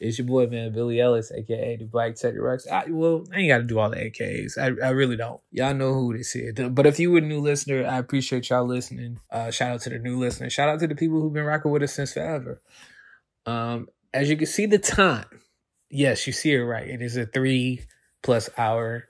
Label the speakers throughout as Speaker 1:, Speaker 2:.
Speaker 1: It's your boy, man, Billy Ellis, aka the Black Teddy Rex. I, well, I ain't got to do all the AKAs. I, I really don't. Y'all know who this is. But if you were a new listener, I appreciate y'all listening. Uh, shout out to the new listener. Shout out to the people who've been rocking with us since forever. Um, as you can see, the time. Yes, you see it right. It is a three plus hour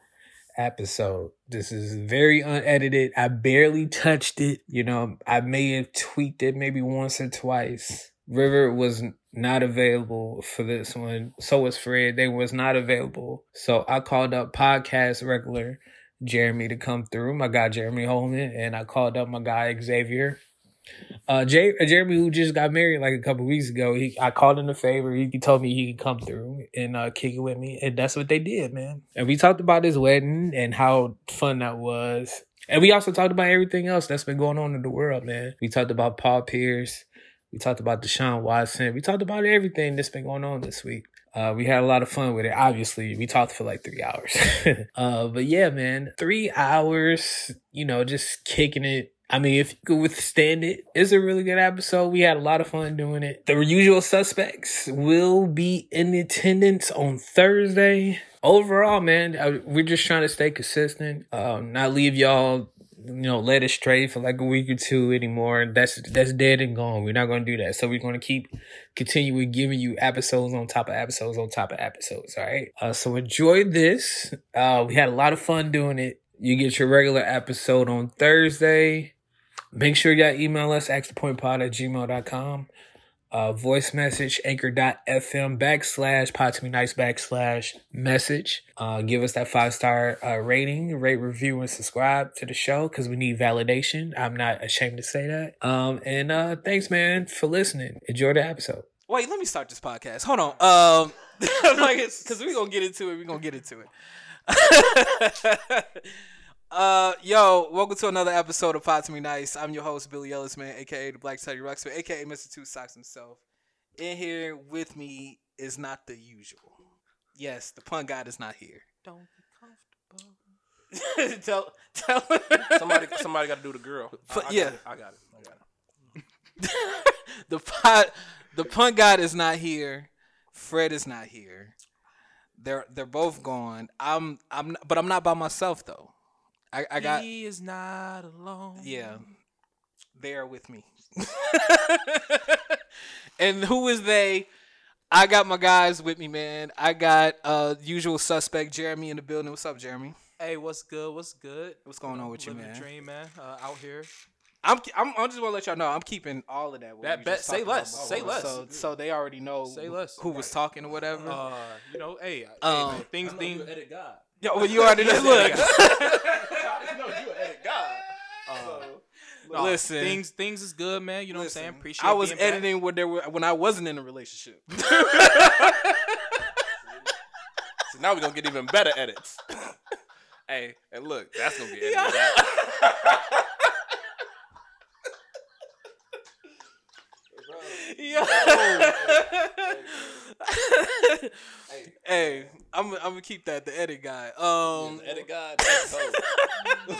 Speaker 1: episode. This is very unedited. I barely touched it. You know, I may have tweaked it maybe once or twice. River was not available for this one. So was Fred. They was not available. So I called up podcast regular Jeremy to come through. My guy Jeremy Holman, and I called up my guy Xavier. Uh, Jay, Jeremy, who just got married like a couple weeks ago, he I called him a favor. He told me he could come through and uh, kick it with me, and that's what they did, man. And we talked about his wedding and how fun that was, and we also talked about everything else that's been going on in the world, man. We talked about Paul Pierce, we talked about Deshaun Watson, we talked about everything that's been going on this week. Uh, we had a lot of fun with it. Obviously, we talked for like three hours. uh, but yeah, man, three hours, you know, just kicking it. I mean, if you could withstand it, it's a really good episode. We had a lot of fun doing it. The usual suspects will be in attendance on Thursday. Overall, man, I, we're just trying to stay consistent, um, not leave y'all, you know, let it stray for like a week or two anymore. That's that's dead and gone. We're not going to do that. So we're going to keep continuing giving you episodes on top of episodes on top of episodes. All right. Uh, so enjoy this. Uh, we had a lot of fun doing it. You get your regular episode on Thursday make sure y'all email us axthepointpod at gmail.com uh, voice message anchor.fm backslash pod to be nice backslash message uh, give us that five star uh, rating rate review and subscribe to the show because we need validation i'm not ashamed to say that um, and uh, thanks man for listening enjoy the episode
Speaker 2: Wait, let me start this podcast. Hold on. Um, like it's because we're gonna get into it. We're gonna get into it. uh, yo, welcome to another episode of Pod to Me Nice. I'm your host Billy Ellis, man, aka the Black Teddy Ruxpin, aka Mr. Two Socks himself. In here with me is not the usual. Yes, the pun god is not here.
Speaker 3: Don't be comfortable.
Speaker 2: tell, tell.
Speaker 4: Somebody, somebody got to do the girl. I-
Speaker 2: Fu-
Speaker 4: I, got
Speaker 2: yeah.
Speaker 4: it. I got it. I got it.
Speaker 2: the pot the punk god is not here fred is not here they're they're both gone i'm i'm but i'm not by myself though i i got
Speaker 3: He is not alone.
Speaker 2: yeah they are with me and who is they i got my guys with me man i got uh usual suspect jeremy in the building what's up jeremy
Speaker 3: Hey, what's good? What's good?
Speaker 2: What's going on with you,
Speaker 3: Living the
Speaker 2: man?
Speaker 3: dream, man. Uh, out here.
Speaker 2: I'm, I'm I'm just want to let y'all know I'm keeping all of that. what
Speaker 4: That
Speaker 2: we
Speaker 4: bet-
Speaker 2: just
Speaker 4: say
Speaker 2: talked about
Speaker 4: less,
Speaker 2: before.
Speaker 4: say less.
Speaker 2: So, so they already know
Speaker 4: Say less.
Speaker 2: who was talking or whatever.
Speaker 3: Uh, you know, hey, hey,
Speaker 2: Um,
Speaker 3: man, things, things.
Speaker 4: edit God.
Speaker 2: Yo, well, you already know. Look,
Speaker 4: I didn't know you edit God.
Speaker 3: Uh,
Speaker 2: no,
Speaker 3: nah,
Speaker 2: listen.
Speaker 3: things, things is good, man. You know what I'm saying? Appreciate.
Speaker 2: I was
Speaker 3: being back.
Speaker 2: editing when there were, when I wasn't in a relationship.
Speaker 4: So now we're gonna get even better edits. hey, and look, that's gonna be edited.
Speaker 2: Yeah.
Speaker 4: out.
Speaker 2: yeah. hey, I'm I'm gonna keep that the edit guy. Um,
Speaker 4: edit God. that's cold.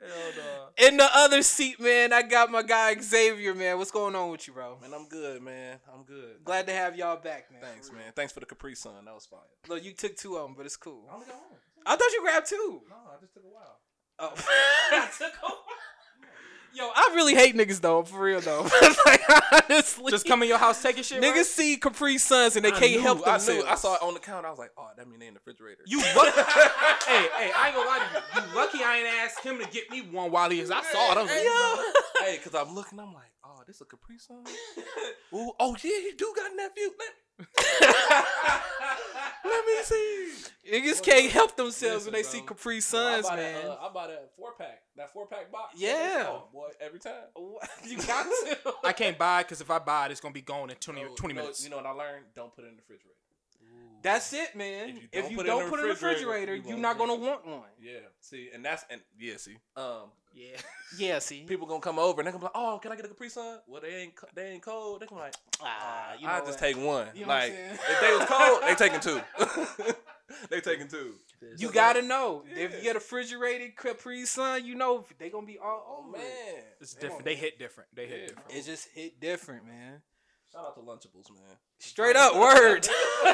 Speaker 3: Hell, nah.
Speaker 2: in the other seat, man, I got my guy Xavier. Man, what's going on with you, bro?
Speaker 4: Man, I'm good, man. I'm good.
Speaker 2: Glad to have y'all back, man.
Speaker 4: Thanks, man. Thanks for the Capri Sun. That was fire.
Speaker 2: Look, you took two of them, but it's cool.
Speaker 4: only got one.
Speaker 2: I thought you grabbed two.
Speaker 4: No, I just took a while.
Speaker 2: Oh. Yo, I really hate niggas though, for real though. like honestly,
Speaker 3: Just come in your house, taking shit.
Speaker 2: Niggas
Speaker 3: right?
Speaker 2: see Capri Suns and they
Speaker 4: I
Speaker 2: can't
Speaker 4: knew,
Speaker 2: help
Speaker 4: I
Speaker 2: themselves.
Speaker 4: knew. I saw it on the counter. I was like, oh, that mean they in the refrigerator.
Speaker 3: You lucky. hey, hey, I ain't gonna lie to you. You lucky I ain't asked him to get me one while he is. I saw it. I was like,
Speaker 4: hey, cause I'm looking. I'm like, oh, this a Capri Sun. Ooh, oh yeah, you do got a nephew. Let, let me see.
Speaker 2: Niggas can't help themselves when they
Speaker 4: Listen,
Speaker 2: see
Speaker 4: bro.
Speaker 2: Capri Suns,
Speaker 4: I buy
Speaker 2: man.
Speaker 4: That, uh, I buy that four pack, that four pack box.
Speaker 2: Yeah.
Speaker 4: Oh, boy, every time.
Speaker 2: you got to.
Speaker 3: I can't buy it because if I buy it, it's gonna be gone in 20,
Speaker 4: No,
Speaker 3: 20
Speaker 4: you know-
Speaker 3: minutes.
Speaker 4: You know what I learned? Don't put it in the refrigerator.
Speaker 2: That's it, man. If you don't, put it in the refrigerator,
Speaker 4: you
Speaker 2: you're
Speaker 4: won't
Speaker 2: not
Speaker 4: drink
Speaker 2: gonna
Speaker 4: it.
Speaker 2: want one.
Speaker 4: Yeah. See, and that's and yeah. See, um,
Speaker 3: yeah.
Speaker 2: Yeah, see.
Speaker 4: people gonna come over and they gonna be like, oh, can I get a Capri Sun? Well, they ain't co- they ain't cold. They gonna be like,
Speaker 2: Ah, you know
Speaker 4: I just take one.
Speaker 2: You know what I'm
Speaker 4: like,
Speaker 2: saying?
Speaker 4: if they was cold, they taking two. they taking two.
Speaker 2: You gotta know
Speaker 4: Yeah.
Speaker 2: if you get a refrigerated Capri Sun, you know they gonna be all
Speaker 4: Oh
Speaker 2: over. it.
Speaker 4: man,
Speaker 3: It's different. They hit different. They hit
Speaker 4: Yeah.
Speaker 3: different.
Speaker 2: It just hit different, man.
Speaker 4: Shout out to Lunchables, man.
Speaker 2: Straight up word.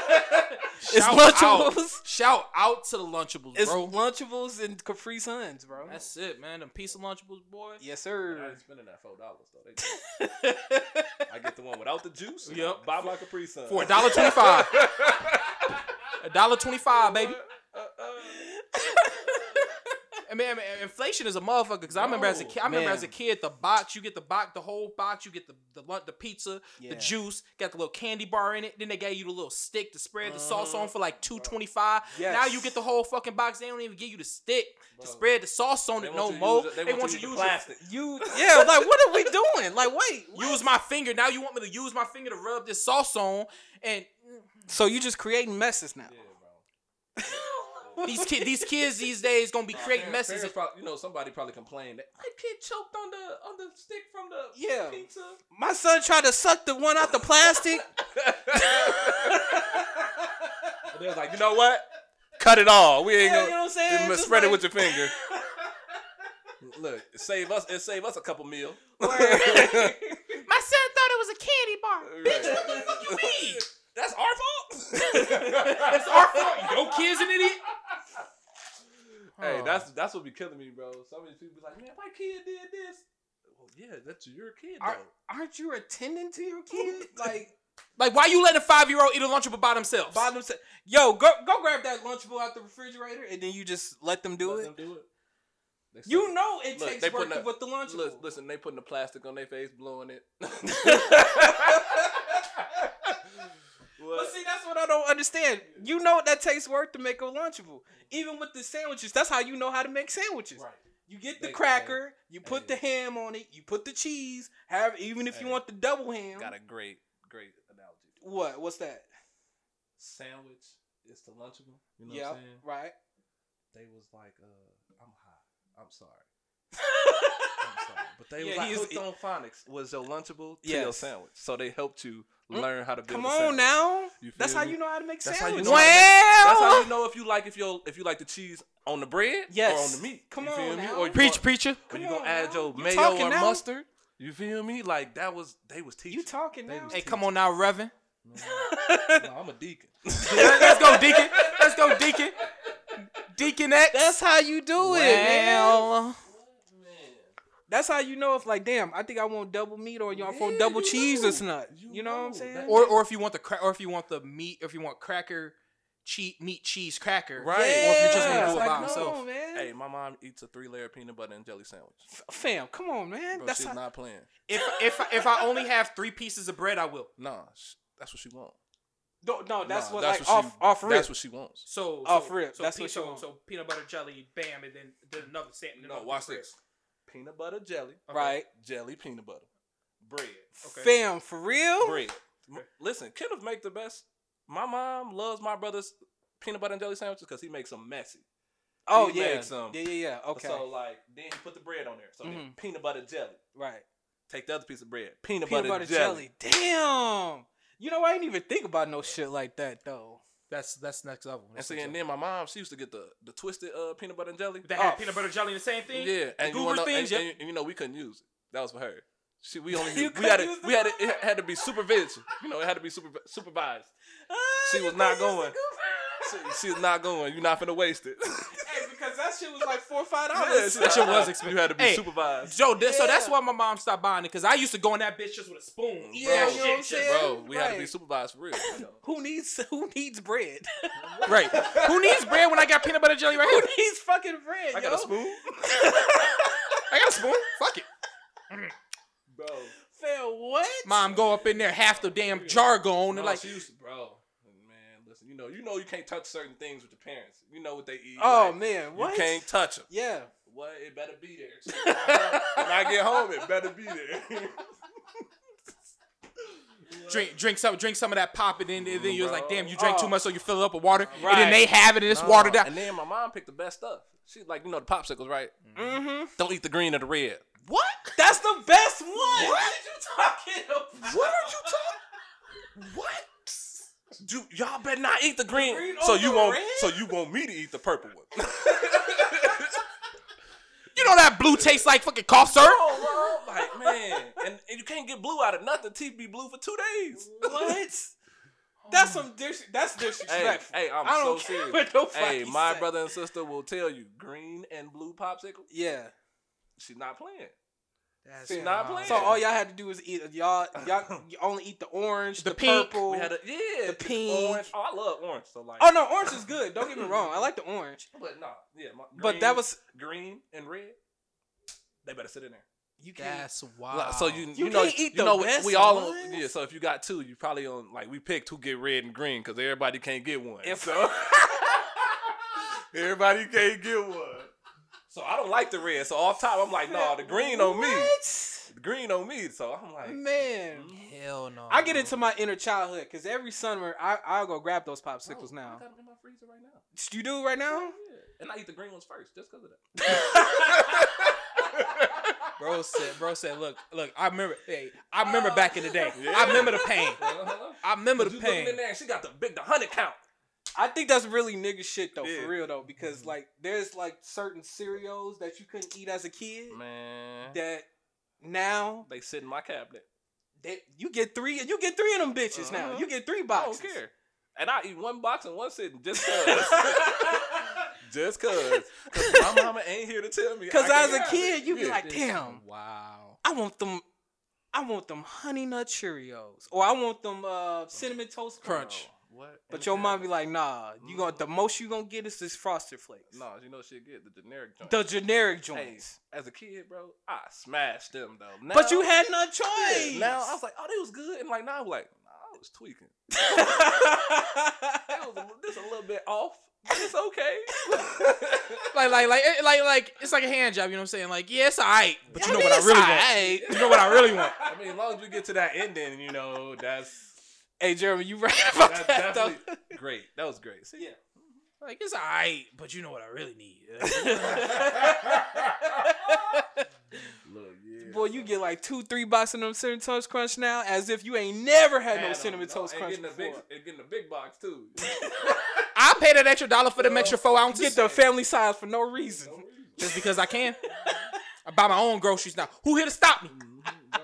Speaker 2: it's
Speaker 3: Shout out.
Speaker 2: Lunchables.
Speaker 3: Shout out to the Lunchables,
Speaker 2: It's
Speaker 3: bro.
Speaker 2: Lunchables and Capri Suns, bro.
Speaker 3: That's it, man. Them piece of Lunchables, boy.
Speaker 2: yes,
Speaker 4: I
Speaker 2: sir.
Speaker 4: ain't spending that four dollars though. They I get the one without the juice. and
Speaker 3: Yep.
Speaker 4: I Buy my Capri Sun
Speaker 3: For a dollar twenty-five. A dollar twenty-five, baby. I mean, I mean, inflation is a motherfucker. Because I remember as a
Speaker 4: No,
Speaker 3: kid, I remember
Speaker 2: man.
Speaker 3: as a kid, the box you get the box, the whole box, you get the the, lun- the pizza,
Speaker 2: Yeah.
Speaker 3: the juice, got the little candy bar in it. Then they gave you the little stick to spread the sauce on for like two twenty five.
Speaker 4: Yes.
Speaker 3: Now you get the whole fucking box. They don't even give you the stick
Speaker 4: Bro.
Speaker 3: to spread the sauce on
Speaker 4: They
Speaker 3: it
Speaker 4: want
Speaker 3: no
Speaker 4: you to
Speaker 3: more.
Speaker 4: use it-
Speaker 3: They, want you to
Speaker 4: the
Speaker 3: use your-
Speaker 4: plastic.
Speaker 2: You yeah, like what are we doing? Like wait, what?
Speaker 3: use my finger. Now you want me to use my finger to rub this sauce on, and
Speaker 2: so you just creating messes now.
Speaker 4: Yeah, bro.
Speaker 3: these kid these kids these days gonna be creating
Speaker 4: Parents-
Speaker 3: messes.
Speaker 4: parents prob- you know, somebody probably complained that my kid choked on the on the stick from the
Speaker 2: Yeah.
Speaker 4: pizza.
Speaker 2: My son tried to suck the one out the plastic.
Speaker 4: And they was like, you know what? Cut it all. We ain't
Speaker 2: Yeah,
Speaker 4: gonna
Speaker 2: you know what I'm saying?
Speaker 4: you must
Speaker 2: Just
Speaker 4: spread it with
Speaker 2: like-
Speaker 4: your finger. Look, it save us. It save us a couple meal.
Speaker 3: My son thought it was a candy bar.
Speaker 4: Right. That's our fault.
Speaker 3: It's our fault. Yo, kid's an idiot.
Speaker 4: hey,
Speaker 3: Huh.
Speaker 4: that's that's what be killing me, bro. Some of these people be like, man, my kid did this. Well, yeah, that's your kid though.
Speaker 2: Our- Aren't you attending to your kid? Like
Speaker 3: Like, why you letting a five year old eat a lunchable by themselves?
Speaker 2: by themselves. Yo, go go grab that lunchable out the refrigerator and then you just let them do
Speaker 4: Let
Speaker 2: it.
Speaker 4: them do it. They
Speaker 2: You know it
Speaker 4: Look, they
Speaker 2: takes
Speaker 4: putting
Speaker 2: work to
Speaker 4: a-
Speaker 2: put the lunchable.
Speaker 4: Listen, listen, they putting the plastic on their face, blowing it.
Speaker 2: But
Speaker 4: what?
Speaker 2: see, that's what I don't understand. You know that takes work to make a lunchable. Even with the sandwiches, that's how you know how to make sandwiches.
Speaker 4: Right.
Speaker 2: You get the
Speaker 4: They-
Speaker 2: cracker, you put
Speaker 4: hey.
Speaker 2: the ham on it, you put the cheese. Have even if you
Speaker 4: Hey.
Speaker 2: want the double ham.
Speaker 4: Got a great, great analogy.
Speaker 2: what? What's that?
Speaker 4: Sandwich is the lunchable. You know
Speaker 2: yeah,
Speaker 4: what I'm saying?
Speaker 2: right.
Speaker 4: They was like, uh, I'm high. I'm sorry. I'm sorry. But they was
Speaker 2: Yeah,
Speaker 4: like,
Speaker 2: he is-
Speaker 4: hooked on phonics was your lunchable to your
Speaker 2: Yes.
Speaker 4: sandwich. So they helped you
Speaker 2: Mm.
Speaker 4: learn how to build
Speaker 2: Come
Speaker 4: a
Speaker 2: on
Speaker 4: sandwich.
Speaker 2: now.
Speaker 4: You feel
Speaker 2: That's how
Speaker 4: me?
Speaker 2: you know how to make
Speaker 4: That's how you
Speaker 2: sandwiches.
Speaker 4: know how to
Speaker 2: well,
Speaker 4: That's how you know if you like if your if you like the cheese on the bread or
Speaker 2: Yes.
Speaker 4: on the meat.
Speaker 2: Come
Speaker 4: you feel me?
Speaker 2: on now.
Speaker 4: Or you
Speaker 3: Preach,
Speaker 4: gonna-
Speaker 3: preacher.
Speaker 4: When
Speaker 2: Come
Speaker 4: you gonna
Speaker 2: on
Speaker 4: add
Speaker 2: now.
Speaker 4: your
Speaker 2: You
Speaker 4: mayo
Speaker 2: talking
Speaker 4: or
Speaker 2: now.
Speaker 4: mustard? You feel me? Like that was they was teaching.
Speaker 2: you talking
Speaker 4: They
Speaker 2: now.
Speaker 4: was
Speaker 3: Hey, come on now, Reverend.
Speaker 4: teaching. no, I'm a deacon.
Speaker 3: Let's go, Deacon. Let's go, Deacon. Deacon X.
Speaker 2: That's how you do it, man.
Speaker 3: well,
Speaker 2: That's how you know if like, damn, I think I want double meat or you I want
Speaker 4: Yeah,
Speaker 2: double
Speaker 4: you
Speaker 2: cheese
Speaker 4: know.
Speaker 2: or not. You,
Speaker 4: You
Speaker 2: know, what I'm
Speaker 4: know.
Speaker 2: saying?
Speaker 4: That-
Speaker 3: Or or if you want the cra- or if you want the meat, if you want cracker, cheese, meat cheese cracker.
Speaker 4: Right.
Speaker 2: Yeah.
Speaker 3: Or if you just
Speaker 4: wanna
Speaker 3: want
Speaker 4: do
Speaker 3: to do
Speaker 4: it
Speaker 3: it
Speaker 2: like,
Speaker 3: by
Speaker 2: no,
Speaker 3: himself.
Speaker 2: man.
Speaker 4: Hey, my mom eats a three layer peanut butter and jelly sandwich.
Speaker 2: Fam, come on, man.
Speaker 4: Bro,
Speaker 2: That's
Speaker 4: she's
Speaker 2: how,
Speaker 4: not playing.
Speaker 3: If if if I only have three pieces of bread, I will.
Speaker 4: Nah, sh- that's what she wants.
Speaker 2: no, no, that's
Speaker 4: Nah,
Speaker 2: what like
Speaker 4: she-
Speaker 2: off off rip.
Speaker 4: That's what she wants.
Speaker 3: So
Speaker 2: Off
Speaker 3: so,
Speaker 2: rip.
Speaker 3: So
Speaker 2: That's
Speaker 3: pe-
Speaker 2: what you
Speaker 3: so,
Speaker 2: want.
Speaker 3: So peanut butter jelly, bam, and then, then another sandwich.
Speaker 4: No, watch this. Peanut butter jelly,
Speaker 2: Right.
Speaker 4: jelly peanut butter, bread,
Speaker 3: Okay.
Speaker 2: Fam, for real?
Speaker 4: bread. M- Listen, Kenneth make the best. My mom loves my brother's peanut butter and jelly sandwiches because he makes them messy.
Speaker 2: Oh
Speaker 4: He
Speaker 2: yeah.
Speaker 4: makes 'em.
Speaker 2: Yeah, yeah, yeah. Okay.
Speaker 4: So like, then he put the bread on there. So then
Speaker 2: Mhm.
Speaker 4: peanut butter jelly.
Speaker 2: right.
Speaker 4: Take the other piece of bread. Peanut,
Speaker 2: Peanut
Speaker 4: butter,
Speaker 2: butter jelly. Damn. You know, I didn't even think about no shit like that though.
Speaker 3: That's that's next level.
Speaker 4: And
Speaker 3: That's
Speaker 4: see,
Speaker 3: next
Speaker 4: and
Speaker 3: level.
Speaker 4: then my mom, she used to get the the twisted uh, peanut butter and jelly.
Speaker 3: that
Speaker 2: Oh.
Speaker 3: had peanut butter jelly in the same thing.
Speaker 4: Yeah, and you,
Speaker 3: Goober's
Speaker 4: wanna know,
Speaker 3: beans,
Speaker 4: and,
Speaker 3: yep.
Speaker 4: and- and you know we couldn't use it. That was for her. She, we only
Speaker 2: You
Speaker 4: we had
Speaker 2: couldn't
Speaker 4: to,
Speaker 2: use the
Speaker 4: we had to,
Speaker 2: Goober?
Speaker 4: it had to be supervision. You know, it had to be super, supervised.
Speaker 2: Ah,
Speaker 4: She
Speaker 2: you
Speaker 4: was not
Speaker 2: couldn't use
Speaker 4: going.
Speaker 2: the Goober.
Speaker 4: She, she's not going. You're not finna waste it.
Speaker 2: Hey, because that shit was like four or five
Speaker 4: Yeah,
Speaker 2: dollars.
Speaker 4: she-
Speaker 3: That shit was
Speaker 4: You had to be
Speaker 3: Hey,
Speaker 4: supervised.
Speaker 3: Joe, th- so that's
Speaker 2: Yeah.
Speaker 3: why my mom stopped buying it because I used to go in that bitch just with a spoon.
Speaker 2: Yeah,
Speaker 4: Bro,
Speaker 2: you know what I'm saying?
Speaker 4: Bro, we had to be
Speaker 2: Right.
Speaker 4: supervised for real. you know.
Speaker 2: Who needs who needs bread?
Speaker 3: right. Who needs bread when I got peanut butter jelly right
Speaker 2: who
Speaker 3: here?
Speaker 2: needs fucking bread?
Speaker 4: I
Speaker 2: yo?
Speaker 4: got a spoon.
Speaker 3: I got a spoon. Fuck it.
Speaker 4: Bro,
Speaker 2: Fam, what?
Speaker 3: Mom go up in there, half the damn jar gone.
Speaker 4: no,
Speaker 3: and like,
Speaker 4: she used to- bro. Man, listen, you know, you know, you can't touch certain things with your parents. You know what they eat.
Speaker 2: Oh
Speaker 4: like,
Speaker 2: man, what?
Speaker 4: you can't touch them.
Speaker 2: Yeah.
Speaker 4: What? It better be there. too. when I get home, it better be there.
Speaker 3: drink drink some drink some of that pop, and then, and then you're like, damn, you drank
Speaker 2: Oh.
Speaker 3: too much, so you fill it up with water. And
Speaker 2: Right.
Speaker 3: then they have it, and it's
Speaker 4: Nah,
Speaker 3: watered out.
Speaker 4: And then my mom picked the best stuff. She's like, you know, the popsicles, right?
Speaker 2: Mm-hmm.
Speaker 4: Don't eat the green or the red.
Speaker 2: What? That's the best one. What are you talking about?
Speaker 4: What are you talking? What? You, y'all better not eat the green.
Speaker 2: green
Speaker 4: so
Speaker 2: or
Speaker 4: you
Speaker 2: the
Speaker 4: want
Speaker 2: red?
Speaker 4: so you want me to eat the purple one?
Speaker 3: You know that blue tastes like fucking cough syrup.
Speaker 4: Oh, bro, like man, man, and, and you can't get blue out of nothing. Teeth be blue for two days.
Speaker 2: What?
Speaker 3: That's some dis- That's
Speaker 4: Hey,
Speaker 3: disrespectful.
Speaker 4: hey, I'm
Speaker 3: I
Speaker 4: so
Speaker 3: don't
Speaker 4: serious.
Speaker 3: care what nobody
Speaker 4: Hey, my
Speaker 3: say.
Speaker 4: brother and sister will tell you green and blue popsicle.
Speaker 2: Yeah.
Speaker 4: She's not playing.
Speaker 2: That's
Speaker 4: See, not playing.
Speaker 2: So all y'all had to do was eat y'all y'all you only eat the orange, the,
Speaker 3: The pink.
Speaker 2: purple.
Speaker 4: We had a yeah,
Speaker 2: The pink.
Speaker 4: orange. Oh, I love orange. So like,
Speaker 2: oh no, orange is good. Don't get me wrong. I like the orange.
Speaker 4: but no, yeah, my,
Speaker 2: But
Speaker 4: green-
Speaker 2: that was
Speaker 4: green and red. They better sit in there.
Speaker 2: you can't
Speaker 3: That's wild.
Speaker 4: So you, you,
Speaker 2: You
Speaker 4: know,
Speaker 2: can't eat
Speaker 4: you
Speaker 2: the
Speaker 4: know, we-
Speaker 2: best
Speaker 4: we all
Speaker 2: ones?
Speaker 4: on, yeah. So if you got two, you probably on like we picked who get red and green because everybody can't get one.
Speaker 2: If-
Speaker 4: so everybody can't get one. So I don't like the red. So off top, I'm like, no, the green on me.
Speaker 2: What?
Speaker 4: The green on me. So I'm like, mm-hmm.
Speaker 2: Man.
Speaker 3: Hell no.
Speaker 2: I get into my inner childhood because every summer I I'll go grab those popsicles
Speaker 4: Oh, I
Speaker 2: now.
Speaker 4: got 'em in my freezer right now.
Speaker 2: You do right now,
Speaker 4: Yeah. And I eat the green ones first, just because of that.
Speaker 3: Bro said, bro said, look, look. I remember. Hey, I remember back in the day. I remember the pain.
Speaker 4: Hello, hello.
Speaker 3: I remember the
Speaker 4: Uh-huh. You looking in
Speaker 3: pain.
Speaker 4: there, and she got the big, the hundred count.
Speaker 2: I think that's really nigga shit though,
Speaker 4: Yeah.
Speaker 2: for real though, because
Speaker 4: Mm-hmm.
Speaker 2: like there's like certain cereals that you couldn't eat as a kid
Speaker 4: Man,
Speaker 2: that now
Speaker 4: they sit in my cabinet.
Speaker 2: that you get three you get three of them bitches now.
Speaker 4: Uh-huh.
Speaker 2: You get three boxes.
Speaker 4: I don't care. And I eat one box and one sitting just cause. just cause. Cause my mama ain't here to tell me.
Speaker 2: Cause
Speaker 4: I
Speaker 2: as a
Speaker 4: can't have
Speaker 2: kid,
Speaker 4: it.
Speaker 2: you be
Speaker 4: Yeah.
Speaker 2: like, damn,
Speaker 3: Wow.
Speaker 2: I want them, I want them honey nut Cheerios, or I want them uh, cinnamon toast crunch.
Speaker 4: Oh, what?
Speaker 2: But your mom be like, nah, you gonna the most you gonna get is this frosted flakes,
Speaker 4: No, you know she get the generic joint.
Speaker 2: the generic
Speaker 4: Hey,
Speaker 2: joints.
Speaker 4: as a kid, bro, I smashed them though. Now,
Speaker 2: but you had no choice.
Speaker 4: yeah, now I was like, oh, they was good, and like now I'm like, nah, I was tweaking. That was a, this a little bit off, but it's okay.
Speaker 3: Like, like, like, eh, like, like. It's like a hand job. You know what I'm saying? Like, yeah, it's alright. But you know
Speaker 2: mean,
Speaker 3: what I
Speaker 2: it's
Speaker 3: really
Speaker 2: alright.
Speaker 3: want. You know what I really want.
Speaker 4: I mean, as long as we get to that ending, you know, that's
Speaker 2: hey Jeremy, you right about
Speaker 4: that's
Speaker 2: that though.
Speaker 4: definitely great. That was great. See,
Speaker 2: Yeah.
Speaker 3: Like, it's alright. But you know what I really need.
Speaker 4: Look, yeah.
Speaker 2: Boy, you get like two, three boxes of them cinnamon toast crunch now, as if you ain't never had no
Speaker 4: Adam,
Speaker 2: cinnamon
Speaker 4: no,
Speaker 2: toast
Speaker 4: and
Speaker 2: crunch
Speaker 4: Getting the big,
Speaker 2: before.
Speaker 4: and getting the big box too.
Speaker 3: I paid an extra dollar for them extra four ounces.
Speaker 2: Get the family size for no reason.
Speaker 3: just because I can. I buy my own groceries now. Who here to stop me?
Speaker 4: Mm-hmm, Bro,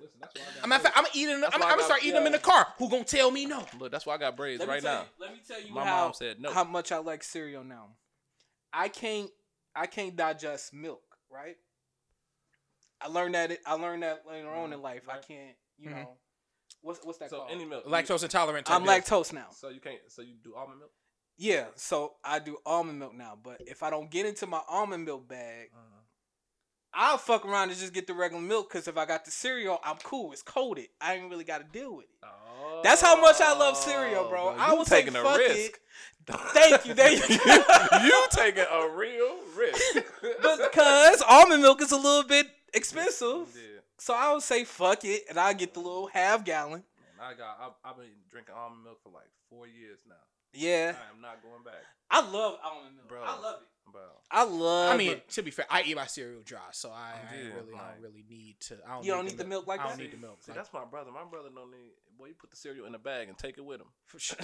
Speaker 4: listen, that's why I
Speaker 3: I'm gonna, I'm eating. I'm,
Speaker 4: That's
Speaker 3: I'm
Speaker 4: why I
Speaker 3: gonna
Speaker 4: got-
Speaker 3: start eating them in the car. Who gonna tell me no?
Speaker 4: Look, that's why I got braids right now.
Speaker 2: let me tell you
Speaker 4: My
Speaker 2: how,
Speaker 4: mom said no.
Speaker 2: how much I like cereal now. I can't I can't digest milk, right? I learned that I learned that later on in life. I
Speaker 4: Mm-hmm. Right. Mm-hmm.
Speaker 2: can't, you
Speaker 3: Mhm.
Speaker 2: know, what's what's that
Speaker 4: so
Speaker 2: called?
Speaker 4: any milk, you-
Speaker 3: Lactose intolerant. type
Speaker 2: I'm
Speaker 3: deal.
Speaker 2: lactose now.
Speaker 4: So you can't. So you do almond milk.
Speaker 2: Yeah, so I do almond milk now. But if I don't get into my almond milk bag, I'll fuck around and just get the regular milk. Cause if I got the cereal, I'm cool. It's coated. I ain't really got to deal with it.
Speaker 4: Oh,
Speaker 2: That's how much I love cereal, bro. I
Speaker 4: you
Speaker 2: was
Speaker 4: taking
Speaker 2: like,
Speaker 4: a
Speaker 2: fuck
Speaker 4: risk.
Speaker 2: Thank you. There you go.
Speaker 4: you taking a real risk.
Speaker 2: because almond milk is a little bit expensive.
Speaker 4: Yeah.
Speaker 2: So I would say fuck it, and I get the little half
Speaker 4: Man,
Speaker 2: gallon.
Speaker 4: I got. I, I've been drinking almond milk for like four years now.
Speaker 2: Yeah,
Speaker 4: I am not going back,
Speaker 2: I love almond milk.
Speaker 4: Bro.
Speaker 2: I love it.
Speaker 4: bro.
Speaker 2: I love.
Speaker 3: I mean,
Speaker 2: it.
Speaker 3: to be fair, I eat my cereal dry, so I, I ain't
Speaker 4: Yeah,
Speaker 3: really I
Speaker 4: like-
Speaker 3: don't really need to. I don't
Speaker 2: You don't need the milk like
Speaker 3: I don't
Speaker 2: that?
Speaker 3: need the milk.
Speaker 4: See,
Speaker 3: like-
Speaker 4: that's my brother. My brother don't need. Boy, you put the cereal in a bag and take it with him.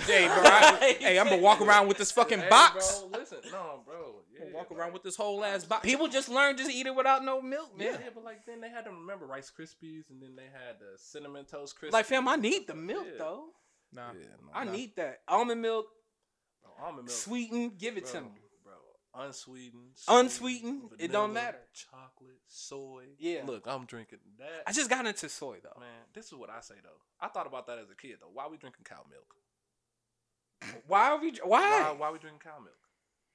Speaker 3: hey, bro. I, hey, I'm gonna walk around with this fucking
Speaker 4: Hey,
Speaker 3: box.
Speaker 4: Bro, listen, no, bro. Yeah,
Speaker 3: I'm gonna walk
Speaker 4: like-
Speaker 3: around with this whole ass box.
Speaker 2: People just learn just eat it without no milk,
Speaker 4: Yeah.
Speaker 2: man.
Speaker 4: yeah, but like then they had to remember Rice Krispies, and then they had the cinnamon toast Krispies.
Speaker 2: Like, fam, I need the milk
Speaker 4: Yeah.
Speaker 2: though.
Speaker 3: Nah.
Speaker 4: Yeah, no,
Speaker 2: I
Speaker 4: nah.
Speaker 2: need that almond milk,
Speaker 4: Bro, almond milk.
Speaker 2: sweetened. Give it
Speaker 4: bro,
Speaker 2: to me.
Speaker 4: bro. Unsweetened,
Speaker 2: Unsweetened,
Speaker 4: sweetened,
Speaker 2: it don't
Speaker 4: vanilla,
Speaker 2: matter.
Speaker 4: Chocolate, soy.
Speaker 2: Yeah.
Speaker 4: Look, I'm drinking that.
Speaker 2: I just got into soy though.
Speaker 4: Man, this is what I say though. I thought about that as a kid though. Why we drinking cow milk?
Speaker 2: Why are we? Why?
Speaker 4: Why, why we drinking cow milk?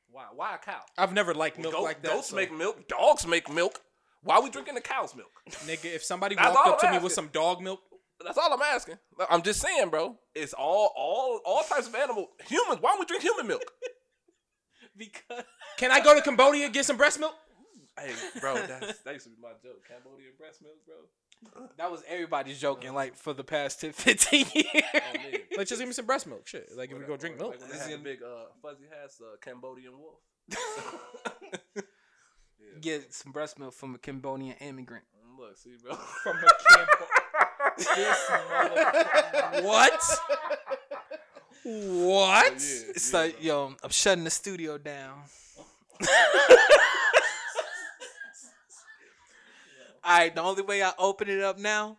Speaker 4: Why? Why a cow?
Speaker 3: I've never liked milk
Speaker 4: Goat-
Speaker 3: like that.
Speaker 4: Goats
Speaker 3: so-
Speaker 4: make milk. Dogs make milk. Why we drinking the cow's milk?
Speaker 3: nigga, if somebody
Speaker 4: That's
Speaker 3: walked
Speaker 4: all
Speaker 3: up to
Speaker 4: I'm
Speaker 3: me with
Speaker 4: asking.
Speaker 3: some dog milk,
Speaker 4: That's all I'm asking. I'm just saying, bro. It's all, all, all types of animal. Humans. Why don't we drink human milk?
Speaker 2: Because
Speaker 3: can I go to Cambodia and get some breast milk?
Speaker 4: hey, bro, that's, that used to be my joke. Cambodian breast milk, bro.
Speaker 2: that was everybody's joking. Like for the past 10, 15 years.
Speaker 4: Oh man.
Speaker 3: Like, just give me some breast milk. Shit. Like, if we go
Speaker 4: Whatever.
Speaker 3: drink milk.
Speaker 4: Like when they
Speaker 2: This
Speaker 4: had
Speaker 2: is-
Speaker 4: the big uh, fuzzy hats, uh, Cambodian wolf. Yeah.
Speaker 2: Get some breast milk from a Cambodian immigrant.
Speaker 4: Mm, Look, see, bro.
Speaker 3: From a Cambo- What? What?
Speaker 4: Yeah,
Speaker 2: It's
Speaker 4: yeah,
Speaker 2: like,
Speaker 4: bro.
Speaker 2: yo, I'm shutting the studio down. All right, the only way I open it up now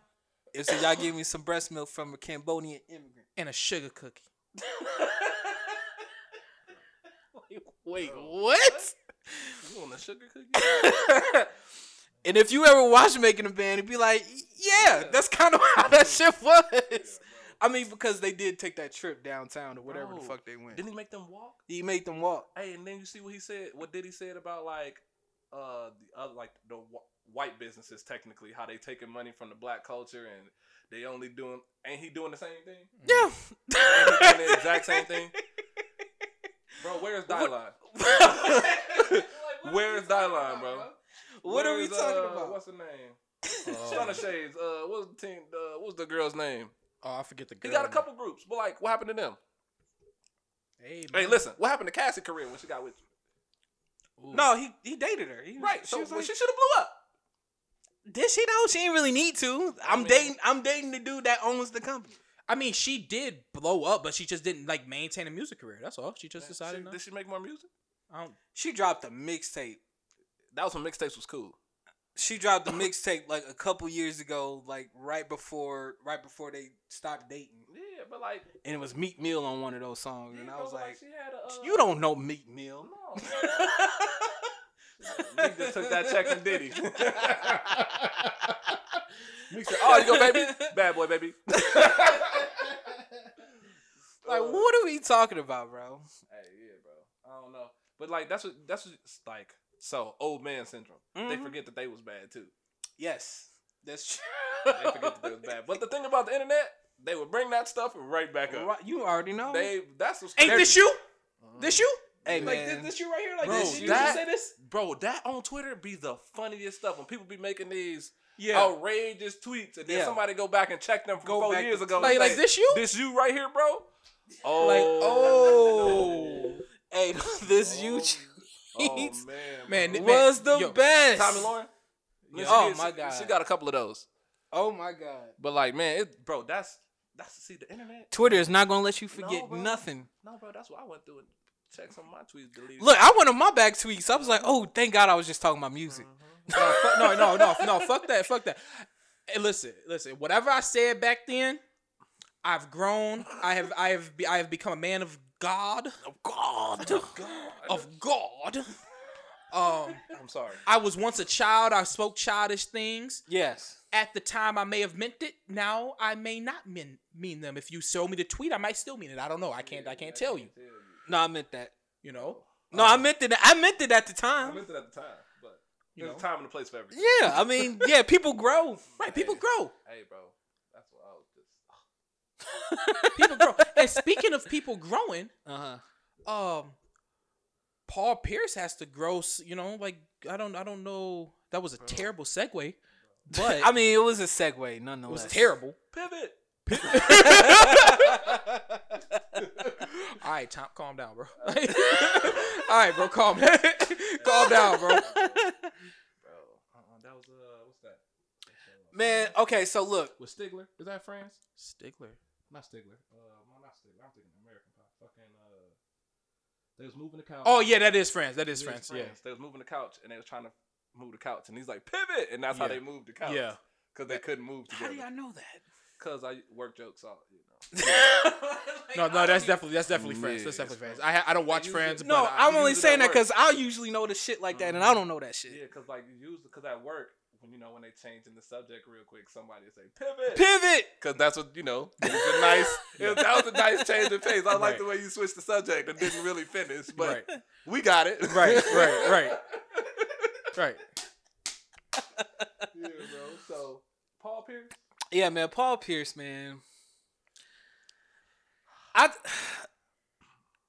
Speaker 2: is if y'all give me some breast milk from a Cambodian immigrant and a sugar cookie. Wait, what?
Speaker 4: You want a sugar cookie?
Speaker 2: and if you ever watch Making a Band, it'd be like, yeah, that's kind of how that shit was. I mean, because they did take that trip downtown or whatever the
Speaker 4: Bro,
Speaker 2: fuck they went.
Speaker 4: Didn't he make them walk?
Speaker 2: He made them walk.
Speaker 4: Hey, and then you see what he said. What did he said about like, uh, the other like the wh- white businesses technically how they taking money from the black culture and they only doing ain't he doing the same thing?
Speaker 2: Yeah.
Speaker 4: Ain't he doing the exact same thing. Bro, where's
Speaker 2: What-
Speaker 4: Dylan?
Speaker 2: what
Speaker 4: Where's Dylan, bro?
Speaker 2: are we
Speaker 4: Where's,
Speaker 2: talking
Speaker 4: uh,
Speaker 2: about?
Speaker 4: What's the name? Son of Shades. Uh, what's the team? Uh, what's the girl's name?
Speaker 3: Oh, I forget the
Speaker 4: He
Speaker 3: girl.
Speaker 4: got a couple groups, but like, what happened to them?
Speaker 3: Hey,
Speaker 4: Hey, listen, what happened to Cassie career when she got with you?
Speaker 2: No, he he dated her. He-
Speaker 4: Right,
Speaker 2: she
Speaker 4: so
Speaker 2: was
Speaker 4: well,
Speaker 2: like,
Speaker 4: she should have blew up.
Speaker 2: did she though? She didn't really need to. I'm
Speaker 4: mean-
Speaker 2: dating. I'm dating the dude that owns the company.
Speaker 3: I mean, she did blow up, but she just didn't like maintain a music career. That's all. She just
Speaker 4: She-
Speaker 3: decided. not.
Speaker 4: did she make more music?
Speaker 3: I don't,
Speaker 2: She dropped a mixtape.
Speaker 4: That was when mixtapes was cool.
Speaker 2: She dropped a mixtape like a couple years ago, like right before right before they stopped dating,
Speaker 4: Yeah, but like,
Speaker 2: and it was Meek Mill on one of those songs, and I was like,
Speaker 4: she had a, uh,
Speaker 2: you don't know Meek Mill.
Speaker 4: Meek just took that check from Diddy. Meek said, "Oh, you go, baby, bad boy, baby."
Speaker 2: Like, what are we talking about, bro?
Speaker 4: Uh, Hey, yeah, bro. I don't know, but like that's what that's what it's like. So old man syndrome. They
Speaker 2: Mhm.
Speaker 4: forget that they was bad too.
Speaker 2: Yes, that's
Speaker 4: They
Speaker 2: true.
Speaker 4: forget that they was bad. But the thing about the internet, they would bring that stuff right back up.
Speaker 2: Right, You already know.
Speaker 4: They that's what's
Speaker 3: Ain't this you? This you?
Speaker 2: hey
Speaker 4: Yeah.
Speaker 2: man,
Speaker 4: Like,
Speaker 2: this, you right here, like
Speaker 4: Bro,
Speaker 2: this. You
Speaker 4: that-
Speaker 2: say this?
Speaker 4: bro. That on Twitter be the funniest stuff when people be making these
Speaker 2: Yeah.
Speaker 4: outrageous tweets and then
Speaker 2: Yeah.
Speaker 4: somebody go back and check them from
Speaker 2: Go
Speaker 4: four
Speaker 2: back
Speaker 4: years
Speaker 2: to-
Speaker 4: ago. and
Speaker 3: Like, like
Speaker 4: say,
Speaker 3: this you?
Speaker 4: This you right here, bro. Oh,
Speaker 2: Like, oh. Hey, this
Speaker 4: Oh,
Speaker 2: YouTube
Speaker 4: oh,
Speaker 2: tweets
Speaker 4: man,
Speaker 3: Man,
Speaker 4: bro.
Speaker 3: man.
Speaker 2: was the
Speaker 3: yo,
Speaker 2: best.
Speaker 4: Tommy Lauren.
Speaker 2: Yeah.
Speaker 4: She
Speaker 2: Oh,
Speaker 4: did-
Speaker 2: my
Speaker 4: she-
Speaker 2: God.
Speaker 4: she got a couple of those.
Speaker 2: Oh my god.
Speaker 4: But like, man, it, bro, that's that's see the internet.
Speaker 2: Twitter is not gonna let you
Speaker 4: No,
Speaker 2: forget
Speaker 4: bro.
Speaker 2: nothing.
Speaker 4: No, bro, that's what I went through and checked some of my tweets deleted.
Speaker 2: Look, I went on my back tweets. I was like, oh, thank God I was just talking about music.
Speaker 3: no, fuck, no, no, no, no. Fuck that. Fuck that. Hey, listen, listen. Whatever I said back then, I've grown. I have, I have, be, I have become a man of God. Of God. Of God. Um,
Speaker 4: I'm sorry.
Speaker 3: I was once a child. I spoke childish things.
Speaker 2: Yes.
Speaker 3: At the time, I may have meant it. Now, I may not mean mean them. If you show me the tweet, I might still mean it. I don't know. I can't. I can't tell you.
Speaker 2: No, I meant that.
Speaker 3: You know.
Speaker 2: No, I meant it. I meant it at the
Speaker 4: I
Speaker 2: time.
Speaker 4: meant it at the time, but
Speaker 3: You
Speaker 4: there's
Speaker 3: know.
Speaker 4: a time and a place for everything.
Speaker 2: Yeah, I mean, yeah, people grow.
Speaker 3: Right. People grow.
Speaker 4: Hey, bro, that's what I was just.
Speaker 3: People grow. and speaking of people growing,
Speaker 2: Uh huh.
Speaker 3: um Paul Pierce has to grow, s- you know, like I don't I don't know. That was a terrible segue, but
Speaker 2: I mean, it was a segue,
Speaker 3: it
Speaker 2: nonetheless.
Speaker 3: was terrible.
Speaker 4: Pivot.
Speaker 3: All right, Tom, calm down, bro. All right, bro, calm down. calm down, bro.
Speaker 4: Bro, uh-uh, that was uh, what's that? uh,
Speaker 2: Man,
Speaker 3: oh.
Speaker 2: okay, so look,
Speaker 4: With Stigler, is that France?
Speaker 3: Stickler.
Speaker 4: Not Stigler. Uh, no, not Stigler. I'm thinking American Pie. Fucking uh, they was moving the couch.
Speaker 3: Oh yeah, that is friends. That is
Speaker 4: It
Speaker 3: friends.
Speaker 4: was France. They was moving the couch and they was trying to move the couch, and he's like pivot, and that's how
Speaker 3: Yeah.
Speaker 4: they moved the
Speaker 3: Yeah.
Speaker 4: couch.
Speaker 3: Yeah.
Speaker 4: because they couldn't move
Speaker 2: how do y'all
Speaker 4: together.
Speaker 2: know that?
Speaker 4: Because I work jokes all you know.
Speaker 3: No, no, that's definitely that's definitely friends.
Speaker 4: Yeah,
Speaker 3: That's definitely
Speaker 4: it's
Speaker 3: friends. I ha- I don't watch
Speaker 4: usually-
Speaker 3: friends.
Speaker 2: No,
Speaker 3: but I,
Speaker 2: I'm
Speaker 4: you
Speaker 2: only
Speaker 4: use it
Speaker 2: saying
Speaker 4: at
Speaker 2: that because I usually know the shit like that, and I don't know that
Speaker 4: Yeah,
Speaker 2: shit.
Speaker 4: because like you use because at work when you know when they changing the subject real quick, somebody say pivot
Speaker 2: Pivot.
Speaker 4: because that's what you know. It was a nice. it was- that was a nice change of pace. I like
Speaker 3: Right.
Speaker 4: the way you switched the subject and didn't really finish, but
Speaker 3: Right.
Speaker 4: we got it.
Speaker 3: Right, right, right. right.
Speaker 4: yeah, bro. So Paul Pierce.
Speaker 2: Yeah, man, Paul Pierce, man. I,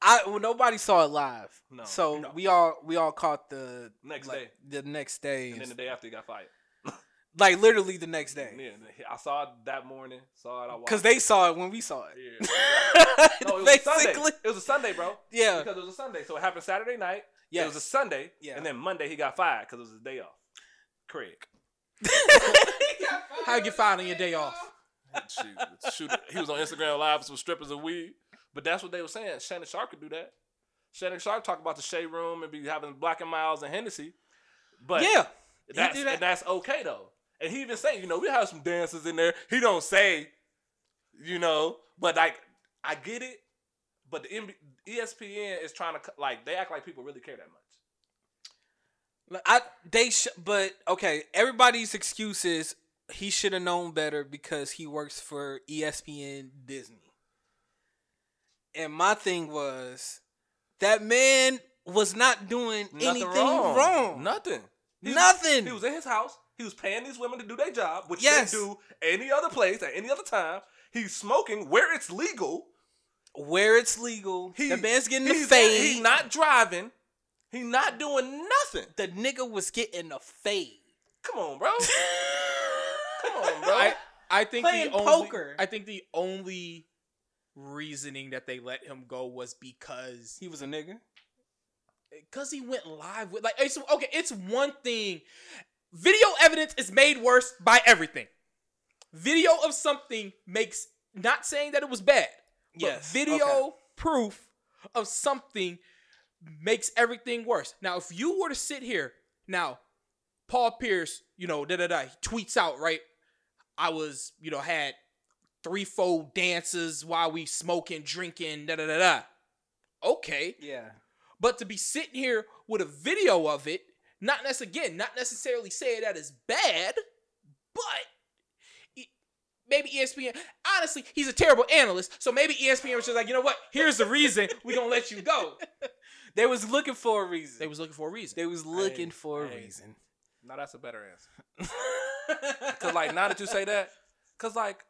Speaker 2: I well, nobody saw it live,
Speaker 4: No.
Speaker 2: so
Speaker 3: No.
Speaker 2: we all we all caught the
Speaker 4: Next
Speaker 2: like,
Speaker 4: day.
Speaker 2: the next day,
Speaker 4: And then the day after he got fired.
Speaker 2: like literally the next
Speaker 4: Yeah,
Speaker 2: day,
Speaker 4: and he- I saw it that morning. Saw it. I watched.
Speaker 2: because they saw it when we saw it.
Speaker 4: Yeah. No, it was a Sunday.
Speaker 2: Basically,
Speaker 4: It was a Sunday, bro.
Speaker 2: yeah,
Speaker 4: Because it was a Sunday, so it happened Saturday night. It was a
Speaker 2: yes.
Speaker 4: Sunday,
Speaker 2: Yeah.
Speaker 4: and then Monday he got fired because it was his day off. Craig.
Speaker 3: How you get fired on your day off?
Speaker 4: shoot, shoot. He was on Instagram Live with some strippers and weed. But that's what they were saying. Shannon Sharp could do that. Shannon Sharp talked about the shade room and be having black and miles and Hennessy. But
Speaker 2: yeah,
Speaker 4: that's,
Speaker 2: do that.
Speaker 4: and that's okay though. And he even say, you know, we have some dancers in there. He don't say, you know, but like I get it. But the E NB- ESPN is trying to co- like they act like people really care that much.
Speaker 2: Like, I they sh- but okay, everybody's excuse is he should have known better because he works for E ESPN Disney. And my thing was that man was not doing anything wrong.
Speaker 4: Nothing. He-
Speaker 2: Nothing.
Speaker 4: He was in his house. He was paying these women to do their job, which
Speaker 2: Yes.
Speaker 4: they do any other place at any other time. He's smoking where it's legal.
Speaker 2: Where it's legal,
Speaker 4: He-
Speaker 2: the man's getting the
Speaker 4: He's,
Speaker 2: fade.
Speaker 4: he's not driving. He's not doing nothing.
Speaker 2: the nigga was getting a fade.
Speaker 4: Come on, bro. Come on, bro.
Speaker 3: I, I think
Speaker 2: Playing
Speaker 3: the only,
Speaker 2: poker.
Speaker 3: I think the only reasoning that they let him go was because
Speaker 2: He was a nigga.
Speaker 3: because he went live with like it's, okay, it's one thing. Video evidence is made worse by everything. Video of something makes not saying that it was bad. But
Speaker 2: Yes,
Speaker 3: Video
Speaker 2: okay.
Speaker 3: proof of something makes everything worse. Now, if you were to sit here now, Paul Pierce, you know, da da da, he tweets out right. I was, you know, had threefold dances while we smoking, drinking, da da da da. Okay,
Speaker 2: Yeah.
Speaker 3: but to be sitting here with a video of it, not nec- again, not necessarily saying that is bad, but e- maybe ESPN. Honestly, he's a terrible analyst, so maybe E ESPN was just like, you know what? Here's the reason we're gonna let you go.
Speaker 2: They was looking for a reason.
Speaker 3: They was looking for a reason.
Speaker 2: They was looking for a
Speaker 4: hey.
Speaker 2: reason.
Speaker 4: now that's a better answer. Cause like now that you say that, cause like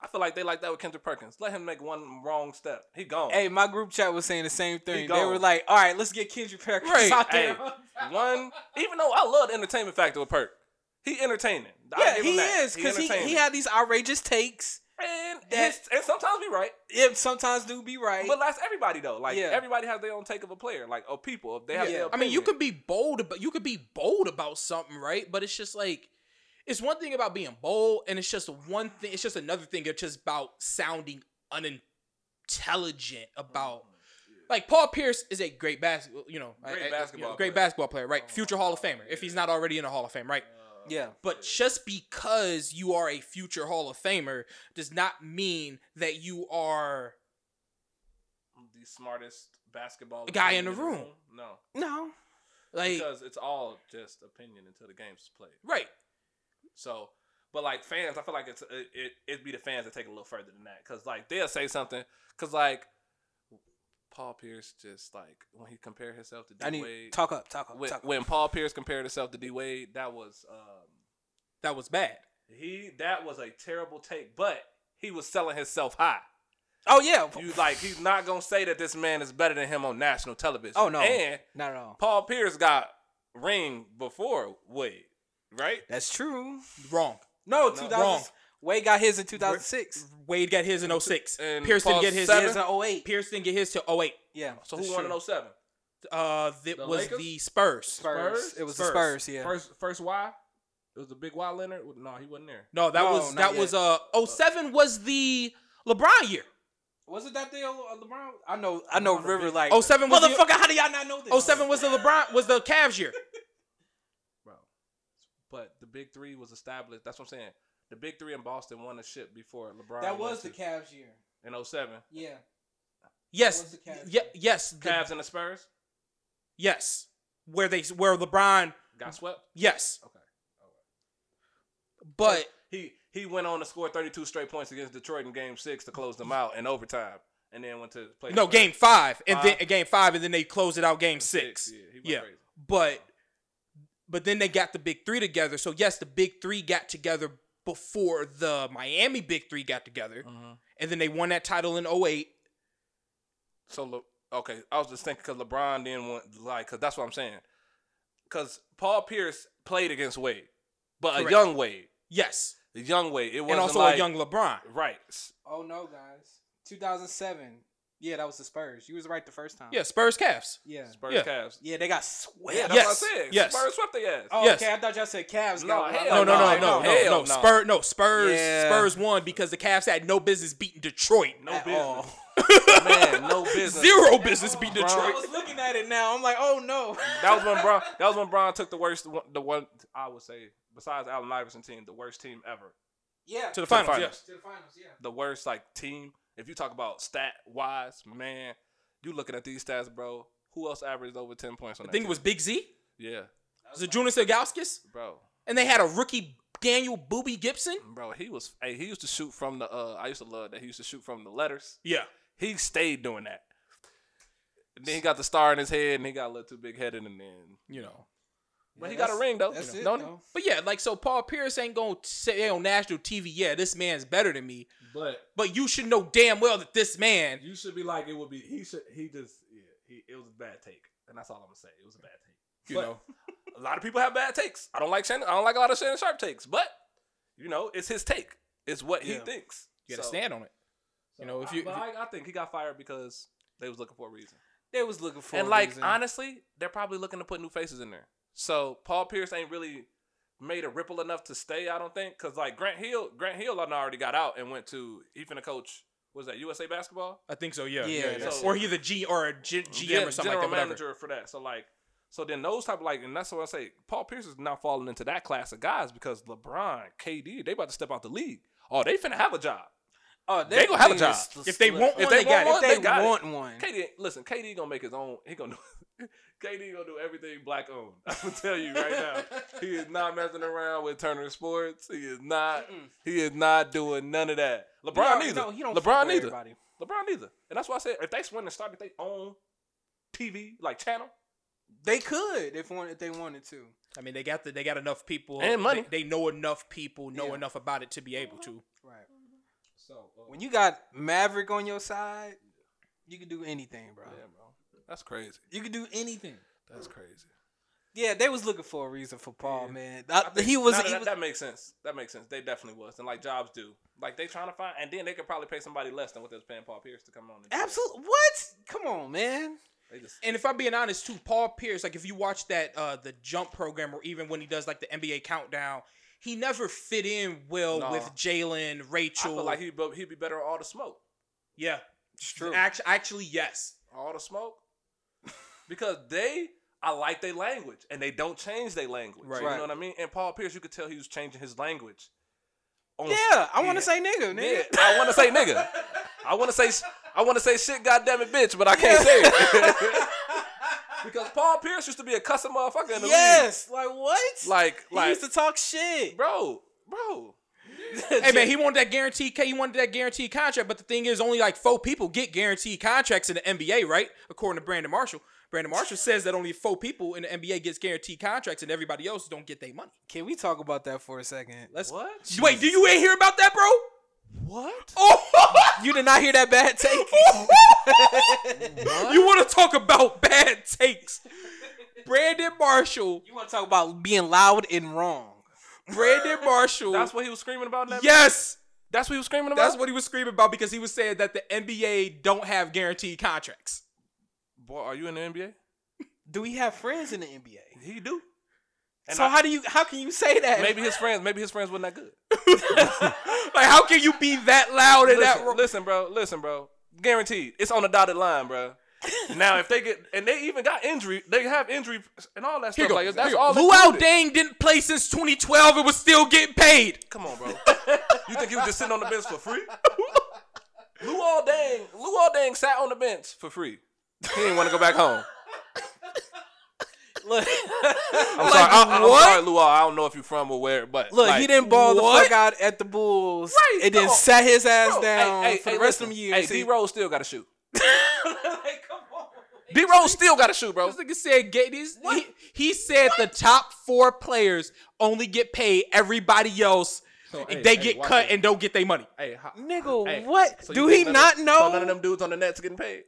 Speaker 4: I feel like they like that with Kendrick Perkins. Let him make one wrong step, he gone.
Speaker 2: Hey, my group chat was saying the same
Speaker 4: Oh. He
Speaker 2: thing. They
Speaker 4: gone.
Speaker 2: were like, "All right, let's get Kendrick Perkins
Speaker 3: Right.
Speaker 2: out there."
Speaker 4: Hey. One, even though I love the entertainment factor with Perk, he entertaining. I'll
Speaker 2: Yeah,
Speaker 4: give
Speaker 2: he
Speaker 4: him that.
Speaker 2: is because he, he,
Speaker 4: entertaining.
Speaker 2: had these outrageous takes.
Speaker 4: and,
Speaker 2: that-
Speaker 4: his- and sometimes we right,
Speaker 2: It sometimes do be right.
Speaker 4: but that's everybody though. Like
Speaker 2: Yeah.
Speaker 4: everybody has their own take of a player, like of people. If they have
Speaker 2: Yeah.
Speaker 4: their
Speaker 3: I mean, you
Speaker 4: opinion.
Speaker 3: can be bold, about you could be bold about something, right? But it's just like it's one thing about being bold, and it's just one thing. It's just another thing. It's just about sounding unintelligent about. Like Paul Pierce is a great basketball, you know,
Speaker 4: Great
Speaker 3: I- I- you know,
Speaker 4: basketball
Speaker 3: great
Speaker 4: player.
Speaker 3: basketball player, right? Future Hall of Famer, if he's not already in the Hall of Fame, right?
Speaker 2: yeah,
Speaker 3: But just because you are a future Hall of Famer does not mean that you are
Speaker 4: the smartest basketball
Speaker 3: Guy in
Speaker 4: player
Speaker 3: the room.
Speaker 4: No,
Speaker 2: no,
Speaker 3: like
Speaker 4: because it's all just opinion until the game's played.
Speaker 3: right.
Speaker 4: So, but like fans, I feel like it's it it it'd be the fans that take it a little further than that because like they'll say something because like Paul Pierce just like when he compared himself to D
Speaker 2: I need
Speaker 4: Wade.
Speaker 2: talk up, talk up,
Speaker 4: when,
Speaker 2: talk up.
Speaker 4: when Paul Pierce compared himself to D Wade, that was um
Speaker 3: That was bad.
Speaker 4: he that was a terrible take, but he was selling himself high.
Speaker 2: Oh yeah,
Speaker 4: You like he's not gonna say that this man is better than him on national television.
Speaker 2: Oh, no.
Speaker 4: and
Speaker 2: not at all.
Speaker 4: Paul Pierce got ring before Wade, right?
Speaker 2: That's true.
Speaker 3: Wrong.
Speaker 2: No,
Speaker 4: No.
Speaker 2: two
Speaker 3: Wrong.
Speaker 2: thousand. Wade got his in two thousand six.
Speaker 3: Wade got his in 06.
Speaker 4: And
Speaker 3: Pierce didn't
Speaker 4: Paul
Speaker 3: get his.
Speaker 4: seven?
Speaker 2: His in 08.
Speaker 3: Pierce didn't get his till 08.
Speaker 2: Yeah.
Speaker 4: So
Speaker 2: that's
Speaker 4: who won in
Speaker 2: true.
Speaker 4: 07?
Speaker 3: Uh, that
Speaker 4: The
Speaker 3: was
Speaker 4: Lakers?
Speaker 3: the Spurs.
Speaker 2: Spurs. It was the Spurs, yeah.
Speaker 4: First, first Y. It was the big Y Leonard. No, he wasn't there.
Speaker 3: No, that
Speaker 2: No,
Speaker 3: was
Speaker 2: not
Speaker 3: that was uh 07 was the LeBron year.
Speaker 2: Was it that deal, uh, LeBron? I know, I know. River like
Speaker 4: Oh,
Speaker 3: 07 was the-
Speaker 2: motherfucker. How do y'all not know this?
Speaker 3: 07 was the LeBron was the Cavs year.
Speaker 4: Bro. But the big three was established. That's what I'm saying. The big three in Boston won a ship before LeBron.
Speaker 2: That
Speaker 4: went
Speaker 2: Oh, was the
Speaker 4: to-
Speaker 2: Cavs year.
Speaker 4: in 07.
Speaker 2: Yeah.
Speaker 3: Yes.
Speaker 2: was the Cavs
Speaker 3: Ye-
Speaker 2: year?
Speaker 3: yes. the-
Speaker 4: Cavs and the Spurs
Speaker 3: yes. Where they where LeBron
Speaker 4: got swept.
Speaker 3: yes.
Speaker 4: Okay.
Speaker 3: But
Speaker 4: He he went on to score 32 straight points against Detroit in Game Six to close them out in overtime, and then went to play.
Speaker 3: no
Speaker 4: the Spurs.
Speaker 3: game 5 and
Speaker 4: Five.
Speaker 3: then game 5 and then they closed it out game 6.
Speaker 4: Yeah, he went
Speaker 3: Yeah.
Speaker 4: crazy.
Speaker 3: But but then they got the big three together. So yes, the big three got together before the Miami big three got together,
Speaker 4: Mm-hmm.
Speaker 3: and then they won that title in 08.
Speaker 4: So look, okay, I was just thinking because LeBron didn't want like because that's what I'm saying. Because Paul Pierce played against Wade, but
Speaker 3: Correct.
Speaker 4: a young Wade,
Speaker 3: Yes,
Speaker 4: a young Wade. It wasn't
Speaker 3: and also
Speaker 4: like,
Speaker 3: a young LeBron.
Speaker 4: right.
Speaker 2: Oh no, guys. 2007. Yeah, that was the Spurs. You was right the first time.
Speaker 3: Yeah, Spurs, Cavs.
Speaker 2: Yeah.
Speaker 4: Spurs
Speaker 3: Yeah.
Speaker 4: Cavs.
Speaker 2: Yeah, they got
Speaker 4: Yeah,
Speaker 2: swept.
Speaker 4: that's
Speaker 3: Yes,
Speaker 4: what I said.
Speaker 3: yes.
Speaker 4: Spurs swept their ass.
Speaker 2: Oh,
Speaker 3: Yes.
Speaker 2: okay. I thought y'all said Cavs.
Speaker 4: No,
Speaker 2: got one.
Speaker 4: hell
Speaker 3: No, no, no,
Speaker 4: no,
Speaker 3: no, no,
Speaker 4: hell
Speaker 3: no.
Speaker 4: no.
Speaker 3: Spurs, no Spurs.
Speaker 2: Yeah.
Speaker 3: Spurs won because the Cavs had no business beating Detroit.
Speaker 4: no
Speaker 2: at
Speaker 4: business,
Speaker 2: all.
Speaker 4: man. No business.
Speaker 3: Zero business beating
Speaker 4: Bron-
Speaker 2: I
Speaker 3: Detroit.
Speaker 2: was looking at it now. I'm like, oh no.
Speaker 4: That was when Bron. That was when Bron took the worst. one- The one I would say besides Allen Iverson team, the worst team ever.
Speaker 2: Yeah.
Speaker 3: To the
Speaker 4: To the
Speaker 3: finals,
Speaker 4: finals.
Speaker 3: yes.
Speaker 2: To the finals, yeah.
Speaker 4: The worst like team. If you talk about stat wise, man, you looking at these stats, bro. Who else averaged over ten points on
Speaker 3: I
Speaker 4: that?
Speaker 3: think it
Speaker 4: team?
Speaker 3: was Big Z,
Speaker 4: yeah,
Speaker 3: Zajunas Ilgauskas,
Speaker 4: bro.
Speaker 3: and they had a rookie Daniel Booby Gibson.
Speaker 4: Bro, he was. Hey, he used to shoot from the. uh I used to love that. He used to shoot from the letters.
Speaker 3: Yeah.
Speaker 4: He stayed doing that. And then he got the star in his head, and he got a little too big headed, and then.
Speaker 3: You know.
Speaker 4: But he
Speaker 2: Yeah,
Speaker 4: got a
Speaker 2: that's-
Speaker 4: ring though.
Speaker 2: That's
Speaker 4: you
Speaker 2: it,
Speaker 4: know, don't he?
Speaker 2: though.
Speaker 3: But yeah, like so Paul Pierce ain't gonna say on national TV, yeah, this man's better than me.
Speaker 4: But
Speaker 3: But you should know damn well that this man
Speaker 4: you should be like, it would be. He should. He just. Yeah. He. It was a bad take, and that's all I'm gonna say. It was a bad take.
Speaker 3: You
Speaker 4: But
Speaker 3: know.
Speaker 4: a lot of people have bad takes. I don't like Shannon. I don't like a lot of Shannon Sharp takes, but you know, it's his take. It's what he
Speaker 3: Yeah.
Speaker 4: thinks.
Speaker 3: you gotta
Speaker 4: So-
Speaker 3: stand on it.
Speaker 4: so
Speaker 3: you know, if
Speaker 4: I-
Speaker 3: you-
Speaker 4: but
Speaker 3: if
Speaker 4: I, I think he got fired because they was looking for a reason.
Speaker 2: They was looking for
Speaker 4: and
Speaker 2: a
Speaker 4: like
Speaker 2: reason.
Speaker 4: honestly, they're probably looking to put new faces in there. So Paul Pierce ain't really made a ripple enough to stay. I don't think because like Grant Hill, Grant Hill done already got out and went to he finna coach. what Was that USA Basketball?
Speaker 3: I think so, yeah.
Speaker 2: Yeah,
Speaker 3: yeah, yeah.
Speaker 4: so-
Speaker 3: or he's a G or a G, GM
Speaker 4: Yeah,
Speaker 3: or
Speaker 4: general
Speaker 3: something like that. Whatever.
Speaker 4: manager for that. So like, so then those type of like, and that's what I say. Paul Pierce is not falling into that class of guys because LeBron, KD, they about to step out the league. Oh, they finna have a job.
Speaker 2: oh,
Speaker 4: they gonna have a
Speaker 2: thing
Speaker 4: job.
Speaker 2: is the
Speaker 3: If they
Speaker 2: split.
Speaker 3: want
Speaker 4: If
Speaker 3: one,
Speaker 4: they
Speaker 3: they,
Speaker 4: want
Speaker 3: got it.
Speaker 4: one,
Speaker 2: if they,
Speaker 4: they got it.
Speaker 2: want one.
Speaker 4: KD, listen, KD gonna make his own. He gonna do, KD gonna do everything black owned. I'm gonna tell you right now. He is not messing around with Turner Sports. He is not.
Speaker 2: Mm-mm.
Speaker 4: He is not doing none of that. LeBron
Speaker 2: No,
Speaker 4: neither.
Speaker 2: no, he don't fuck
Speaker 4: LeBron
Speaker 2: with
Speaker 4: neither.
Speaker 2: everybody.
Speaker 4: LeBron neither. And that's why I said if they went and started their own TV like channel,
Speaker 2: They could if want if they wanted to.
Speaker 3: I mean, they got the, they got enough people
Speaker 4: And money.
Speaker 3: They, they know enough people, know
Speaker 2: Yeah.
Speaker 3: enough about it to be able to.
Speaker 2: Right.
Speaker 4: so
Speaker 2: When you got Maverick on your side, you can do anything, bro.
Speaker 4: yeah, bro, that's crazy.
Speaker 2: You can do anything.
Speaker 4: That's crazy.
Speaker 2: Yeah, they was looking for a reason for Paul,
Speaker 4: Yeah.
Speaker 2: man.
Speaker 4: I
Speaker 2: I,
Speaker 4: think-
Speaker 2: he was.
Speaker 4: nah,
Speaker 2: he
Speaker 4: that,
Speaker 2: was
Speaker 4: that makes sense. That makes sense. They definitely was, and like jobs do. Like they trying to find, and then they could probably pay somebody less than what they was paying Paul Pierce to come on. And do that.
Speaker 2: absolutely. What? Come on, man.
Speaker 4: They just
Speaker 3: And if I'm being honest too, Paul Pierce, like if you watch that uh the jump program or even when he does like the NBA countdown, he never fit in well
Speaker 4: Nah.
Speaker 3: with Jalen,
Speaker 4: I
Speaker 3: Rachel.
Speaker 4: feel like he'd be, he'd be better on all the smoke.
Speaker 3: yeah.
Speaker 2: It's
Speaker 3: Actually, actually, yes.
Speaker 4: All the smoke, because they I like their language, and they don't change their language.
Speaker 3: Right.
Speaker 4: You
Speaker 2: Right.
Speaker 4: know what I mean? And Paul Pierce, you could tell he was changing his language. On-
Speaker 2: Yeah, I want
Speaker 4: Yeah.
Speaker 2: to say nigga,
Speaker 4: Yeah,
Speaker 2: nigga.
Speaker 4: I want to say nigga. I want to say sh- I want to say shit, goddamn it, bitch, but I can't say it because Paul Pierce used to be a cussing motherfucker in the league.
Speaker 2: yes, like what?
Speaker 4: Like,
Speaker 2: he
Speaker 4: like,
Speaker 2: used to talk shit.
Speaker 4: bro, bro.
Speaker 3: Hey man, he wanted that guaranteed. He wanted that guaranteed contract, but the thing is, only like four people get guaranteed contracts in the NBA, right? According to Brandon Marshall, Brandon Marshall says that only four people in the NBA gets guaranteed contracts, and everybody else don't get their money.
Speaker 2: Can we talk about that for a second? Let's.
Speaker 4: what?
Speaker 3: Wait, do you ain't hear about that, bro?
Speaker 4: What?
Speaker 3: Oh,
Speaker 2: You did not hear that bad take.
Speaker 3: you want to talk about bad takes? Brandon Marshall,
Speaker 2: you want to talk about being loud and wrong?
Speaker 3: Brandon Marshall.
Speaker 4: That's what he was screaming about. in That
Speaker 3: yes,
Speaker 4: That's what he was screaming about.
Speaker 3: that's what he was screaming about because he was saying that the NBA don't have guaranteed contracts.
Speaker 4: Boy, are you in the NBA?
Speaker 2: Do we have friends in the NBA?
Speaker 4: He do. And
Speaker 2: so
Speaker 4: I-
Speaker 2: how do you? How can you say that?
Speaker 4: Maybe his friends. Maybe his friends wasn't that good.
Speaker 3: like, how can you be that loud and that
Speaker 4: Listen, listen, bro. Listen, bro. Guaranteed, it's on the dotted line, bro. now, if they get and they even got injury, they have injury and all that stuff.
Speaker 3: Here you go.
Speaker 4: Like
Speaker 3: Here
Speaker 4: that's
Speaker 3: you go.
Speaker 4: all.
Speaker 3: Luau
Speaker 4: included.
Speaker 3: Dang didn't play since 2012 and was still getting paid.
Speaker 4: Come on, bro. you think he was just sitting on the bench for free? Luol Dang, Luol Dang sat on the bench for free. He didn't want to go back home. I'm
Speaker 2: look,
Speaker 4: sorry. I, am
Speaker 3: what?
Speaker 4: sorry, Luol. I don't know if you're from or where, but
Speaker 2: look,
Speaker 4: like,
Speaker 2: he didn't ball
Speaker 3: what?
Speaker 2: the fuck out at the Bulls,
Speaker 4: Right,
Speaker 2: and then
Speaker 4: come on.
Speaker 2: sat his ass
Speaker 4: Bro,
Speaker 2: down
Speaker 4: hey, hey,
Speaker 2: for
Speaker 4: hey,
Speaker 2: the rest
Speaker 4: listen.
Speaker 2: of them years.
Speaker 4: Hey, D Rose still got to shoot.
Speaker 2: like, come on.
Speaker 4: D Rose still got to shoot, bro.
Speaker 3: This nigga said, gay, these, he, he said the top four players only get paid. Everybody else,
Speaker 4: hey,
Speaker 3: they
Speaker 4: hey,
Speaker 3: get
Speaker 4: watch
Speaker 3: cut
Speaker 4: this.
Speaker 3: and don't get their money.
Speaker 4: Hey, how,
Speaker 2: Nigga,
Speaker 4: Hey,
Speaker 2: what?
Speaker 4: so you
Speaker 2: Do
Speaker 4: think
Speaker 2: he
Speaker 4: none of-
Speaker 2: not
Speaker 4: So none of
Speaker 2: know?
Speaker 4: them dudes on the Nets getting paid.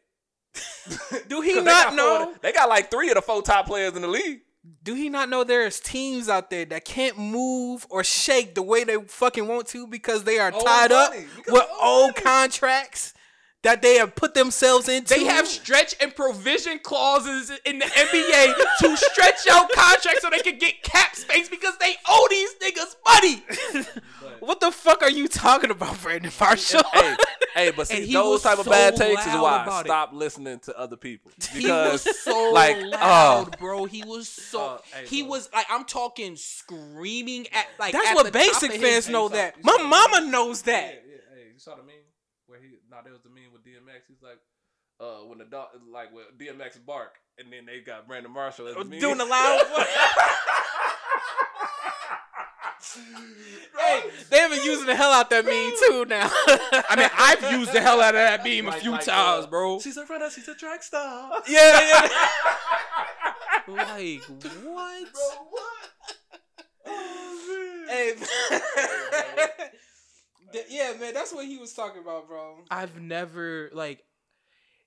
Speaker 2: Do he
Speaker 4: 'Cause they
Speaker 2: not
Speaker 4: got
Speaker 2: know?
Speaker 4: four- they got like three of the four top players in the league.
Speaker 2: Do he not know there's teams out there that can't move or shake the way they fucking want to because they are
Speaker 4: Old
Speaker 2: tied up
Speaker 4: money. Because
Speaker 2: with
Speaker 4: of old
Speaker 2: old
Speaker 4: money.
Speaker 2: contracts? that they have put themselves into.
Speaker 3: They have stretch and provision clauses in the NBA to stretch out contracts so they can get cap space because they owe these niggas money.
Speaker 2: what the fuck are you talking about, Brandon Marshall?
Speaker 4: hey, hey, but
Speaker 3: And
Speaker 4: see,
Speaker 3: he
Speaker 4: those
Speaker 3: was
Speaker 4: type of
Speaker 3: so
Speaker 4: bad takes is
Speaker 3: loud
Speaker 4: why I
Speaker 3: about it.
Speaker 4: stop listening to other people
Speaker 3: He was
Speaker 4: because
Speaker 3: so
Speaker 4: like,
Speaker 3: loud,
Speaker 4: oh.
Speaker 3: bro. He was so
Speaker 4: Oh, hey,
Speaker 3: he
Speaker 4: bro.
Speaker 3: was like I'm talking screaming at like
Speaker 2: That's
Speaker 3: at
Speaker 2: what
Speaker 3: the top
Speaker 2: basic
Speaker 3: of
Speaker 2: fans
Speaker 3: his-
Speaker 2: know
Speaker 4: he's
Speaker 2: that.
Speaker 4: like-
Speaker 2: My mama knows
Speaker 4: Yeah,
Speaker 2: that.
Speaker 4: yeah, hey, you saw the meme where he? No, nah, there was the meme with DMX. He's like, uh, when the dog, like when DMX bark, and then they got Brandon Marshall as the meme.
Speaker 2: Doing the loud
Speaker 4: Hey,
Speaker 2: They've been using the hell out that meme too now.
Speaker 3: I mean, I've used the hell out of that meme a
Speaker 4: Like-
Speaker 3: few
Speaker 4: like, uh,
Speaker 3: times, bro.
Speaker 4: she's a runner. She's a track star.
Speaker 2: yeah, yeah.
Speaker 3: Like what?
Speaker 4: Bro, what? Oh, man.
Speaker 2: Hey, Th- yeah, man, that's what he was talking about, bro.
Speaker 3: I've never like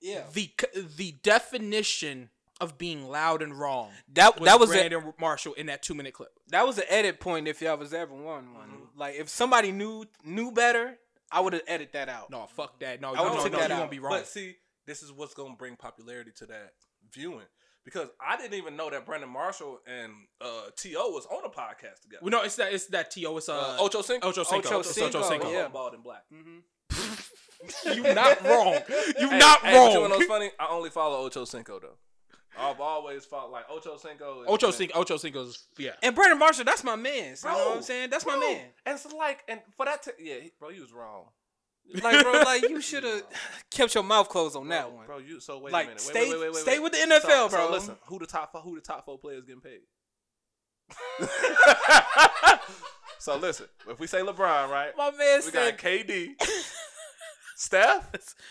Speaker 2: Yeah,
Speaker 3: the c- the definition of being loud and wrong.
Speaker 2: that
Speaker 3: Was
Speaker 2: that was a,
Speaker 3: Brandon Marshall in that two minute clip.
Speaker 2: that was an edit point if y'all was ever one one.
Speaker 4: Mhm.
Speaker 2: Like if somebody knew knew better, I would have edited that out.
Speaker 3: No, fuck that. No, you,
Speaker 2: I would
Speaker 3: no,
Speaker 2: take
Speaker 3: no,
Speaker 2: that
Speaker 3: you
Speaker 2: out.
Speaker 3: won't be wrong.
Speaker 4: But see, this is what's gonna bring popularity to that viewing because I didn't even know that Brandon Marshall and uh, To was on a podcast together.
Speaker 3: Well, no, it's that it's that T.O. It's uh,
Speaker 4: uh, Ocho Cinco.
Speaker 3: Ocho Cinco.
Speaker 2: Ocho
Speaker 3: It's Ocho
Speaker 2: Cinco,
Speaker 3: Cinco.
Speaker 2: yeah.
Speaker 4: Bald and black.
Speaker 3: you not wrong. You
Speaker 4: Hey,
Speaker 3: not
Speaker 4: hey, but you
Speaker 3: wrong.
Speaker 4: know what's funny? I only follow Ocho Cinco though. I've always followed like Ocho Cinco. is-
Speaker 3: Ocho Cinco. Ocho Cinco's yeah.
Speaker 2: And Brandon Marshall, that's my man. You know
Speaker 4: Bro,
Speaker 2: what I'm saying? That's my
Speaker 4: Bro,
Speaker 2: man.
Speaker 4: And it's like, and for that, to, yeah, he- bro, you was wrong.
Speaker 2: Like, bro, like you should have kept your mouth closed on that
Speaker 4: Bro,
Speaker 2: one.
Speaker 4: Bro, you so wait
Speaker 2: like,
Speaker 4: a minute. Wait,
Speaker 2: stay
Speaker 4: wait, wait, wait,
Speaker 2: stay
Speaker 4: wait.
Speaker 2: with the NFL,
Speaker 4: so,
Speaker 2: bro.
Speaker 4: So listen, who the top four, who the top four players getting paid? so listen, if we say LeBron, right?
Speaker 2: my man
Speaker 4: We got
Speaker 2: said,
Speaker 4: KD, Steph,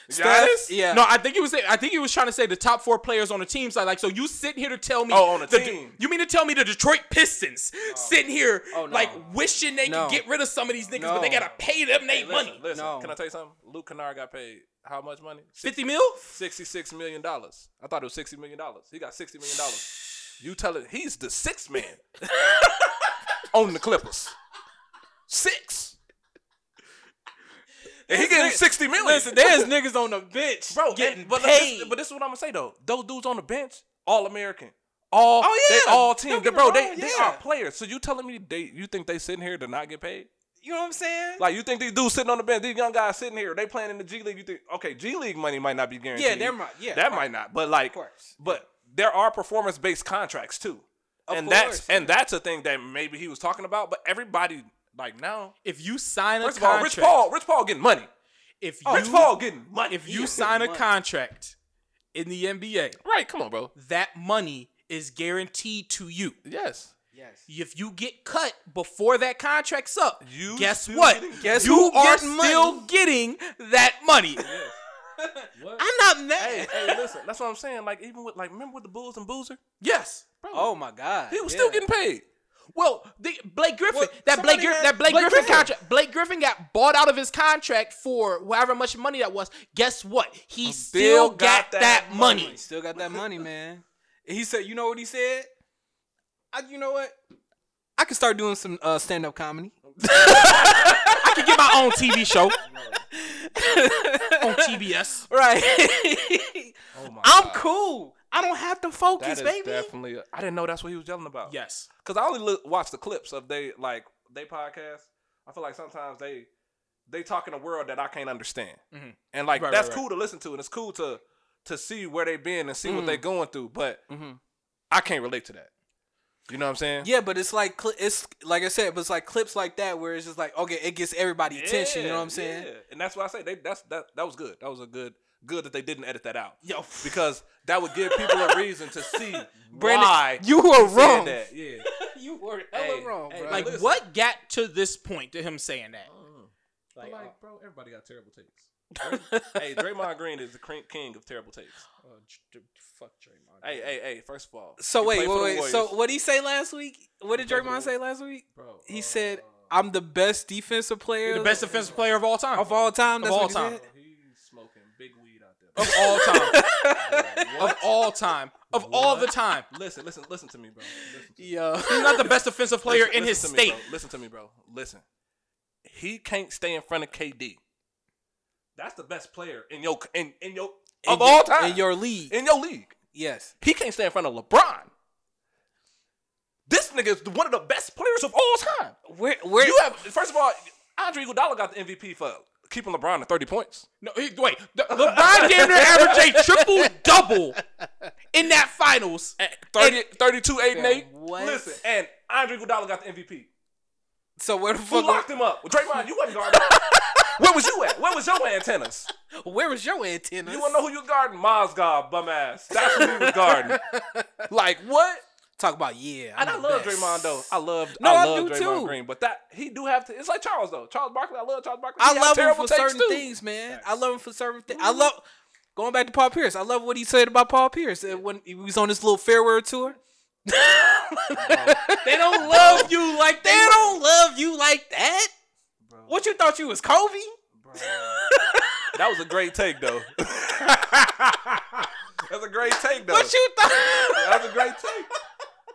Speaker 2: Steph,
Speaker 4: Giannis.
Speaker 2: yeah.
Speaker 3: No, I think he was. Saying, I think he was trying to say the top four players on the team side. Like, so you sitting here to tell me?
Speaker 4: Oh, on the
Speaker 3: the
Speaker 4: team.
Speaker 3: You mean to tell me the Detroit Pistons sitting here
Speaker 2: Oh, no.
Speaker 3: like wishing they
Speaker 2: No.
Speaker 3: could get rid of some of these niggas,
Speaker 2: No.
Speaker 3: but they gotta pay them
Speaker 4: Hey,
Speaker 3: they
Speaker 4: listen,
Speaker 3: money.
Speaker 4: Listen,
Speaker 2: No.
Speaker 4: can I tell you something? Luke Kennard got paid how much money? Six-
Speaker 3: Fifty mil?
Speaker 4: Sixty-six million dollars. I thought it was sixty million dollars. He got sixty million dollars. You tell it he's the sixth man on the Clippers. Six. And he getting
Speaker 2: nigga-
Speaker 4: sixty million.
Speaker 2: listen, there's niggas on the bench,
Speaker 4: bro.
Speaker 2: getting
Speaker 4: and- but
Speaker 2: paid.
Speaker 4: This, but this is what I'm gonna say though. Those dudes on the bench, all American, all oh
Speaker 2: yeah.
Speaker 4: they all team.
Speaker 2: Don't get me
Speaker 4: bro, they
Speaker 2: wrong,
Speaker 4: they
Speaker 2: yeah.
Speaker 4: are players. So you telling me they you think they sitting here to not get paid?
Speaker 2: you know what I'm saying?
Speaker 4: Like you think these dudes sitting on the bench, these young guys sitting here, they playing in the G League. You think okay, G League money might not be guaranteed.
Speaker 2: yeah, they're my yeah.
Speaker 4: that might not, but like,
Speaker 2: Of course.
Speaker 4: but there are performance based contracts too,
Speaker 2: Of
Speaker 4: and
Speaker 2: course.
Speaker 4: that's and that's a thing that maybe he was talking about. But everybody like now,
Speaker 3: If you sign a
Speaker 4: first of all,
Speaker 3: contract,
Speaker 4: Rich Paul, Rich Paul getting money.
Speaker 3: if Oh, you
Speaker 4: Rich Paul getting money.
Speaker 3: if you sign a
Speaker 2: money.
Speaker 3: contract in the NBA,
Speaker 4: right, come on, bro.
Speaker 3: that money is guaranteed to you.
Speaker 4: Yes,
Speaker 2: yes.
Speaker 3: If you get cut before that contract's up,
Speaker 4: You
Speaker 3: guess
Speaker 4: still
Speaker 3: what?
Speaker 4: getting-
Speaker 2: Guess
Speaker 3: you
Speaker 2: who
Speaker 3: are
Speaker 2: getting money?
Speaker 3: still getting that money.
Speaker 2: I'm not mad.
Speaker 4: hey, hey, listen, that's what I'm saying. Like even with like, remember with the Bulls and Boozer,
Speaker 3: yes.
Speaker 2: Oh my god.
Speaker 4: he was
Speaker 2: yeah.
Speaker 4: still getting paid.
Speaker 3: Well, the, Blake Griffin,
Speaker 2: Well,
Speaker 3: that Blake,
Speaker 2: somebody
Speaker 3: Gri-
Speaker 2: had-
Speaker 3: that Blake,
Speaker 2: Blake
Speaker 3: Griffin,
Speaker 2: Griffin.
Speaker 3: contract, Blake Griffin got bought out of his contract for however much money that was. Guess what? He still, got, that, money.
Speaker 2: He still got that money, man. He said, "You know what he said? I, you know what? I could start doing some uh, stand-up comedy.
Speaker 4: Oh.
Speaker 3: I could get my own TV show on TBS.
Speaker 2: Right?
Speaker 4: Oh my
Speaker 2: I'm cool. I don't have to
Speaker 4: That
Speaker 2: focus,
Speaker 4: is
Speaker 2: baby.
Speaker 4: definitely. I didn't know that's what he was yelling about.
Speaker 3: Yes.
Speaker 4: because I only look, watch the clips of they like they podcast. I feel like sometimes they they talk in a world that I can't understand,
Speaker 2: Mm-hmm.
Speaker 3: Mhm.
Speaker 4: and like
Speaker 3: Right,
Speaker 4: that's
Speaker 3: right, right.
Speaker 4: cool to listen to, and it's cool to to see where they've been and see what
Speaker 2: Mm-hmm.
Speaker 4: they're going through. But
Speaker 2: Mhm.
Speaker 4: I can't relate to that. You know what I'm saying?
Speaker 2: yeah, but it's like cli it's like I said, but it's like clips like that where it's just like okay, it gets everybody attention. You know what I'm saying?
Speaker 4: yeah. And that's why I say they that's that that was good. That was a good good that they didn't edit that out
Speaker 2: Yo,
Speaker 4: because that would give people a reason to see
Speaker 2: Brandon,
Speaker 4: why
Speaker 2: you were
Speaker 4: he said
Speaker 2: wrong.
Speaker 4: that. Yeah.
Speaker 2: You were
Speaker 4: hella wrong, bro.
Speaker 3: Like,
Speaker 4: Listen.
Speaker 3: what got to this point to him saying that?
Speaker 4: But, Like, bro, everybody got terrible takes. hey, Draymond Green is the cre- king of terrible takes.
Speaker 3: fuck Draymond.
Speaker 4: Hey, hey, hey! First of all,
Speaker 2: So
Speaker 4: he
Speaker 2: wait,
Speaker 4: played for
Speaker 2: wait,
Speaker 4: the
Speaker 2: wait.
Speaker 4: Warriors.
Speaker 2: So what did he say last week? What did
Speaker 4: played for the
Speaker 2: Draymond say last week?
Speaker 4: Bro,
Speaker 2: He
Speaker 4: uh,
Speaker 2: said, "I'm the best defensive player,
Speaker 3: The best defensive player of all time.
Speaker 2: of all
Speaker 3: Of
Speaker 2: time, that's
Speaker 3: all
Speaker 2: what he
Speaker 3: time.
Speaker 2: said?
Speaker 4: he's smoking big weed out there.
Speaker 3: Of all time. of all time. Of all the time.
Speaker 4: listen, listen, listen to me, bro. Listen to me.
Speaker 2: Yo,
Speaker 3: He's not the best offensive player
Speaker 4: Listen-
Speaker 3: in his
Speaker 4: listen to me,
Speaker 3: state.
Speaker 4: bro. Listen to me, bro. Listen, he can't stay in front of KD. That's the best player in your in in your
Speaker 2: In
Speaker 4: of
Speaker 2: your-
Speaker 4: all time
Speaker 2: in your league.
Speaker 4: in your league.
Speaker 2: yes,
Speaker 4: He can't stand in front of LeBron. This nigga is one of the best players of all time.
Speaker 2: where where
Speaker 4: You have first of all, Andre Iguodala got the MVP for keeping LeBron to thirty points.
Speaker 3: No, he, wait. The, LeBron damn near averaged a triple double in that finals.
Speaker 4: 30, 32, 8, and
Speaker 2: Man,
Speaker 4: 8.
Speaker 2: what?
Speaker 4: Listen, and Andre Iguodala got the MVP.
Speaker 2: so where the
Speaker 4: Who
Speaker 2: fuck
Speaker 4: locked him up? Well, Draymond, you wasn't guarding. him. Where was you at? Where was your antennas?
Speaker 2: where was your antenna?
Speaker 4: You wanna know who you was guarding? Mozgov, bum ass. That's who you was guarding. like what?
Speaker 2: Talk about yeah.
Speaker 4: And I
Speaker 2: I'm the
Speaker 4: love
Speaker 2: best.
Speaker 4: Draymond though. I love
Speaker 2: No, I
Speaker 4: I love
Speaker 2: do,
Speaker 4: Draymond
Speaker 2: too.
Speaker 4: Green, but that he do have to. It's like Charles though. Charles Barkley, I love Charles Barkley.
Speaker 2: I
Speaker 4: He have
Speaker 2: love him
Speaker 4: terrible
Speaker 2: for
Speaker 4: takes,
Speaker 2: certain
Speaker 4: too. Mm-hmm.
Speaker 2: things, man. I love him for certain things. I love going back to Paul Pierce. I love what he said about Paul Pierce uh, when he was on this little farewell tour.
Speaker 3: They don't love you like
Speaker 2: They
Speaker 3: they don't.
Speaker 2: don't love you like that. What you thought you was Kobe?
Speaker 4: That was a great take though. That's a great take though.
Speaker 2: What you thought?
Speaker 4: That's a great take.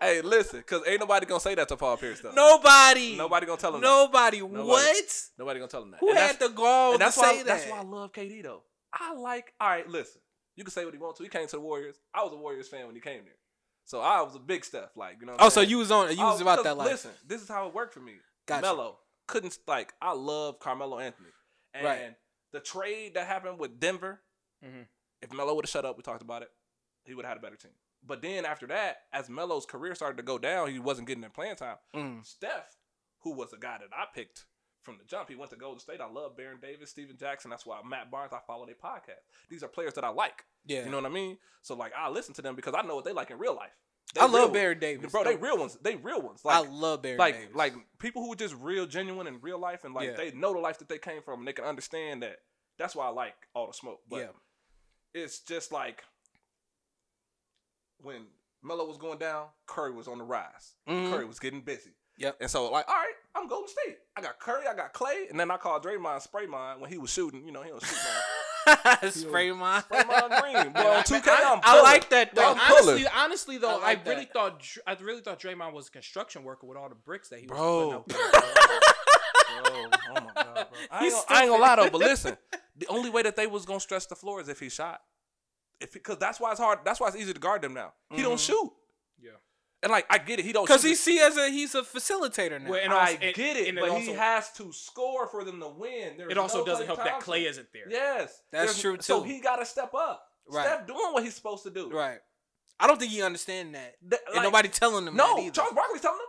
Speaker 4: Hey, listen, cause ain't nobody gonna say that to Paul Pierce though.
Speaker 2: Nobody.
Speaker 4: Nobody gonna tell him. that.
Speaker 2: Nobody. What?
Speaker 4: Nobody gonna tell him that.
Speaker 2: Who
Speaker 4: And that's-
Speaker 2: had the gall
Speaker 4: and that's
Speaker 2: to
Speaker 4: why
Speaker 2: say that?
Speaker 4: that's why I love KD though. I like. All right, listen. You can say what he wants to. He came to the Warriors. I was a Warriors fan when he came there, so I was a big stuff. Like you know. what I'm
Speaker 2: oh, so
Speaker 4: saying?
Speaker 2: you was on. You was
Speaker 4: Oh,
Speaker 2: about
Speaker 4: because
Speaker 2: that life.
Speaker 4: Listen, this is how it worked for me.
Speaker 2: Gotcha.
Speaker 4: Melo couldn't like. I love Carmelo Anthony, and
Speaker 2: Right. Mm-hmm.
Speaker 4: the trade that happened with Denver.
Speaker 3: Mhm.
Speaker 4: If Melo would have shut up, we talked about it. He would have had a better team. But then after that, as Melo's career started to go down, he wasn't getting that playing time.
Speaker 2: Mm.
Speaker 4: Steph, who was a guy that I picked from the jump, he went to Golden State. I love Baron Davis, Steven Jackson. That's why Matt Barnes. I follow their podcast. These are players that I like.
Speaker 2: Yeah,
Speaker 4: You know what I mean? So like, I listen to them because I know what they like in real life. They
Speaker 2: I
Speaker 4: real
Speaker 2: love
Speaker 4: ones.
Speaker 2: Barry Davis,
Speaker 4: Bro, they
Speaker 2: though.
Speaker 4: real ones. They real ones.
Speaker 2: I
Speaker 4: Like,
Speaker 2: love Barry
Speaker 4: like,
Speaker 2: Davis.
Speaker 4: like people who are just real, genuine in real life, and like
Speaker 2: Yeah.
Speaker 4: they know the life that they came from, and they can understand that. That's why I like all the smoke. But
Speaker 2: yeah,
Speaker 4: it's just like when Melo was going down, Curry was on the rise.
Speaker 2: Mhm.
Speaker 4: Curry was getting busy.
Speaker 2: Yep.
Speaker 4: And so like, all right, I'm Golden State. I got Curry, I got Clay, and then I called Draymond Spraymond when he was shooting. You know, he don't shoot
Speaker 2: spray mine.
Speaker 4: now. Draymond Green. Boy, on 2K,
Speaker 3: I-
Speaker 4: I'm
Speaker 2: I
Speaker 4: pulling.
Speaker 2: like that
Speaker 3: Wait,
Speaker 2: though.
Speaker 4: I'm
Speaker 3: honestly,
Speaker 4: pulling.
Speaker 3: honestly though,
Speaker 2: I
Speaker 3: I,
Speaker 2: like
Speaker 3: really
Speaker 2: that.
Speaker 3: thought Dr- I really thought Draymond was a construction worker with all the bricks that he was putting
Speaker 4: Bro.
Speaker 3: up.
Speaker 4: Bro, oh my God, bro. I ain't,
Speaker 2: He's
Speaker 4: gonna, I ain't gonna lie though, but listen, the only way that they was gonna stretch the floor is if he shot. If because that's why it's hard. That's why it's easy to guard them now. He don't shoot.
Speaker 3: Mm-hmm. Yeah.
Speaker 4: And like I get it, he don't
Speaker 2: Because
Speaker 4: shoot
Speaker 2: he see as a he's a facilitator now.
Speaker 3: Well, and
Speaker 4: I
Speaker 3: also- and-
Speaker 4: get it,
Speaker 3: and
Speaker 4: but he
Speaker 3: also-
Speaker 4: has to score for them to win. There's
Speaker 3: It also
Speaker 4: no
Speaker 3: doesn't
Speaker 4: Klay
Speaker 3: help that
Speaker 4: Thompson.
Speaker 3: Clay isn't there.
Speaker 4: Yes,
Speaker 2: That's
Speaker 4: There's-
Speaker 2: true,
Speaker 4: So
Speaker 2: too.
Speaker 4: he got to step up.
Speaker 2: Right.
Speaker 4: Steph doing what he's supposed to do.
Speaker 2: right. I don't think he understand that.
Speaker 4: That-
Speaker 2: and
Speaker 4: like-
Speaker 2: nobody telling him that
Speaker 4: No,
Speaker 2: either.
Speaker 4: Charles Barkley's telling him.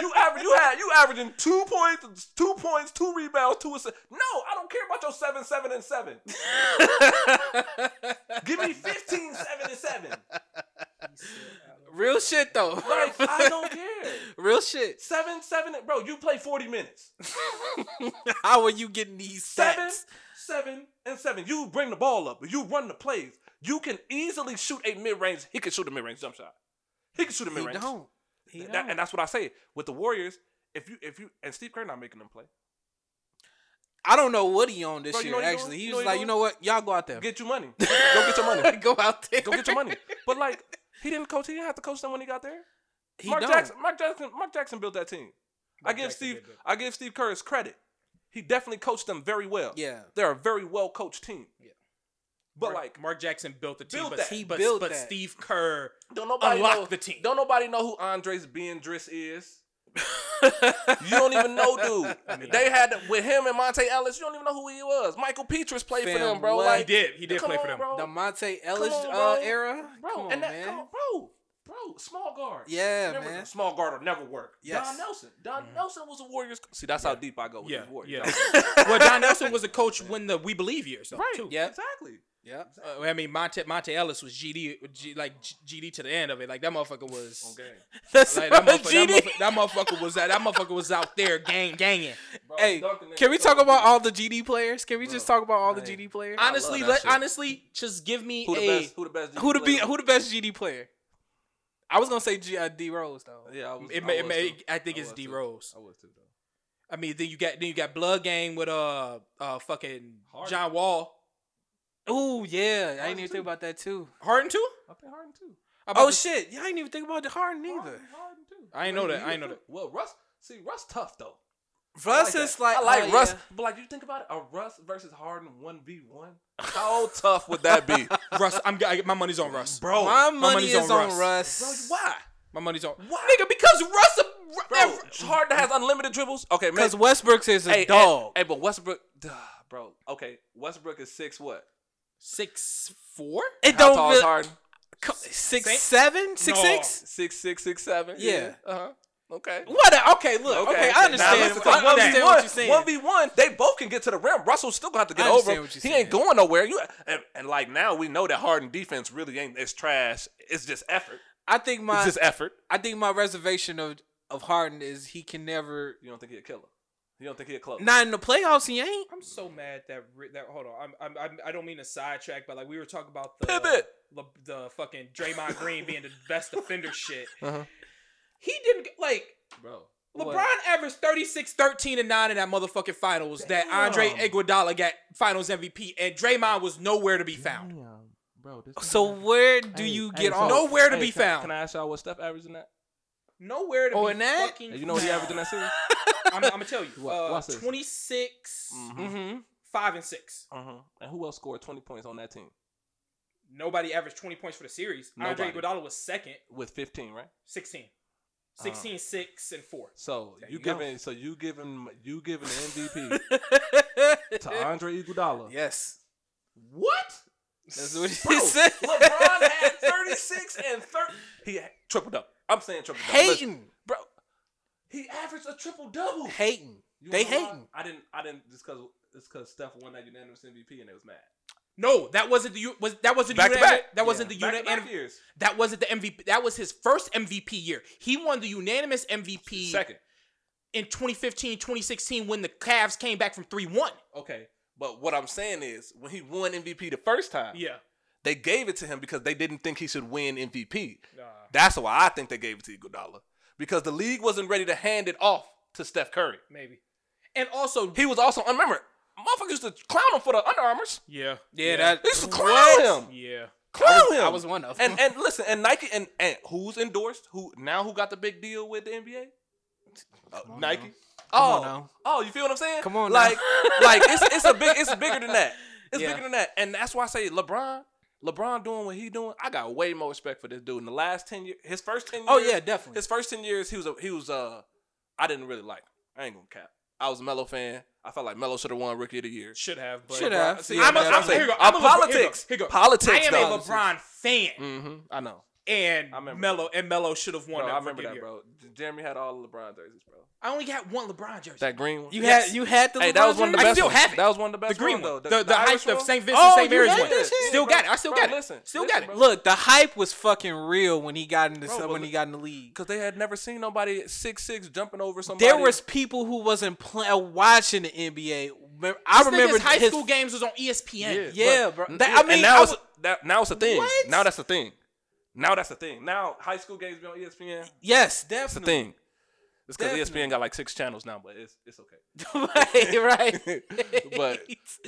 Speaker 4: you average, you had you averaging two points, two points, two rebounds, two assists. No, I don't care about your seven, seven, and seven. Give me 15, seven, and seven.
Speaker 2: Real shit though.
Speaker 4: Like I don't care.
Speaker 2: Real shit.
Speaker 4: Seven, seven, bro. You play forty minutes.
Speaker 2: How are you getting these
Speaker 4: seven,
Speaker 2: sets?
Speaker 4: seven, and seven. You bring the ball up, you run the plays. You can easily shoot a mid range. He can shoot a mid range jump shot. He can shoot a mid
Speaker 2: He
Speaker 4: range.
Speaker 2: don't. He
Speaker 4: Th-
Speaker 2: don't.
Speaker 4: that- and that's what I say with the Warriors. If you, if you, and Steve Kerr not making them play,
Speaker 2: I don't know what he on this
Speaker 4: Bro, you
Speaker 2: year.
Speaker 4: know what he
Speaker 2: actually,
Speaker 4: doing?
Speaker 2: he
Speaker 4: You know
Speaker 2: was
Speaker 4: what he
Speaker 2: like, you know what, y'all go out there,
Speaker 4: get your money. Go get your money.
Speaker 2: go out there,
Speaker 4: Go get your money. But like, he didn't coach. He didn't have to coach them when he got there.
Speaker 2: He
Speaker 4: Mark
Speaker 2: don't.
Speaker 4: Jackson, Mark Jackson, Mark Jackson built that team. I give
Speaker 3: Jackson
Speaker 4: Steve,
Speaker 3: did that.
Speaker 4: I give Steve Kerr his credit. He definitely coached them very well.
Speaker 2: Yeah.
Speaker 4: they're a very well coached team.
Speaker 3: Yeah.
Speaker 4: But
Speaker 3: Mark-
Speaker 4: like,
Speaker 3: Mark Jackson built the team,
Speaker 4: Built
Speaker 3: but,
Speaker 4: that.
Speaker 3: he
Speaker 2: He
Speaker 3: but,
Speaker 2: built
Speaker 3: but
Speaker 2: that.
Speaker 3: Steve Kerr
Speaker 4: Don't nobody know
Speaker 3: unlocked the team.
Speaker 4: Don't nobody know who Andres Beandris is. you don't even know, dude.
Speaker 3: mean-
Speaker 4: they had with him and Monte Ellis. You don't even know who he was. Michael Petrus played for
Speaker 2: Fam,
Speaker 4: them, bro.
Speaker 2: what?
Speaker 4: Like,
Speaker 3: He did. He did
Speaker 4: come
Speaker 3: play
Speaker 4: on,
Speaker 3: for them.
Speaker 4: bro.
Speaker 2: The Monte Ellis
Speaker 4: Come on,
Speaker 2: uh,
Speaker 4: bro.
Speaker 2: era.
Speaker 4: bro.
Speaker 2: come on,
Speaker 4: and that,
Speaker 2: man.
Speaker 4: come on, bro, bro, small guard.
Speaker 2: Yeah,
Speaker 4: Remember,
Speaker 2: man.
Speaker 4: small guard will never work.
Speaker 2: Yes.
Speaker 4: Don Nelson. Don Nelson was a Warriors. co- See, that's how deep I go with
Speaker 3: Yeah,
Speaker 4: these Warriors.
Speaker 3: yeah. well, Don Nelson was a coach when the We Believe years, though,
Speaker 4: right.
Speaker 3: too.
Speaker 2: Yeah.
Speaker 4: Exactly.
Speaker 2: Yeah.
Speaker 3: Uh, I mean, Monte Monte Ellis was GD, G, like G- GD to the end of it. Like that motherfucker was.
Speaker 4: Okay.
Speaker 2: That's
Speaker 3: Like, that,
Speaker 2: right,
Speaker 3: motherfucker, that,
Speaker 2: GD.
Speaker 3: motherfucker, that motherfucker was that. That motherfucker was out there gang ganging.
Speaker 4: Bro,
Speaker 2: Hey,
Speaker 4: Duncan and
Speaker 2: can we talk
Speaker 4: Kobe.
Speaker 2: about all the GD players? Can we just talk about all the GD players?
Speaker 3: Honestly,
Speaker 4: that
Speaker 3: let,
Speaker 4: shit.
Speaker 3: honestly, just give me
Speaker 4: who the
Speaker 3: a.
Speaker 4: best? Who the best?
Speaker 2: who the
Speaker 4: player
Speaker 2: be,
Speaker 4: was?
Speaker 2: who the best GD player? I was gonna say G, uh, D Rose though.
Speaker 4: Yeah, I was,
Speaker 3: It
Speaker 4: I
Speaker 3: may,
Speaker 4: was
Speaker 3: it may,
Speaker 4: too.
Speaker 3: I think
Speaker 4: I
Speaker 3: it's
Speaker 4: was
Speaker 3: D
Speaker 4: too.
Speaker 3: Rose.
Speaker 4: I was too though.
Speaker 3: I mean, then you got then you got Blood Gang with uh uh fucking
Speaker 4: Harden.
Speaker 3: John Wall,
Speaker 2: Oh yeah, I
Speaker 4: Harden,
Speaker 2: didn't even
Speaker 4: too.
Speaker 2: think about that too.
Speaker 3: Harden too.
Speaker 4: I think Harden too.
Speaker 3: About
Speaker 2: Oh
Speaker 3: to-
Speaker 2: shit, yeah, I didn't even think about the Harden either.
Speaker 4: Harden, Harden too.
Speaker 3: I ain't know that. I ain't know
Speaker 4: Well, Russ, see, Russ tough though.
Speaker 2: Russ
Speaker 4: I like
Speaker 2: is
Speaker 4: that.
Speaker 2: like
Speaker 4: I like
Speaker 2: oh,
Speaker 4: Russ,
Speaker 2: yeah.
Speaker 4: but like you think about it, a Russ versus Harden one v one. How tough would that be, bro?
Speaker 3: Russ, I'm I, my money's on Russ.
Speaker 2: My money
Speaker 3: money's
Speaker 2: is
Speaker 3: on
Speaker 2: on Russ.
Speaker 3: Russ.
Speaker 4: Why?
Speaker 3: My money's on.
Speaker 4: Why? Nigga, because Russ, bro, Harden has unlimited dribbles. Okay, man.
Speaker 2: Because Westbrook's is a
Speaker 4: Hey, hey,
Speaker 2: dog.
Speaker 4: Hey, but Westbrook, duh, bro. Okay, Westbrook is six what?
Speaker 3: Six four?
Speaker 2: it
Speaker 4: How
Speaker 2: don't
Speaker 4: tall is
Speaker 2: really,
Speaker 4: Harden?
Speaker 2: co- six
Speaker 3: Same-
Speaker 2: seven six
Speaker 3: No.
Speaker 2: six.
Speaker 4: Six six six seven.
Speaker 2: Yeah.
Speaker 4: Uh huh. Okay.
Speaker 2: What? A, okay, look.
Speaker 3: okay, I understand.
Speaker 4: Now, listen,
Speaker 3: I
Speaker 4: one
Speaker 3: understand
Speaker 4: v
Speaker 3: what
Speaker 4: one,
Speaker 3: you're saying.
Speaker 4: One v one, they both can get to the rim. Russell's still gonna have to get
Speaker 2: I
Speaker 4: over.
Speaker 2: understand
Speaker 4: him.
Speaker 2: what you're
Speaker 4: He ain't
Speaker 2: saying.
Speaker 4: going nowhere. You and, and like now we know that Harden defense really ain't as trash. It's just effort.
Speaker 2: I think
Speaker 4: It's
Speaker 2: my
Speaker 4: just effort.
Speaker 2: I think my reservation of of Harden is he can never.
Speaker 4: You don't think he'll kill him? You don't think he'll close?
Speaker 2: Not in the playoffs, he ain't.
Speaker 3: I'm so mad that Ri- that hold on. I'm, I'm I'm I don't mean to sidetrack, but like we were talking about the
Speaker 4: Pivot.
Speaker 3: Le, the fucking Draymond Green being the best defender shit.
Speaker 4: Uh-huh.
Speaker 3: He didn't get- like
Speaker 4: bro.
Speaker 3: LeBron averaged 36, 13, and 9 in that motherfucking finals that Andre
Speaker 4: Damn.
Speaker 3: Iguodala got finals MVP, and Draymond was nowhere to be found.
Speaker 4: bro.
Speaker 2: So where do you get on?
Speaker 3: so- Nowhere to be found.
Speaker 4: Can I ask y'all what Steph averaged in that?
Speaker 3: Nowhere to
Speaker 2: Oh,
Speaker 3: be
Speaker 2: and that?
Speaker 3: fucking
Speaker 4: And You know what he
Speaker 3: found.
Speaker 4: averaged in that series?
Speaker 3: I'm, I'm gonna tell you.
Speaker 4: What?
Speaker 3: Uh,
Speaker 4: Watch this.
Speaker 3: 26,
Speaker 4: Mhm.
Speaker 2: Mm-hmm.
Speaker 3: 5, and 6.
Speaker 4: Uh huh. And who else scored twenty points on that team
Speaker 3: Nobody averaged 20 points for the series. Andre
Speaker 4: Nobody.
Speaker 3: Iguodala was second,
Speaker 4: with fifteen? Right.
Speaker 3: 16.
Speaker 4: Uh.
Speaker 3: 16, 6, and 4.
Speaker 4: So
Speaker 3: There
Speaker 4: you
Speaker 3: you go.
Speaker 4: giving so you giving you giving the MVP to Andre Iguodala.
Speaker 2: yes,
Speaker 4: What?
Speaker 2: that's what he
Speaker 4: Bro,
Speaker 2: said.
Speaker 4: LeBron had 36 and 30. He had triple double. I'm saying triple double.
Speaker 2: hating,
Speaker 4: bro. He averaged a triple double.
Speaker 2: hating. They hating.
Speaker 4: I didn't. I didn't. Just cause. It's cause Steph won that unanimous MVP and it was mad.
Speaker 3: No, that wasn't the U- was that wasn't
Speaker 4: Back
Speaker 3: the
Speaker 4: to
Speaker 3: unanimous-
Speaker 4: back.
Speaker 3: that wasn't the
Speaker 4: Back
Speaker 3: unit
Speaker 4: to back years.
Speaker 3: that wasn't the MVP that was his first MVP year. He won the unanimous MVP
Speaker 4: Second.
Speaker 3: in 2015, 2016 when the Cavs came back from 3-1.
Speaker 4: Okay. But what I'm saying is, when he won MVP the first time,
Speaker 3: Yeah.
Speaker 4: they gave it to him because they didn't think he should win MVP.
Speaker 3: Nah.
Speaker 4: That's why I think they gave it to Iguodala because the league wasn't ready to hand it off to Steph Curry.
Speaker 3: Maybe. And also
Speaker 4: He was also, remember, motherfuckers used to clown him for the Under Armours.
Speaker 3: Yeah.
Speaker 2: Yeah, that
Speaker 4: They used to clown him.
Speaker 3: Yeah.
Speaker 4: Clown him.
Speaker 2: I was one of them.
Speaker 4: and and listen, and Nike and, and who's endorsed? Who now? Who got the big deal with the NBA? Uh,
Speaker 2: on
Speaker 4: Nike.
Speaker 2: on
Speaker 4: oh,
Speaker 2: now.
Speaker 4: oh, you feel what I'm saying?
Speaker 2: Come on now.
Speaker 4: like like it's it's a big it's bigger than that. It's
Speaker 2: Yeah.
Speaker 4: bigger than that, and that's why I say LeBron. LeBron doing what he doing. I got way more respect for this dude in the last ten years. His first ten. Years,
Speaker 2: Oh yeah, definitely.
Speaker 4: His first ten years, he was a, he was uh, I didn't really like. Him. I ain't gonna cap. I was a Melo fan. I felt like Melo should have won Rookie of the Year.
Speaker 3: Should have, but
Speaker 2: Should have.
Speaker 4: See,
Speaker 2: Yeah,
Speaker 4: I'm a,
Speaker 2: that's
Speaker 4: I'm
Speaker 2: what
Speaker 4: saying,
Speaker 3: here you go.
Speaker 4: uh,
Speaker 3: I'm a LeBron-
Speaker 4: politics.
Speaker 3: here you go. I
Speaker 4: Politics.
Speaker 3: am a LeBran fan,
Speaker 4: Mm-hmm. I know. I remember
Speaker 3: and Melo and Melo should have won.
Speaker 4: Bro,
Speaker 3: that
Speaker 4: I remember
Speaker 3: freaking
Speaker 4: that,
Speaker 3: year.
Speaker 4: bro. J- Jeremy had all the LeBron jerseys, bro.
Speaker 3: I only got one LeBron jersey.
Speaker 4: That green one.
Speaker 2: you
Speaker 3: Yes.
Speaker 2: had you had the.
Speaker 4: hey, that was
Speaker 2: LeBron
Speaker 4: one of the
Speaker 2: James?
Speaker 4: best.
Speaker 3: I still
Speaker 4: ones.
Speaker 3: have it.
Speaker 4: That was one of the best.
Speaker 3: the green
Speaker 4: ones,
Speaker 3: one,
Speaker 4: though.
Speaker 3: the the,
Speaker 4: Irish
Speaker 3: hype of
Speaker 4: one.
Speaker 3: St. Vincent,
Speaker 2: Oh,
Speaker 3: St.
Speaker 2: you
Speaker 3: Mary's
Speaker 2: had
Speaker 3: one.
Speaker 2: that shit?
Speaker 3: Still
Speaker 4: Bro,
Speaker 3: got it. I still
Speaker 4: bro,
Speaker 3: got it.
Speaker 4: listen,
Speaker 3: still
Speaker 4: listen,
Speaker 3: got it.
Speaker 4: bro.
Speaker 2: Look, the hype was fucking real when he got into
Speaker 4: Bro,
Speaker 2: some,
Speaker 4: but
Speaker 2: when he
Speaker 4: look-
Speaker 2: got in the league.
Speaker 4: Because they had never seen nobody six six jumping over somebody.
Speaker 2: There was people who wasn't playing watching the NBA. Remember- I
Speaker 3: This
Speaker 2: remember
Speaker 3: nigga's high
Speaker 2: his-
Speaker 3: school games was on E ESPN.
Speaker 2: Yeah, bro. That- I
Speaker 4: I mean,
Speaker 2: mean,
Speaker 4: and now
Speaker 2: I
Speaker 4: it's
Speaker 2: was-
Speaker 4: that, now it's a thing.
Speaker 2: What?
Speaker 4: Now that's a thing. Now that's a thing. Now high school games be on E ESPN.
Speaker 2: Yes,
Speaker 4: It's a
Speaker 2: definitely.
Speaker 4: thing. It's E because ESPN got like six channels now, but it's it's okay.
Speaker 2: right, right.
Speaker 4: But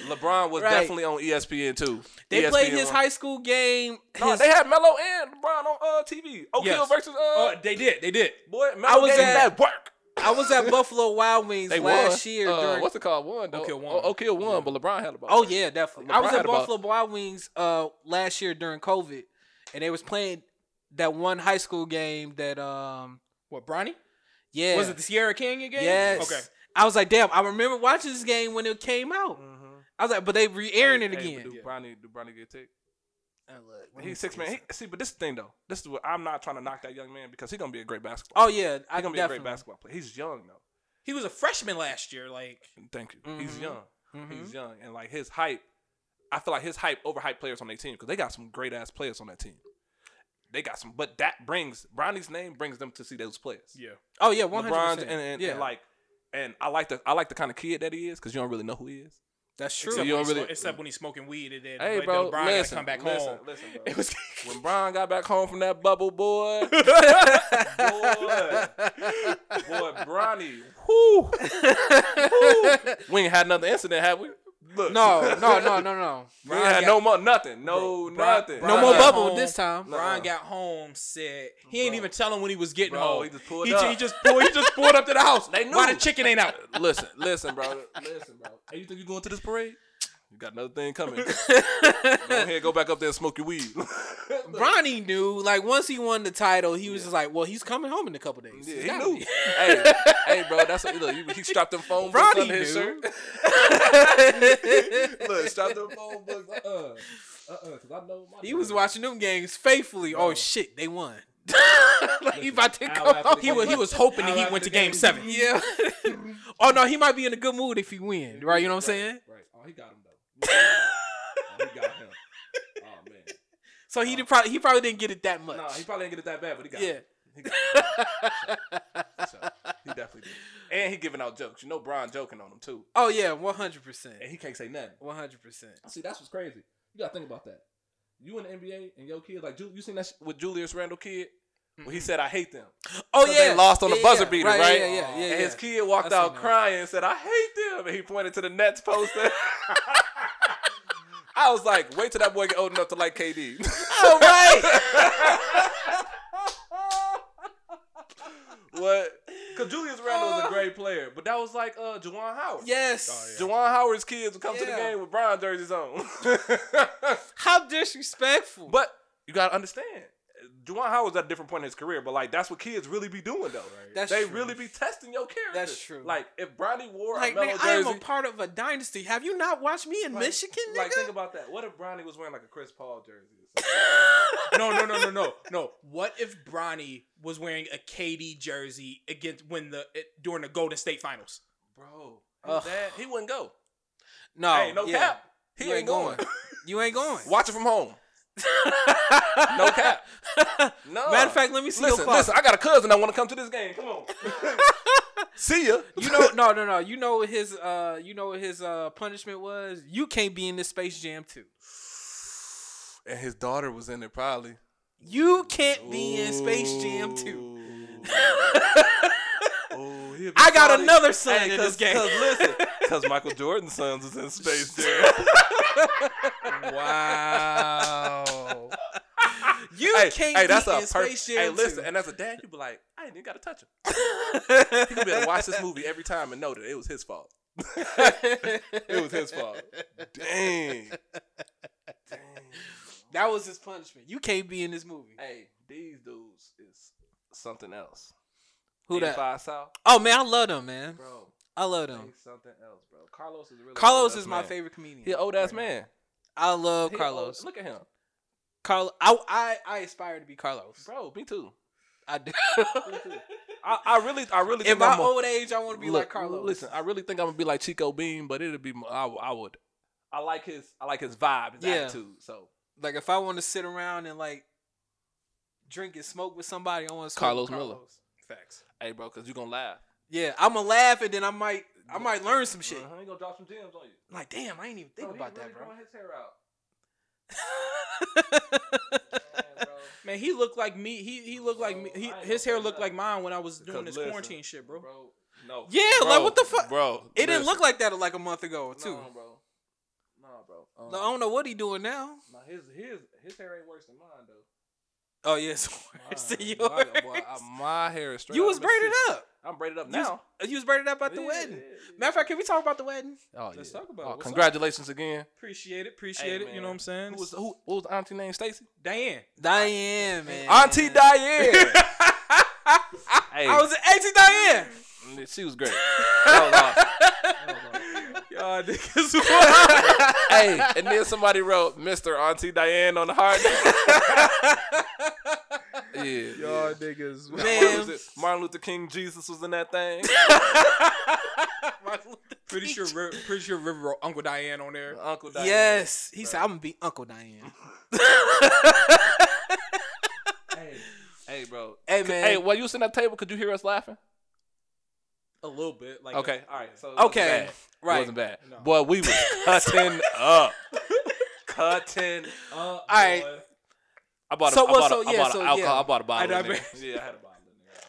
Speaker 4: LeBron was
Speaker 2: Right.
Speaker 4: definitely on E ESPN too. E
Speaker 2: they
Speaker 4: ESPN
Speaker 2: played his
Speaker 4: one.
Speaker 2: high school game.
Speaker 4: No,
Speaker 2: his-
Speaker 4: they had Melo and LeBron on uh, TV. Oak
Speaker 3: Yes.
Speaker 4: Hill versus uh,
Speaker 3: Oh, they did. They did.
Speaker 4: boy. Melo I
Speaker 2: was
Speaker 4: was gave him
Speaker 2: at-
Speaker 4: that work.
Speaker 2: I was at Buffalo Wild Wings
Speaker 4: They
Speaker 2: last
Speaker 4: won.
Speaker 2: year.
Speaker 4: Uh,
Speaker 2: during,
Speaker 4: what's it called? One. Though.
Speaker 3: Oak Hill won.
Speaker 4: Oh, Oak Hill won, but LeBron had the ball.
Speaker 2: oh yeah, definitely. I
Speaker 4: LeBron
Speaker 2: was
Speaker 4: had
Speaker 2: at
Speaker 4: about-
Speaker 2: Buffalo Wild Wings uh, last year during COVID, and they was playing that one high school game that um
Speaker 3: What, Bronny?
Speaker 2: yeah
Speaker 3: Was it the Sierra Canyon game?
Speaker 2: yes
Speaker 3: Okay.
Speaker 2: I was like, damn, I remember watching this game when it came out. I was like, but they re-airing it
Speaker 4: Mm-hmm. Hey,
Speaker 2: again.
Speaker 4: but do Bronny, do Bronny get ticked?
Speaker 2: Uh, look, let me
Speaker 4: He's six
Speaker 2: see
Speaker 4: man.
Speaker 2: this.
Speaker 4: He, see, but this is the thing though. This is what I'm not trying to knock that young man because he's gonna be a great basketball.
Speaker 2: Oh yeah, I
Speaker 4: he's
Speaker 2: can
Speaker 4: gonna be
Speaker 2: definitely.
Speaker 4: a great basketball player. He's young though.
Speaker 3: He was a freshman last year. Like,
Speaker 4: Thank you. He's
Speaker 2: Mhm.
Speaker 4: young.
Speaker 2: Mhm.
Speaker 4: He's young, and like his hype, I feel like his hype overhyped players on their team because they got some great ass players on that team. They got some, but that brings Bronny's name brings them to see those players.
Speaker 3: yeah.
Speaker 2: Oh yeah, one hundred
Speaker 4: LeBron's
Speaker 2: percent.
Speaker 4: and, and,
Speaker 2: yeah,
Speaker 4: and like and I like the I like the kind of kid that he is because you don't really know who he is.
Speaker 2: that's true.
Speaker 3: Except,
Speaker 4: you
Speaker 3: when
Speaker 4: don't
Speaker 3: he's,
Speaker 4: really-
Speaker 3: except when he's smoking weed and then
Speaker 4: Hey
Speaker 3: like,
Speaker 4: bro,
Speaker 3: then LeBron
Speaker 4: listen,
Speaker 3: gotta come back
Speaker 4: listen,
Speaker 3: home.
Speaker 4: listen, bro.
Speaker 3: It was
Speaker 4: when Bron got back home from that bubble, boy, boy, boy, Bronny, whoo, whoo. we ain't had another incident, have we? Look,
Speaker 2: No, no, no, no, no.
Speaker 4: we ain't had
Speaker 3: got-
Speaker 4: no more nothing, no
Speaker 3: Brian-
Speaker 4: nothing.
Speaker 2: No
Speaker 3: Brian
Speaker 2: more
Speaker 3: got
Speaker 2: bubble
Speaker 3: home.
Speaker 2: this time.
Speaker 3: Brian
Speaker 4: Nah.
Speaker 3: got home said he ain't
Speaker 4: Bro.
Speaker 3: even telling when he was getting
Speaker 4: Bro,
Speaker 3: home.
Speaker 4: he just pulled
Speaker 3: he,
Speaker 4: up.
Speaker 3: ju- he just pulled. He just pulled up to the house.
Speaker 4: They knew.
Speaker 3: Why the chicken ain't out?
Speaker 4: listen, listen, bro, listen, bro. Hey, you think you going to this parade? You got another thing coming. go ahead, go back up there and smoke your weed.
Speaker 2: Bronny knew, like once he won the title, he was just like, "Well, he's coming home in a couple days." It's
Speaker 4: Yeah, he
Speaker 2: gotta
Speaker 4: knew.
Speaker 2: be.
Speaker 4: hey, hey, bro, that's what, look. He, he strapped them phone books
Speaker 2: Ronnie
Speaker 4: under his
Speaker 2: knew.
Speaker 4: shirt. look, strapped them phone books. Uh, uh, uh, cause I know my.
Speaker 2: He was watching them games faithfully. Oh
Speaker 4: Bro.
Speaker 2: shit, they won. like he about to
Speaker 4: Hour
Speaker 2: come
Speaker 4: after
Speaker 2: home.
Speaker 4: the
Speaker 3: He was, he was hoping the Heat went to Game Seven.
Speaker 2: Yeah. oh no, he might be in a good mood if he win. Right? You know what I'm saying?
Speaker 4: Right. Oh, he got him though. oh, he got him. Oh man.
Speaker 2: So he did probably he probably didn't get it that much.
Speaker 4: Nah, he probably didn't get it that bad, but he got
Speaker 2: Yeah.
Speaker 4: him. He got him. For sure. He definitely did. And he giving out jokes. You know, Brian joking on him too,
Speaker 2: oh yeah, one hundred percent,
Speaker 4: and he can't say nothing.
Speaker 2: one hundred percent.
Speaker 4: See, that's what's crazy. You gotta think about that. You in the NBA and your kid, like Ju- you seen that sh- with Julius Randle kid when he said, "I hate them."
Speaker 2: Oh
Speaker 4: 'Cause
Speaker 2: yeah,
Speaker 4: they lost on the
Speaker 2: Yeah,
Speaker 4: buzzer
Speaker 2: yeah,
Speaker 4: beater,
Speaker 2: Yeah,
Speaker 4: right?
Speaker 2: yeah, yeah. yeah,
Speaker 4: and
Speaker 2: yeah.
Speaker 4: his kid walked
Speaker 2: I seen
Speaker 4: out
Speaker 2: that.
Speaker 4: crying and said, "I hate them," and he pointed to the Nets poster. I was like, "Wait till that boy get old enough to like KD."
Speaker 2: All Oh, right.
Speaker 4: what? Because Julius Randle is
Speaker 2: Oh.
Speaker 4: a great player, but that was like uh, Juwan Howard.
Speaker 2: yes.
Speaker 4: Juwan Howard's kids would come to the
Speaker 2: Oh, Yeah.
Speaker 4: game with Brian jerseys on.
Speaker 2: How disrespectful.
Speaker 4: but you gotta understand, Juwan Howard's at a different point in his career. But like, that's what kids really be doing though.
Speaker 2: That's
Speaker 4: they
Speaker 2: true.
Speaker 4: really be testing your character.
Speaker 2: That's true.
Speaker 4: Like if Bronny wore
Speaker 2: like
Speaker 4: a mellow
Speaker 2: nigga, I am
Speaker 4: jersey,
Speaker 2: a part of a dynasty. Have you not watched me in
Speaker 4: like-
Speaker 2: Michigan, nigga?
Speaker 4: Like think about that. What if Bronny was wearing like a Chris Paul jersey? or something?
Speaker 3: No, no, no, no, no, no. What if Bronny was wearing a KD jersey against when the it, during the Golden State Finals?
Speaker 4: Bro,
Speaker 2: Ugh.
Speaker 4: that, he wouldn't go.
Speaker 2: no,
Speaker 4: hey, no
Speaker 2: yeah.
Speaker 4: cap. He
Speaker 2: You
Speaker 4: ain't,
Speaker 2: ain't
Speaker 4: going.
Speaker 2: going. You ain't going.
Speaker 4: Watch it from home. No cap. No.
Speaker 2: Matter of fact, let me see your
Speaker 4: listen,
Speaker 2: closet.
Speaker 4: listen. I got a cousin that want to come to this game. Come on. See ya.
Speaker 2: You know, no, no, no. You know what his, uh, you know what his uh punishment was. You can't be in this Space Jam too.
Speaker 4: And his daughter was in there probably.
Speaker 2: You can't be in Space Jam too.
Speaker 4: Oh, he'll be
Speaker 2: I got
Speaker 4: sorry.
Speaker 2: another son in
Speaker 4: cause,
Speaker 2: this game.
Speaker 4: Cause listen, cause Michael Jordan's sons is in Space Jam.
Speaker 2: Wow. you
Speaker 4: hey,
Speaker 2: can't
Speaker 4: hey,
Speaker 2: be
Speaker 4: that's
Speaker 2: in
Speaker 4: a perfect.
Speaker 2: Space Jam
Speaker 4: Hey, listen,
Speaker 2: 2.
Speaker 4: and as a dad, you be like, I ain't even gotta touch him. He gonna be able to watch this movie every time and know that it was his fault. It was his fault. Dang.
Speaker 2: That was his punishment. You can't be in this movie.
Speaker 4: Hey, these dudes is something else.
Speaker 2: Who that?
Speaker 4: Five South,
Speaker 2: Oh man, I love them, man.
Speaker 4: bro.
Speaker 2: I love
Speaker 4: They
Speaker 2: them.
Speaker 4: something else, bro. Carlos is really.
Speaker 2: Carlos
Speaker 4: old-ass
Speaker 2: is my
Speaker 4: man.
Speaker 2: favorite comedian.
Speaker 4: He an old ass man.
Speaker 2: I love
Speaker 4: He a
Speaker 2: Carlos.
Speaker 4: Old, look at him,
Speaker 2: Carl, I, I I aspire to be Carlos.
Speaker 4: bro. Me too.
Speaker 2: I do.
Speaker 4: I, I really, I really.
Speaker 2: In
Speaker 4: think
Speaker 2: my
Speaker 4: I'm a-
Speaker 2: old age, I want to be
Speaker 4: Look,
Speaker 2: like Carlos.
Speaker 4: Listen, I really think I'm gonna be like Chico Bean, but it'll be. mo- I, I would. I like his. I like his vibe, his
Speaker 2: Yeah.
Speaker 4: attitude. So
Speaker 2: like if I want to sit around and like drink and smoke with somebody, I want to smoke
Speaker 4: Carlos
Speaker 2: with Carlos
Speaker 4: Miller.
Speaker 3: Facts.
Speaker 4: Hey, bro, because you're going to laugh.
Speaker 2: Yeah, I'm gonna laugh and then I might I might learn some shit.
Speaker 4: Uh-huh, he going to drop some gems on you.
Speaker 2: Like damn, I ain't even think
Speaker 4: Bro, he
Speaker 2: about
Speaker 4: really
Speaker 2: that, bro.
Speaker 4: growing his hair out. Man,
Speaker 3: Man, he looked like me. He he looked like me. He,
Speaker 4: Bro, Oh, I ain't
Speaker 3: his
Speaker 4: gonna
Speaker 3: hair
Speaker 4: say
Speaker 3: looked like
Speaker 4: nothing.
Speaker 3: mine when I was doing
Speaker 4: Because
Speaker 3: this
Speaker 4: listen,
Speaker 3: quarantine shit,
Speaker 4: bro.
Speaker 3: bro.
Speaker 4: Bro, no.
Speaker 2: Yeah, like, what the fuck?
Speaker 4: Bro.
Speaker 2: it didn't look
Speaker 4: listen.
Speaker 2: like that like a month ago too.
Speaker 4: No, bro. No, bro. Um,
Speaker 2: I don't know what he doing now.
Speaker 4: no, his, his, his hair ain't worse than mine, though.
Speaker 2: Oh yeah, it's worse than
Speaker 4: Mine,
Speaker 2: yours.
Speaker 4: My, boy, I- my hair is straight
Speaker 2: you
Speaker 4: out
Speaker 2: was
Speaker 4: of
Speaker 2: braided
Speaker 4: Mississippi.
Speaker 2: up.
Speaker 4: I'm braided up
Speaker 2: You was-
Speaker 4: now.
Speaker 2: You was braided up at the
Speaker 4: Yeah, yeah,
Speaker 2: wedding.
Speaker 4: yeah.
Speaker 2: Matter of fact, can we talk about the wedding?
Speaker 4: Oh,
Speaker 3: Let's
Speaker 4: yeah.
Speaker 3: talk about it.
Speaker 4: Oh,
Speaker 3: What's up?
Speaker 4: congratulations again.
Speaker 3: Appreciate it. Appreciate it. You
Speaker 4: man.
Speaker 3: know what I'm saying?
Speaker 4: Who was who? What was the auntie name? Stacy.
Speaker 3: Diane.
Speaker 2: Diane, man.
Speaker 4: Auntie Diane. hey,
Speaker 2: I was at Auntie Diane.
Speaker 4: she was great. That
Speaker 3: Y'all niggas. wild.
Speaker 4: was awesome. hey, and then somebody wrote Mr. Auntie Diane on the heart. yeah, yeah.
Speaker 3: niggas.
Speaker 4: Martin,
Speaker 2: Man.
Speaker 4: Luther, Martin Luther King Jesus was in that thing.
Speaker 3: Pretty sure, Ri- pretty sure River wrote Uncle Diane on there.
Speaker 4: Uncle Diane.
Speaker 2: yes. He said, I'm gonna be Uncle Diane.
Speaker 4: Hey, bro.
Speaker 2: Hey
Speaker 4: Hey,
Speaker 2: man.
Speaker 4: while you was sitting at the table, could you hear us laughing?
Speaker 3: A little bit. Like
Speaker 4: Okay, all right. So it wasn't
Speaker 2: okay.
Speaker 4: bad. It
Speaker 2: Right.
Speaker 4: wasn't bad.
Speaker 3: No.
Speaker 4: Boy, we was cutting up. cutting
Speaker 3: Uh, all
Speaker 2: right.
Speaker 4: I bought a,
Speaker 2: So
Speaker 4: I
Speaker 2: what-
Speaker 4: bought a-
Speaker 2: so,
Speaker 4: I
Speaker 2: yeah,
Speaker 4: bought a
Speaker 2: so,
Speaker 4: alcohol.
Speaker 2: yeah.
Speaker 4: I bought a bottle.
Speaker 3: I- I
Speaker 4: in there.
Speaker 3: bet.
Speaker 4: Yeah, I had a bottle in there.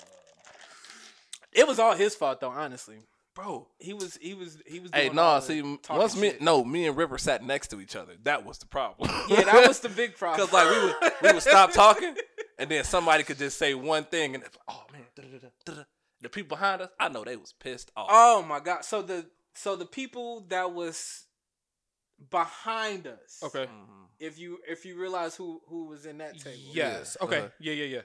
Speaker 2: It was all his fault though, honestly.
Speaker 3: bro.
Speaker 2: He was he was he was.
Speaker 4: Hey,
Speaker 2: doing
Speaker 4: no,
Speaker 2: all the
Speaker 4: see, m-
Speaker 2: talking
Speaker 4: once me,
Speaker 2: shit.
Speaker 4: no, me and Ripper sat next to each other. That was the problem.
Speaker 2: Yeah, that was the big problem.
Speaker 4: because like we would we would stop talking, and then somebody could just say one thing, and it's like, oh man, da-da-da, da-da." the people behind us, I know they was pissed off.
Speaker 2: Oh my god! So the so the people that was behind us.
Speaker 3: Okay.
Speaker 4: Mhm.
Speaker 2: If you if you realize who who was in that table.
Speaker 3: Yes.
Speaker 4: Yeah,
Speaker 3: Okay.
Speaker 4: uh-huh.
Speaker 3: Yeah, yeah, yeah.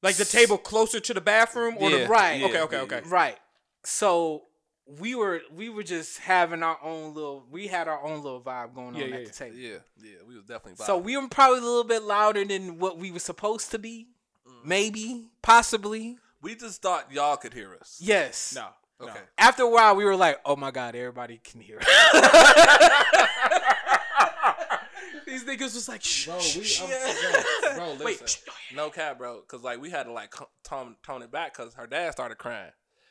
Speaker 3: Like the table closer to the bathroom or
Speaker 4: Yeah,
Speaker 3: the
Speaker 2: right.
Speaker 4: yeah,
Speaker 3: Okay, okay,
Speaker 4: yeah,
Speaker 3: okay.
Speaker 4: yeah.
Speaker 2: Right. So we were we were just having our own little we had our own little vibe going on
Speaker 3: Yeah,
Speaker 2: at
Speaker 3: yeah,
Speaker 2: the
Speaker 3: yeah.
Speaker 2: table.
Speaker 4: Yeah, yeah, we was definitely.
Speaker 2: So
Speaker 4: vibing.
Speaker 2: we were probably a little bit louder than what we were supposed to be.
Speaker 4: Mm.
Speaker 2: Maybe, possibly.
Speaker 4: we just thought y'all could hear us.
Speaker 2: Yes.
Speaker 3: No. no.
Speaker 4: Okay.
Speaker 2: After a while, we were like, "Oh my god, everybody can hear." us." These niggas was like, "Shh,
Speaker 4: Bro,
Speaker 2: shh,
Speaker 4: we-
Speaker 2: shh."
Speaker 4: I'm-
Speaker 2: yeah.
Speaker 4: bro, bro,
Speaker 2: Wait,
Speaker 4: listen. No cap, bro. Cause like we had to like c- tone tone it back because her dad started crying.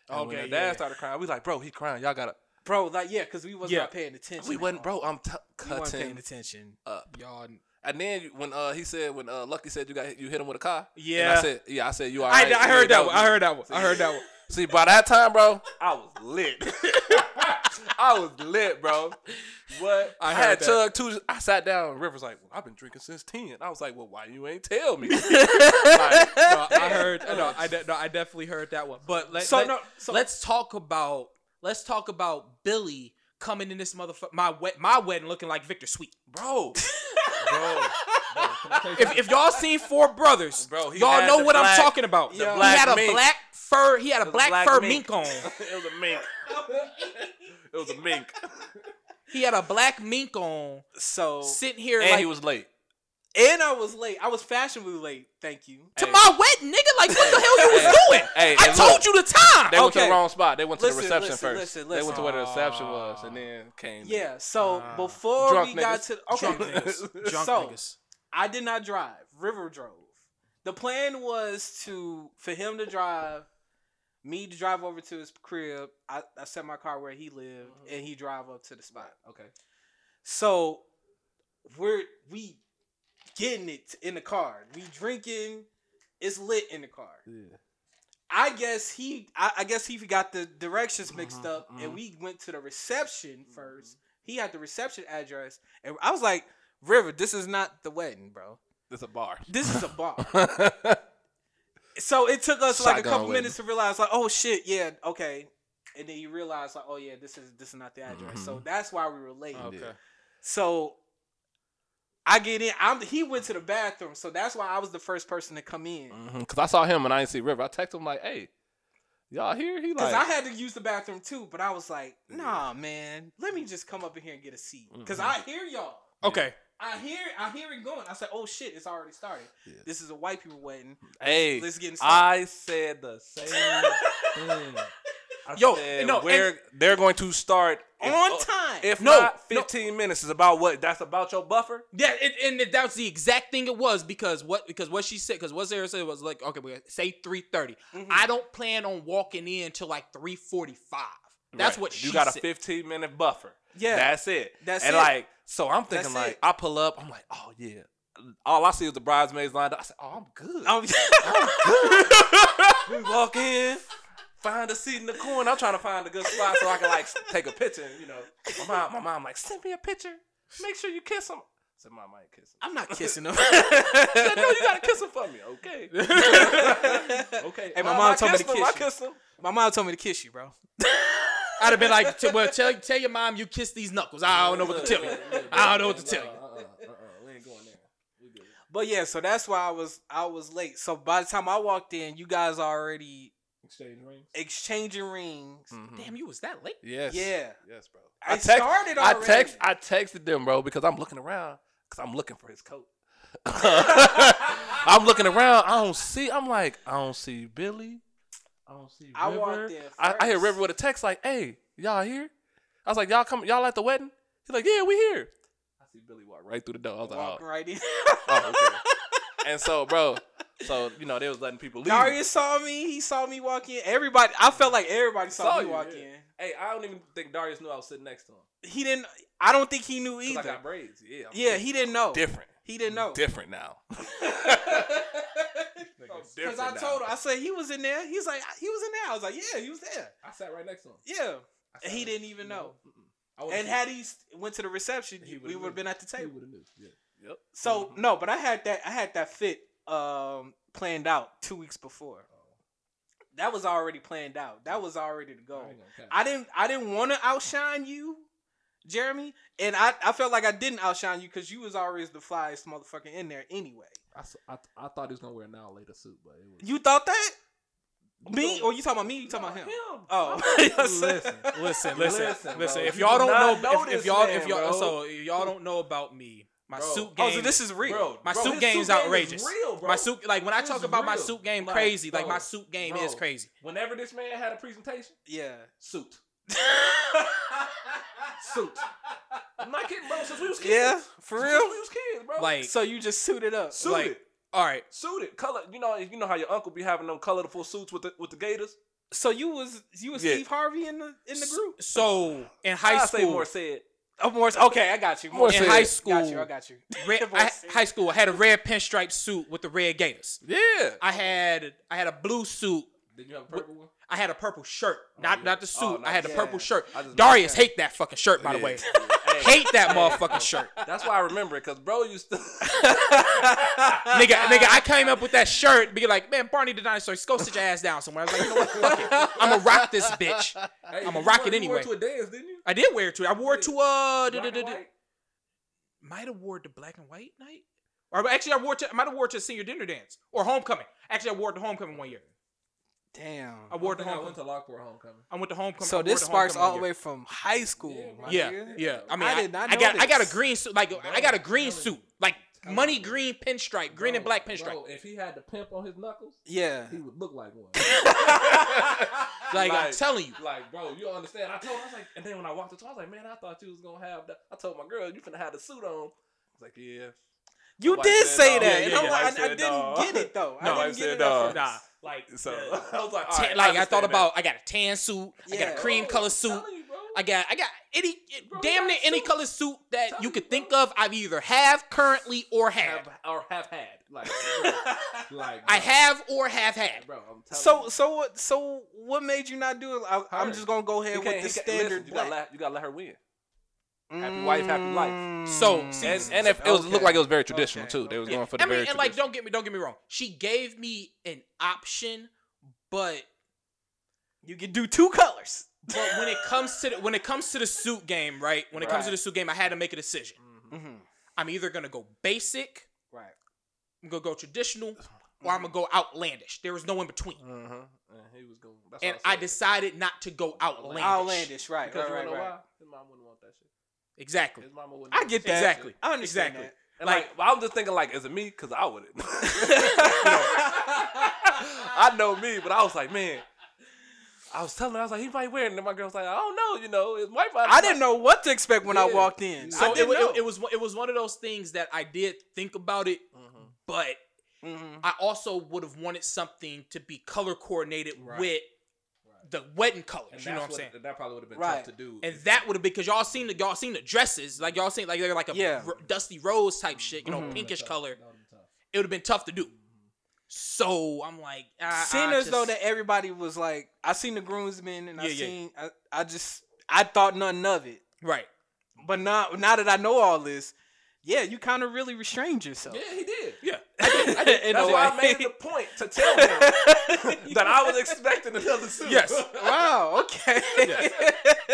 Speaker 4: And when
Speaker 2: Okay,
Speaker 4: her dad
Speaker 2: yeah.
Speaker 4: started crying, we like, bro, he crying. Y'all gotta.
Speaker 2: bro, like yeah, because we wasn't
Speaker 3: Yeah.
Speaker 2: paying attention.
Speaker 4: We
Speaker 2: at
Speaker 4: wasn't,
Speaker 2: all.
Speaker 4: bro. I'm t-
Speaker 2: We weren't paying
Speaker 4: cutting
Speaker 2: attention.
Speaker 4: up.
Speaker 2: Y'all,
Speaker 4: And then you- when uh he said when uh Lucky said you got hit, you hit him with a car. And I
Speaker 3: Yeah.
Speaker 4: said, yeah, I said you all
Speaker 3: I,
Speaker 4: right.
Speaker 3: I
Speaker 4: You
Speaker 3: heard that
Speaker 4: know,
Speaker 3: one. I heard that one. I heard that one.
Speaker 4: See, by that time, bro, I was lit. I was lit, bro. What? I,
Speaker 3: I
Speaker 4: had
Speaker 3: heard that.
Speaker 4: Tug too. I sat down and River's like, well, I've been drinking since 10. I was like, well, why you ain't tell me? Like,
Speaker 3: No, I heard. No, I de- no, I definitely heard that one. But let,
Speaker 2: So,
Speaker 3: let,
Speaker 2: no, so-
Speaker 3: let's talk about let's talk about Billy coming in this motherfucker my wet my wedding looking like Victor Sweet.
Speaker 4: bro. Bro.
Speaker 3: If, if y'all seen Four Brothers,
Speaker 4: Bro, he
Speaker 3: y'all
Speaker 4: had
Speaker 3: know
Speaker 4: the
Speaker 3: what
Speaker 4: black-
Speaker 3: I'm talking about.
Speaker 4: the
Speaker 3: he
Speaker 4: black
Speaker 3: had a
Speaker 4: mink.
Speaker 3: black fur. He had a
Speaker 4: was a
Speaker 3: black,
Speaker 4: black
Speaker 3: fur
Speaker 4: mink.
Speaker 3: mink on.
Speaker 4: it was a mink. It was a mink.
Speaker 3: He had a black mink on.
Speaker 4: Oh.
Speaker 2: so
Speaker 3: Sitting here
Speaker 4: And
Speaker 3: like
Speaker 4: he was late.
Speaker 2: and I was late. I was fashionably late. Thank you.
Speaker 3: to
Speaker 4: Hey.
Speaker 3: my wedding, nigga. Like what the hell you was doing?
Speaker 4: Hey,
Speaker 3: I
Speaker 4: and
Speaker 3: told
Speaker 4: look,
Speaker 3: you the time.
Speaker 4: They went to the
Speaker 2: Okay.
Speaker 4: wrong spot. They went to
Speaker 2: Listen,
Speaker 4: the reception
Speaker 2: listen,
Speaker 4: first.
Speaker 2: listen,
Speaker 4: They went to where the reception
Speaker 3: listen.
Speaker 4: was and then came.
Speaker 2: Yeah. So
Speaker 3: Ah.
Speaker 2: before
Speaker 4: Drunk
Speaker 2: we got
Speaker 4: niggas.
Speaker 2: to okay,
Speaker 3: Drunk niggas. Drunk
Speaker 2: so
Speaker 3: niggas.
Speaker 2: I did not drive. River drove. The plan was to for him to drive, me to drive over to his crib. I, I set my car where he lived, and he drive up to the spot.
Speaker 4: Okay.
Speaker 2: So we're we getting it in the car. We drinking. It's lit in the car.
Speaker 4: Yeah.
Speaker 2: I guess he I, I guess he got the directions mixed
Speaker 4: Mhm,
Speaker 2: up
Speaker 4: mhm.
Speaker 2: and we went to the reception 1st He had the reception address and I was like, River, this is not the wedding, bro.
Speaker 4: It's a bar.
Speaker 2: This is a bar. so it took us like a
Speaker 4: Shotgun
Speaker 2: couple
Speaker 4: wedding.
Speaker 2: minutes to realize like, oh shit, yeah, okay. And then you realize like, oh yeah, this is this is not the address. So that's why we were late.
Speaker 4: Mm-hmm. Okay.
Speaker 2: So I get in. I'm he went to the bathroom, so that's why I was the first person to come in.
Speaker 4: Mhm, Cause I saw him and I didn't see River. I texted him like, "Hey, y'all here?" He
Speaker 2: Cause
Speaker 4: like,
Speaker 2: I had to use the bathroom too, but I was like, nah, man, let me just come up in here and get a seat. because
Speaker 4: Mhm.
Speaker 2: I hear y'all.
Speaker 3: Okay.
Speaker 2: I hear I hear it going. I said, oh shit, it's already started.
Speaker 4: Yeah.
Speaker 2: This is a white people wedding.
Speaker 4: "Hey,
Speaker 2: Let's get started.
Speaker 4: I said the same thing." I
Speaker 3: Yo,
Speaker 4: said,
Speaker 3: no, and-
Speaker 4: we're they're going to start if-
Speaker 2: On
Speaker 4: uh,
Speaker 2: time.
Speaker 4: If
Speaker 3: No,
Speaker 4: not,
Speaker 3: no.
Speaker 4: fifteen minutes is about what? That's about your buffer.
Speaker 3: Yeah, and, and that was the exact thing it was because what because what she said because what Sarah said was like okay, we say three
Speaker 4: Mm-hmm.
Speaker 2: Mhm.
Speaker 3: I don't plan on walking in till like three forty five. That's
Speaker 4: Right.
Speaker 3: what she
Speaker 4: you got
Speaker 3: said.
Speaker 4: a fifteen minute buffer.
Speaker 2: yeah.
Speaker 4: That's it.
Speaker 2: That's
Speaker 4: and
Speaker 2: it.
Speaker 4: like, so I'm thinking
Speaker 2: That's
Speaker 4: like,
Speaker 2: it.
Speaker 4: I pull up. I'm like, oh yeah. All I see is the bridesmaids lined up. I said, oh, I'm good.
Speaker 2: I'm-
Speaker 4: we walk in, find a seat in the corner. I'm trying to find a good spot so I can like take a picture. You know, my mom, my mom like send me a picture. Make sure you kiss him. I said, mom, I ain't kissing.
Speaker 2: I'm not kissing him.
Speaker 4: She said, no, you gotta kiss him for me. Okay. okay.
Speaker 2: Hey, my
Speaker 4: Mom,
Speaker 2: mom
Speaker 4: I
Speaker 2: told me
Speaker 4: kissed
Speaker 2: to
Speaker 4: him,
Speaker 2: kiss
Speaker 4: I
Speaker 2: you.
Speaker 4: kissed him.
Speaker 2: My mom told me to kiss you, bro.
Speaker 3: I'd have been like, "T- well, tell tell your mom you kissed these knuckles. I don't know what to tell you.
Speaker 4: Mm-hmm.
Speaker 3: I don't know what to tell you.
Speaker 4: Uh-uh, uh-uh, we ain't going there. We good.
Speaker 2: But yeah, so that's why I was I was late. So by the time I walked in, you guys already
Speaker 4: Exchange rings.
Speaker 2: exchanging rings.
Speaker 3: Damn, you was that late.
Speaker 4: Mm-hmm. Yes.
Speaker 2: Yeah.
Speaker 4: Yes, bro.
Speaker 2: I,
Speaker 4: text-
Speaker 2: started
Speaker 4: Hmm. I
Speaker 2: already.
Speaker 4: text I texted them, bro, because I'm looking around because I'm looking for his coat. I'm looking around. I don't see. I'm like, I don't see Billy. I don't see River.
Speaker 2: I walked in
Speaker 4: I, I hear
Speaker 2: first.
Speaker 4: River with a text like, "Hey, y'all here?" I was like, "Y'all come? Y'all at the wedding?" He's like, "Yeah, we here." I see Billy walk right through the door. I was like,
Speaker 2: walking
Speaker 4: "Oh,
Speaker 2: right in.
Speaker 4: oh, okay." and so, bro, so you know they was letting people leave.
Speaker 2: Darius saw me. He saw me walk in. Everybody, I felt like everybody saw,
Speaker 4: Saw
Speaker 2: me
Speaker 4: you,
Speaker 2: walk
Speaker 4: yeah. Hey, I don't even think Darius knew I was sitting next to him.
Speaker 2: in. He didn't. I don't think he knew
Speaker 4: 'Cause I
Speaker 2: either.
Speaker 4: got braids. Yeah. I'm
Speaker 2: yeah, he didn't know.
Speaker 4: different.
Speaker 2: He didn't know.
Speaker 4: Different now.
Speaker 2: So Because
Speaker 4: different
Speaker 2: I
Speaker 4: now.
Speaker 2: told him, I said he was in there. He's like, he was in there. I was like, yeah, he was there.
Speaker 4: I sat right next to him.
Speaker 2: Yeah,
Speaker 4: I sat
Speaker 2: and he
Speaker 4: right-
Speaker 2: didn't even know.
Speaker 4: Mm-mm. I would've-
Speaker 2: And had he st- went to the reception,
Speaker 4: Oh, He would've
Speaker 2: we would have
Speaker 4: knew.
Speaker 2: been at the
Speaker 4: he
Speaker 2: table.
Speaker 4: would have knew. Yeah. Yep.
Speaker 2: So
Speaker 4: Mhm.
Speaker 2: no, but I had that I had that fit um planned out two weeks before. That was already planned out. That was already to
Speaker 4: I
Speaker 2: go.
Speaker 4: ain't gonna cap.
Speaker 2: I didn't I didn't want to outshine you, Jeremy, and I I felt like I didn't outshine you because you was always the flyest motherfucker in there anyway.
Speaker 4: I, s- I, th- I thought he was gonna wear an hour later suit, but it was
Speaker 2: You thought that me or you talking about me? You talking about him? Oh,
Speaker 3: listen, listen, listen,
Speaker 4: Listen,
Speaker 3: listen.
Speaker 4: bro.
Speaker 3: If
Speaker 4: You
Speaker 3: y'all
Speaker 4: do
Speaker 3: don't
Speaker 4: not
Speaker 3: know,
Speaker 4: know
Speaker 3: if, if
Speaker 4: this
Speaker 3: y'all,
Speaker 4: man,
Speaker 3: if y'all,
Speaker 4: bro.
Speaker 3: so if y'all don't know about me. My
Speaker 4: Bro.
Speaker 3: suit game.
Speaker 2: oh, so this is real.
Speaker 4: Bro,
Speaker 3: my
Speaker 4: bro,
Speaker 3: suit
Speaker 4: his
Speaker 3: game is outrageous.
Speaker 4: real, bro.
Speaker 3: my suit, like when I
Speaker 4: This
Speaker 3: talk
Speaker 4: is
Speaker 3: about my
Speaker 4: real.
Speaker 3: suit game,
Speaker 4: Like,
Speaker 3: crazy. Like
Speaker 4: bro,
Speaker 3: my suit game
Speaker 4: bro.
Speaker 3: is crazy.
Speaker 4: Whenever this man had a presentation,
Speaker 2: yeah.
Speaker 4: suit, suit. I'm not kidding, bro. Since we was kids,
Speaker 2: Yeah, for
Speaker 4: Since
Speaker 2: real.
Speaker 4: we was kids, bro.
Speaker 3: Like,
Speaker 2: So you just suited up.
Speaker 4: suited,
Speaker 3: like- all right.
Speaker 4: suited, color. You know, you know how your uncle be having them colorful suits with the with the gators.
Speaker 2: So you was you was
Speaker 4: Yeah.
Speaker 2: Steve Harvey in the in the group.
Speaker 3: So in high
Speaker 4: I say
Speaker 3: school,
Speaker 4: more said.
Speaker 2: Oh, Morris. Okay, I got you.
Speaker 3: Morris
Speaker 2: in
Speaker 3: said-
Speaker 2: high school,
Speaker 3: Got you, I
Speaker 2: got you.
Speaker 3: red, I, high school, I had a red pinstripe suit with the red gators.
Speaker 4: Yeah.
Speaker 3: I had I had a blue suit.
Speaker 4: Did you have a purple one?
Speaker 3: I had a purple shirt,
Speaker 4: Oh,
Speaker 3: not
Speaker 4: yeah.
Speaker 3: not the
Speaker 4: Oh,
Speaker 3: suit.
Speaker 4: nice.
Speaker 3: I had the
Speaker 2: Yeah.
Speaker 3: purple shirt.
Speaker 4: I just-
Speaker 3: Darius hate that fucking shirt, by the way. hate that motherfucking shirt.
Speaker 4: That's why I remember it, cause bro used to.
Speaker 3: nigga, nigga, I came up with that shirt, be like, man, Barney the dinosaur, go sit your ass down somewhere. I was like, you know what, fuck it, I'ma rock this bitch. I'ma rock it anyway.
Speaker 4: You wore it to a dance, didn't you?
Speaker 3: I did wear it to. I wore it to uh,
Speaker 4: Black and white?
Speaker 3: might have wore it to black and white night, or actually, I wore it to, I might have wore it to senior dinner dance or homecoming. Actually, I wore it to homecoming one year.
Speaker 2: Damn.
Speaker 4: I
Speaker 3: I wore it to
Speaker 4: think I went
Speaker 3: homecoming.
Speaker 4: to Lockport homecoming.
Speaker 3: I went to homecoming. I
Speaker 2: So
Speaker 3: wore it
Speaker 2: this
Speaker 3: to
Speaker 2: sparks
Speaker 3: homecoming
Speaker 2: all
Speaker 3: one
Speaker 2: the way from high school. my
Speaker 3: Yeah,
Speaker 2: nigga.
Speaker 3: year. Yeah, I mean, I,
Speaker 2: I did not
Speaker 3: I
Speaker 2: know
Speaker 3: got I got a
Speaker 2: this.
Speaker 3: green suit, like I got a green
Speaker 4: Bro,
Speaker 3: suit, like
Speaker 4: telling
Speaker 3: money
Speaker 4: you.
Speaker 3: green pinstripe, green and
Speaker 4: Bro,
Speaker 3: black pinstripe.
Speaker 4: Bro, if he had the pimp on his knuckles,
Speaker 2: Yeah.
Speaker 4: he would look like one.
Speaker 3: Like, I'm
Speaker 4: Like-
Speaker 3: telling you,
Speaker 4: like, bro, you don't understand? I told, I was like, and then when I walked up, to her, I was like, man, I thought you was gonna have. The, I told my girl, you finna have the suit on. I was like, yeah.
Speaker 2: You
Speaker 4: White
Speaker 2: did
Speaker 4: said
Speaker 2: say
Speaker 4: no.
Speaker 2: that,
Speaker 4: Yeah,
Speaker 2: and
Speaker 4: yeah,
Speaker 2: I'm
Speaker 4: yeah.
Speaker 2: like,
Speaker 4: White
Speaker 2: I, I
Speaker 4: said
Speaker 2: didn't
Speaker 4: no.
Speaker 2: get it though.
Speaker 4: No,
Speaker 2: I
Speaker 4: white
Speaker 2: didn't
Speaker 4: said
Speaker 2: get it.
Speaker 4: no.
Speaker 2: at first.
Speaker 3: nah.
Speaker 4: Like,
Speaker 3: so-
Speaker 4: so I was like, all
Speaker 3: Tan-
Speaker 4: right,
Speaker 3: like I
Speaker 4: understand
Speaker 3: thought
Speaker 4: that.
Speaker 3: about, I got a tan suit, I got
Speaker 2: Yeah.
Speaker 3: a cream
Speaker 4: Bro,
Speaker 3: color
Speaker 4: I'm
Speaker 3: suit,
Speaker 4: telling you, bro.
Speaker 3: I got I got any eh,
Speaker 4: Bro,
Speaker 3: damn
Speaker 4: I
Speaker 3: near
Speaker 4: got
Speaker 3: any
Speaker 4: suits.
Speaker 3: color suit that
Speaker 4: Tell
Speaker 3: you
Speaker 4: me, bro.
Speaker 3: could think of. I've either have currently or had.
Speaker 4: have or have had. Like, bro, like
Speaker 3: I
Speaker 4: bro,
Speaker 3: have or have had.
Speaker 4: bro. I'm telling
Speaker 2: So
Speaker 4: you.
Speaker 2: so what so what made you not do it? I, I'm
Speaker 4: Her.
Speaker 2: just gonna
Speaker 4: You
Speaker 2: go ahead
Speaker 4: can't-
Speaker 2: with the
Speaker 4: you can't- listen,
Speaker 2: standard.
Speaker 4: You gotta,
Speaker 2: black.
Speaker 4: let, you gotta let her win. Happy wife, happy life.
Speaker 3: So, see,
Speaker 4: And, and if it was looked
Speaker 2: Mm. Okay.
Speaker 4: like it was very traditional
Speaker 2: Okay.
Speaker 4: too, they was going for the
Speaker 3: I mean,
Speaker 4: very
Speaker 3: and like,
Speaker 4: traditional.
Speaker 3: don't get me, don't get me wrong. She gave me an option, but
Speaker 2: you can do two colors.
Speaker 3: but when it comes to the, when it comes to the suit game, right? When it comes to
Speaker 2: Right.
Speaker 3: the suit game, I had to make a decision.
Speaker 4: Mhm.
Speaker 2: Mm-hmm.
Speaker 3: I'm either gonna go basic,
Speaker 2: Right. Mm-hmm.
Speaker 3: I'm gonna go traditional, or I'm gonna go outlandish. There was no in between,
Speaker 4: Mhm. And he was going. That's
Speaker 3: and
Speaker 4: what
Speaker 3: I
Speaker 4: said.
Speaker 3: decided not to go outlandish.
Speaker 2: Outlandish. Right.
Speaker 4: Because you
Speaker 2: right.
Speaker 4: wanna
Speaker 2: Right.
Speaker 4: know
Speaker 2: right.
Speaker 4: why? His mom wouldn't want that shit.
Speaker 3: Exactly.
Speaker 4: His mama wouldn't.
Speaker 2: I
Speaker 4: want
Speaker 2: get
Speaker 4: that
Speaker 2: that.
Speaker 4: shit.
Speaker 3: Exactly.
Speaker 2: I understand
Speaker 3: Exactly.
Speaker 2: that.
Speaker 4: And like, I'm just thinking, like, is it me? Because I wouldn't. I know me, but I was like, man. I was telling her, I was like, he might wear it. And then my girl was like, I don't know, you know, his wife.
Speaker 2: I didn't know what to expect when I
Speaker 4: Yeah.
Speaker 2: walked in.
Speaker 4: So
Speaker 3: So
Speaker 2: I
Speaker 3: it,
Speaker 2: didn't
Speaker 3: wa-
Speaker 2: know.
Speaker 3: it, it was one- it was one of those things that I did think about it,
Speaker 4: Mhm.
Speaker 3: but
Speaker 2: Mhm.
Speaker 3: I also would have wanted something to be color coordinated
Speaker 4: Right.
Speaker 3: with
Speaker 4: Right.
Speaker 3: the wedding colors.
Speaker 4: And
Speaker 3: you know
Speaker 4: that's
Speaker 3: what I'm saying?
Speaker 4: and That probably would have been
Speaker 2: Right.
Speaker 4: tough to do.
Speaker 3: And that would have because y'all seen the y'all seen the dresses like y'all seen like they're like a
Speaker 2: Yeah.
Speaker 3: r- dusty rose type shit, you know,
Speaker 2: Mhm.
Speaker 3: pinkish color.
Speaker 4: That would have been tough.
Speaker 3: It would have been tough to do. So I'm like, I,
Speaker 2: Seeing
Speaker 3: I
Speaker 2: as though
Speaker 3: just-
Speaker 2: that everybody was like, I seen the groomsmen and I
Speaker 3: Yeah, yeah.
Speaker 2: seen, I, I just, I thought nothing of it.
Speaker 3: right,
Speaker 2: But now, now that I know all this, yeah, you kind of really restrained yourself.
Speaker 4: Yeah, he did.
Speaker 3: yeah,
Speaker 2: In
Speaker 4: That's
Speaker 2: a
Speaker 4: why
Speaker 2: way.
Speaker 4: I made it a point to tell him that I was expecting another suit.
Speaker 3: Yes.
Speaker 2: Wow. Okay.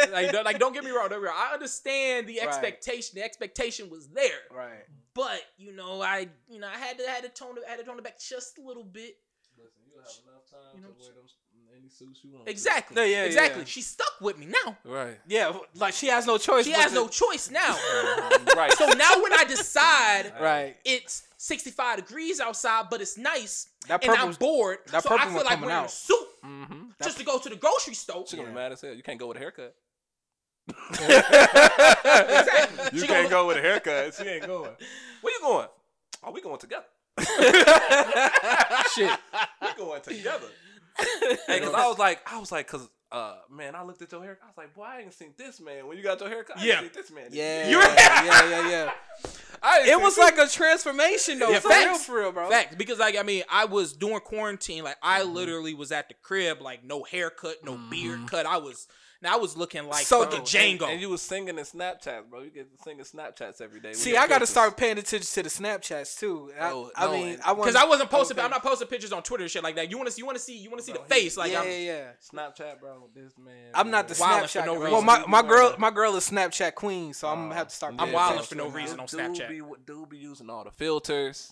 Speaker 3: like, don't- like don't get me wrong, don't get me wrong. I understand the
Speaker 2: Right.
Speaker 3: expectation. The expectation was there,
Speaker 2: right.
Speaker 3: but you know, I you know I had to had to tone it- I had to tone it back just a little bit.
Speaker 4: Listen, you have enough time
Speaker 3: You know,
Speaker 4: to wear them any suits you want. to.
Speaker 3: Exactly,
Speaker 2: Yeah, yeah,
Speaker 3: exactly.
Speaker 2: yeah.
Speaker 3: She stuck with me now.
Speaker 4: Right.
Speaker 2: Yeah. Like she has no choice.
Speaker 3: She
Speaker 2: but
Speaker 3: has
Speaker 2: to-
Speaker 3: no choice now.
Speaker 4: right.
Speaker 3: so now when I decide
Speaker 2: Right.
Speaker 3: it's 65 degrees outside, but it's nice.
Speaker 2: That
Speaker 3: and I'm
Speaker 2: purple's-
Speaker 3: bored.
Speaker 2: that
Speaker 3: so I
Speaker 2: purple
Speaker 3: feel
Speaker 2: one
Speaker 3: like
Speaker 2: coming
Speaker 3: wearing a
Speaker 2: out.
Speaker 3: suit
Speaker 4: Mm-hmm.
Speaker 3: just to go to the grocery store.
Speaker 4: She gonna
Speaker 2: Yeah.
Speaker 4: be mad as hell. You can't go with a haircut.
Speaker 3: Exactly. She gonna look-
Speaker 4: go with a haircut. She ain't going. Where you going? Are we going together?
Speaker 3: Shit.
Speaker 4: We going together. Hey, cause I was like, I was like, cause uh, man, I looked at your haircut. I was like, boy, I ain't seen this man when you got your haircut. I
Speaker 3: Yeah.
Speaker 4: ain't seen this man.
Speaker 2: Yeah,
Speaker 3: You're-
Speaker 2: yeah, yeah, yeah.
Speaker 4: I ain't
Speaker 2: It
Speaker 4: seen
Speaker 2: was
Speaker 4: this-
Speaker 2: like a transformation though.
Speaker 3: Yeah,
Speaker 2: for real,
Speaker 3: facts.
Speaker 2: for real, bro. Mm-hmm.
Speaker 3: Facts, because like I mean, I was doing quarantine. Like I literally was at the crib, like no haircut, no beard cut. I was, now I was looking like
Speaker 2: So
Speaker 3: so
Speaker 2: the
Speaker 3: the
Speaker 4: Bro,
Speaker 3: Django.
Speaker 4: And, and you was singing in Snapchats, bro. You get to singing Snapchats every day. with
Speaker 2: See,
Speaker 4: your
Speaker 2: I got to
Speaker 4: pictures.
Speaker 2: start paying attention to the Snapchats too. I,
Speaker 4: No,
Speaker 2: I
Speaker 4: Oh, no,
Speaker 2: mean,
Speaker 4: and-
Speaker 2: I want
Speaker 3: because I wasn't posting,
Speaker 2: Okay.
Speaker 3: I'm not posting pictures on Twitter and shit like that. You want to see, you want to see, you want to see
Speaker 4: Bro,
Speaker 3: the face, like
Speaker 2: yeah,
Speaker 3: I'm,
Speaker 2: yeah, yeah.
Speaker 4: Snapchat, bro. This man.
Speaker 2: I'm not the
Speaker 3: Wildin'
Speaker 2: Snapchat.
Speaker 3: for no
Speaker 2: queen. well,
Speaker 3: reason.
Speaker 2: my, my
Speaker 4: You
Speaker 2: girl,
Speaker 4: wildin'.
Speaker 2: my girl is Snapchat queen, so I'm gonna have to start.
Speaker 4: I'm
Speaker 2: paying
Speaker 3: wildin'
Speaker 2: attention
Speaker 3: for
Speaker 2: to
Speaker 3: no
Speaker 2: that.
Speaker 3: reason on Snapchat.
Speaker 4: Dude be, dude be using all the filters.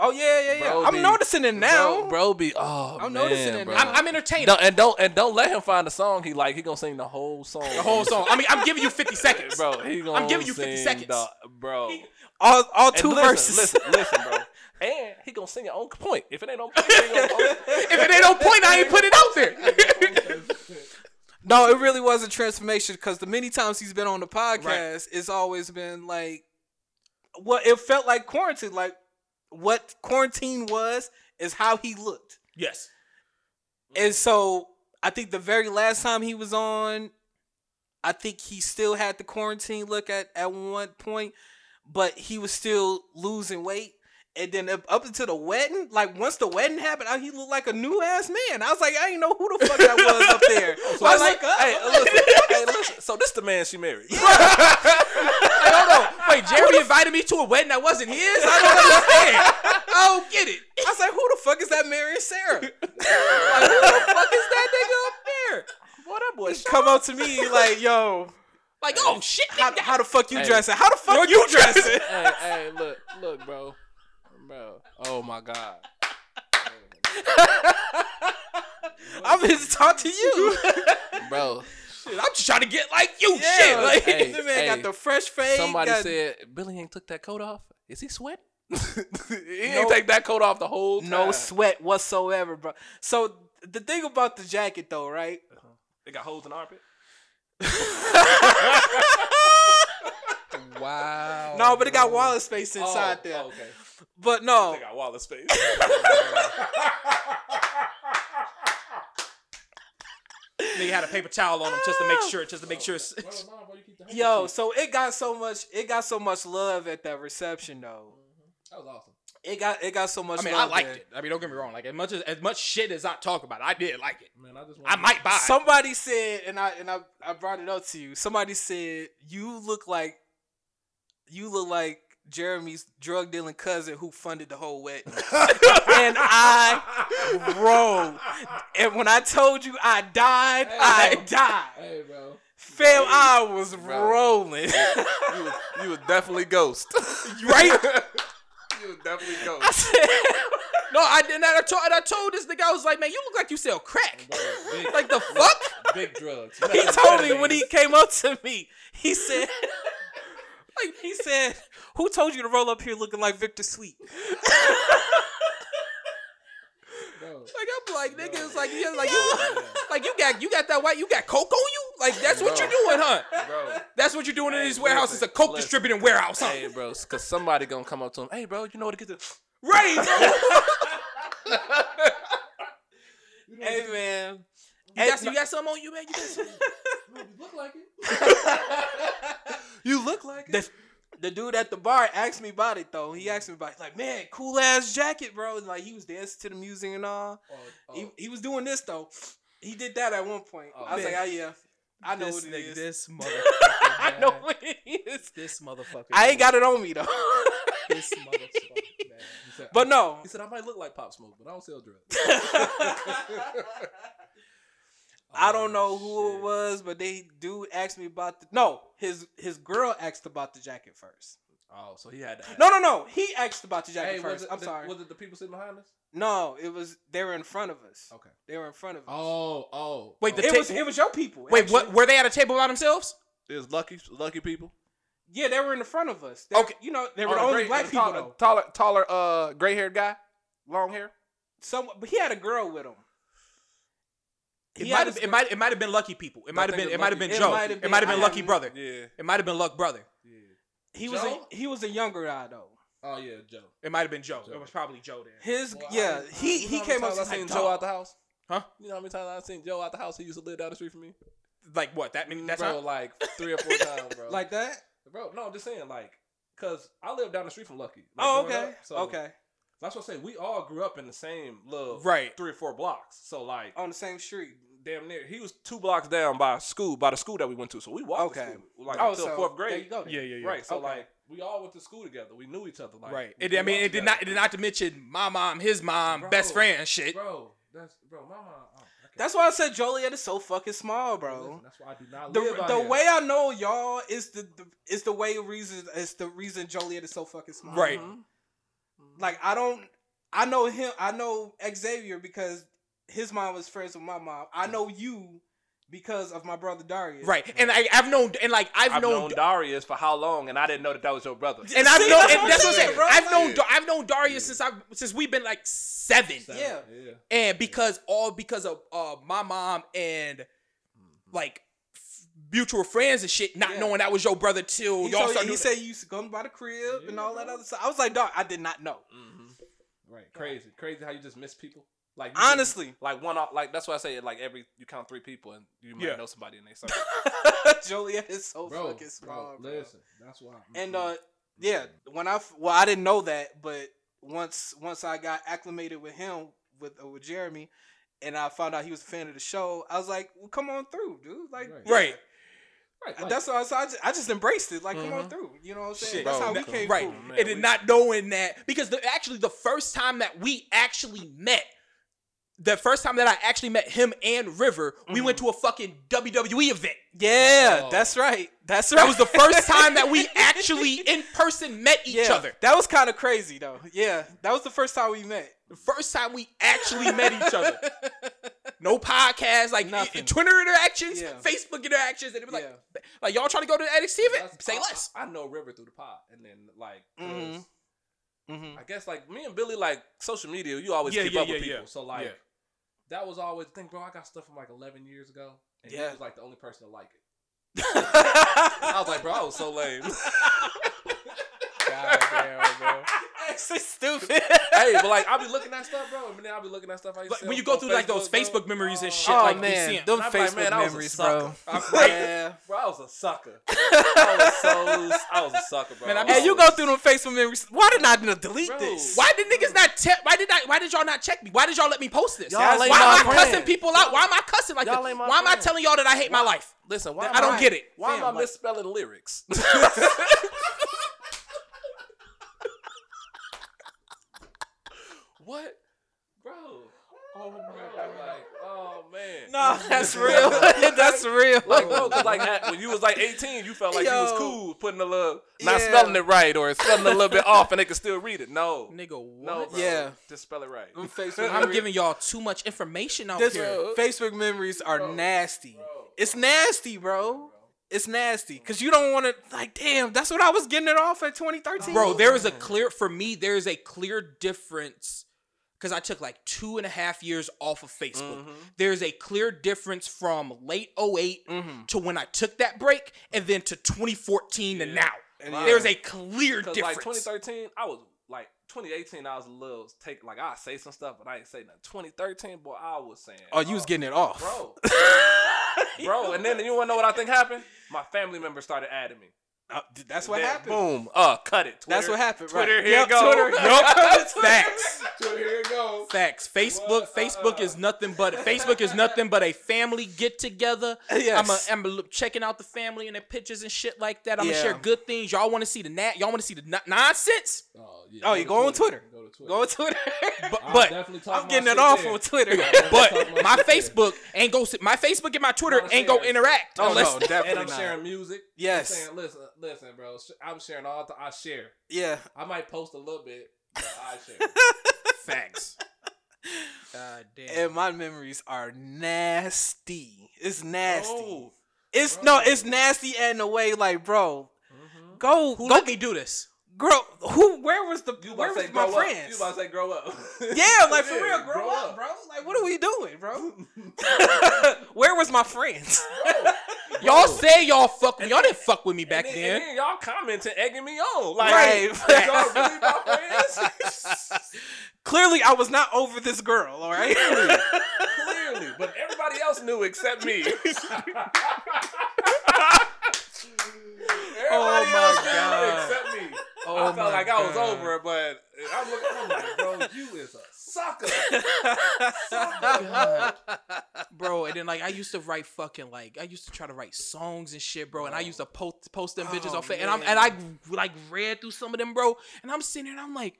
Speaker 2: Oh yeah, yeah, yeah.
Speaker 4: Bro
Speaker 2: I'm
Speaker 4: be-
Speaker 2: noticing it now.
Speaker 4: bro, bro be. Oh,
Speaker 2: I'm
Speaker 4: man,
Speaker 2: noticing it
Speaker 4: bro.
Speaker 2: now.
Speaker 3: I'm, I'm entertained.
Speaker 4: Don't- and don't and don't let him find a song he like. He gonna sing the whole song.
Speaker 3: the whole song. I mean, I'm giving you 50 seconds,
Speaker 4: bro. He gonna
Speaker 3: giving you 50
Speaker 4: sing
Speaker 3: seconds.
Speaker 4: the- bro.
Speaker 2: all all
Speaker 4: And
Speaker 2: two
Speaker 4: listen,
Speaker 2: verses.
Speaker 4: Listen, listen, bro. And he gonna sing it on point. If it ain't on point, he ain't gonna
Speaker 3: If it ain't on point, I ain't put it out there.
Speaker 2: No, it really was a transformation because the many times he's been on the podcast, it's always been like, well, it felt like quarantine. Like what quarantine was is how he looked.
Speaker 3: yes.
Speaker 2: And so I think the very last time he was on, I think he still had the quarantine look at at one point, but he was still losing weight. And then up, up until the wedding, like once the wedding happened, I, he looked like a new ass man. I was like, I didn't know who the fuck that was up there.
Speaker 4: So
Speaker 2: I
Speaker 4: I
Speaker 2: was like, uh,
Speaker 4: hey, listen, hey, listen. So this the man she married.
Speaker 3: Hey, hold on. Wait, Jerry invited me to a wedding that wasn't his? I don't understand. I don't get it.
Speaker 2: I was like, who the fuck is that marrying Sarah? like, who the fuck is that nigga up there?
Speaker 4: Boy, that boy.
Speaker 2: Just come up to me like, yo,
Speaker 3: Like, oh shit.
Speaker 2: how, how the fuck you
Speaker 4: Hey.
Speaker 2: dressing? How the fuck you dressing?
Speaker 4: hey, hey, look, look, bro, bro. Oh my god.
Speaker 2: I'm here to talk to you.
Speaker 4: Bro,
Speaker 3: I'm just trying to get like you.
Speaker 2: Yeah,
Speaker 3: Shit. Like,
Speaker 2: like
Speaker 4: hey,
Speaker 2: the man got
Speaker 4: hey,
Speaker 2: the fresh fade.
Speaker 4: somebody
Speaker 2: got-
Speaker 4: said Billy ain't took that coat off. Is he sweating? he
Speaker 2: No.
Speaker 4: ain't take that coat off the whole time.
Speaker 2: no sweat whatsoever, bro. So the thing about the jacket, though, right?
Speaker 4: They got holes in the armpit.
Speaker 3: wow.
Speaker 2: no, but it got wallet space inside there.
Speaker 4: okay.
Speaker 2: But no,
Speaker 4: got Wallace face.
Speaker 3: Nigga had a paper towel on him just to make sure, just to make sure.
Speaker 2: yo, so it got so much. It got so much love at that reception, though.
Speaker 4: That was awesome.
Speaker 2: It got it got so much.
Speaker 3: I mean, I
Speaker 2: love
Speaker 3: liked
Speaker 2: there.
Speaker 3: it. I mean, don't get me wrong. Like as much as, as much shit as I talk about, it, I did like it.
Speaker 4: Man, I just
Speaker 3: I might buy. it.
Speaker 2: Somebody said, and I and I, I brought it up to you. Somebody said you look like you look like Jeremy's drug dealing cousin who funded the whole wedding, and I rolled. And when I told you I died,
Speaker 4: Hey,
Speaker 2: I
Speaker 4: bro.
Speaker 2: died,
Speaker 4: Hey, bro.
Speaker 2: fam. I was
Speaker 4: Bro.
Speaker 2: rolling,
Speaker 4: You was, you was definitely ghost.
Speaker 2: right?
Speaker 4: you was definitely
Speaker 2: I
Speaker 4: ghost.
Speaker 2: said,
Speaker 3: No, I didn't. And I told, and I told this nigga, I was like, man, you look like you sell crack.
Speaker 4: big,
Speaker 3: Like the fuck?
Speaker 4: big drugs.
Speaker 2: he told me when he came up to me, he said, like, he said, who told you to roll up here looking like Victor Sweet?
Speaker 3: Like I'm like nigga, it's like yeah, like you, like you got you got that white, you got coke on you. Like that's what you're doing, huh?
Speaker 4: bro.
Speaker 3: That's what you're doing in
Speaker 4: Hey,
Speaker 3: this warehouse. It's
Speaker 4: listen,
Speaker 3: a coke
Speaker 4: listen.
Speaker 3: distributing warehouse, huh?
Speaker 4: Hey, bro, because somebody gonna come up to him. Hey, bro, you know where to get the.
Speaker 2: Right. hey man.
Speaker 3: You got,
Speaker 2: Hey,
Speaker 3: you got something on you, man. You got something.
Speaker 4: You look like
Speaker 2: the, the dude at the bar asked me about it though. He asked me about it. Like, man, cool ass jacket, bro. And, like he was dancing to the music and all.
Speaker 4: Oh,
Speaker 3: Oh.
Speaker 2: He, he was doing this though. He did that at one point.
Speaker 4: Oh,
Speaker 2: I was
Speaker 4: man.
Speaker 2: like, oh yeah. I know what it is.
Speaker 3: This
Speaker 2: I
Speaker 3: motherfucker.
Speaker 2: know what it is.
Speaker 3: This motherfucker.
Speaker 2: I ain't got it on me though.
Speaker 3: this motherfucker, man.
Speaker 2: but no.
Speaker 4: He said I might look like Pop Smoke, but I don't sell drugs. Oh,
Speaker 2: I don't know who it was, but they dude asked me about the no. His his girl asked about the jacket first.
Speaker 4: Oh, so he had that.
Speaker 2: No, no, no. He asked about the jacket
Speaker 4: Hey, was
Speaker 2: first.
Speaker 4: it
Speaker 2: I'm
Speaker 4: the-
Speaker 2: sorry.
Speaker 4: Was it the people sitting behind us?
Speaker 2: no, it was they were in front of us.
Speaker 4: Okay.
Speaker 2: They were in front of us.
Speaker 4: Oh, oh.
Speaker 3: Wait, the
Speaker 2: it
Speaker 3: ta-
Speaker 2: was it was your people.
Speaker 3: Wait,
Speaker 2: actually.
Speaker 3: what? Were they at a table by themselves?
Speaker 4: it was lucky, lucky people.
Speaker 2: Yeah, they were in the front of us. They, okay,
Speaker 3: Okay.
Speaker 2: you know
Speaker 4: Oh,
Speaker 2: they were the only black people though.
Speaker 4: Taller, taller, uh, gray-haired guy, long hair.
Speaker 2: Some, but he had a girl with him.
Speaker 3: It
Speaker 2: He
Speaker 3: might
Speaker 2: had
Speaker 3: have
Speaker 2: his
Speaker 3: it
Speaker 2: girl-
Speaker 3: might it might have been Lucky People. It might have
Speaker 4: think
Speaker 3: been
Speaker 4: it's
Speaker 3: it might have
Speaker 4: Lucky
Speaker 3: been
Speaker 2: People. It
Speaker 3: Joe.
Speaker 2: might have
Speaker 3: It might have
Speaker 2: been-
Speaker 3: been
Speaker 2: I
Speaker 3: Lucky
Speaker 2: don't-
Speaker 3: Brother.
Speaker 4: Yeah,
Speaker 3: It might have been Luck Brother.
Speaker 4: yeah.
Speaker 2: he was a
Speaker 4: Joe?
Speaker 2: he was a younger guy though.
Speaker 4: Oh yeah, Joe.
Speaker 3: It might have been Joe.
Speaker 4: Joe.
Speaker 3: It was probably Joe then.
Speaker 2: His yeah he he came up to
Speaker 4: I
Speaker 2: like
Speaker 4: seen Joe out the house.
Speaker 3: Huh?
Speaker 4: You know how many times I've seen Joe out the house? He used to live down the street from me.
Speaker 3: Like what? That many? That's
Speaker 4: bro,
Speaker 3: how.
Speaker 4: like three or four times, bro.
Speaker 3: Like that?
Speaker 4: bro, no, I'm just saying, like, cause I live down the street from Lucky. Like,
Speaker 3: Oh,
Speaker 4: growing
Speaker 3: okay.
Speaker 4: up, so
Speaker 3: okay.
Speaker 4: That's what I say. We all grew up in the same little
Speaker 3: Right. Oh.
Speaker 4: three or four blocks. So like,
Speaker 2: on the same street.
Speaker 4: damn near, he was two blocks down by school, by the school that we went to. So we walked to
Speaker 2: Okay.
Speaker 4: school, like
Speaker 2: Oh,
Speaker 4: until
Speaker 2: so
Speaker 4: fourth
Speaker 2: there
Speaker 4: grade.
Speaker 2: you go. then.
Speaker 3: Yeah, yeah, yeah.
Speaker 4: Right. So
Speaker 2: Okay.
Speaker 4: like, we all went to school together. We knew each other. Like,
Speaker 3: right.
Speaker 4: we
Speaker 3: It,
Speaker 4: grew
Speaker 3: I mean,
Speaker 4: up
Speaker 3: it did
Speaker 4: together.
Speaker 3: not. It did not to mention my mom, his mom,
Speaker 4: Bro.
Speaker 3: best friend, and shit.
Speaker 4: Bro, that's bro. My mom. Oh, I can't-
Speaker 2: That's why I said Joliet is so fucking small, bro.
Speaker 4: Listen, That's why I do not
Speaker 2: The,
Speaker 4: live out
Speaker 2: the
Speaker 4: here.
Speaker 2: way I know y'all is the, the is the way reason is the reason Joliet is so fucking small. Mm-hmm.
Speaker 3: Right.
Speaker 2: Like I don't I know him I know Xavier because his mom was friends with my mom. I know you because of my brother Darius. Mm-hmm.
Speaker 3: Right. And I, I've known. And like I've,
Speaker 4: I've
Speaker 3: known.
Speaker 4: known Darius for how long, and I didn't know that that was your brother.
Speaker 2: Yeah.
Speaker 3: and I've
Speaker 2: See,
Speaker 3: known.
Speaker 2: that's
Speaker 3: And
Speaker 2: what
Speaker 3: that's
Speaker 2: I'm
Speaker 3: what I'm saying.
Speaker 2: saying, bro.
Speaker 3: I've known.
Speaker 4: Yeah.
Speaker 3: Dar- I've known Darius since I since we've been like seven.
Speaker 4: So,
Speaker 2: Yeah.
Speaker 4: yeah.
Speaker 3: and because all because of uh my mom and
Speaker 4: Hmm.
Speaker 3: like f- mutual friends and shit, not
Speaker 2: Yeah.
Speaker 3: knowing that was your brother till
Speaker 2: He,
Speaker 3: y'all
Speaker 2: told,
Speaker 3: started.
Speaker 2: he
Speaker 3: doing-
Speaker 2: said you used to come by the crib and all that other stuff. I was like, dog, I did not know.
Speaker 3: Mm-hmm.
Speaker 4: Right. Crazy. Crazy how you just miss people. Like you just-
Speaker 2: Honestly.
Speaker 4: like one off. Like that's why I say like every you count three people and you might
Speaker 3: Yeah.
Speaker 4: know somebody in their circle.
Speaker 2: Joliet is so fucking small, bro.
Speaker 4: that's why.
Speaker 2: And uh, yeah, when I f- well, I didn't know that, but once once I got acclimated with him with uh, with Jeremy, and I found out he was a fan of the show, I was like, well, come on through, dude. Like,
Speaker 4: Right.
Speaker 3: right,
Speaker 4: right,
Speaker 2: That's what I, was, I, just, I just embraced it. Like, come on
Speaker 4: Mhm.
Speaker 2: through. You know what I'm saying?
Speaker 4: Shit,
Speaker 2: That's
Speaker 4: bro.
Speaker 2: how we
Speaker 4: That-
Speaker 2: came
Speaker 3: right,
Speaker 2: through.
Speaker 4: man,
Speaker 3: and then
Speaker 4: we-
Speaker 3: not knowing that because the, actually the first time that we actually met. The first time that I actually met him and River, we
Speaker 2: Mm-hmm.
Speaker 3: went to a fucking WWE event.
Speaker 2: Yeah,
Speaker 4: Oh.
Speaker 2: that's right. That's right.
Speaker 3: That was the first time that we actually in person met each
Speaker 2: Yeah,
Speaker 3: other.
Speaker 2: That was kind of crazy though. Yeah, that was the first time we met.
Speaker 3: The first time we actually met each other. No podcast, like
Speaker 2: Nothing.
Speaker 3: Twitter interactions,
Speaker 2: Yeah.
Speaker 3: Facebook interactions, and it was like,
Speaker 2: yeah.
Speaker 3: like y'all trying to go to the NXT event?
Speaker 4: That's-
Speaker 3: Say
Speaker 4: I-
Speaker 3: less. Mm-hmm.
Speaker 4: I, I know River through the pot, and then like 'cause
Speaker 2: Mhm. hmm
Speaker 4: I guess like me and Billy like social media. You always
Speaker 3: Yeah,
Speaker 4: keep
Speaker 3: yeah,
Speaker 4: up with
Speaker 3: yeah, yeah.
Speaker 4: people, so like
Speaker 3: Yeah.
Speaker 4: that was always the thing, bro. I got stuff from like 11 years ago, and he
Speaker 2: Yeah.
Speaker 4: was like the only person to like it. I was like, bro, I was so lame.
Speaker 2: That's so stupid.
Speaker 4: hey, but like I'll be looking at stuff, bro, and then I'll be looking at stuff. I used
Speaker 3: Like,
Speaker 4: to see
Speaker 3: when you
Speaker 4: on-
Speaker 3: go
Speaker 4: on
Speaker 3: through like those
Speaker 4: bro.
Speaker 3: Facebook memories and
Speaker 4: Oh,
Speaker 3: shit,
Speaker 2: Oh
Speaker 3: like man.
Speaker 2: man,
Speaker 3: seeing.
Speaker 2: those
Speaker 4: I'm like,
Speaker 2: Facebook
Speaker 4: man, I was a
Speaker 2: memories, bro.
Speaker 4: sucker. I'm like,
Speaker 2: Yeah.
Speaker 4: Bro, I was a sucker. I was so I was a sucker, bro.
Speaker 3: Man, I be-
Speaker 2: And you go through them Facebook memories. Why did I not delete
Speaker 4: Bro.
Speaker 2: this?
Speaker 3: Why did niggas not check? Why did I? Why did y'all not check me? Why did y'all let me post this?
Speaker 4: Y'all
Speaker 3: why am
Speaker 4: ain't
Speaker 3: I
Speaker 4: my
Speaker 3: cussing
Speaker 4: friend.
Speaker 3: people out? Why am I cussing like
Speaker 4: Y'all
Speaker 3: this?
Speaker 4: ain't my
Speaker 3: Why am I
Speaker 4: friend.
Speaker 3: telling y'all that I hate my life?
Speaker 4: Listen, why
Speaker 3: I
Speaker 4: am
Speaker 3: don't get it.
Speaker 4: Why
Speaker 2: Fam,
Speaker 4: am I
Speaker 2: like-
Speaker 4: misspelling lyrics? what, bro? Oh my god! Like, oh man.
Speaker 2: No, that's real. that's real.
Speaker 4: Like, bro, 'cause, like at- when you was like 18, you felt like you
Speaker 2: Yo.
Speaker 4: was cool putting a little, not
Speaker 2: Yeah.
Speaker 4: spelling it right or spelling a little bit off, and they could still read it. No,
Speaker 3: Nigga,
Speaker 4: no,
Speaker 3: what?
Speaker 4: bro.
Speaker 2: Yeah.
Speaker 4: just spell it right.
Speaker 2: Facebook
Speaker 3: I'm
Speaker 2: memories-
Speaker 3: giving y'all too much information out
Speaker 2: this
Speaker 3: here.
Speaker 2: Facebook memories are
Speaker 4: Bro.
Speaker 2: nasty.
Speaker 4: Bro.
Speaker 2: It's nasty, bro. It's nasty because you don't want to. Like, damn, that's what I was getting it off at 2013,
Speaker 3: bro there is a clear for me there is a clear difference because i took like two and a half years off of facebook
Speaker 4: Mm-hmm.
Speaker 3: there's a clear difference from late 8
Speaker 4: Mm-hmm.
Speaker 3: to when i took that break and then to 2014 to
Speaker 4: Yeah.
Speaker 3: now
Speaker 2: And
Speaker 3: there's
Speaker 2: yeah.
Speaker 3: a clear
Speaker 4: Cause
Speaker 3: difference
Speaker 4: like 2013, I was like 2018, I was a little take like I say some stuff, but I ain't say nothing. 2013, boy, I was saying.
Speaker 2: Oh, you was getting it off.
Speaker 4: bro, bro, and then you wanna know what I think happened? My family members started adding me.
Speaker 2: Uh, th- that's what
Speaker 4: Then,
Speaker 2: happened.
Speaker 4: Boom. Uh, cut it. Twitter,
Speaker 2: That's what happened. Right.
Speaker 4: Twitter, here
Speaker 2: Yep,
Speaker 4: it go.
Speaker 2: Twitter, yep.
Speaker 3: facts
Speaker 4: Twitter, here it go.
Speaker 3: facts facebook
Speaker 4: What?
Speaker 3: facebook
Speaker 4: Uh-uh.
Speaker 3: is nothing but facebook is nothing but a family get together
Speaker 2: Yes.
Speaker 3: I'm, a, I'm a look- checking out the family and their pictures and shit like that. I'm
Speaker 2: Yeah.
Speaker 3: gonna share good things. Y'all want to see the nat? Y'all want to see the na- nonsense?
Speaker 4: Oh,
Speaker 2: Oh, you go on Twitter.
Speaker 4: Go to Twitter.
Speaker 2: Go on Twitter.
Speaker 3: But
Speaker 4: I'll
Speaker 3: but
Speaker 4: definitely talk
Speaker 2: I'm
Speaker 4: my
Speaker 2: getting
Speaker 4: shit
Speaker 2: it off
Speaker 4: there.
Speaker 2: on Twitter.
Speaker 3: but
Speaker 4: Talk my
Speaker 3: my
Speaker 4: shit there.
Speaker 3: Facebook ain't go. My Facebook and my Twitter
Speaker 4: Not
Speaker 3: ain't go
Speaker 4: serious.
Speaker 3: interact
Speaker 2: Oh,
Speaker 3: unless
Speaker 2: no, definitely
Speaker 4: And I'm
Speaker 2: not.
Speaker 4: sharing music.
Speaker 2: Yes.
Speaker 4: I'm saying, listen, listen, bro. sh- I'm sharing all. The, I share.
Speaker 2: Yeah.
Speaker 4: I might post a little bit. But I share.
Speaker 3: facts. God damn.
Speaker 2: And my memories are nasty. It's nasty.
Speaker 4: Oh,
Speaker 2: it's
Speaker 4: bro.
Speaker 2: no, it's nasty in a way like, bro,
Speaker 4: Mm-hmm.
Speaker 2: go
Speaker 3: Who
Speaker 2: go
Speaker 3: let me do this?
Speaker 2: grow who where was the
Speaker 4: You
Speaker 2: where
Speaker 4: about to say
Speaker 2: was my
Speaker 4: grow up. You
Speaker 2: friends?
Speaker 4: about to say grow up.
Speaker 2: yeah, like for real, grow, up, bro. Like what are we doing, bro? where was my friends?
Speaker 3: Y'all say y'all fuck with y'all didn't fuck with me
Speaker 4: Back
Speaker 3: back
Speaker 4: and then,
Speaker 3: then.
Speaker 4: and then y'all commenting, egging me on. Like,
Speaker 2: Right.
Speaker 4: is y'all really my friends?
Speaker 2: Clearly I was not over this girl, all right?
Speaker 4: Everybody else knew except me. Everybody
Speaker 2: my
Speaker 4: else knew
Speaker 2: God.
Speaker 4: except me.
Speaker 2: Oh
Speaker 4: I felt like I was
Speaker 2: God.
Speaker 4: over it, but I'm looking I'm like, bro, you is a sucker.
Speaker 3: bro. And then like I used to write fucking like I used to try to write songs and shit, bro. And I used to post post them bitches
Speaker 2: Oh,
Speaker 3: off and I'm and I like read through some of them, bro. And I'm sitting there and I'm like,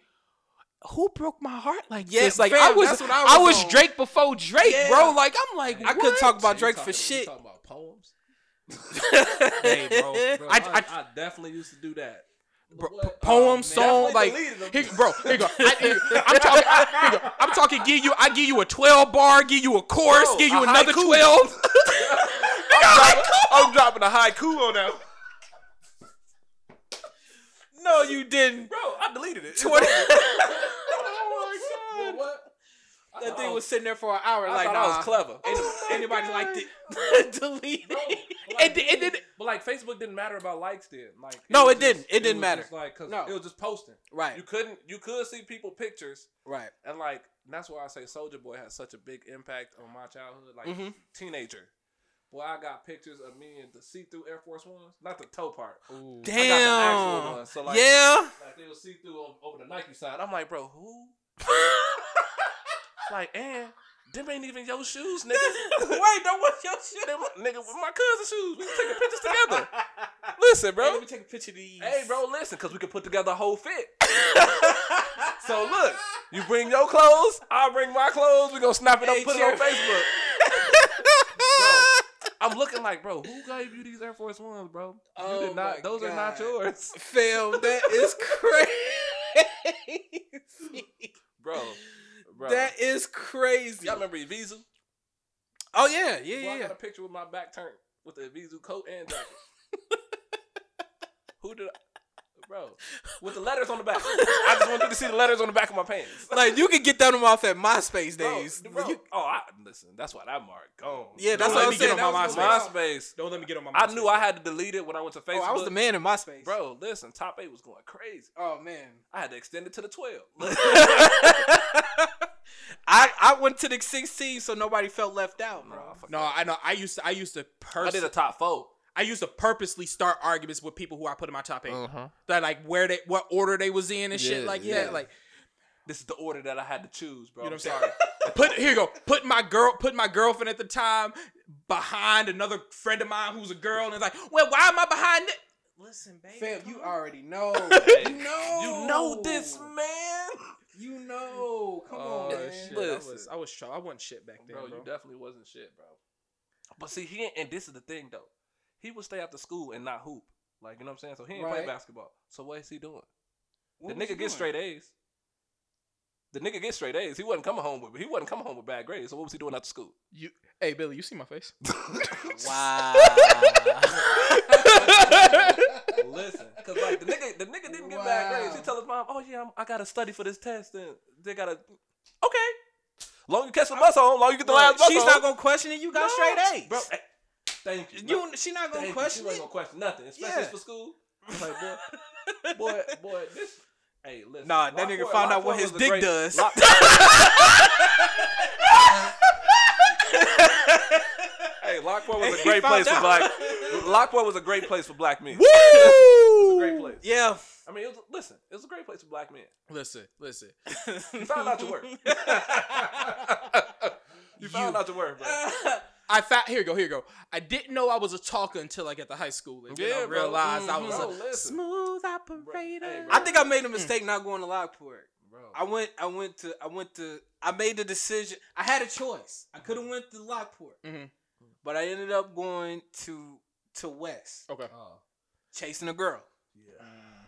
Speaker 3: who broke my heart like
Speaker 2: Yeah,
Speaker 3: this? Like
Speaker 2: fam,
Speaker 3: I was
Speaker 2: that's what I
Speaker 3: I
Speaker 2: was
Speaker 3: was,
Speaker 2: on.
Speaker 3: Drake before Drake,
Speaker 2: Yeah.
Speaker 3: bro. Like I'm like
Speaker 2: I couldn't
Speaker 3: what?
Speaker 2: talk about
Speaker 4: You
Speaker 2: Drake
Speaker 4: talking-
Speaker 2: for
Speaker 4: you
Speaker 2: shit.
Speaker 4: Talking about poems.
Speaker 3: Hey,
Speaker 4: Bro, bro, I,
Speaker 3: I- I-
Speaker 4: I definitely used to do that.
Speaker 3: Bro,
Speaker 4: What? Oh,
Speaker 3: p- poem,
Speaker 4: man. Definitely
Speaker 3: song, like
Speaker 4: deleted them.
Speaker 3: here, bro, here you go. I, am talking, I, here you go. I'm talking. Give you, I give you a twelve bar, give you a chorus,
Speaker 4: Bro,
Speaker 3: give you
Speaker 4: a
Speaker 3: another
Speaker 4: haiku.
Speaker 3: twelve.
Speaker 4: I'm dropping a haiku on that.
Speaker 2: No, you didn't.
Speaker 4: Bro, I deleted it. It's over.
Speaker 2: Twenty- oh
Speaker 4: Bro, what?
Speaker 2: That thing was sitting there for an hour.
Speaker 4: I
Speaker 2: like
Speaker 4: thought
Speaker 2: nah.
Speaker 4: I was clever.
Speaker 3: Anybody liked it?
Speaker 2: Delete.
Speaker 4: Bro,
Speaker 3: It,
Speaker 4: like,
Speaker 3: di- it, did
Speaker 4: but like Facebook didn't matter about likes then. Like
Speaker 2: No,
Speaker 4: was
Speaker 2: it didn't. It didn't
Speaker 4: was
Speaker 2: matter.
Speaker 4: just, like 'cause
Speaker 2: No.
Speaker 4: it was just posting.
Speaker 2: Right.
Speaker 4: You couldn't. You could see people pictures
Speaker 2: Right.
Speaker 4: and like and that's why I say Soldier Boy had such a big impact on my childhood, like
Speaker 2: Mhm.
Speaker 4: teenager. Boy, I got pictures of me in the see-through Air Force Ones, not the toe part. I got the actual
Speaker 2: Damn.
Speaker 4: ones, so like,
Speaker 2: yeah.
Speaker 4: like they were see-through over, over the Nike side. I'm like, bro, who? like, and them ain't even your shoes, nigga.
Speaker 2: Wait, don't want your shit.
Speaker 4: them, nigga, with my cousin's shoes. We taking pictures together.
Speaker 2: Listen,
Speaker 4: Hey,
Speaker 2: bro.
Speaker 4: let me
Speaker 2: take a picture of these.
Speaker 4: Hey, bro, listen, because we can put together a whole fit. so look, you bring your clothes, I'll bring my clothes. We're going to snap it up
Speaker 2: Hey,
Speaker 4: and put it on
Speaker 2: Jerry.
Speaker 4: Facebook. bro, I'm looking like, bro, who gave you these Air Force Ones, bro? You
Speaker 2: Oh
Speaker 4: did not,
Speaker 2: my
Speaker 4: those are not
Speaker 2: God.
Speaker 4: yours.
Speaker 2: Fam, that is crazy.
Speaker 4: Bro, bro.
Speaker 2: that is crazy.
Speaker 4: Y'all remember Evizu?
Speaker 2: Oh yeah, yeah,
Speaker 4: Boy,
Speaker 2: yeah.
Speaker 4: I
Speaker 2: yeah.
Speaker 4: got a picture with my back turned with the Evizu coat and jacket. who did I? Bro, with the letters on the back. I just want you to see the letters on the back of my pants.
Speaker 2: Like you could get them off at MySpace
Speaker 4: Bro,
Speaker 2: days.
Speaker 4: bro,
Speaker 2: You-
Speaker 4: oh, I, listen, that's why that mark gone.
Speaker 2: yeah, that's
Speaker 4: Don't
Speaker 2: what
Speaker 4: let
Speaker 2: I'm
Speaker 4: me
Speaker 2: saying.
Speaker 4: get on my
Speaker 2: That was the-
Speaker 4: MySpace. MySpace.
Speaker 3: Don't let me get on my.
Speaker 4: I knew I had to delete it when I went to Facebook.
Speaker 2: Oh, I was the man in MySpace,
Speaker 4: Bro, listen, top eight was going crazy.
Speaker 2: Oh man,
Speaker 4: I had to extend it to the twelve.
Speaker 2: I I went to the 16, so nobody felt left out, bro.
Speaker 4: Nah, fuck
Speaker 3: No,
Speaker 4: that.
Speaker 3: I know. I used to. I used to.
Speaker 4: I
Speaker 3: Pers- I,
Speaker 4: did a top four.
Speaker 3: used to purposely start arguments with people who I put in my top 8
Speaker 4: Oh.
Speaker 2: Uh-huh.
Speaker 4: Mm-hmm.
Speaker 3: That like where they, what order they was in and shit
Speaker 2: Yeah,
Speaker 3: like
Speaker 2: yeah.
Speaker 3: that. Like
Speaker 4: This is the order that I had to choose, bro.
Speaker 3: you know what I'm
Speaker 4: sorry.
Speaker 3: saying? put here you go. Put my girl. Put my girlfriend at the time behind another friend of mine who's a girl, and it's like, well, why am I behind it? Listen, baby.
Speaker 2: Fam, you already know.
Speaker 4: Hey,
Speaker 2: you know.
Speaker 4: You know this, man.
Speaker 2: You know. Come
Speaker 4: Oh,
Speaker 2: on, man.
Speaker 4: shit.
Speaker 3: I
Speaker 4: Listen.
Speaker 3: was, I was, try- I wasn't shit back then,
Speaker 4: Bro,
Speaker 3: bro.
Speaker 4: you definitely wasn't shit, bro. But see, he ain't, and this is the thing though. He would stay after school and not hoop. Like you know what I'm saying? So he ain't play
Speaker 2: Right.
Speaker 4: basketball. So what is he doing?
Speaker 2: What
Speaker 4: the
Speaker 2: was you
Speaker 4: nigga get
Speaker 2: doing?
Speaker 4: straight A's. The nigga get straight A's. He wasn't coming home with he wasn't coming home with bad grades. So what was he doing after school?
Speaker 3: You- hey, Billy, you see my face?
Speaker 2: Wow.
Speaker 4: Listen, cause like the nigga, the nigga didn't get bad
Speaker 2: Wow.
Speaker 4: grades. He tell his mom, "Oh yeah, I'm, I gotta study for this test." And they gotta, okay, long you catch the bus home, long you get the last bus
Speaker 2: She's
Speaker 4: home.
Speaker 2: not gonna question it. You
Speaker 4: No.
Speaker 2: got straight A's.
Speaker 4: Bro, eh, thank you.
Speaker 2: you, she not
Speaker 4: Thank
Speaker 2: gonna
Speaker 4: you.
Speaker 2: question
Speaker 4: She
Speaker 2: it.
Speaker 4: ain't gonna question nothing, especially
Speaker 2: Yeah.
Speaker 4: for school. I'm like, boy, boy, boy, this. Hey, listen.
Speaker 2: Nah, that nigga found out what
Speaker 4: Lockport
Speaker 2: his
Speaker 4: was a
Speaker 2: dick
Speaker 4: great-
Speaker 2: does.
Speaker 4: Lock- hey, Lockport was a
Speaker 2: He
Speaker 4: great
Speaker 2: found
Speaker 4: place for
Speaker 2: out.
Speaker 4: black. Lockport was a great place for black men.
Speaker 2: Woo!
Speaker 4: great place.
Speaker 2: Yeah.
Speaker 4: I mean, it was, listen, it was a great place for black men.
Speaker 3: Listen, listen.
Speaker 4: You found out your worth. you found out your worth, bro.
Speaker 3: I found here you go, here you go. I didn't know I was a talker until I got to high school and then
Speaker 4: Yeah,
Speaker 3: I
Speaker 4: bro.
Speaker 3: realized I was
Speaker 4: Bro,
Speaker 3: a
Speaker 4: listen.
Speaker 3: smooth
Speaker 4: Bro, hey,
Speaker 3: operator.
Speaker 4: bro.
Speaker 2: I think I made a mistake not going to Lockport.
Speaker 4: bro.
Speaker 2: I went. I went to. I went to. I made the decision. I had a choice. I could have
Speaker 4: Mm-hmm.
Speaker 2: went to Lockport,
Speaker 3: Mhm.
Speaker 2: but I ended up going to to West,
Speaker 3: okay.
Speaker 4: Oh,
Speaker 2: chasing a girl,
Speaker 4: yeah.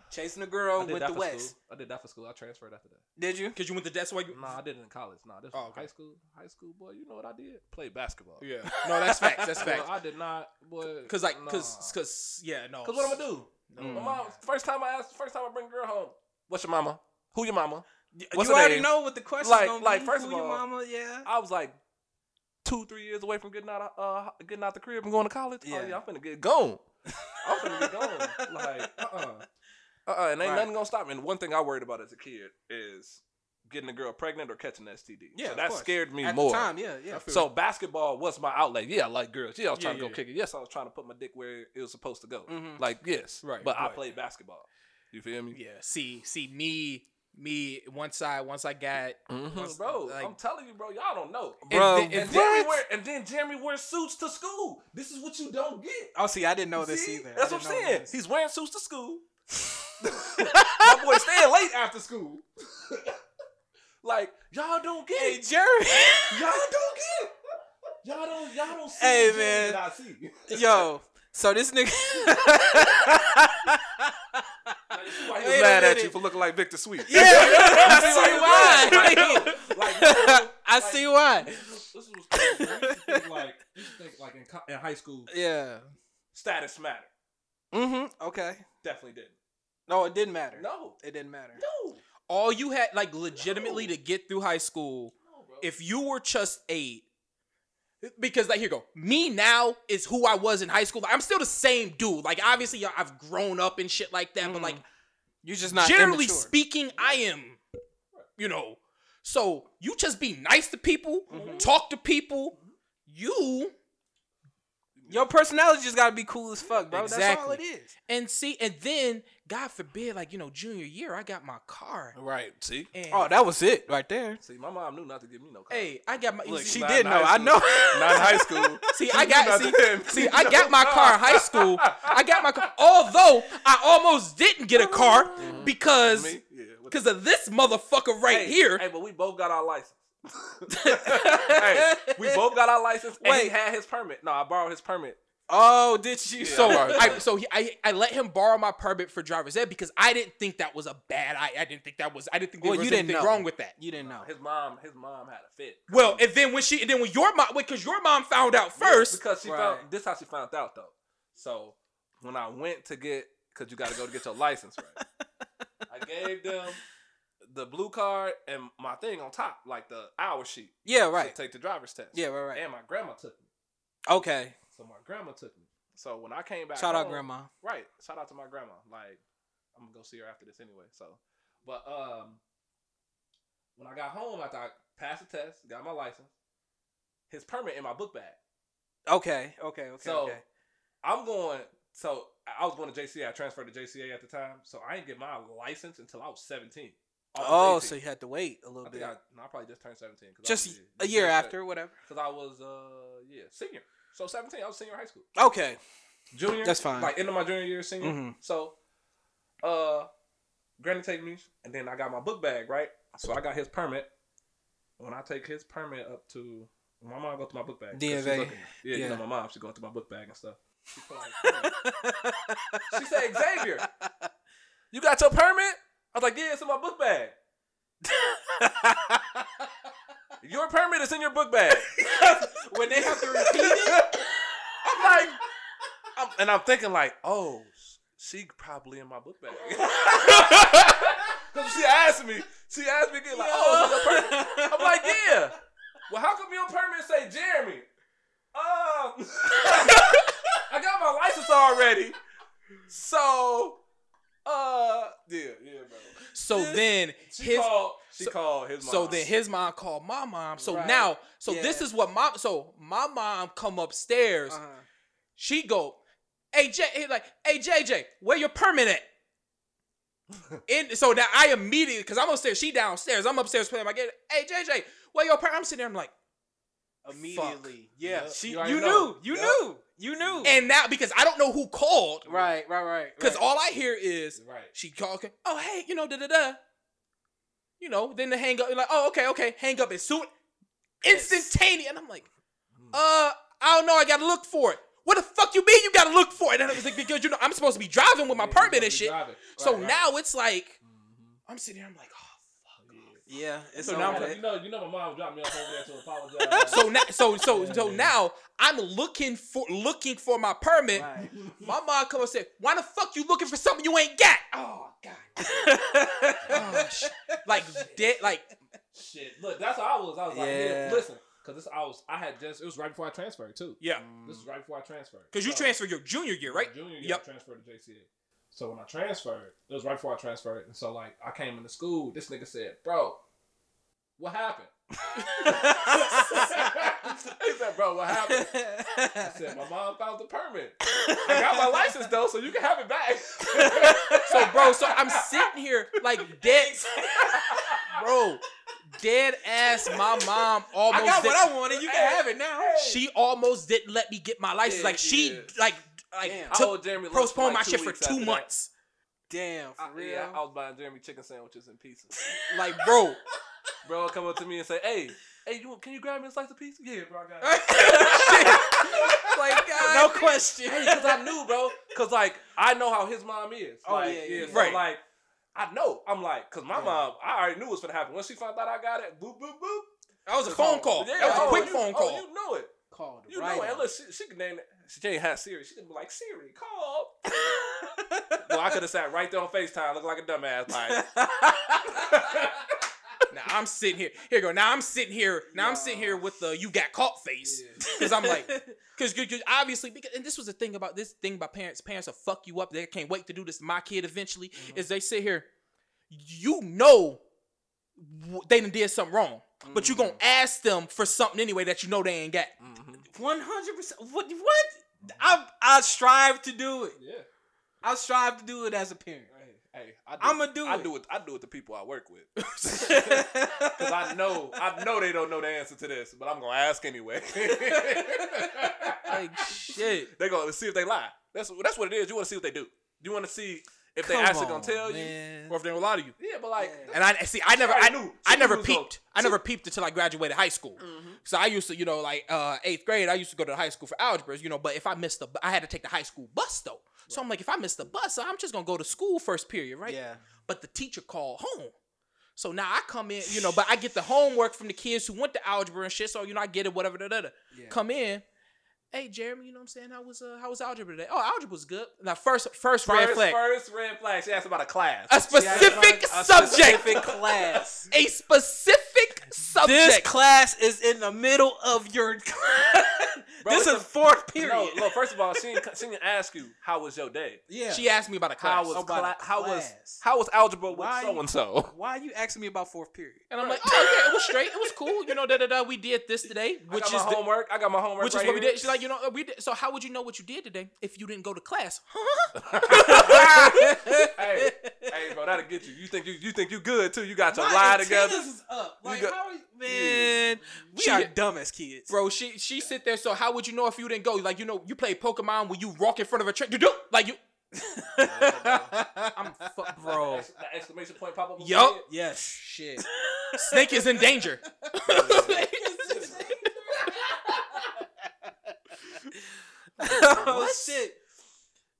Speaker 2: chasing a
Speaker 4: I
Speaker 2: girl.
Speaker 4: did
Speaker 2: Went
Speaker 4: that
Speaker 2: to
Speaker 4: for
Speaker 2: West.
Speaker 4: school. I did that for school. I transferred after that.
Speaker 2: Did you?
Speaker 3: Cause you went to that's why you
Speaker 4: Nah, I did it in college. Nah, this
Speaker 3: Oh,
Speaker 4: was
Speaker 3: okay.
Speaker 4: high school. High school, boy. You know what I did? Play basketball.
Speaker 3: Yeah. No, that's facts. That's
Speaker 4: Boy,
Speaker 3: facts.
Speaker 4: I did not, boy.
Speaker 3: Cause like
Speaker 4: nah.
Speaker 3: cause cause yeah, no.
Speaker 4: 'Cause what I'm gonna do?
Speaker 3: Mm.
Speaker 4: My mom. First time I asked. First time I bring a girl home. What's your mama? Who your mama? What's
Speaker 2: you
Speaker 4: her
Speaker 2: already
Speaker 4: name?
Speaker 2: know what the question
Speaker 4: Like-
Speaker 2: gonna
Speaker 4: like,
Speaker 2: be.
Speaker 4: first of
Speaker 2: Who your
Speaker 4: all,
Speaker 2: mama? Yeah.
Speaker 4: I was like two, three years away from getting out of uh, getting out the crib and going to college.
Speaker 2: Yeah.
Speaker 4: Oh yeah, I'm finna get gone. I'm finna get gone. Like uh uh-uh. uh. And ain't
Speaker 2: Right.
Speaker 4: nothing gonna stop me. And one thing I worried about as a kid is getting a girl pregnant or catching an STD.
Speaker 3: Yeah,
Speaker 4: so
Speaker 3: of
Speaker 4: that
Speaker 3: course.
Speaker 4: scared me
Speaker 3: At
Speaker 4: more.
Speaker 3: the time, yeah, yeah.
Speaker 4: So basketball was my outlet. Yeah, I like girls. Yeah, I was
Speaker 3: Yeah,
Speaker 4: trying to
Speaker 3: yeah.
Speaker 4: go kick it. Yes, I was trying to put my dick where it was supposed to go.
Speaker 3: Mhm.
Speaker 4: Like yes,
Speaker 3: Right,
Speaker 4: But
Speaker 3: right.
Speaker 4: I played basketball. You feel me?
Speaker 3: yeah, see, see me, me. Once I, once I got,
Speaker 4: Mhm.
Speaker 3: once-
Speaker 4: Bro,
Speaker 3: like-
Speaker 4: I'm telling you, bro, y'all don't know.
Speaker 2: Mm-hmm. Bro,
Speaker 3: and,
Speaker 4: And
Speaker 3: then- and
Speaker 4: then,
Speaker 3: then
Speaker 4: we wear, and then Jeremy wears suits to school. This is what you don't get.
Speaker 2: Oh, see, I didn't know this
Speaker 4: See?
Speaker 2: either. I
Speaker 4: That's what I'm
Speaker 2: didn't know
Speaker 4: saying.
Speaker 2: this.
Speaker 4: He's wearing suits to school. My boy staying late after school. like y'all don't get
Speaker 2: Hey,
Speaker 4: it.
Speaker 2: Jeremy.
Speaker 4: Y'all don't get it. Y'all don't. Y'all don't see.
Speaker 2: Hey,
Speaker 4: the Jeremy
Speaker 2: man.
Speaker 4: that I see.
Speaker 2: Yo, so this nigga.
Speaker 4: You see why he
Speaker 2: Wait
Speaker 4: was
Speaker 2: a
Speaker 4: mad at
Speaker 2: minute.
Speaker 4: you for looking like Victor Sweet.
Speaker 2: yeah, I see why.
Speaker 4: Like,
Speaker 2: I see why.
Speaker 4: this was, this was crazy. bro. You used to think like, you used to think like in, co- in high school,
Speaker 2: Yeah.
Speaker 4: status mattered.
Speaker 2: Mm-hmm. Okay.
Speaker 4: Definitely didn't.
Speaker 2: No, it didn't matter.
Speaker 4: No,
Speaker 2: it didn't matter.
Speaker 4: no,
Speaker 3: all you had, like, legitimately to get through high school,
Speaker 4: no, bro.
Speaker 3: if you were just eight, because like here you go, me now is who I was in high school. Like, I'm still the same dude. Like obviously y'all- I've grown up and shit like that, but like
Speaker 2: You're just Mm. not
Speaker 3: generally
Speaker 2: immature.
Speaker 3: speaking, I am, you know. So you just be nice to people,
Speaker 2: Mm-hmm.
Speaker 3: talk to people. You
Speaker 2: Your personality just gotta be cool as fuck, bro. That's all it
Speaker 3: Exactly.
Speaker 2: is.
Speaker 3: and see, and then God forbid, like you know, junior year, I got my car.
Speaker 4: right? See,
Speaker 3: And,
Speaker 2: Oh, that was it right there.
Speaker 4: see, my mom knew not to give me no. College.
Speaker 3: hey, I got my.
Speaker 2: Look,
Speaker 3: see,
Speaker 2: she
Speaker 4: not
Speaker 2: did
Speaker 4: in
Speaker 2: know.
Speaker 4: high
Speaker 2: I know.
Speaker 4: not in high school.
Speaker 3: See, I got
Speaker 4: Not
Speaker 3: see,
Speaker 4: them.
Speaker 3: see, I got my car in high school. I got my car. Although I almost didn't get a car because
Speaker 4: Me? Yeah, what the-
Speaker 3: because of this motherfucker
Speaker 4: Hey,
Speaker 3: right here.
Speaker 4: Hey, but we both got our license. hey, we both got our license. And he
Speaker 2: Wait.
Speaker 4: had his permit. No, I borrowed his permit.
Speaker 2: oh, did you?
Speaker 3: so
Speaker 4: alright.
Speaker 3: I so he, I I let him borrow my permit for driver's ed because I didn't think that was a bad I I didn't think that was I didn't think there
Speaker 2: Well,
Speaker 3: was
Speaker 2: you didn't
Speaker 3: anything
Speaker 2: know.
Speaker 3: wrong with that.
Speaker 2: you didn't know.
Speaker 4: His mom, his mom had a fit.
Speaker 3: Well, and then when she and then when your mom wait because your mom found out first.
Speaker 4: because she
Speaker 2: Right.
Speaker 4: found this how she found out though. So when I went to get, because you got to go to get your license, right? I gave them the blue card and my thing on top, like the hour sheet,
Speaker 2: Yeah,
Speaker 4: to
Speaker 2: right.
Speaker 4: take the driver's test.
Speaker 2: Yeah, right, right.
Speaker 4: And my grandma took me,
Speaker 2: Okay.
Speaker 4: so my grandma took me. So when I came back,
Speaker 2: Shout out,
Speaker 4: home-
Speaker 2: grandma.
Speaker 4: Right. Shout out to my grandma. Like, I'm gonna go see her after this anyway. So, but um, when I got home after I passed the test, got my license, his permit in my book bag.
Speaker 2: Okay, okay, okay,
Speaker 4: So
Speaker 2: okay.
Speaker 4: I'm going. So I was going to JCA. I transferred to JCA at the time. So I didn't get my license until I was 17.
Speaker 2: Oh, so you had to wait a
Speaker 4: I
Speaker 2: little
Speaker 4: think
Speaker 2: bit.
Speaker 4: I, no, I probably just turned 17. Cause
Speaker 2: Just a year after, whatever.
Speaker 4: Because I was, uh, yeah, senior. So 17, I was senior in high school.
Speaker 2: Okay.
Speaker 4: Junior.
Speaker 2: That's fine.
Speaker 4: Like end of my junior year, senior.
Speaker 2: Mhm.
Speaker 4: So, uh, Granny take me, and then I got my book bag right. So I got his permit. When I take his permit up to my mom, go to my book bag. 'cause she
Speaker 2: DMV.
Speaker 4: looking. Yeah, you
Speaker 2: Yeah.
Speaker 4: know my mom. She going through my book bag and stuff. She pull out his permit. She said, Xavier, you got your permit? I was like, yeah, it's in my book bag. your permit is in your book bag.
Speaker 3: when they have to repeat it,
Speaker 4: I'm like, I'm, and I'm thinking like, oh, she probably in my book bag. Because she asked me, she asked me again, like, oh, so your permit? I'm like, yeah. Well, how come your permit say Jeremy? Um, I got my license already. So, uh, yeah, yeah, bro.
Speaker 3: so then
Speaker 4: She
Speaker 3: his
Speaker 4: called. She
Speaker 3: so-
Speaker 4: called his mom.
Speaker 3: So then his mom called my mom. So
Speaker 4: Right.
Speaker 3: now, so this
Speaker 2: Yeah.
Speaker 3: is what mom. So my mom come upstairs.
Speaker 2: Uh-huh.
Speaker 3: She go, hey J, he like, hey JJ, where your permit at? And so now I immediately, cause I'm upstairs, she downstairs, I'm upstairs playing my game. Hey JJ, where your permit? I'm sitting there, I'm like,
Speaker 2: Immediately. Yeah.
Speaker 4: Yep.
Speaker 2: She,
Speaker 4: You
Speaker 2: you,
Speaker 4: already
Speaker 2: knew.
Speaker 4: know.
Speaker 2: You
Speaker 4: Yep.
Speaker 2: knew. You knew.
Speaker 3: and now because I don't know who called,
Speaker 2: right, right, right.
Speaker 3: cause
Speaker 2: right.
Speaker 3: all I hear is
Speaker 4: right.
Speaker 3: she called, oh hey, you know da da da, you know. Then the hang up, you're like, oh okay, okay, hang up as soon, instantaneous, and I'm like. uh, I don't know. I gotta look for it. What the fuck you mean you gotta look for it? And I was like, because you know I'm supposed to be driving with my permit and shit. so now it's like I'm sitting here. I'm like, oh,
Speaker 2: yeah. It's
Speaker 4: So
Speaker 2: so
Speaker 4: now,
Speaker 2: over.
Speaker 4: you know, you know, my mom dropped me off over there to apologize.
Speaker 3: so now, so so so now I'm looking for looking for my permit.
Speaker 2: Right.
Speaker 3: My mom come and said, why the fuck you looking for something you ain't got? Oh god, oh, sh- like dead, like
Speaker 4: Shit, look, that's how I was. I was like, yeah,
Speaker 2: Yeah.
Speaker 4: listen, because this I was, I had just, it was right before I transferred too.
Speaker 3: yeah,
Speaker 4: This was right before I transferred.
Speaker 3: because Mm. you
Speaker 4: So,
Speaker 3: transferred your junior year,
Speaker 4: my
Speaker 3: right?
Speaker 4: Junior year,
Speaker 3: Yep.
Speaker 4: I transferred to JCA. So when I transferred, it was right before I transferred, and so like I came into school, this nigga said, "Bro, What happened? he said, bro, what happened? I said, my mom filed the permit. I got my license though, so you can have it back.
Speaker 3: So, bro, so I'm sitting here like dead, bro, dead ass. My mom almost.
Speaker 2: I got
Speaker 3: did-
Speaker 2: what I wanted. You can have it now.
Speaker 3: She almost didn't let me get my license.
Speaker 4: Yeah,
Speaker 3: like she,
Speaker 4: yeah.
Speaker 3: like, like
Speaker 4: Damn, I
Speaker 3: took,
Speaker 4: owed Jeremy lunch like
Speaker 3: postponed my
Speaker 4: two
Speaker 3: shit for
Speaker 4: weeks
Speaker 3: two
Speaker 4: after that.
Speaker 3: months.
Speaker 2: Damn, for
Speaker 4: I,
Speaker 2: real.
Speaker 4: yeah, I was buying Jeremy chicken sandwiches and pizza.
Speaker 3: Like, bro,
Speaker 4: Bro would come up to me and say, "Hey, hey, you want- can you grab me a slice of pizza?" Yeah, bro, I got it.
Speaker 2: like, God,
Speaker 3: no
Speaker 2: damn.
Speaker 3: question.
Speaker 4: because I knew, bro. Because like I know how his mom is.
Speaker 2: Oh,
Speaker 4: like,
Speaker 2: yeah, yeah,
Speaker 4: so,
Speaker 3: right.
Speaker 4: Like I know. I'm like, because my
Speaker 2: Yeah.
Speaker 4: mom, I already knew what's gonna happen. Once she found out I got it, boop boop boop.
Speaker 3: That was a phone call.
Speaker 4: Yeah,
Speaker 3: that was
Speaker 4: oh,
Speaker 3: a quick
Speaker 4: you-
Speaker 3: phone
Speaker 4: oh,
Speaker 3: call.
Speaker 4: you know it.
Speaker 2: Called
Speaker 4: You
Speaker 2: right
Speaker 4: know it.
Speaker 2: out.
Speaker 4: And look, she, she could name it. She ain't had Siri. She could be like Siri, call. well, I could have sat right there on Facetime, looking like a dumbass. Like,
Speaker 3: Now I'm sitting here. Here you go. Now I'm sitting here. Now I'm sitting here with the you got caught face. Cause I'm like, cause, 'cause- 'cause obviously, because and this was the thing about this thing about parents. Parents will fuck you up. They can't wait to do this. to My kid eventually
Speaker 4: Mm-hmm.
Speaker 3: is they sit here. You know, w- they done did something wrong, but
Speaker 4: Mm-hmm.
Speaker 3: you gonna ask them for something anyway that you know they ain't got.
Speaker 2: One hundred percent. What? What? I I strive to do it.
Speaker 4: yeah.
Speaker 2: I strive to do it as a parent.
Speaker 4: Hey, hey, I do
Speaker 2: I'ma do
Speaker 4: I
Speaker 2: it.
Speaker 4: do it. I do it to people I work with. Cause I know, I know they don't know the answer to this, but I'm gonna ask anyway.
Speaker 2: like shit.
Speaker 4: they gonna see if they lie. That's that's what it is. You want to see what they do. You want to see if they
Speaker 2: Come
Speaker 4: actually
Speaker 2: on,
Speaker 4: gonna tell
Speaker 2: man.
Speaker 3: Or if they gonna lie to you.
Speaker 4: you. Yeah, but like,
Speaker 2: Yeah.
Speaker 3: And I see, I never, I
Speaker 4: already knew.
Speaker 3: knew,
Speaker 4: She Mm-hmm.
Speaker 3: I
Speaker 4: knew
Speaker 3: never
Speaker 4: it was old.
Speaker 3: peeped. I never peeped until I graduated high school. So I used to, you know, like uh, eighth grade, I used to go to high school for algebras, you know. But if I missed the, bu- I had to take the high school bus though. So I'm like, if I missed the bus, I'm just gonna go to school first period, right?
Speaker 2: Yeah.
Speaker 3: But the teacher called home. So now I come in, you know, but I get the homework from the kids who went to algebra and shit. So you know, I get it, whatever, da da da. Come in. Hey Jeremy, you know what I'm saying? How was uh, how was algebra today? Oh, algebra was good. Now first first,
Speaker 4: first,
Speaker 3: red flag,
Speaker 4: first red flag. She asked about a class.
Speaker 3: a specific subject,
Speaker 2: Specific class.
Speaker 3: a specific subject.
Speaker 2: This class is in the middle of your.
Speaker 4: Bro,
Speaker 2: this
Speaker 4: it's
Speaker 2: is
Speaker 4: a-
Speaker 2: fourth period.
Speaker 4: no, look. First of all, she didn't, she didn't ask you how was your day.
Speaker 2: yeah.
Speaker 3: She asked me about a class. Oh,
Speaker 4: How was
Speaker 2: About
Speaker 4: cla-
Speaker 2: a
Speaker 4: how was
Speaker 2: class.
Speaker 4: how was algebra with
Speaker 2: Why you-
Speaker 4: so and so?
Speaker 2: Why are you asking me about fourth period?
Speaker 3: and I'm like, oh yeah, it was straight. It was cool. You know, da da da. We did this today, which
Speaker 4: I
Speaker 3: is
Speaker 4: got my
Speaker 3: the,
Speaker 4: homework. I got my homework.
Speaker 3: which is
Speaker 4: right
Speaker 3: what we
Speaker 4: here.
Speaker 3: did. She's like, you know, we did. So how would you know what you did today if you didn't go to class? Huh?
Speaker 4: hey, hey, bro, that'll get you. You think you you think you good too? You got your
Speaker 2: My
Speaker 4: lie
Speaker 2: antennas
Speaker 4: together.
Speaker 2: is up.
Speaker 4: You
Speaker 2: Like,
Speaker 4: got-
Speaker 2: how are you, man? We
Speaker 3: She-
Speaker 2: are dumb as kids.
Speaker 3: Bro, she she sit there. So how would you know if you didn't go? Like you know, you play Pokemon when you walk in front of a tree. Do like you. I'm fu- bro.
Speaker 4: Ex- that exclamation point pop up. in my
Speaker 3: Yup.
Speaker 4: head.
Speaker 2: Yes, shit.
Speaker 3: Snake is in danger.
Speaker 2: oh shit,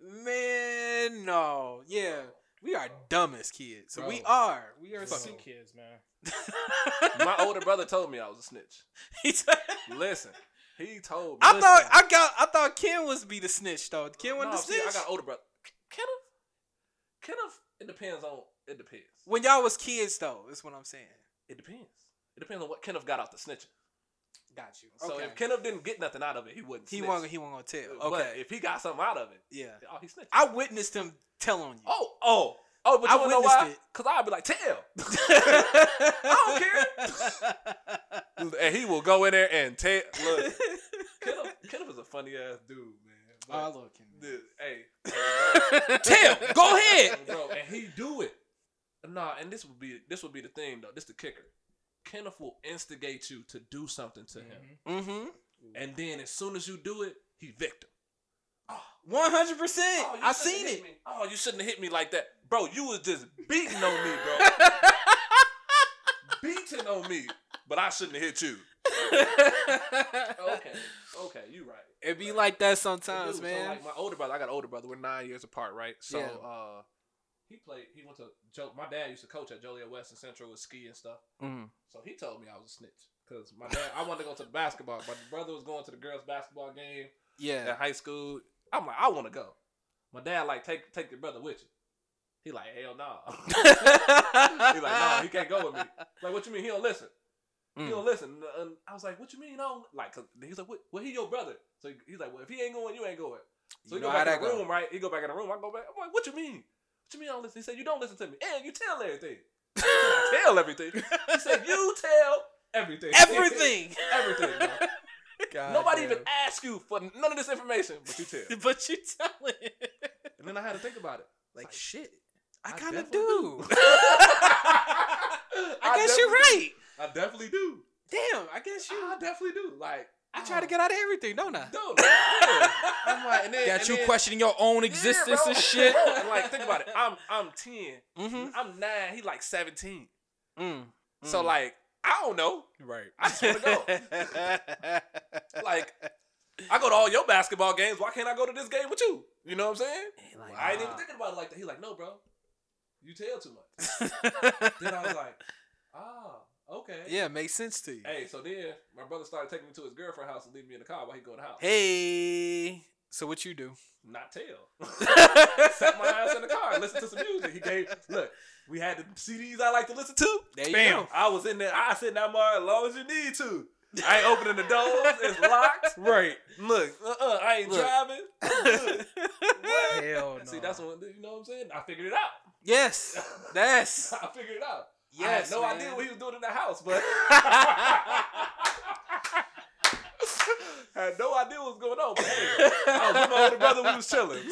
Speaker 2: man. No, yeah, we are dumb as kids. So we
Speaker 3: Bro.
Speaker 2: are. We are. So.
Speaker 3: Fucking kids, man.
Speaker 4: My older brother told me I was a snitch.
Speaker 2: He said-
Speaker 4: Listen, he told me.
Speaker 2: I
Speaker 4: Listen.
Speaker 2: thought I got I thought Ken was be the snitch though. Ken wasn't
Speaker 4: No,
Speaker 2: the
Speaker 4: see,
Speaker 2: snitch.
Speaker 4: I got older brother. K- Kenneth, Kenneth. It depends on. It depends.
Speaker 2: when y'all was kids though, is what I'm saying.
Speaker 4: It depends. It depends on what Kenneth got out the snitching.
Speaker 2: Got you.
Speaker 4: So
Speaker 2: okay.
Speaker 4: if Kenneth didn't get nothing out of it, he wouldn't.
Speaker 2: he
Speaker 4: snitch.
Speaker 2: wasn't he wasn't gonna tell.
Speaker 4: But
Speaker 2: Okay.
Speaker 4: if he got something out of it,
Speaker 2: yeah.
Speaker 4: oh, he snitched.
Speaker 2: I witnessed him telling you.
Speaker 4: Oh, oh, oh! But
Speaker 2: I
Speaker 4: you wanna know
Speaker 2: witnessed
Speaker 4: why?
Speaker 2: it.
Speaker 4: Cause I'd be like, tell.
Speaker 2: I
Speaker 4: and he will go in there and tell. Look, Kenneth, Kenneth is a funny ass dude, man. But,
Speaker 2: I love Ken.
Speaker 4: dude, hey,
Speaker 3: Tell. Go ahead.
Speaker 4: bro, and he do it. Nah, and this would be this would be the thing though. This the kicker. Kenneth will instigate you to do something to him,
Speaker 2: Mm-hmm.
Speaker 4: and then as soon as you do it, he victim.
Speaker 2: One hundred percent.
Speaker 4: Oh, you
Speaker 2: I
Speaker 4: shouldn't
Speaker 2: seen
Speaker 4: hit
Speaker 2: it.
Speaker 4: me. Oh, you shouldn't have hit me like that, bro. You was just beating on me, bro. beating on me, but I shouldn't have hit you. Okay, okay, you right.
Speaker 2: It be like that
Speaker 4: Dude,
Speaker 2: sometimes,
Speaker 4: so,
Speaker 2: man.
Speaker 4: like my older brother, I got an older brother. We're nine years apart, right? So
Speaker 2: Yeah.
Speaker 4: uh, he played. He went to Joe. My dad used to coach at Joliet Western Central with ski and stuff.
Speaker 2: Mhm.
Speaker 4: So he told me I was a snitch because my dad. I wanted to go to the basketball. My brother was going to the girls' basketball game
Speaker 2: yeah.
Speaker 4: at high school. I'm like, I want to go. My dad like take take your brother with you. He like hell no. he like no, he can't go with me. Like what you mean he don't listen?
Speaker 2: Mm.
Speaker 4: He don't listen. And I was like, what you mean? No, like 'cause he's like, what? Well, he your brother. So he- he's like, well, if he ain't going, you ain't going. So
Speaker 2: You
Speaker 4: he
Speaker 2: know
Speaker 4: go back
Speaker 2: how that
Speaker 4: in the
Speaker 2: go.
Speaker 4: room, right? He go back in the room. I go back. I'm like, what you mean? What you mean I don't listen? He said, you don't listen to me, and you tell everything. I said, I tell everything. He said, you tell everything.
Speaker 2: Everything.
Speaker 4: everything. bro.
Speaker 3: God
Speaker 4: Nobody
Speaker 3: damn.
Speaker 4: even asked you for none of this information, but you tell.
Speaker 2: but you telling.
Speaker 4: And then I had to think about it.
Speaker 3: like shit.
Speaker 2: I
Speaker 3: I
Speaker 2: kind of
Speaker 3: definitely
Speaker 2: do.
Speaker 4: I,
Speaker 2: I guess you're
Speaker 4: definitely-
Speaker 2: right.
Speaker 4: I definitely do.
Speaker 2: Damn, I guess you. Oh.
Speaker 4: I definitely do. Like
Speaker 2: I try to get out of everything, don't I?
Speaker 4: No, no, yeah. I'm like, and then,
Speaker 3: Got
Speaker 4: and
Speaker 3: you
Speaker 4: then-
Speaker 3: questioning your own
Speaker 4: Yeah,
Speaker 3: existence
Speaker 4: bro,
Speaker 3: and shit.
Speaker 4: Bro, and like, think about it. I'm I'm ten.
Speaker 2: Mm-hmm.
Speaker 4: I'm nine. He like seventeen.
Speaker 2: Mm.
Speaker 4: So like, I don't know.
Speaker 3: Right.
Speaker 4: I just want to go. like, I go to all your basketball games. Why can't I go to this game with you? You know what I'm saying? I ain't even thinking about it like that. He like, no, bro. You tell too much. then I was like, ah, okay.
Speaker 2: yeah, it makes sense to you. Hey.
Speaker 4: Hey, so then my brother started taking me to his girlfriend's house and leaving me in the car while he go to the house.
Speaker 2: So what you do?
Speaker 4: Not tell. Sat my ass in the car, and listened to some music. He gave look. We had the CDs I like to listen to.
Speaker 2: There you
Speaker 3: Bam.
Speaker 2: go.
Speaker 4: I was in there. I sit in that bar as long as you need to. I ain't opening the doors. It's locked.
Speaker 3: Right.
Speaker 4: Look, Oh, uh, uh I ain't
Speaker 2: Look.
Speaker 4: driving. Look, what?
Speaker 3: Hell no.
Speaker 4: See, that's when you know what I'm saying. I figured it out.
Speaker 2: Yes. Yes.
Speaker 4: I figured it out. I had
Speaker 2: Yes.
Speaker 4: no
Speaker 2: man.
Speaker 4: idea what he was doing in the house, but had no idea what was going on. But hey, I was with my older brother. We was chilling.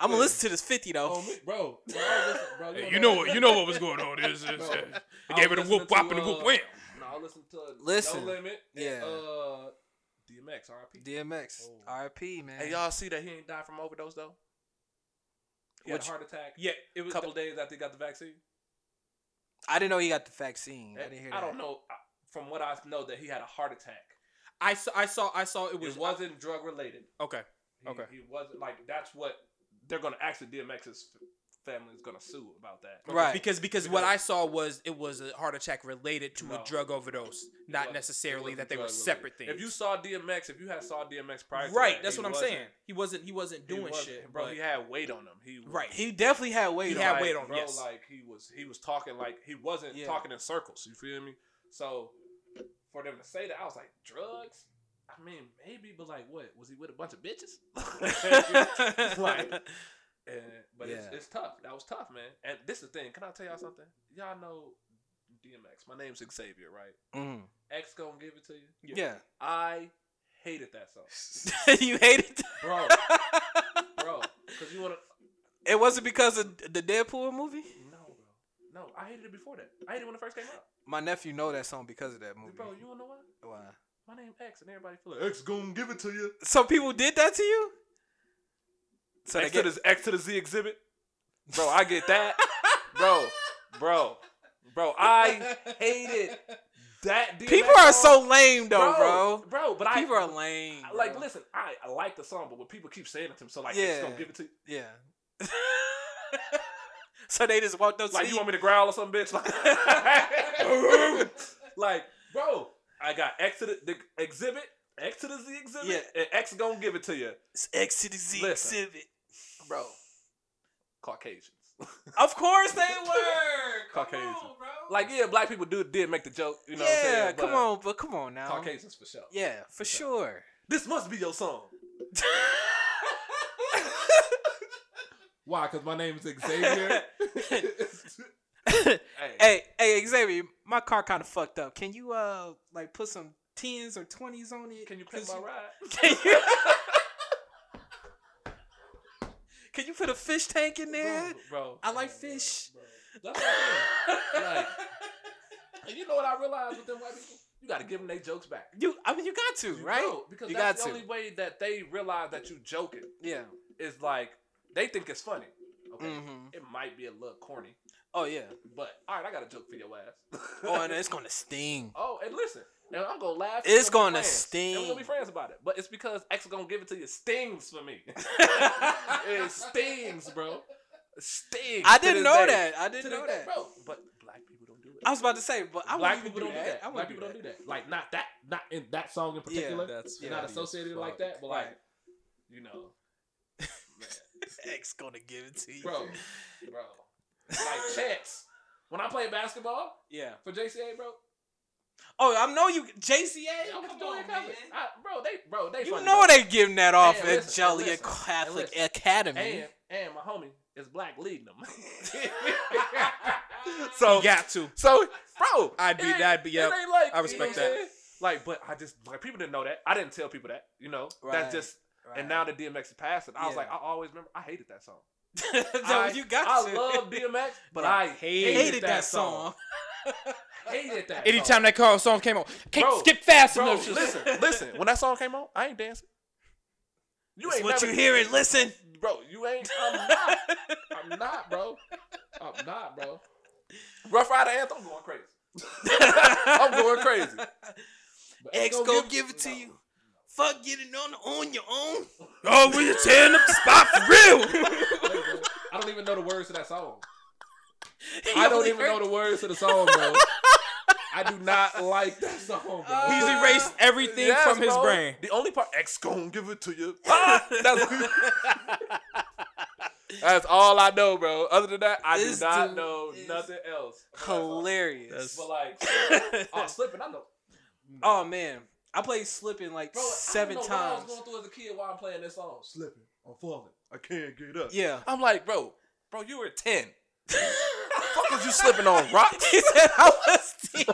Speaker 2: I'm gonna listen to this fifty
Speaker 4: Oh,
Speaker 2: though.
Speaker 4: me- bro, bro, I was listening- bro,
Speaker 3: You know what? You know what was going on. This is.
Speaker 4: Bro,
Speaker 3: They
Speaker 4: I
Speaker 3: gave
Speaker 4: was
Speaker 3: it a
Speaker 4: listening
Speaker 3: whoop wop
Speaker 4: to,
Speaker 3: and a whoop
Speaker 4: uh,
Speaker 3: wham.
Speaker 4: No, I listen to
Speaker 2: Listen.
Speaker 4: No Limit. and,
Speaker 2: Yeah.
Speaker 4: uh, DMX, RIP.
Speaker 2: DMX,
Speaker 4: Oh.
Speaker 2: RP, man.
Speaker 4: Hey, y'all see that he ain't died from overdose though? He
Speaker 2: Which-
Speaker 4: had a heart attack.
Speaker 3: Yeah, it
Speaker 4: A
Speaker 3: was.
Speaker 4: couple days after he got the vaccine.
Speaker 2: I didn't know he got the vaccine. Eh, I
Speaker 4: And
Speaker 2: didn't hear that.
Speaker 4: don't know. I- From what I know, that he had a heart attack.
Speaker 3: I saw. I saw. I saw. It
Speaker 4: It
Speaker 3: was.
Speaker 4: wasn't drug related.
Speaker 3: okay.
Speaker 4: He,
Speaker 3: Okay.
Speaker 4: He wasn't like that's what they're gonna actually DMX's f- family is gonna sue about that.
Speaker 2: Right.
Speaker 3: Because because what I saw was it was a heart attack related to
Speaker 4: No.
Speaker 3: a drug overdose,
Speaker 4: It
Speaker 3: not
Speaker 4: wasn't-
Speaker 3: necessarily
Speaker 4: it wasn't
Speaker 3: that they were
Speaker 4: drug-related.
Speaker 3: separate things.
Speaker 4: If you saw DMX, if you had saw DMX prior, to
Speaker 3: right,
Speaker 4: that,
Speaker 3: that's
Speaker 4: he
Speaker 3: what I'm
Speaker 4: wasn't-
Speaker 3: saying. He wasn't. He wasn't
Speaker 4: he
Speaker 3: doing
Speaker 4: wasn't-
Speaker 3: shit,
Speaker 4: bro.
Speaker 3: but-
Speaker 4: He had weight on him. He was-
Speaker 3: right.
Speaker 2: he definitely had weight.
Speaker 3: He
Speaker 2: on
Speaker 3: had
Speaker 2: it.
Speaker 4: like,
Speaker 3: weight on him,
Speaker 4: bro,
Speaker 3: yes.
Speaker 4: Like he was, he was talking like he wasn't
Speaker 2: Yeah.
Speaker 4: talking in circles. You feel me? So for them to say that, I was like, drugs. I mean, maybe, but like, what was he with a bunch of bitches? like, and, but it's,
Speaker 2: Yeah.
Speaker 4: it's tough. That was tough, man. And this is the thing. Can I tell y'all something? Y'all know DMX. My name's Xavier, right?
Speaker 2: Mm.
Speaker 4: X gonna give it to you.
Speaker 2: Yeah.
Speaker 4: I hated that song,
Speaker 2: you hated
Speaker 4: bro,
Speaker 2: that.
Speaker 4: bro, because you wanna.
Speaker 2: It wasn't because of the Deadpool movie.
Speaker 4: No, bro. No, I hated it before that. I hated it when it first came out.
Speaker 2: My nephew know that song because of that movie.
Speaker 4: Bro, you wanna know why?
Speaker 2: Why?
Speaker 4: My name X, and everybody feel like X gonna give it to you.
Speaker 2: Some people did that to you. So
Speaker 4: X,
Speaker 2: they get
Speaker 4: to the, X to the Z exhibit, bro. I get that, bro, bro, bro. I hated that. DMX
Speaker 2: people are
Speaker 4: song.
Speaker 2: so lame though, bro.
Speaker 4: bro, But I
Speaker 2: people are lame.
Speaker 4: I- like,
Speaker 2: bro.
Speaker 4: listen, I, I like the song, but when people keep saying it to him, so like,
Speaker 2: Yeah.
Speaker 4: X gonna give it to you.
Speaker 2: yeah. so they just walked up to
Speaker 4: Like,
Speaker 2: you.
Speaker 4: you want me to growl or something, bitch? Like, like, bro, I got X to the, the exhibit, X to the Z exhibit,
Speaker 2: Yeah.
Speaker 4: and X gonna give it to you,
Speaker 2: It's X to the Z
Speaker 4: Listen.
Speaker 2: exhibit.
Speaker 4: bro. Caucasians.
Speaker 2: Of course they were. Come
Speaker 4: Caucasian.
Speaker 2: on, bro.
Speaker 4: Like yeah, black people do did make the joke, you know. what I'm
Speaker 2: yeah,
Speaker 4: saying?
Speaker 2: come
Speaker 4: but
Speaker 2: on, but come on now.
Speaker 4: Caucasians for sure.
Speaker 2: Yeah, for sure.
Speaker 4: This must be your song. Why? Because my name is Xavier. hey,
Speaker 2: Hey, hey, Xavier, my car kind of fucked up. Can you uh like put some tens or twenties on it?
Speaker 4: can you pimp
Speaker 2: Cause
Speaker 4: my
Speaker 2: you-
Speaker 4: ride?
Speaker 2: Can you? Can you put a fish tank in there?
Speaker 4: bro.
Speaker 2: I like fish.
Speaker 4: That's what I'm saying. Like, and you know what I realized with them white people? You got to give them their jokes back.
Speaker 2: You, I mean, you got to,
Speaker 4: You
Speaker 2: right?
Speaker 4: know, because
Speaker 2: You
Speaker 4: that's
Speaker 2: got
Speaker 4: the
Speaker 2: to.
Speaker 4: only way that they realize that you joking
Speaker 2: Yeah.
Speaker 4: is like they think it's funny. Okay,
Speaker 2: hmm
Speaker 4: it might be a little corny,
Speaker 2: Oh yeah.
Speaker 4: but all right, I got a joke for your ass.
Speaker 2: Oh, and it's gonna sting.
Speaker 4: Oh, and listen, and I'm gonna laugh.
Speaker 2: It's
Speaker 4: We're
Speaker 2: gonna
Speaker 4: be friends.
Speaker 2: sting.
Speaker 4: And we're gonna be friends about it. But it's because X gonna give it to you. Stings for me. it stings, bro. Stings.
Speaker 2: I
Speaker 4: to
Speaker 2: didn't
Speaker 4: this
Speaker 2: know
Speaker 4: day.
Speaker 2: that. I
Speaker 4: To
Speaker 2: didn't
Speaker 4: this
Speaker 2: know
Speaker 4: day,
Speaker 2: that.
Speaker 4: bro. But black people don't do it.
Speaker 2: I was about to say, but I
Speaker 4: black
Speaker 2: wouldn't even
Speaker 4: people don't do that.
Speaker 2: I
Speaker 4: black
Speaker 2: wouldn't
Speaker 4: people don't do that. Like not that, not in that song in particular.
Speaker 3: that's
Speaker 4: You're not associated like that, but like, you know,
Speaker 2: X gonna give it to you,
Speaker 4: bro, bro. Like chance. When I played basketball
Speaker 2: Yeah.
Speaker 4: for JCA, bro,
Speaker 2: Oh, I know you, JCA.
Speaker 4: I was
Speaker 2: Come
Speaker 4: doing
Speaker 2: on,
Speaker 4: coverage.
Speaker 2: man.
Speaker 4: I- bro, they, bro, they.
Speaker 2: You
Speaker 4: funny,
Speaker 2: know
Speaker 4: bro.
Speaker 2: they giving that off
Speaker 4: And
Speaker 2: at
Speaker 4: listen, and
Speaker 2: Joliet
Speaker 4: listen, and
Speaker 2: Catholic
Speaker 4: listen.
Speaker 2: Academy.
Speaker 4: And and my homie, is Black leading them. so
Speaker 3: You got to.
Speaker 4: so bro,
Speaker 3: I'd be-
Speaker 4: it ain't-
Speaker 3: I'd be- yep,
Speaker 4: It ain't like,
Speaker 3: I respect
Speaker 4: you know what
Speaker 3: that.
Speaker 4: I'm saying? Like, but I just like people didn't know that. I didn't tell people that. You know,
Speaker 2: Right,
Speaker 4: that's just.
Speaker 2: right.
Speaker 4: And now that DMX is passing, I was
Speaker 2: Yeah.
Speaker 4: like, I always remember. I hated that song.
Speaker 2: no, you got
Speaker 4: I
Speaker 2: to.
Speaker 4: love DMX, but
Speaker 3: Bro,
Speaker 4: I
Speaker 3: hated
Speaker 4: hated,
Speaker 2: hated that,
Speaker 4: that
Speaker 2: song.
Speaker 4: song. Hated that.
Speaker 3: Anytime that call song came on, can't
Speaker 4: Bro,
Speaker 3: skip fast
Speaker 4: song. bro,
Speaker 3: enough.
Speaker 4: listen, listen. When that song came on, I ain't dancing. You
Speaker 2: It's
Speaker 4: ain't
Speaker 2: what
Speaker 4: never-
Speaker 2: you hear and listen.
Speaker 4: bro. You ain't. I'm not. I'm not, bro. I'm not, bro. Rough Rider anthem. I'm going crazy. I'm going crazy. But ain't
Speaker 2: X
Speaker 4: gonna
Speaker 2: go give it to
Speaker 4: no.
Speaker 2: you. Fuck getting on on your own.
Speaker 3: Oh, we tearing up the spot for real.
Speaker 4: Listen, I don't even know the words to that song.
Speaker 2: He
Speaker 4: I don't
Speaker 2: only
Speaker 4: even
Speaker 2: heard-
Speaker 4: know the words to the song, bro. I do not like that song, bro.
Speaker 2: Oh.
Speaker 3: He's erased everything
Speaker 4: Yes,
Speaker 3: from his
Speaker 4: bro.
Speaker 3: brain.
Speaker 4: The only part X gonna give it to you. Ah, that's, That's all I know, bro. Other than that, I
Speaker 2: This
Speaker 4: do not
Speaker 2: dude
Speaker 4: know
Speaker 2: is
Speaker 4: nothing else. about that song.
Speaker 2: Hilarious.
Speaker 4: But like, oh, slipping. I know.
Speaker 2: oh man, I played slipping like
Speaker 4: Bro,
Speaker 2: seven
Speaker 4: I don't know What I was
Speaker 2: times.
Speaker 4: going through as a kid while I'm playing this song. Slipping. I'm falling. I can't get up.
Speaker 2: Yeah.
Speaker 4: I'm like, bro, bro, you were ten. fuck was you slipping on rocks?
Speaker 2: He said I was.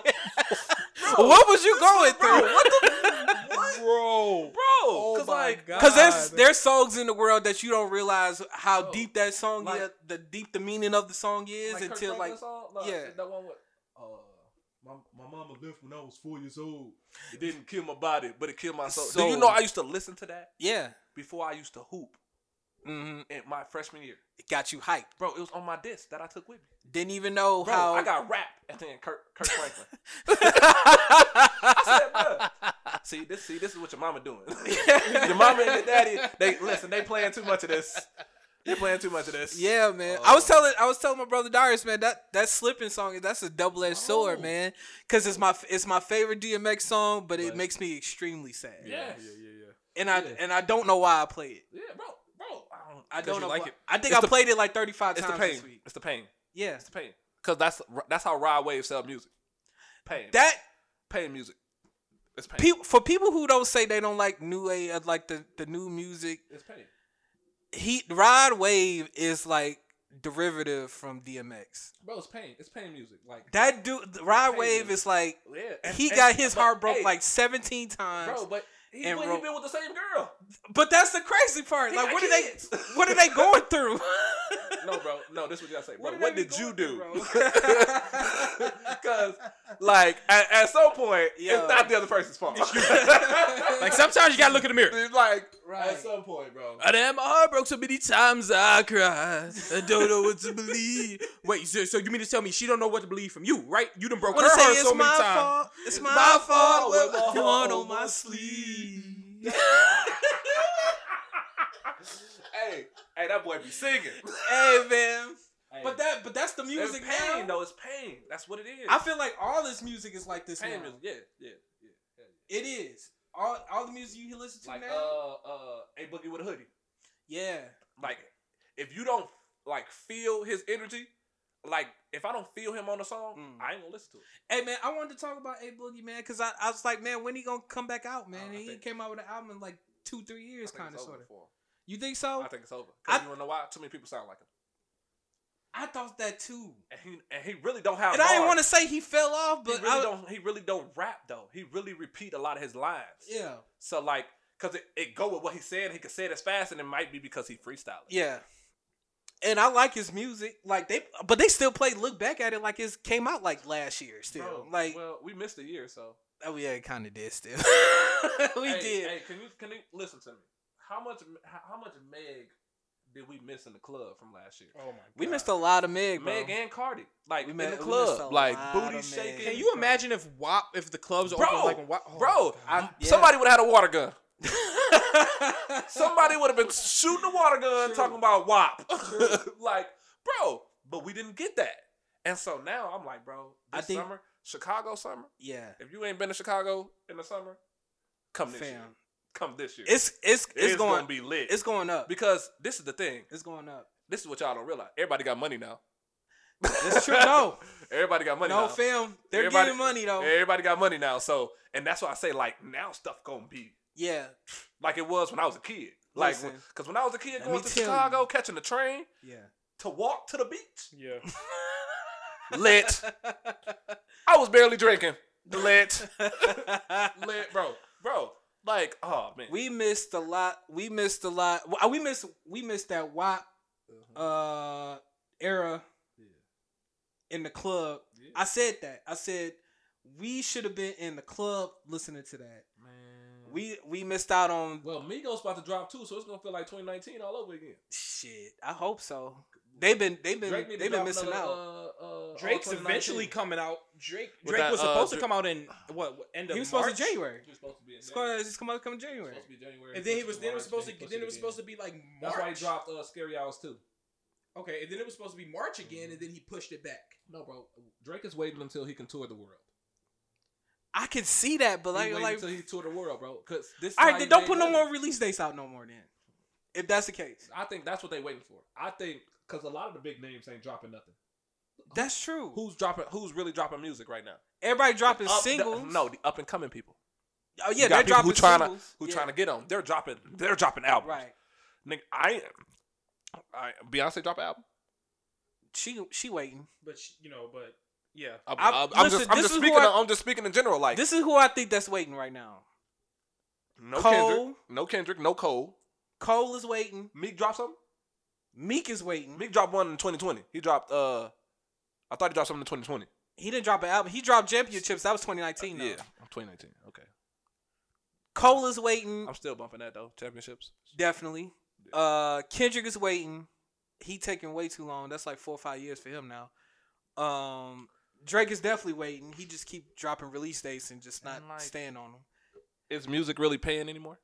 Speaker 2: what was you going through? What the
Speaker 3: Bro.
Speaker 2: bro? oh Cause
Speaker 3: my
Speaker 2: like,
Speaker 3: God.
Speaker 2: cause there's there's songs in the world that you don't realize how
Speaker 4: Bro,
Speaker 2: deep that song
Speaker 4: Oh, like-
Speaker 2: is, the deep the meaning of the song is
Speaker 4: Like Kirk
Speaker 2: until
Speaker 4: Franklin's
Speaker 2: like
Speaker 4: song? Like,
Speaker 2: yeah.
Speaker 4: that one with uh, my my mama left when I was four years old. It didn't kill my body, but it killed my soul. Do
Speaker 2: Soul.
Speaker 4: you know I used to listen to that
Speaker 2: yeah,
Speaker 4: before I used to hoop
Speaker 2: hmm
Speaker 4: in my freshman year,
Speaker 2: it got you hyped.
Speaker 4: bro? It was on my disc that I took with me.
Speaker 2: Didn't even know
Speaker 4: Bro,
Speaker 2: how
Speaker 4: I got rap and then Kirk, Kirk Franklin.
Speaker 2: I
Speaker 4: said, see this, see this is what your mama doing. your mama and your daddy, they listen. They playing too much of this. They playing too much of this.
Speaker 2: Yeah, man.
Speaker 4: Oh.
Speaker 2: I was telling I was telling my brother Darius, man, that that slipping song that's a double edged sword,
Speaker 4: Oh.
Speaker 2: man. Cause it's my it's my favorite DMX song, but it
Speaker 4: Right.
Speaker 2: makes me extremely sad.
Speaker 4: Yeah,
Speaker 3: Yes.
Speaker 4: yeah, yeah,
Speaker 2: And I
Speaker 4: Yeah.
Speaker 2: and I don't know why I play it.
Speaker 4: yeah, yeah, bro, bro. I don't,
Speaker 2: I don't know
Speaker 4: like
Speaker 2: why-
Speaker 4: it.
Speaker 2: I think
Speaker 4: It's
Speaker 2: I
Speaker 4: the-
Speaker 2: played it like thirty five
Speaker 4: It's the
Speaker 2: times
Speaker 4: pain.
Speaker 2: this week.
Speaker 4: It's the pain.
Speaker 2: Yeah.
Speaker 4: It's the pain. Cause that's that's how Rod Wave sell music. Pain.
Speaker 2: That
Speaker 4: pain music. It's pain.
Speaker 2: people for people who don't say they don't like new a uh, like the the new music,
Speaker 4: it's pain.
Speaker 2: he Rod Wave is like derivative from DMX.
Speaker 4: Bro, it's pain. It's pain music. Like
Speaker 2: That dude Rod
Speaker 4: Pain
Speaker 2: Wave
Speaker 4: music.
Speaker 2: is like
Speaker 4: yeah. and-
Speaker 2: he
Speaker 4: and-
Speaker 2: got his
Speaker 4: but,
Speaker 2: heart broke
Speaker 4: hey,
Speaker 2: like seventeen times.
Speaker 4: Bro, but he,
Speaker 2: and
Speaker 4: but he
Speaker 2: wrote-
Speaker 4: been with the same girl.
Speaker 2: But that's the crazy part.
Speaker 4: He
Speaker 2: Like,
Speaker 4: got
Speaker 2: what are they?
Speaker 4: kids.
Speaker 2: What are they going through?
Speaker 4: No, bro. No, this is what you gotta say, bro.
Speaker 2: What
Speaker 4: What,
Speaker 2: did they be
Speaker 4: did you
Speaker 2: going
Speaker 4: do?
Speaker 2: through, bro?
Speaker 4: Because, like, at, at some point,
Speaker 2: Yo.
Speaker 4: it's not the other person's fault.
Speaker 3: Like sometimes you gotta look in the mirror.
Speaker 4: It's like,
Speaker 2: Right.
Speaker 4: at some point, bro.
Speaker 3: I had my heart broke so many times I cried. I don't know what to believe. Wait, so, so you mean to tell me she don't know what to believe from you, right? You done broke
Speaker 2: What
Speaker 3: her
Speaker 2: to say?
Speaker 3: heart
Speaker 2: It's
Speaker 3: so many
Speaker 2: my
Speaker 3: times.
Speaker 2: fault. It's my,
Speaker 4: my
Speaker 2: fault.
Speaker 4: fault
Speaker 2: With
Speaker 4: with my
Speaker 2: my
Speaker 4: heart
Speaker 2: heart on
Speaker 4: on
Speaker 2: my
Speaker 4: my
Speaker 2: sleeve.
Speaker 4: hey, hey, that boy be singing.
Speaker 2: hey man, but
Speaker 4: but
Speaker 2: that but that's the
Speaker 4: that's
Speaker 2: music
Speaker 4: pain,
Speaker 2: now.
Speaker 4: though. It's pain. That's what it is.
Speaker 2: I feel like all this music is like this now.
Speaker 4: pain music. Yeah, yeah, yeah.
Speaker 2: It is all all the music you listen to
Speaker 4: Like,
Speaker 2: now.
Speaker 4: uh, uh, a boogie with a hoodie.
Speaker 2: yeah,
Speaker 4: like if you don't like feel his energy, like if I don't feel him on the song,
Speaker 2: Mm.
Speaker 4: I ain't gonna listen to it.
Speaker 2: Hey man, I wanted to talk about A Boogie man because I, I was like, man, when he gonna come back out, man?
Speaker 4: I
Speaker 2: and he
Speaker 4: think-
Speaker 2: came out with an album in like two three years,
Speaker 4: I think
Speaker 2: kind of
Speaker 4: it's
Speaker 2: sort
Speaker 4: over
Speaker 2: of.
Speaker 4: for him.
Speaker 2: You think so?
Speaker 4: I think it's over. 'Cause
Speaker 2: Oh. I-
Speaker 4: you wanna know why? Too many people sound like him,
Speaker 2: I thought that too.
Speaker 4: and he and he really don't have.
Speaker 2: And I didn't
Speaker 4: bars.
Speaker 2: want to say he fell off, but
Speaker 4: he really
Speaker 2: I,
Speaker 4: don't. He really don't rap though. He really repeat a lot of his lines.
Speaker 2: yeah,
Speaker 4: So like, cause it, it go with what he said. He can say it as fast, and it might be because he freestyling.
Speaker 2: yeah. And I like his music, like they, but they still play. Look back at it like it came out like last year, still.
Speaker 4: Bro,
Speaker 2: like
Speaker 4: well, we missed a year, so
Speaker 2: oh yeah, it kind of did still. we
Speaker 4: Hey,
Speaker 2: did.
Speaker 4: Hey, can you can you listen to me? How much how, how much Meg did we miss in the club from last year?
Speaker 3: Oh my god.
Speaker 2: we missed a lot of Meg, bro.
Speaker 4: Meg and Cardi, like
Speaker 2: We
Speaker 4: in
Speaker 2: met-
Speaker 4: the
Speaker 2: we missed a
Speaker 4: club, like
Speaker 2: lot
Speaker 4: booty
Speaker 2: of Meg.
Speaker 4: shaking.
Speaker 3: Can you imagine if WAP if the clubs
Speaker 4: Bro,
Speaker 3: open like WAP? Oh
Speaker 4: bro?
Speaker 3: my God.
Speaker 4: I,
Speaker 2: Yeah.
Speaker 4: Somebody would have had a water gun. Somebody would have been shooting a water gun,
Speaker 2: True.
Speaker 4: talking about WAP. like, bro, but we didn't get that, and so now I'm like, bro,
Speaker 2: I
Speaker 4: this
Speaker 2: think-
Speaker 4: summer, Chicago summer.
Speaker 2: yeah,
Speaker 4: If you ain't been to Chicago in the summer, come this year.
Speaker 2: fam.
Speaker 4: Come this year.
Speaker 2: It's it's it's,
Speaker 4: gonna,
Speaker 2: going
Speaker 4: be lit.
Speaker 2: it's going up.
Speaker 4: because this is the thing.
Speaker 2: It's going up.
Speaker 4: This is what y'all don't realize. Everybody got money now.
Speaker 2: It's true. No,
Speaker 4: Everybody got money.
Speaker 2: no,
Speaker 4: now.
Speaker 2: fam. They're
Speaker 4: Everybody-
Speaker 2: getting money though.
Speaker 4: Everybody got money now, so and that's why I say like now stuff gonna be
Speaker 2: Yeah,
Speaker 4: like it was when I was a kid. Like,
Speaker 2: Listen.
Speaker 4: because when I was a kid
Speaker 2: Let me
Speaker 4: going to
Speaker 2: tell
Speaker 4: Chicago, catching the train,
Speaker 2: yeah.
Speaker 4: to walk to the beach.
Speaker 3: Yeah.
Speaker 4: Lit. I was barely drinking. Lit. Lit, bro. Bro. Like, oh man.
Speaker 2: we missed a lot. We missed a lot. w- We missed we missed that WAP uh, era in the club.
Speaker 4: Yeah.
Speaker 2: I said that. I said we should have been in the club listening to that.
Speaker 4: man.
Speaker 2: We we missed out on
Speaker 4: Well, Migos about to drop too, so it's gonna feel like 2019 all over again.
Speaker 2: shit. I hope so. They've been they've been
Speaker 4: Drake need to
Speaker 2: they've been
Speaker 4: drop
Speaker 2: missing
Speaker 4: another,
Speaker 2: out.
Speaker 4: uh, uh,
Speaker 3: Drake's
Speaker 4: all 2019.
Speaker 3: eventually coming out. Drake
Speaker 4: With
Speaker 3: Drake
Speaker 4: that,
Speaker 3: was
Speaker 4: uh,
Speaker 3: supposed to
Speaker 4: Dra-
Speaker 3: come out in what what, end of
Speaker 2: He was
Speaker 3: March?
Speaker 2: supposed to January.
Speaker 4: He was supposed to be in
Speaker 2: Squad
Speaker 4: January.
Speaker 2: is just come out come
Speaker 4: He was
Speaker 2: January.
Speaker 4: supposed to be January.
Speaker 3: And then he
Speaker 4: pushed
Speaker 3: was
Speaker 4: to
Speaker 3: then it was
Speaker 4: March,
Speaker 3: supposed to
Speaker 4: pushed
Speaker 3: then it was
Speaker 4: again.
Speaker 3: supposed to be like March.
Speaker 4: That's why he dropped uh, Scary Hours too.
Speaker 3: Okay, and then it was supposed to be March again, and then he pushed it back.
Speaker 4: No, bro. Drake is waiting until he can tour the world.
Speaker 2: I can see that, but
Speaker 4: He
Speaker 2: like
Speaker 4: waiting
Speaker 2: like
Speaker 4: until he toured the world, bro. Cause this. is
Speaker 2: all
Speaker 4: how he
Speaker 2: right, then don't
Speaker 4: made
Speaker 2: put no
Speaker 4: money.
Speaker 2: more release dates out no more then. If that's the case,
Speaker 4: I think that's what they waiting for. I think because a lot of the big names ain't dropping nothing.
Speaker 2: that's true.
Speaker 4: Who's dropping? Who's really dropping music right now?
Speaker 2: Everybody dropping
Speaker 4: Up- the-
Speaker 2: singles.
Speaker 4: no, the up and coming people.
Speaker 2: Oh
Speaker 4: You got
Speaker 2: yeah, they're
Speaker 4: people
Speaker 2: dropping
Speaker 4: who trying
Speaker 2: singles.
Speaker 4: to who
Speaker 2: yeah.
Speaker 4: trying to get them. They're dropping. They're dropping albums.
Speaker 2: right.
Speaker 4: Nigga, I, I Beyonce drop an album.
Speaker 2: She she waiting.
Speaker 3: But sh- you know, but yeah,
Speaker 4: I'm,
Speaker 2: I-
Speaker 4: I'm- I'm
Speaker 2: listen,
Speaker 4: just I'm
Speaker 2: this
Speaker 4: just
Speaker 2: is who
Speaker 4: speaking.
Speaker 2: I-
Speaker 4: I, am just speaking in general. Like
Speaker 2: This is who I think that's waiting right now.
Speaker 4: no
Speaker 2: Cole.
Speaker 4: Kendrick, no Kendrick, no Cole.
Speaker 2: Cole is waiting.
Speaker 4: Meek dropped something.
Speaker 2: Meek is waiting.
Speaker 4: Meek dropped one in 2020. He dropped. uh I thought he dropped something in 2020.
Speaker 2: He didn't drop an album. He dropped championships. That was 2019. Though.
Speaker 4: Yeah, 2019. Okay,
Speaker 2: Cole is waiting.
Speaker 4: I'm still bumping that though. Championships.
Speaker 2: Definitely. Uh, Kendrick is waiting. He taking way too long. That's like four or five years for him now. Um, Drake is definitely waiting. He just keep dropping release dates and just not
Speaker 4: And, like-
Speaker 2: staying on them.
Speaker 4: Is music really paying anymore?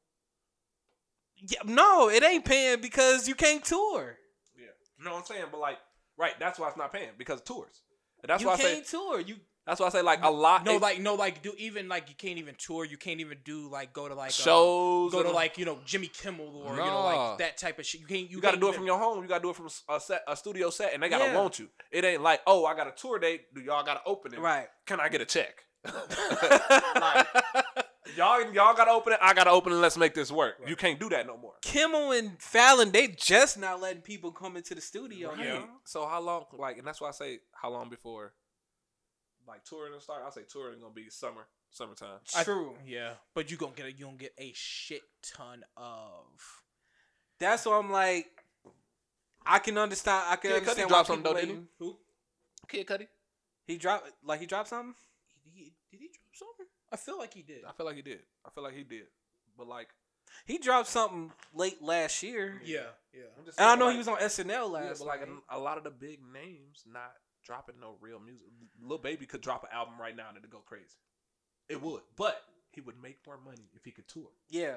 Speaker 2: Yeah, no, it ain't paying because you can't tour.
Speaker 4: Yeah. You know what I'm saying? But like, right? That's why it's not paying because of tours. And that's
Speaker 2: you
Speaker 4: why I
Speaker 2: can't
Speaker 4: say.
Speaker 2: tour. You
Speaker 4: That's why I say like a lot.
Speaker 3: no,
Speaker 4: it-
Speaker 3: like no, like do even like you can't even tour. You can't even do like go to like uh,
Speaker 4: shows.
Speaker 3: go to
Speaker 4: and-
Speaker 3: like you know Jimmy Kimmel or you know
Speaker 4: Nah.
Speaker 3: like that type of shit. You can't. You,
Speaker 4: You, got to
Speaker 3: can't
Speaker 4: do it
Speaker 3: even-
Speaker 4: from your home. You got to do it from a set, a studio set, and they gotta
Speaker 2: Yeah.
Speaker 4: want you. It ain't like, oh, I got a tour date. Do y'all gotta open it?
Speaker 2: right.
Speaker 4: Can I get a check? Like, y'all, y'all gotta open it. I gotta open it. Let's make this work. You can't do that no more.
Speaker 2: Kimmel and Fallon, they just not letting people come into the studio.
Speaker 4: Right.
Speaker 2: now.
Speaker 4: So how long? Like, and that's why I say how long before, like touring will start. I say touring gonna be summer, summertime.
Speaker 3: I-
Speaker 2: True.
Speaker 3: Yeah, but you gonna get a, you gonna get a shit ton of.
Speaker 2: That's why I'm like, I can understand. I can
Speaker 4: Kid Cudi
Speaker 2: understand why
Speaker 4: dropped
Speaker 2: people
Speaker 4: something though, didn't
Speaker 2: waiting.
Speaker 3: Who
Speaker 4: Kid Cudi.
Speaker 2: He dropped like he dropped something.
Speaker 3: did he, did he drop something? I feel like he did.
Speaker 4: I feel like he did. I feel like he did. But like,
Speaker 2: He dropped something late last year,
Speaker 3: Yeah, yeah.
Speaker 4: I'm just
Speaker 2: and I
Speaker 4: saying,
Speaker 2: know
Speaker 4: like-
Speaker 2: he was on SNL last.
Speaker 4: Yeah, but like
Speaker 2: night.
Speaker 4: a, a lot of the big names not dropping no real music. Lil Baby could drop an album right now and it'd go crazy. It would, but he would make more money if he could tour.
Speaker 2: yeah,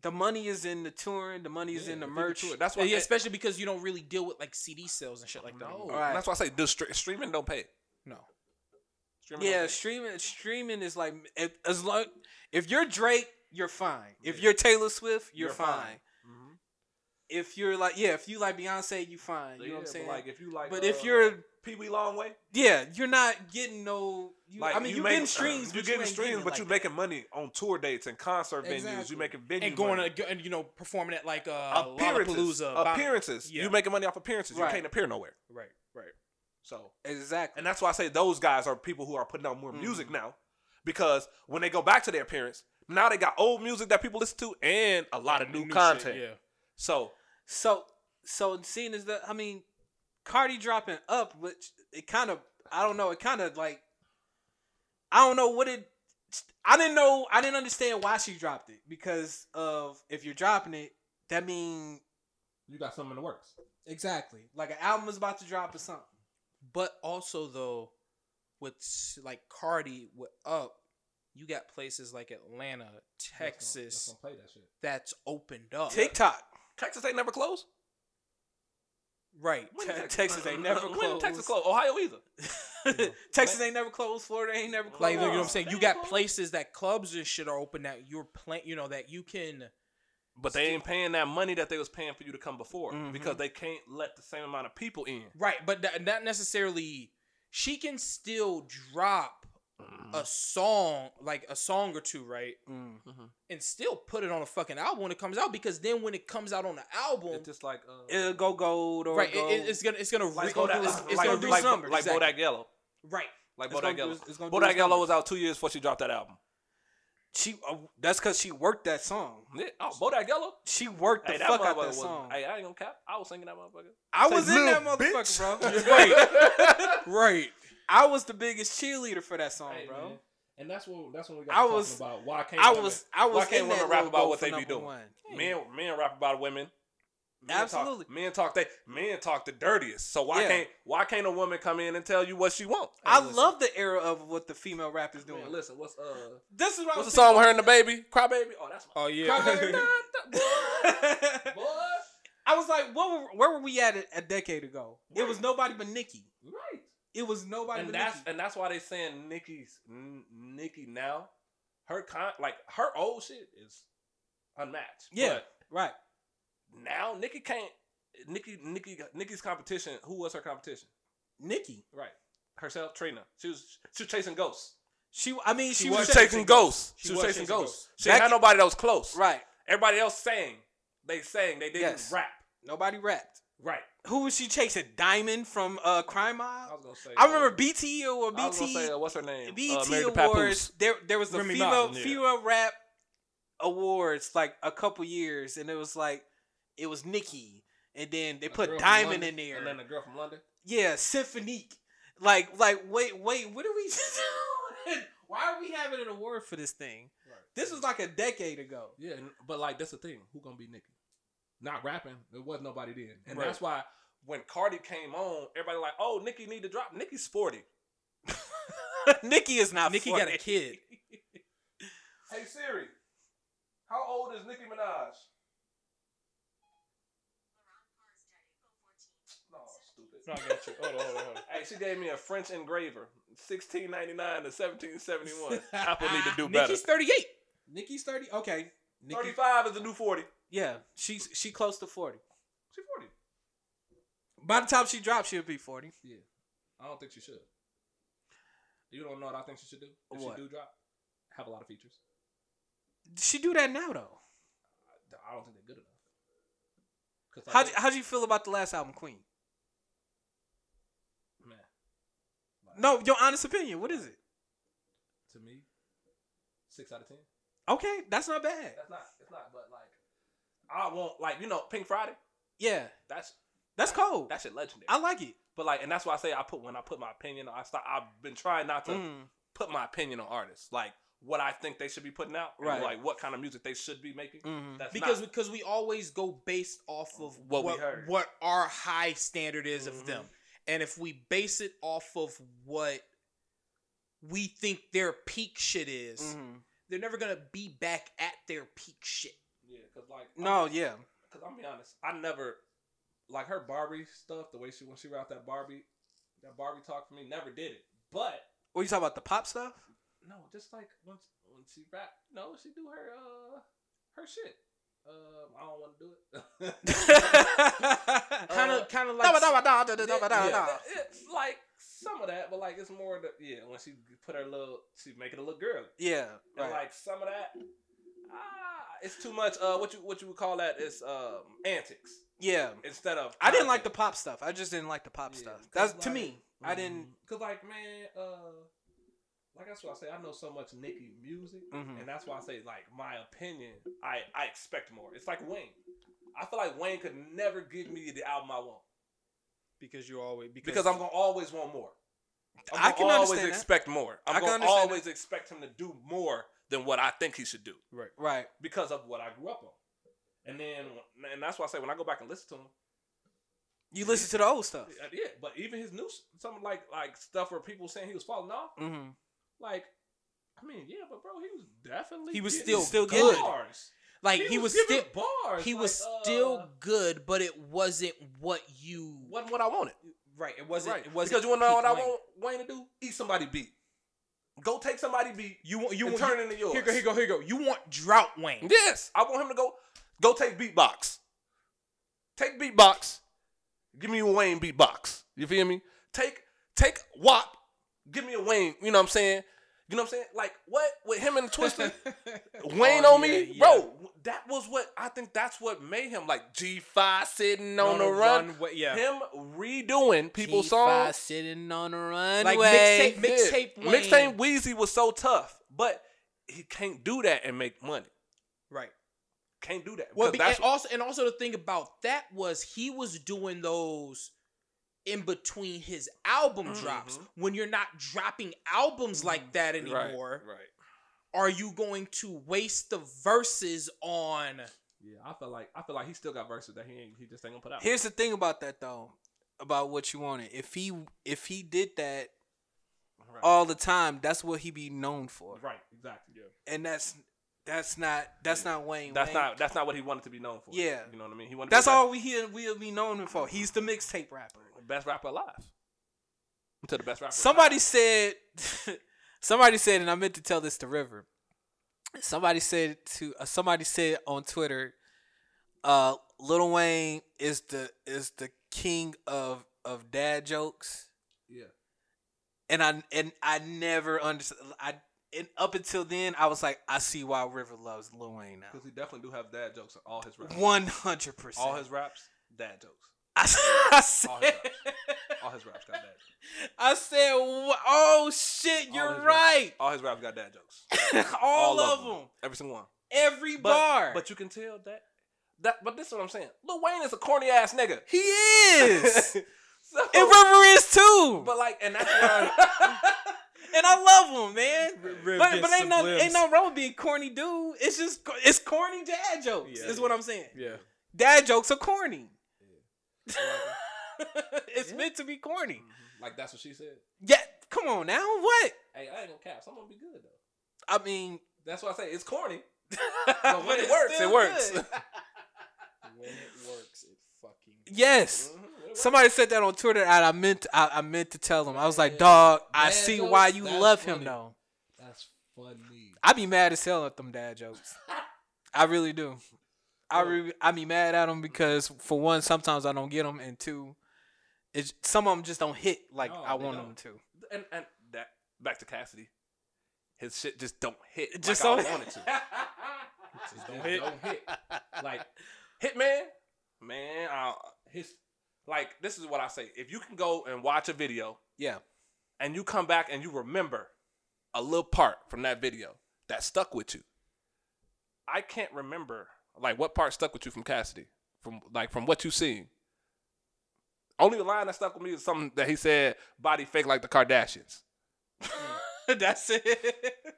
Speaker 2: the money is in the touring. The money is
Speaker 4: Yeah,
Speaker 2: in the
Speaker 4: if he could
Speaker 2: merch.
Speaker 4: tour. That's why.
Speaker 3: yeah, especially because you don't really deal with like CD sales and shit like that.
Speaker 4: no,
Speaker 3: anymore.
Speaker 2: Right.
Speaker 4: that's why I say the stre- streaming don't pay.
Speaker 3: No.
Speaker 4: Streaming
Speaker 2: Yeah,
Speaker 4: don't pay.
Speaker 2: streaming streaming is like if, as long if you're Drake, you're fine. If you're Taylor Swift, you're,
Speaker 4: You're
Speaker 2: fine.
Speaker 4: fine. Mhm.
Speaker 2: If you're like yeah, if you like Beyonce, you fine. You
Speaker 4: Yeah,
Speaker 2: know what I'm
Speaker 4: but
Speaker 2: saying?
Speaker 4: Like if you like,
Speaker 2: but if
Speaker 4: uh,
Speaker 2: you're
Speaker 4: Pee Wee Longway,
Speaker 2: Yeah, you're not getting no. You,
Speaker 4: like
Speaker 2: I mean, you are
Speaker 4: make-
Speaker 2: getting streams.
Speaker 4: you
Speaker 2: but
Speaker 4: getting
Speaker 2: ain't
Speaker 4: streams,
Speaker 2: it
Speaker 4: but
Speaker 2: like
Speaker 4: you
Speaker 2: that.
Speaker 4: making money on tour dates and concert venues.
Speaker 2: Exactly.
Speaker 4: You making venue
Speaker 3: and going
Speaker 4: money.
Speaker 3: to, go- and you know performing at like uh,
Speaker 4: appearances.
Speaker 3: Lollapalooza, Bon-
Speaker 4: appearances.
Speaker 3: Yeah.
Speaker 4: You making money off appearances.
Speaker 2: Right.
Speaker 4: You can't appear nowhere.
Speaker 3: Right, right.
Speaker 4: So
Speaker 2: exactly.
Speaker 4: And that's why I say those guys are people who are putting out more music
Speaker 3: Mm-hmm.
Speaker 4: now. Because when they go back to their parents, now they got old music that people listen to and a lot of new,
Speaker 3: shit,
Speaker 4: content.
Speaker 3: yeah.
Speaker 4: So
Speaker 2: so so seeing as that, I mean, Cardi dropping up, which it kind of I don't know. It kind of like I don't know what it. I didn't know. I didn't understand why she dropped it because of if you're dropping it, that mean
Speaker 4: you got something in the works.
Speaker 2: exactly like an album is about to drop or something.
Speaker 3: But also though, with s- like Cardi with Up, you got places like Atlanta, Texas
Speaker 4: play that shit.
Speaker 3: that's opened up.
Speaker 2: TikTok,
Speaker 4: Texas ain't never closed.
Speaker 3: Right.
Speaker 4: When
Speaker 2: Te-
Speaker 4: did
Speaker 2: Texas ain't never
Speaker 4: When did Texas
Speaker 2: closed.
Speaker 4: closed. Ohio either.
Speaker 2: Texas ain't never closed. Florida ain't never closed.
Speaker 3: Like you know what
Speaker 4: Wow.
Speaker 3: I'm saying? You
Speaker 4: Damn,
Speaker 3: got
Speaker 4: bro.
Speaker 3: places that clubs and shit are open that you're playing, you know, that you can
Speaker 4: But they ain't paying that money that they was paying for you to come before
Speaker 2: Mhm.
Speaker 4: because they can't let the same amount of people in.
Speaker 3: Right, but that, not necessarily. She can still drop
Speaker 2: Mm-hmm.
Speaker 4: Uh,
Speaker 3: a song, like a song or two, right?
Speaker 2: Mm.
Speaker 3: And still put it on a fucking album when it comes out because then when it comes out on the album,
Speaker 4: It's just like uh,
Speaker 2: It'll go gold or
Speaker 3: right, it,
Speaker 2: go,
Speaker 3: it- it's gonna it's gonna
Speaker 4: like
Speaker 3: re-
Speaker 4: Bodak,
Speaker 3: it's, it's
Speaker 4: like,
Speaker 3: gonna do
Speaker 4: like,
Speaker 3: its numbers,
Speaker 4: like
Speaker 3: exactly.
Speaker 4: Bodak Yellow.
Speaker 3: right?
Speaker 4: Like
Speaker 2: It's gonna
Speaker 4: Bodak
Speaker 2: do
Speaker 4: Yellow.
Speaker 2: its- it's gonna do
Speaker 4: Bodak
Speaker 2: its
Speaker 4: Yellow
Speaker 2: numbers.
Speaker 4: was out two years before she dropped that album.
Speaker 2: she. Uh, that's because she worked that song.
Speaker 4: Yeah. Oh, Bodak Yellow.
Speaker 2: She worked the
Speaker 4: Hey, that
Speaker 2: fuck out
Speaker 4: motherfucker
Speaker 2: that
Speaker 4: was.
Speaker 2: song.
Speaker 4: Hey, I ain't gonna cap. I was singing that motherfucker.
Speaker 2: I was in that
Speaker 5: "Little bitch."
Speaker 2: motherfucker, bro.
Speaker 3: Right.
Speaker 2: I was the biggest cheerleader for that song,
Speaker 4: Hey,
Speaker 2: bro.
Speaker 4: man. And that's what that's what we
Speaker 2: I was-
Speaker 4: talking about. Why can't
Speaker 2: I
Speaker 4: women-
Speaker 2: was I was
Speaker 4: why can't
Speaker 2: in
Speaker 4: women
Speaker 2: that
Speaker 4: rap
Speaker 2: Lil
Speaker 4: about
Speaker 2: Bo
Speaker 4: what
Speaker 2: for
Speaker 4: they be
Speaker 2: number
Speaker 4: doing?
Speaker 2: one.
Speaker 4: men men rap about women. Men
Speaker 2: Absolutely.
Speaker 4: Talk, men talk they men talk the dirtiest. So why
Speaker 2: Yeah.
Speaker 4: can't why can't a woman come in and tell you what she want?
Speaker 2: I love the era of what the female rap is doing.
Speaker 4: Man, listen, what's uh
Speaker 2: this is what
Speaker 4: what's the
Speaker 2: was
Speaker 4: song with her and the baby? Cry baby. Oh, that's my
Speaker 3: Oh yeah.
Speaker 4: boy.
Speaker 2: I was like, what were, where were we at a, a decade ago? It was nobody but Nicki.
Speaker 4: Right.
Speaker 2: It was nobody
Speaker 4: and
Speaker 2: but
Speaker 4: that's
Speaker 2: Nicki.
Speaker 4: and that's why they saying Nikki's N- Nikki now, her con like her old shit is unmatched.
Speaker 2: Yeah.
Speaker 4: But
Speaker 2: Right.
Speaker 4: now Nikki can't. Nikki Nikki Nikki's competition. Who was her competition?
Speaker 2: Nicki.
Speaker 4: Right. Herself, Trina. She was she was chasing ghosts.
Speaker 2: She I mean she,
Speaker 4: She,
Speaker 2: was
Speaker 4: was, chasing ghosts. She, was, chasing, ghosts. She ain't
Speaker 2: Back-
Speaker 4: had nobody that was close.
Speaker 2: Right.
Speaker 4: Everybody else sang. They sang. They didn't
Speaker 2: Yes.
Speaker 4: rap.
Speaker 2: Nobody rapped.
Speaker 4: Right.
Speaker 2: Who was she chasing? Diamond from uh Crime
Speaker 4: I
Speaker 2: Mob?
Speaker 4: was gonna say. uh,
Speaker 2: I remember BT or
Speaker 4: I
Speaker 2: E
Speaker 4: was
Speaker 2: BT
Speaker 4: gonna say uh, what's her name?
Speaker 2: BT
Speaker 4: uh, Mary the
Speaker 2: Awards.
Speaker 4: Papoose.
Speaker 2: There, there was the
Speaker 3: Remy
Speaker 2: female
Speaker 4: Ma, yeah.
Speaker 2: female rap awards like a couple years, and it was like it was Nicki, and then they
Speaker 4: Girl
Speaker 2: put
Speaker 4: from
Speaker 2: Diamond
Speaker 4: London,
Speaker 2: in there.
Speaker 4: and then the girl from London.
Speaker 2: yeah, Symphonique. Like, like, wait, wait, what are we doing? Why are we having an award for this thing?
Speaker 4: Right.
Speaker 2: This was like a decade ago.
Speaker 4: Yeah, and- but like that's the thing. Who gonna be Nicki? Not rapping. There was nobody then, and
Speaker 2: Right.
Speaker 4: that's why when Cardi came on, everybody like, oh, Nicki need to drop. Nicki's forty.
Speaker 2: Nicki is not.
Speaker 3: Nikki
Speaker 2: for
Speaker 3: got a
Speaker 2: it.
Speaker 3: kid.
Speaker 4: Hey Siri, how old is Nicki Minaj? No, stupid.
Speaker 3: No, I got you. Hold on, hold on, hold on.
Speaker 4: Hey, she gave me a French engraver, sixteen ninety nine to seventeen seventy one. Apple need to do better.
Speaker 3: Nikki's thirty eight. Nikki's thirty. Okay.
Speaker 4: Thirty
Speaker 3: Nikki.
Speaker 4: five is the new forty.
Speaker 2: Yeah, she's she close to forty.
Speaker 4: She forty.
Speaker 2: By the time she drops, she'll be forty.
Speaker 4: I don't think she should. You don't know what I think she should do. If
Speaker 2: What?
Speaker 4: she do drop, have a lot of features.
Speaker 2: She do that now though.
Speaker 4: I don't think they're good enough. Cause I
Speaker 2: How
Speaker 4: think-
Speaker 2: how'd you feel about the last album, Queen?
Speaker 4: man, like,
Speaker 2: No, your honest opinion. What is it?
Speaker 4: to me, six out of ten.
Speaker 2: Okay, that's not bad.
Speaker 4: That's not. It's not. But like, I want like you know Pink Friday.
Speaker 2: Yeah,
Speaker 4: That's
Speaker 2: that's cold.
Speaker 4: that shit legendary.
Speaker 2: I like it.
Speaker 4: but like, and that's why I say I put when I put my opinion. I stop. I've been trying not to
Speaker 2: Mm.
Speaker 4: put my opinion on artists. Like what I think they should be putting out. and,
Speaker 2: Right.
Speaker 4: Like what kind of music they should be making.
Speaker 2: Mhm.
Speaker 4: That's
Speaker 3: Because
Speaker 4: not,
Speaker 3: because we always go based off of
Speaker 4: What
Speaker 3: what
Speaker 4: we
Speaker 3: what,
Speaker 4: heard.
Speaker 3: our high standard is
Speaker 4: Mhm.
Speaker 3: of them, and if we base it off of what we think their peak shit is,
Speaker 4: Mm-hmm.
Speaker 2: Mhm.
Speaker 3: they're never gonna be back at their peak shit.
Speaker 4: yeah. Because like
Speaker 2: No, yeah.
Speaker 4: Because I'm be honest, I never like her Barbie stuff. The way she when she wrote that Barbie, that Barbie talk for me never did it. But
Speaker 2: What you talking about? The pop stuff?
Speaker 4: no, just like once when she rap, no, she do her uh her shit. Um, I don't want to do it.
Speaker 3: Kind
Speaker 4: Uh,
Speaker 3: of kind of like
Speaker 4: Yeah,
Speaker 2: Like
Speaker 4: it's like some of that, but like it's more the yeah when she put her little she make it a little girl.
Speaker 2: yeah,
Speaker 4: And
Speaker 2: right.
Speaker 4: like some of that, ah, it's too much. Uh, what you what you would call that is um antics
Speaker 2: Yeah,
Speaker 4: instead of
Speaker 2: I didn't
Speaker 4: content.
Speaker 2: like the pop stuff. I just didn't like the pop
Speaker 4: Yeah,
Speaker 2: stuff.
Speaker 4: because
Speaker 2: That's to
Speaker 4: like- mm.
Speaker 2: me. I didn't.
Speaker 4: Cause like man, uh, like that's why I say I know so much Nicki music,
Speaker 2: Mhm.
Speaker 4: and that's why I say like my opinion. I I expect more. It's like Wayne. I feel like Wayne could never give me the album I want
Speaker 3: because you always because,
Speaker 4: because I'm gonna always want more. I'm
Speaker 2: I
Speaker 4: gonna
Speaker 2: can
Speaker 4: always
Speaker 2: understand that.
Speaker 4: expect more. I'm
Speaker 2: I can
Speaker 4: gonna
Speaker 2: understand
Speaker 4: always expect him to do more than what I think he should do
Speaker 2: Right.
Speaker 4: because of what I grew up on. And then, and that's why I say when I go back and listen to him,
Speaker 2: You listen to the old stuff.
Speaker 4: yeah, yeah, but even his new, s- some like like stuff where people saying he was falling off,
Speaker 2: Mm-hmm.
Speaker 4: Like, I mean, yeah, but bro, he was definitely
Speaker 3: He was
Speaker 4: getting
Speaker 3: still
Speaker 2: still
Speaker 3: good.
Speaker 4: bars.
Speaker 3: like he, was, still
Speaker 4: giving bars.
Speaker 3: he
Speaker 4: Like,
Speaker 3: was
Speaker 4: uh,
Speaker 3: still good, but it wasn't what you
Speaker 4: wasn't what I wanted.
Speaker 3: right. It wasn't
Speaker 4: right.
Speaker 3: it wasn't
Speaker 4: because you want to know
Speaker 3: peak
Speaker 4: what I
Speaker 3: Wayne.
Speaker 4: want Wayne to do? Eat somebody beat. Go take somebody beat.
Speaker 3: You want you
Speaker 4: You and
Speaker 3: want
Speaker 4: turn into yours.
Speaker 3: here go here go here go. You want drought Wayne.
Speaker 4: Yes, I want him to go. Go take beatbox. Take beatbox. Give me a Wayne beatbox. You feel me? Take take WAP. Give me a Wayne. You know what I'm saying? You know what I'm saying? Like what with him and Twister, Wayne
Speaker 3: Oh,
Speaker 4: on me,
Speaker 3: yeah, yeah.
Speaker 4: bro. That was what I think. That's what made him like G Five sitting on, the run.
Speaker 3: runway- yeah.
Speaker 4: Him redoing people's
Speaker 2: G5
Speaker 4: songs.
Speaker 2: sitting on the
Speaker 3: Like
Speaker 2: runway.
Speaker 3: mixtape, mixtape,
Speaker 4: Yeah.
Speaker 3: Wayne.
Speaker 4: Mixtape Weezy was so tough, but he can't do that and make money.
Speaker 3: Right.
Speaker 4: Can't do that.
Speaker 3: Well,
Speaker 4: because
Speaker 3: be-
Speaker 4: that's
Speaker 3: and also, and also the thing about that was he was doing those in between his album drops.
Speaker 4: Mhm.
Speaker 3: When you're not dropping albums like that
Speaker 4: Right,
Speaker 3: anymore,
Speaker 4: Right.
Speaker 3: are you going to waste the verses on?
Speaker 4: Yeah, I feel like I feel like he still got verses that he ain't, he just ain't gonna put out.
Speaker 2: Here's the thing about that though, about what you wanted. If he if he did that
Speaker 4: right.
Speaker 2: all the time, that's what he be known for,
Speaker 4: right. Exactly. Yeah.
Speaker 2: and that's that's not that's
Speaker 4: Yeah.
Speaker 2: not Wayne.
Speaker 4: That's
Speaker 2: Wayne-
Speaker 4: not that's not what he wanted to be known for.
Speaker 2: Yeah.
Speaker 4: You know what I mean? He wanted.
Speaker 2: That's
Speaker 4: to be
Speaker 2: all we hear we'll be known him for. He's the mixtape rapper.
Speaker 4: the best, best rapper alive. To the best rapper.
Speaker 2: Somebody said, somebody said, and I meant to tell this to River. Somebody said to uh, somebody said on Twitter, uh, Lil Wayne is the is the king of of dad jokes.
Speaker 4: Yeah.
Speaker 2: and I and I never understood. I and up until then, I was like, I see why River loves Lil Wayne now.
Speaker 4: because he definitely do have dad jokes in all his raps.
Speaker 2: One hundred percent.
Speaker 4: All his raps, dad jokes.
Speaker 2: I, I
Speaker 4: All
Speaker 2: said,
Speaker 4: his All his raps got dad. Jokes.
Speaker 2: I said, "Wha- oh shit,
Speaker 4: All
Speaker 2: you're
Speaker 4: his
Speaker 2: right.
Speaker 4: All his raps got dad jokes.
Speaker 2: all, of them.
Speaker 4: Every single one.
Speaker 2: every
Speaker 4: But,
Speaker 2: bar.
Speaker 4: But you can tell that. That. But this is what I'm saying. Lil Wayne is a corny ass nigga.
Speaker 2: he is,
Speaker 4: So,
Speaker 2: and River is too.
Speaker 4: but like, and that's why.
Speaker 2: and I love him, man.
Speaker 3: Riv
Speaker 2: But
Speaker 3: gets
Speaker 2: but ain't
Speaker 3: some
Speaker 2: no
Speaker 3: limbs.
Speaker 2: ain't no wrong with being corny, dude. It's just it's corny dad jokes.
Speaker 4: Yeah,
Speaker 2: is
Speaker 4: yeah.
Speaker 2: what I'm saying.
Speaker 4: yeah.
Speaker 2: Dad jokes are corny.
Speaker 4: Mhm.
Speaker 2: it's meant to be corny.
Speaker 4: Mm. Like that's what she said.
Speaker 2: Yeah, come on now. What?
Speaker 4: Hey, I ain't gonna cap. So I'm gonna be good though.
Speaker 2: I mean,
Speaker 4: That's why I say it's corny.
Speaker 2: but
Speaker 4: when it
Speaker 2: it's
Speaker 4: works,
Speaker 2: still
Speaker 4: it works.
Speaker 2: good.
Speaker 3: When it works, it fucking.
Speaker 2: yes.
Speaker 4: Mm-hmm,
Speaker 2: Somebody said that on Twitter, and I meant I, I meant to tell them. I was like,
Speaker 4: Man,
Speaker 2: "Dog, I
Speaker 4: dad
Speaker 2: see
Speaker 4: jokes?
Speaker 2: why you
Speaker 4: That's
Speaker 2: love him
Speaker 4: funny.
Speaker 2: though."
Speaker 4: That's funny.
Speaker 2: I be mad as hell at them dad jokes. I really do. I re- I be mad at them because for one, sometimes I don't get them, and two, it's some of them just don't hit like
Speaker 4: No,
Speaker 2: I
Speaker 4: Oh, they
Speaker 2: want
Speaker 4: don't.
Speaker 2: them to.
Speaker 4: And and that back to Cassidy. His shit just don't hit
Speaker 2: It
Speaker 4: just
Speaker 2: just
Speaker 4: like I
Speaker 2: don't-
Speaker 4: wanted to. It just don't hit. Don't hit. Like Hitman, man. I, his like this is what I say. If you can go and watch a video
Speaker 2: Yeah,
Speaker 4: and you come back and you remember a little part from that video that stuck with you. I can't remember like what part stuck with you from Cassidy, from like from what you seen. Only line that stuck with me is something that he said, "Body fake like the Kardashians."
Speaker 2: that's it.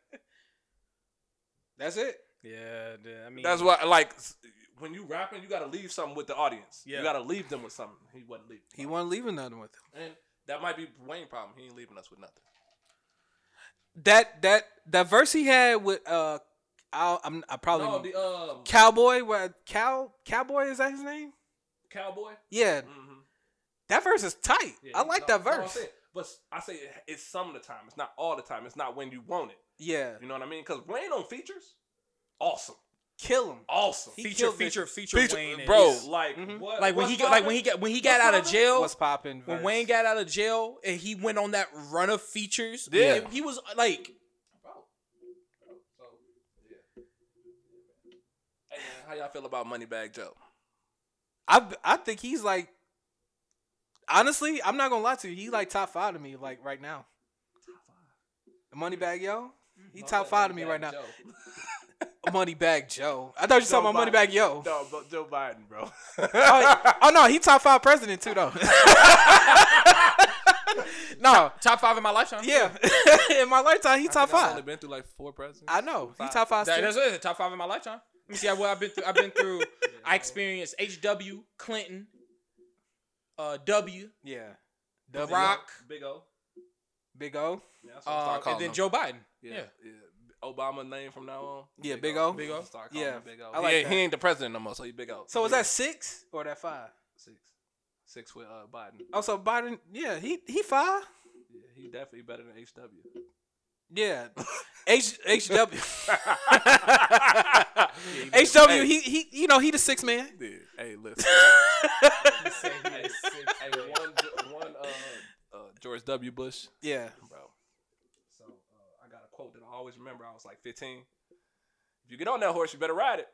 Speaker 2: that's it.
Speaker 3: Yeah, dude, I mean
Speaker 4: That's why, like, s- when you rapping, you gotta leave something with the audience. You
Speaker 3: Yeah.
Speaker 4: gotta leave them with something. He wasn't leaving,
Speaker 2: He wasn't leaving nothing with him.
Speaker 4: and that might be Wayne' problem. He ain't leaving us with nothing.
Speaker 2: that that that verse he had with uh I'll, I'm I probably
Speaker 4: No, the um,
Speaker 2: cowboy what cow cowboy is that his name?
Speaker 4: cowboy.
Speaker 2: Yeah,
Speaker 4: Mm-hmm.
Speaker 2: that verse is tight.
Speaker 4: Yeah,
Speaker 2: I
Speaker 4: he-
Speaker 2: like
Speaker 4: no,
Speaker 2: that
Speaker 4: no, I'm
Speaker 2: verse.
Speaker 4: saying- but I say it- it's some of the time. It's not all the time. It's not when you want it.
Speaker 2: yeah,
Speaker 4: You know what I mean? Because Wayne on features, awesome,
Speaker 2: kill him.
Speaker 4: awesome.
Speaker 2: He
Speaker 3: feature,
Speaker 2: killed
Speaker 3: feature,
Speaker 2: bitches.
Speaker 3: feature,
Speaker 4: Feature-
Speaker 3: Wayne, is-
Speaker 4: bro, like
Speaker 2: Mhm.
Speaker 4: what?
Speaker 3: like when
Speaker 4: what's
Speaker 3: he got, like
Speaker 4: poppin'?
Speaker 3: when he got, when he got out of
Speaker 4: poppin'?
Speaker 3: jail,
Speaker 2: What's popping?
Speaker 3: when Wayne got out of jail and he went on that run of features,
Speaker 4: Yeah.
Speaker 3: he, he was like,
Speaker 4: Bro, bro, so, yeah. Hey, man, how y'all feel about Moneybag Joe?
Speaker 2: I I think he's like honestly, I'm not gonna lie to you. He like top five to me like right now. Money bag yo,
Speaker 4: Mm-hmm.
Speaker 2: he top five to me right now. Money bag Joe. I thought you
Speaker 4: Joe
Speaker 2: talking about money bag yo.
Speaker 4: No, but Joe Biden, bro.
Speaker 2: oh, oh, no, he top five president too though. no,
Speaker 3: top five in my lifetime.
Speaker 2: yeah, in my lifetime he top
Speaker 4: Only
Speaker 2: five.
Speaker 4: been through like four presidents.
Speaker 2: I know he
Speaker 4: Five.
Speaker 2: top five.
Speaker 3: That-
Speaker 2: still.
Speaker 3: that's what it is, top five in my lifetime. You see, I, well, I've been through, I've been through, I experienced H.W. Clinton, uh, W.
Speaker 2: yeah,
Speaker 3: The Rock,
Speaker 4: Big O.
Speaker 2: Big O.
Speaker 4: Yeah, that's what
Speaker 2: Um,
Speaker 4: I'm
Speaker 3: uh,
Speaker 4: start
Speaker 3: and
Speaker 4: calling
Speaker 3: then
Speaker 4: him.
Speaker 3: Joe Biden.
Speaker 4: Yeah.
Speaker 3: Yeah.
Speaker 4: yeah. Obama name from now on.
Speaker 2: Yeah, Big O.
Speaker 4: Big O. Start calling
Speaker 2: Yeah.
Speaker 4: him Big O.
Speaker 2: I like
Speaker 4: he, ain't-
Speaker 2: that.
Speaker 4: he ain't the president no more, so he Big O.
Speaker 2: So was
Speaker 4: Big
Speaker 2: that six or that five?
Speaker 4: O. six? Six with uh, Biden.
Speaker 2: Oh, so Biden. Yeah, he he five.
Speaker 4: Yeah, he definitely better than HW.
Speaker 2: Yeah, H HW
Speaker 4: He better-
Speaker 2: HW.
Speaker 4: Hey,
Speaker 2: He he you know he the six man.
Speaker 4: yeah, hey, listen. hey, hey, one, Ge- one uh, uh, George W. Bush,
Speaker 2: Yeah,
Speaker 4: bro. So uh, I got a quote always remember I was like 15. If you get on that horse, you better ride it.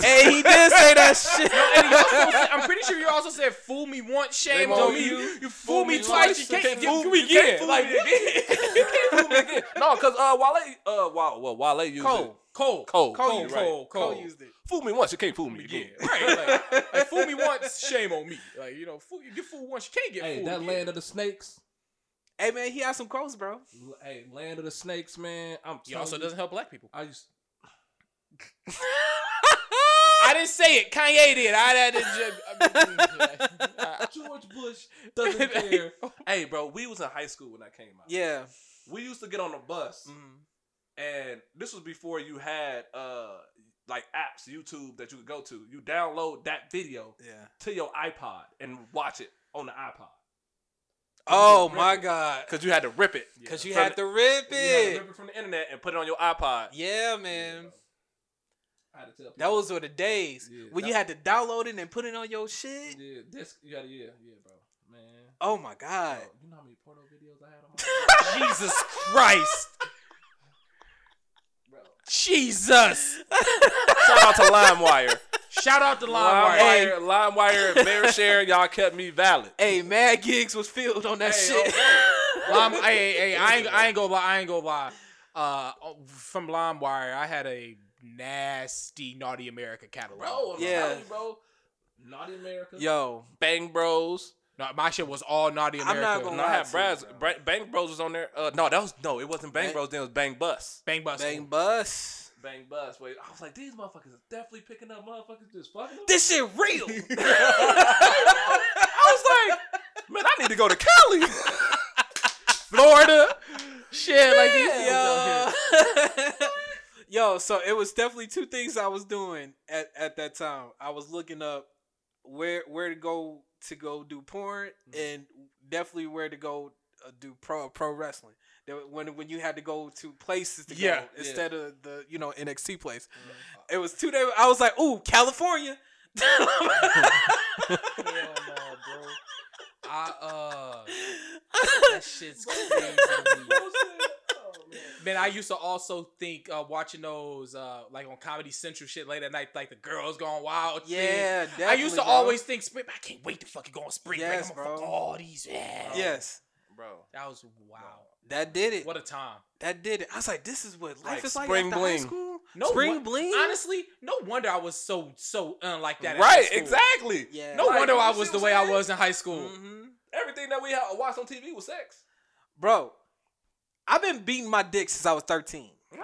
Speaker 2: Hey, he did say that shit.
Speaker 3: You also said- I'm pretty sure you also said, "Fool me once, shame
Speaker 4: won't
Speaker 3: on me.
Speaker 4: you.
Speaker 3: You, fool me twice, you can't, fool me
Speaker 4: you can't
Speaker 3: again."
Speaker 4: fool
Speaker 3: Like
Speaker 4: me again. You can't fool me again. No, because uh, Wale, uh, Wale, well, Wale used it.
Speaker 3: Cole, Cole,
Speaker 4: Cole,
Speaker 3: Cole,
Speaker 4: you right.
Speaker 3: Cole, Cole.
Speaker 2: Cole used it.
Speaker 4: Fool me once, you can't fool me
Speaker 3: Yeah,
Speaker 4: again.
Speaker 3: right. Like, like, fool me once, shame on me. Like you know, fool you get fooled once, you can't get
Speaker 4: Hey,
Speaker 3: fooled.
Speaker 4: that
Speaker 3: again.
Speaker 4: land of the snakes.
Speaker 2: Hey man, he had some quotes, bro.
Speaker 4: L- Hey, land of the snakes, man. I'm
Speaker 3: He also
Speaker 4: telling you,
Speaker 3: doesn't help black people.
Speaker 4: I used.
Speaker 3: I didn't say it. Kanye did. I had to. I-
Speaker 4: George Bush doesn't care. hey, bro, we was in high school when I came out.
Speaker 2: Yeah. Mm-hmm.
Speaker 4: We used to get on the bus, and this was before you had uh like apps, YouTube that you could go to. You download that video
Speaker 2: Yeah.
Speaker 4: to your iPod and watch it on the iPod
Speaker 2: Oh my god.
Speaker 4: because you had to rip it.
Speaker 2: Cause you
Speaker 4: From
Speaker 2: had
Speaker 4: the-
Speaker 2: to rip
Speaker 4: you had to
Speaker 2: it.
Speaker 4: rip it from the internet and put it on your iPod.
Speaker 2: Yeah, man.
Speaker 4: I had to tell
Speaker 2: That
Speaker 4: people.
Speaker 2: was were the days
Speaker 4: Yeah,
Speaker 2: when you had to download it and put it on your shit.
Speaker 4: Yeah, this you gotta yeah, yeah, bro. Man.
Speaker 2: Oh my god.
Speaker 4: Bro, you know how many porno videos I had on my
Speaker 3: Jesus Christ.
Speaker 4: bro.
Speaker 3: Jesus.
Speaker 4: Shout out to LimeWire.
Speaker 3: Shout out to LimeWire.
Speaker 4: LimeWire, LimeWire, MaryShare, y'all kept me valid.
Speaker 2: Hey, Mad Gigs was filled on that
Speaker 4: Hey,
Speaker 2: shit.
Speaker 3: Lime, hey, hey, hey, I ain't, I ain't gonna lie. I ain't gonna lie. Uh, from LimeWire, I had a nasty Naughty America catalog.
Speaker 4: Bro, I'm
Speaker 2: Yeah.
Speaker 4: telling you, bro. Naughty America.
Speaker 2: Yo,
Speaker 4: Bang Bros.
Speaker 3: No, my shit was all Naughty
Speaker 2: I'm not
Speaker 3: America.
Speaker 2: gonna
Speaker 4: No, I had
Speaker 2: Lots of
Speaker 4: Brad's.
Speaker 2: them,
Speaker 4: Bra- Bang Bros was on there. Uh, no, that was no. It wasn't Bang
Speaker 2: Bang-
Speaker 4: Bros. Then it was Bang Bus.
Speaker 3: Bang Bus.
Speaker 2: bang bus.
Speaker 4: Bang Bus. Wait, I was like, these motherfuckers are definitely picking up motherfuckers just fucking. Them.
Speaker 2: This shit real.
Speaker 4: I was like, man, I need to go to Cali.
Speaker 3: Florida. shit, like these things out
Speaker 2: yo.
Speaker 3: here.
Speaker 2: yo, so it was definitely two things I was doing at, at that time. I was looking up where where to go to go do porn
Speaker 4: Mhm.
Speaker 2: and definitely where to go uh, do pro pro wrestling. There wa- When when you had to go to places to
Speaker 3: Yeah,
Speaker 2: go
Speaker 4: yeah.
Speaker 2: instead of the you know NXT place, it was two days. I was like, ooh, California.
Speaker 4: Hell no, bro.
Speaker 3: I, uh, that shit's crazy. to me.
Speaker 4: Oh, Crazy.
Speaker 3: Man, I used to also think uh, watching those uh, like on Comedy Central shit late at night, like the girls going wild. thing.
Speaker 2: yeah, definitely,
Speaker 3: I used to
Speaker 2: bro.
Speaker 3: always think spring. I can't wait to fucking go on spring break.
Speaker 2: Yes,
Speaker 3: I'm gonna fuck
Speaker 2: bro.
Speaker 3: all these. Yeah.
Speaker 2: yes.
Speaker 4: Bro.
Speaker 3: that was wow.
Speaker 2: That did it.
Speaker 3: What a time.
Speaker 2: that did it. I was like, this is what life
Speaker 4: Like
Speaker 2: is like
Speaker 4: spring
Speaker 2: after high
Speaker 4: bling.
Speaker 2: school.
Speaker 3: No
Speaker 2: spring
Speaker 3: won-
Speaker 2: bling.
Speaker 3: Honestly, no wonder I was so so unlike that. in high
Speaker 4: Right,
Speaker 3: school.
Speaker 4: exactly.
Speaker 2: Yeah.
Speaker 3: No
Speaker 4: Like,
Speaker 3: wonder I
Speaker 4: you
Speaker 3: was
Speaker 4: see
Speaker 3: the
Speaker 4: what
Speaker 3: way
Speaker 4: I'm Mm-hmm.
Speaker 3: I was in high school.
Speaker 2: hmm
Speaker 4: Everything that we had watched on TV was sex.
Speaker 2: Bro, I've been beating my dick since I was 13.
Speaker 4: Right.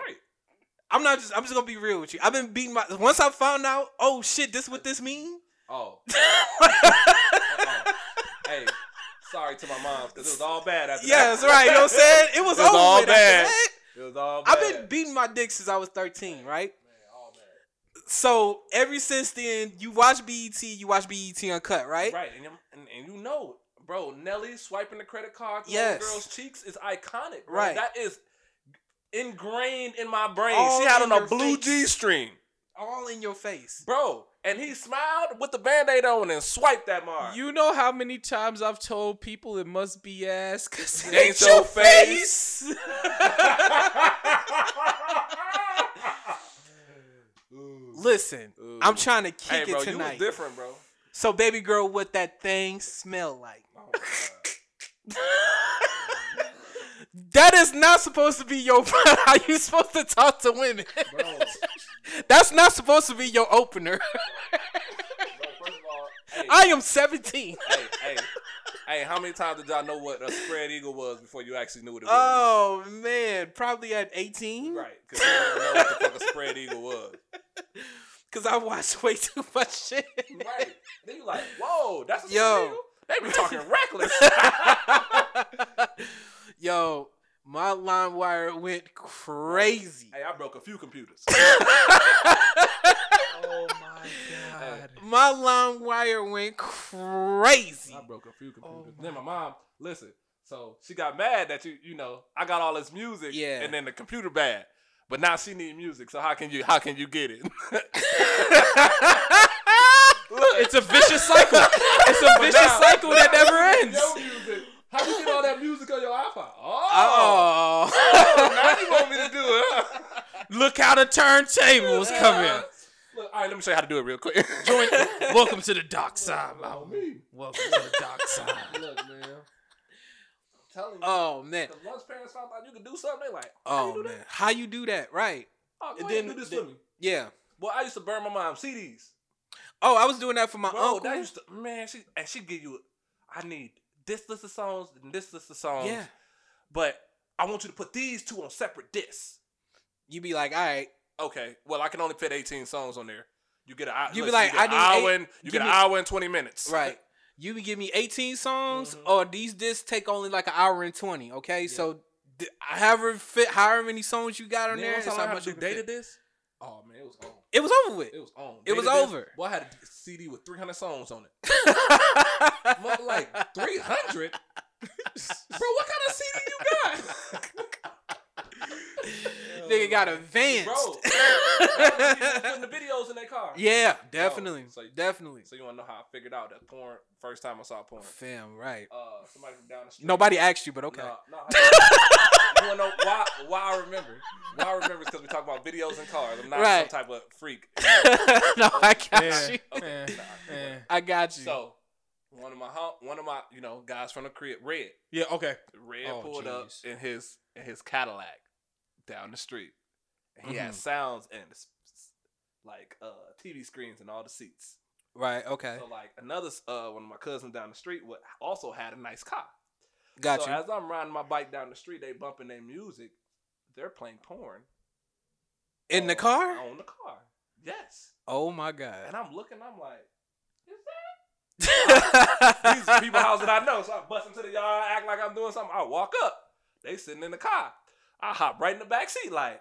Speaker 2: I'm not just I'm just gonna be real with you. I've been beating my once I found out, oh shit, this what this mean?
Speaker 4: Oh. Uh-oh. hey, sorry to my mom because it was all bad after
Speaker 2: yeah,
Speaker 4: that.
Speaker 2: that's right. You know what I'm saying? It was,
Speaker 4: It was
Speaker 2: over
Speaker 4: all
Speaker 2: with after
Speaker 4: bad.
Speaker 2: that.
Speaker 4: It was all bad.
Speaker 2: I've been beating my dick since I was 13, right?
Speaker 4: Man, all bad.
Speaker 2: So ever since then, you watch BET, you watch BET Uncut, right?
Speaker 4: Right, and, you- and, and you know, it. bro, Nelly swiping the credit card, through
Speaker 2: Yes.
Speaker 4: the girl's cheeks is iconic. Bro.
Speaker 2: Right.
Speaker 4: That is ingrained in my brain.
Speaker 2: All
Speaker 4: she had
Speaker 2: in
Speaker 4: on a
Speaker 2: your
Speaker 4: blue
Speaker 2: face.
Speaker 4: G string.
Speaker 2: All in your face.
Speaker 4: Bro, and he smiled with the band-aid on and swiped that mark.
Speaker 3: You know how many times I've told people it must be ass because it
Speaker 4: Ain't
Speaker 3: ain't
Speaker 4: your
Speaker 3: your face.
Speaker 2: Listen,
Speaker 4: Ooh.
Speaker 2: I'm trying to kick
Speaker 4: hey, bro,
Speaker 2: it
Speaker 4: you was
Speaker 2: tonight.
Speaker 4: different, bro.
Speaker 2: So baby girl, what that thing smell like?
Speaker 4: Oh, God.
Speaker 2: That is not supposed to be your how you supposed to talk to women.
Speaker 4: Bro, bro,
Speaker 2: That's not supposed to be your opener.
Speaker 4: first of all, hey,
Speaker 2: I am 17.
Speaker 4: hey, hey, hey, how many times did y'all know what a spread eagle was before you actually knew what it was?
Speaker 2: Oh man, probably at 18.
Speaker 4: Right, because you didn't know what the fuck a spread eagle was.
Speaker 2: Cause I watched way too much shit.
Speaker 4: Right. Then you like, whoa, that's a spread
Speaker 2: Yo.
Speaker 4: eagle? They be talking reckless.
Speaker 2: Yo, my line wire went crazy.
Speaker 4: hey, I broke a few computers.
Speaker 3: Oh my god.
Speaker 2: My line wire went crazy.
Speaker 4: I broke a few computers.
Speaker 3: my
Speaker 4: then my mom, listen, so she got mad that you, you know, I got all this music,
Speaker 2: Yeah.
Speaker 4: and then the computer bad. But now she need music, so how can you how can you get it?
Speaker 3: It's a vicious cycle. It's a vicious
Speaker 4: now-
Speaker 3: cycle that never ends.
Speaker 4: Your music, How you get all that music on your iPod? Oh,
Speaker 2: Oh.
Speaker 4: now you want me to do it? huh?
Speaker 3: Look how the turntables come in.
Speaker 4: Look, all right, let me show you how to do it real quick.
Speaker 3: Join, welcome to the dark side, my
Speaker 4: Oh, me.
Speaker 3: Welcome to the dark side.
Speaker 4: Look, man. I'm telling you.
Speaker 2: oh man.
Speaker 4: Cause once parents found out you could do something, they like, how
Speaker 2: Oh
Speaker 4: you do
Speaker 2: man.
Speaker 4: that?
Speaker 2: How you do that? Right.
Speaker 4: Oh, go
Speaker 2: And
Speaker 4: ahead and
Speaker 2: then-
Speaker 4: do this
Speaker 2: then-
Speaker 4: for me.
Speaker 2: Yeah.
Speaker 4: Well, I used to burn my mom CDs.
Speaker 2: Oh, I was doing that for my
Speaker 4: Bro, that
Speaker 2: uncle.
Speaker 4: used to, man, she and she give you, I need this list of songs and this list of songs.
Speaker 2: Yeah.
Speaker 4: But I want you to put these two on separate discs.
Speaker 2: You be like, all right.
Speaker 4: Okay. Well, I can only fit 18 songs on there. You get an hour.
Speaker 2: You be
Speaker 4: listen,
Speaker 2: like,
Speaker 4: you get
Speaker 2: I
Speaker 4: an
Speaker 2: need
Speaker 4: hour
Speaker 2: eight-
Speaker 4: and you
Speaker 2: give
Speaker 4: get an
Speaker 2: me-
Speaker 4: hour and 20 minutes.
Speaker 2: Right. You would give me 18 songs,
Speaker 4: Mhm.
Speaker 2: or these discs take only like an hour and 20. Okay,
Speaker 4: Yeah.
Speaker 2: so d- however fit, however many songs you got on there,
Speaker 4: Then
Speaker 2: it's
Speaker 4: once I
Speaker 2: how
Speaker 4: learned how
Speaker 2: much
Speaker 4: to
Speaker 2: you
Speaker 4: do
Speaker 2: can
Speaker 4: data
Speaker 2: fit.
Speaker 4: disc. Oh man, it was on.
Speaker 2: It was over with.
Speaker 4: It was on.
Speaker 2: It was
Speaker 4: Data disc.
Speaker 2: over.
Speaker 4: Boy, I had a CD with 300 songs on it. Mother, like 300. Bro, what kind of CD you got?
Speaker 2: Nigga got advanced.
Speaker 4: Bro, I was putting the videos in their car.
Speaker 2: yeah, definitely,
Speaker 4: so you-
Speaker 2: definitely.
Speaker 4: So you want to know how I figured out that porn? First time I saw porn.
Speaker 2: Fam, right?
Speaker 4: Uh, somebody from down the street.
Speaker 2: Nobody asked you, but okay.
Speaker 4: No, no. you want to know why? Why I remember? Why I remember is because we talk about videos and cars. I'm not
Speaker 2: Right.
Speaker 4: some type of freak.
Speaker 2: no, I got
Speaker 3: Yeah.
Speaker 2: you.
Speaker 4: Okay.
Speaker 3: Yeah.
Speaker 4: nah,
Speaker 3: Yeah.
Speaker 2: I got you.
Speaker 4: So one of my hom- one of my you know guys from the crib, Red.
Speaker 3: Yeah, okay.
Speaker 4: Red
Speaker 3: Oh,
Speaker 4: pulled up
Speaker 3: jeez.
Speaker 4: in his in his Cadillac down the street. And he had
Speaker 2: Mhm.
Speaker 4: sounds and s- s- like uh, TV screens and all the seats.
Speaker 2: right, okay,
Speaker 4: So like another s- uh, one of my cousins down the street would, also had a nice car.
Speaker 2: got
Speaker 4: so
Speaker 2: you.
Speaker 4: as I'm riding my bike down the street, they bumping their music. They're playing porn
Speaker 2: In the
Speaker 4: on-
Speaker 2: car?
Speaker 4: On the car, yes.
Speaker 2: Oh my god.
Speaker 4: And I'm looking. I'm like, is that? These are people houses I know. So I bust into the yard, act like I'm doing something. I walk up. They sitting in the car. I hop right in the back seat, like,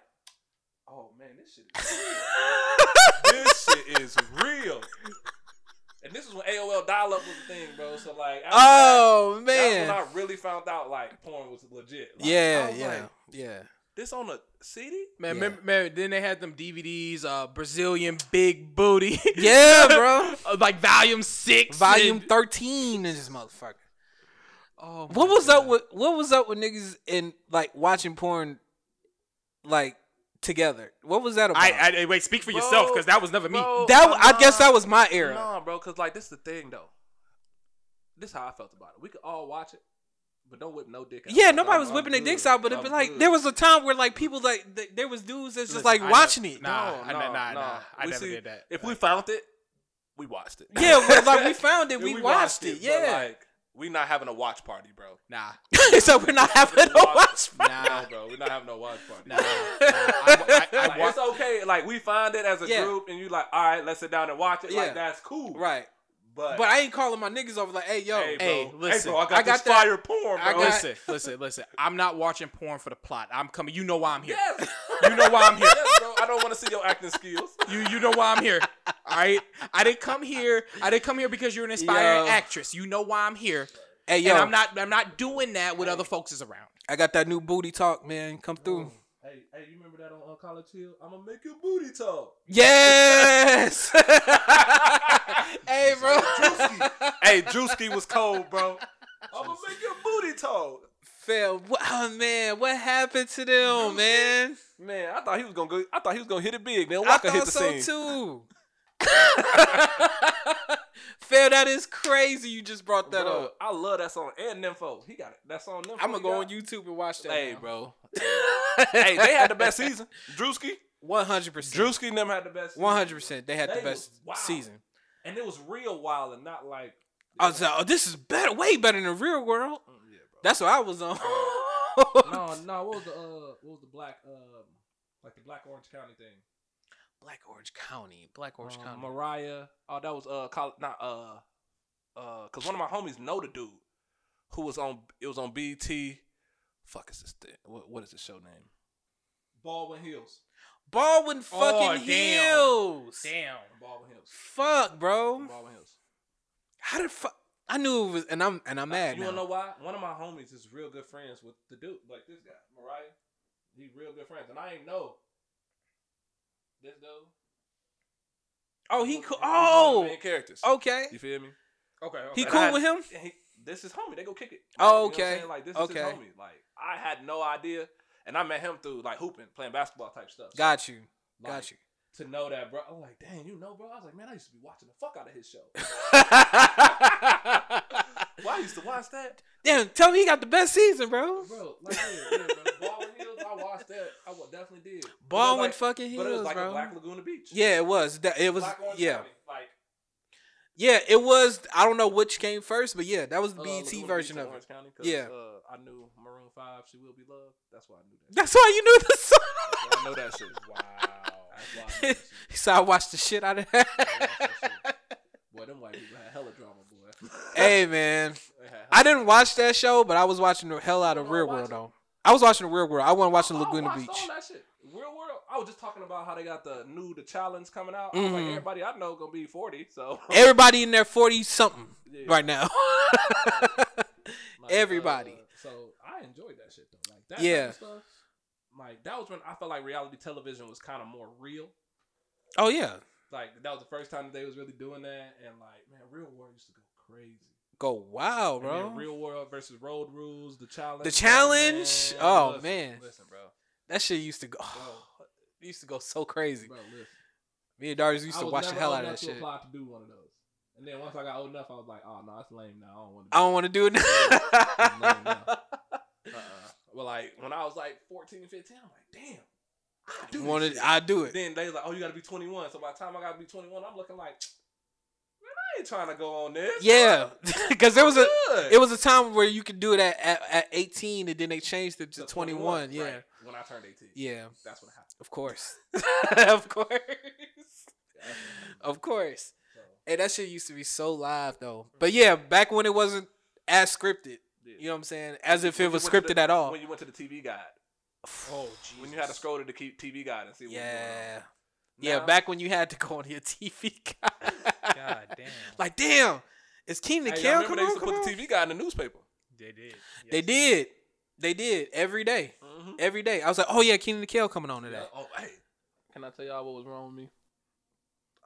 Speaker 4: oh man, this shit is real. this shit is real. And this is when AOL dial up was a thing, bro. So like after
Speaker 2: oh
Speaker 4: that,
Speaker 2: man.
Speaker 4: That's when I really found out like porn was legit. Like, I
Speaker 2: yeah,
Speaker 4: was
Speaker 2: yeah,
Speaker 4: like,
Speaker 2: yeah.
Speaker 4: this on a CD?
Speaker 3: Man,
Speaker 2: Yeah.
Speaker 3: remember, man, then they had them DVDs, uh, Brazilian Big Booty.
Speaker 2: Yeah, bro.
Speaker 3: Uh, like Volume Six,
Speaker 2: Volume
Speaker 3: and-
Speaker 2: thirteen in this motherfucker.
Speaker 3: Oh,
Speaker 2: What
Speaker 3: my
Speaker 2: was up
Speaker 3: God.
Speaker 2: with what was up with niggas and like watching porn like together? What was that about?
Speaker 3: I, I wait. Speak for yourself, because that was never me.
Speaker 4: Bro,
Speaker 2: that
Speaker 4: uh,
Speaker 2: I guess
Speaker 4: nah.
Speaker 2: that was my era.
Speaker 4: Nah, bro, because like this is the thing though. This is how I felt about it. We could all watch it, but don't whip no dick out.
Speaker 2: Yeah,
Speaker 4: I'm-
Speaker 2: nobody was
Speaker 4: I'm
Speaker 2: whipping their
Speaker 4: good.
Speaker 2: dicks out, but it'd be
Speaker 4: I'm
Speaker 2: like
Speaker 4: good.
Speaker 2: there was a time where like people like th- there was dudes that's just
Speaker 3: Listen,
Speaker 2: like
Speaker 3: I
Speaker 2: watching
Speaker 3: never-
Speaker 2: it.
Speaker 3: Nah,
Speaker 4: No,
Speaker 3: I,
Speaker 4: no,
Speaker 3: nah, nah,
Speaker 4: no.
Speaker 3: nah. I
Speaker 4: We
Speaker 3: never
Speaker 4: see,
Speaker 3: did that.
Speaker 4: If we found it, we watched it.
Speaker 2: Yeah, well, like we found it,
Speaker 4: Yeah,
Speaker 2: we, watched, it.
Speaker 4: but,
Speaker 2: Yeah,
Speaker 4: like we not having a watch party, bro.
Speaker 3: nah,
Speaker 2: so we're not having a watch.
Speaker 3: nah,
Speaker 4: No, bro, we're not having no watch party.
Speaker 3: nah. nah. I, I, I
Speaker 4: Like,
Speaker 3: watched.
Speaker 4: it's okay. Like we find it as a
Speaker 2: Yeah.
Speaker 4: group, and you like, all right, let's sit down and watch it.
Speaker 2: Yeah.
Speaker 4: Like that's cool,
Speaker 2: Right,
Speaker 4: But,
Speaker 2: but I ain't calling my niggas over like, hey yo,
Speaker 4: hey, bro,
Speaker 3: Hey,
Speaker 4: hey,
Speaker 3: listen,
Speaker 4: bro, I got,
Speaker 2: I got
Speaker 4: this
Speaker 2: that-
Speaker 4: fire porn, bro.
Speaker 2: I got-
Speaker 3: listen, listen, listen. I'm not watching porn for the plot. I'm coming. You know why I'm here.
Speaker 4: Yes.
Speaker 3: You know why I'm here.
Speaker 4: yes, bro. I don't want to see your acting skills.
Speaker 3: You you know why I'm here. All right. I didn't come here. I didn't come here because you're an aspiring
Speaker 2: Yo.
Speaker 3: actress. You know why I'm here.
Speaker 2: hey yo,
Speaker 3: And I'm not I'm not doing that with other folks is around.
Speaker 2: I got that new booty talk, man. Come through.
Speaker 4: Hey, hey, you remember that on uh, College Hill? I'm gonna make your booty talk.
Speaker 2: Yes. hey, bro.
Speaker 4: hey, Drewski was cold, bro. I'm gonna make your booty talk.
Speaker 2: Phil, what, oh man, what happened to them, man?
Speaker 4: Man, I thought he was gonna go. I thought he was gonna hit it big. Then
Speaker 2: Oh, I
Speaker 4: Walker hit
Speaker 2: thought
Speaker 4: the
Speaker 2: so
Speaker 4: scene.
Speaker 2: too. Phil, that is crazy. You just brought that
Speaker 4: Bro,
Speaker 2: up.
Speaker 4: I love that song and Nympho. He got it. That song. Nympho
Speaker 2: I'm gonna
Speaker 4: he
Speaker 2: go
Speaker 4: got.
Speaker 2: on YouTube and watch that.
Speaker 4: Hey,
Speaker 2: now.
Speaker 4: bro. hey, they had the best season. Drewski,
Speaker 2: 100. percent
Speaker 4: Drewski, and them had the best. season,
Speaker 2: 100. percent They had
Speaker 4: They
Speaker 2: the best
Speaker 4: was wild.
Speaker 2: season.
Speaker 4: And it was real wild and not like.
Speaker 2: I was like, oh, this is better, way better than the real world.
Speaker 4: Mm, yeah, bro.
Speaker 2: That's what I was on.
Speaker 4: no, no. What was the uh, what was the black um, like the Black Orange County thing?
Speaker 2: Black Orange County, Black Orange
Speaker 4: Um,
Speaker 2: County.
Speaker 4: Mariah. Oh, that was uh, col- not uh, uh, cause one of my homies know the dude who was on. It was on BT. Fuck is this thing? What, what is the show name?
Speaker 3: Baldwin Hills.
Speaker 2: Baldwin
Speaker 3: Oh,
Speaker 2: fucking
Speaker 3: damn.
Speaker 2: Hills.
Speaker 3: Damn.
Speaker 4: Baldwin Hills.
Speaker 2: Fuck, bro.
Speaker 4: Baldwin Hills.
Speaker 2: How the fuck? I knew it was, and I'm and I'm mad
Speaker 4: you
Speaker 2: now.
Speaker 4: wanna know why? One of my homies is real good friends with the dude, like this guy, Mariah. He real good friends, and I ain't know this dude.
Speaker 2: oh, he cool.
Speaker 4: He's one of the
Speaker 2: Oh,
Speaker 4: main characters.
Speaker 2: okay.
Speaker 4: You feel me?
Speaker 3: Okay. okay.
Speaker 2: He
Speaker 4: And
Speaker 2: cool
Speaker 4: I-
Speaker 2: with him?
Speaker 4: and he- this is homie. They go kick it.
Speaker 2: Oh,
Speaker 4: Like, you know what I'm
Speaker 2: okay.
Speaker 4: saying? like this is his
Speaker 2: Okay.
Speaker 4: homie. Like I had no idea, and I met him through like hooping, playing basketball type stuff. So,
Speaker 2: Got you.
Speaker 4: like,
Speaker 2: Got you.
Speaker 4: To know that, bro. I'm like, dang, you know, bro. I was like, man, I used to be watching the fuck out of his show. Well, I used to watch that,
Speaker 2: Damn, tell me he got the best season, bro.
Speaker 4: bro. Like, yeah, yeah, bro. Baldwin Hills. I watched that. I wa- definitely did. But it was
Speaker 2: Ball
Speaker 4: like-
Speaker 2: went fucking
Speaker 4: But it was
Speaker 2: heels,
Speaker 4: like a
Speaker 2: bro.
Speaker 4: Black Laguna Beach.
Speaker 2: Yeah, it was. That- It was.
Speaker 4: Black Orange
Speaker 2: Yeah,
Speaker 4: County, Like
Speaker 2: yeah, it was. I don't know which came first, but yeah, that was the
Speaker 4: uh,
Speaker 2: BET
Speaker 4: Laguna
Speaker 2: version
Speaker 4: Beach in
Speaker 2: of it.
Speaker 4: Orange County, 'cause,
Speaker 2: Yeah.
Speaker 4: uh, I knew Maroon Five. She will be loved. That's why I knew that.
Speaker 2: That's why you knew the song.
Speaker 4: That's why I know that shit.
Speaker 3: Wow.
Speaker 4: That's why I knew that shit.
Speaker 2: So I watched the shit out of that.
Speaker 4: Boy, them white people had hella drama, boy.
Speaker 2: hey man,
Speaker 4: They had hella-
Speaker 2: I didn't watch that show, but I was watching the hell out of
Speaker 4: Oh,
Speaker 2: Real
Speaker 4: watch
Speaker 2: World
Speaker 4: it.
Speaker 2: though. I wasn't watching the Real World. I wasn't watching
Speaker 4: I
Speaker 2: Laguna
Speaker 4: watched
Speaker 2: Beach.
Speaker 4: All that shit. Real world. I was just talking about how they got the new the challenge coming out. I was like
Speaker 2: Mhm.
Speaker 4: everybody I know gonna be forty, so
Speaker 2: Everybody in there forty something
Speaker 4: Yeah.
Speaker 2: right now.
Speaker 4: Like,
Speaker 2: everybody.
Speaker 4: uh, so I enjoyed that shit though. Like that
Speaker 2: Yeah.
Speaker 4: type of stuff. Like that was when I felt like reality television was kind of more real.
Speaker 2: oh yeah,
Speaker 4: Like that was the first time that they was really doing that, and like man, real world used to go crazy.
Speaker 2: go wow,
Speaker 4: And then
Speaker 2: bro.
Speaker 4: real world versus road rules, the challenge.
Speaker 2: The challenge?
Speaker 4: Like,
Speaker 2: Oh,
Speaker 4: listen,
Speaker 2: man.
Speaker 4: listen, bro,
Speaker 2: that shit used to go.
Speaker 4: Bro.
Speaker 2: it used to go so crazy.
Speaker 4: bro, listen.
Speaker 2: Me and Darius used
Speaker 4: I
Speaker 2: to
Speaker 4: was
Speaker 2: watch the
Speaker 4: never
Speaker 2: hell
Speaker 4: old
Speaker 2: out of
Speaker 4: enough
Speaker 2: that
Speaker 4: to
Speaker 2: shit.
Speaker 4: apply to do one of those. And then once I got old enough, I was like, oh no, it's lame now. I don't want to.
Speaker 2: I don't want to do it.
Speaker 4: No, uh Well, like when I was like 14, 15, I'm like, damn. I do this
Speaker 2: Wanted,
Speaker 4: shit.
Speaker 2: I do it.
Speaker 4: Then they was like, oh, you gotta be 21. So by the time I gotta be 21, I'm looking like, man, I ain't trying to go on this.
Speaker 2: Yeah, because there was a
Speaker 4: Good.
Speaker 2: it was a time where you could do it at, at, at 18 and then they changed it to
Speaker 4: So
Speaker 2: 21, yeah
Speaker 4: right, when I turned 18,
Speaker 2: yeah
Speaker 4: that's what happened.
Speaker 2: of course of course
Speaker 4: That's what happened.
Speaker 2: of course
Speaker 4: So,
Speaker 2: hey that shit used to be so live though but yeah back when it wasn't as scripted
Speaker 4: yeah.
Speaker 2: you know what i'm saying as if
Speaker 4: When
Speaker 2: it
Speaker 4: you
Speaker 2: was
Speaker 4: went to
Speaker 2: scripted
Speaker 4: the-
Speaker 2: at all
Speaker 4: When you went to the TV guide,
Speaker 3: Oh, Jesus.
Speaker 4: when you had to scroll to the key- TV guide and see what was going on.
Speaker 2: yeah yeah
Speaker 4: Now-
Speaker 2: back when you had to go on your tv guide.
Speaker 3: God damn.
Speaker 2: like damn is king the
Speaker 4: Hey, y'all
Speaker 2: kill
Speaker 4: remember
Speaker 2: come
Speaker 4: they used to
Speaker 2: on, come
Speaker 4: put
Speaker 2: on?
Speaker 4: the TV guide in the newspaper.
Speaker 3: They did.
Speaker 2: they
Speaker 3: Yes.
Speaker 2: did they did every day
Speaker 4: Mm-hmm.
Speaker 2: every day i was like oh yeah king the kill coming on today
Speaker 4: Oh, hey. Can I tell y'all what was wrong with me?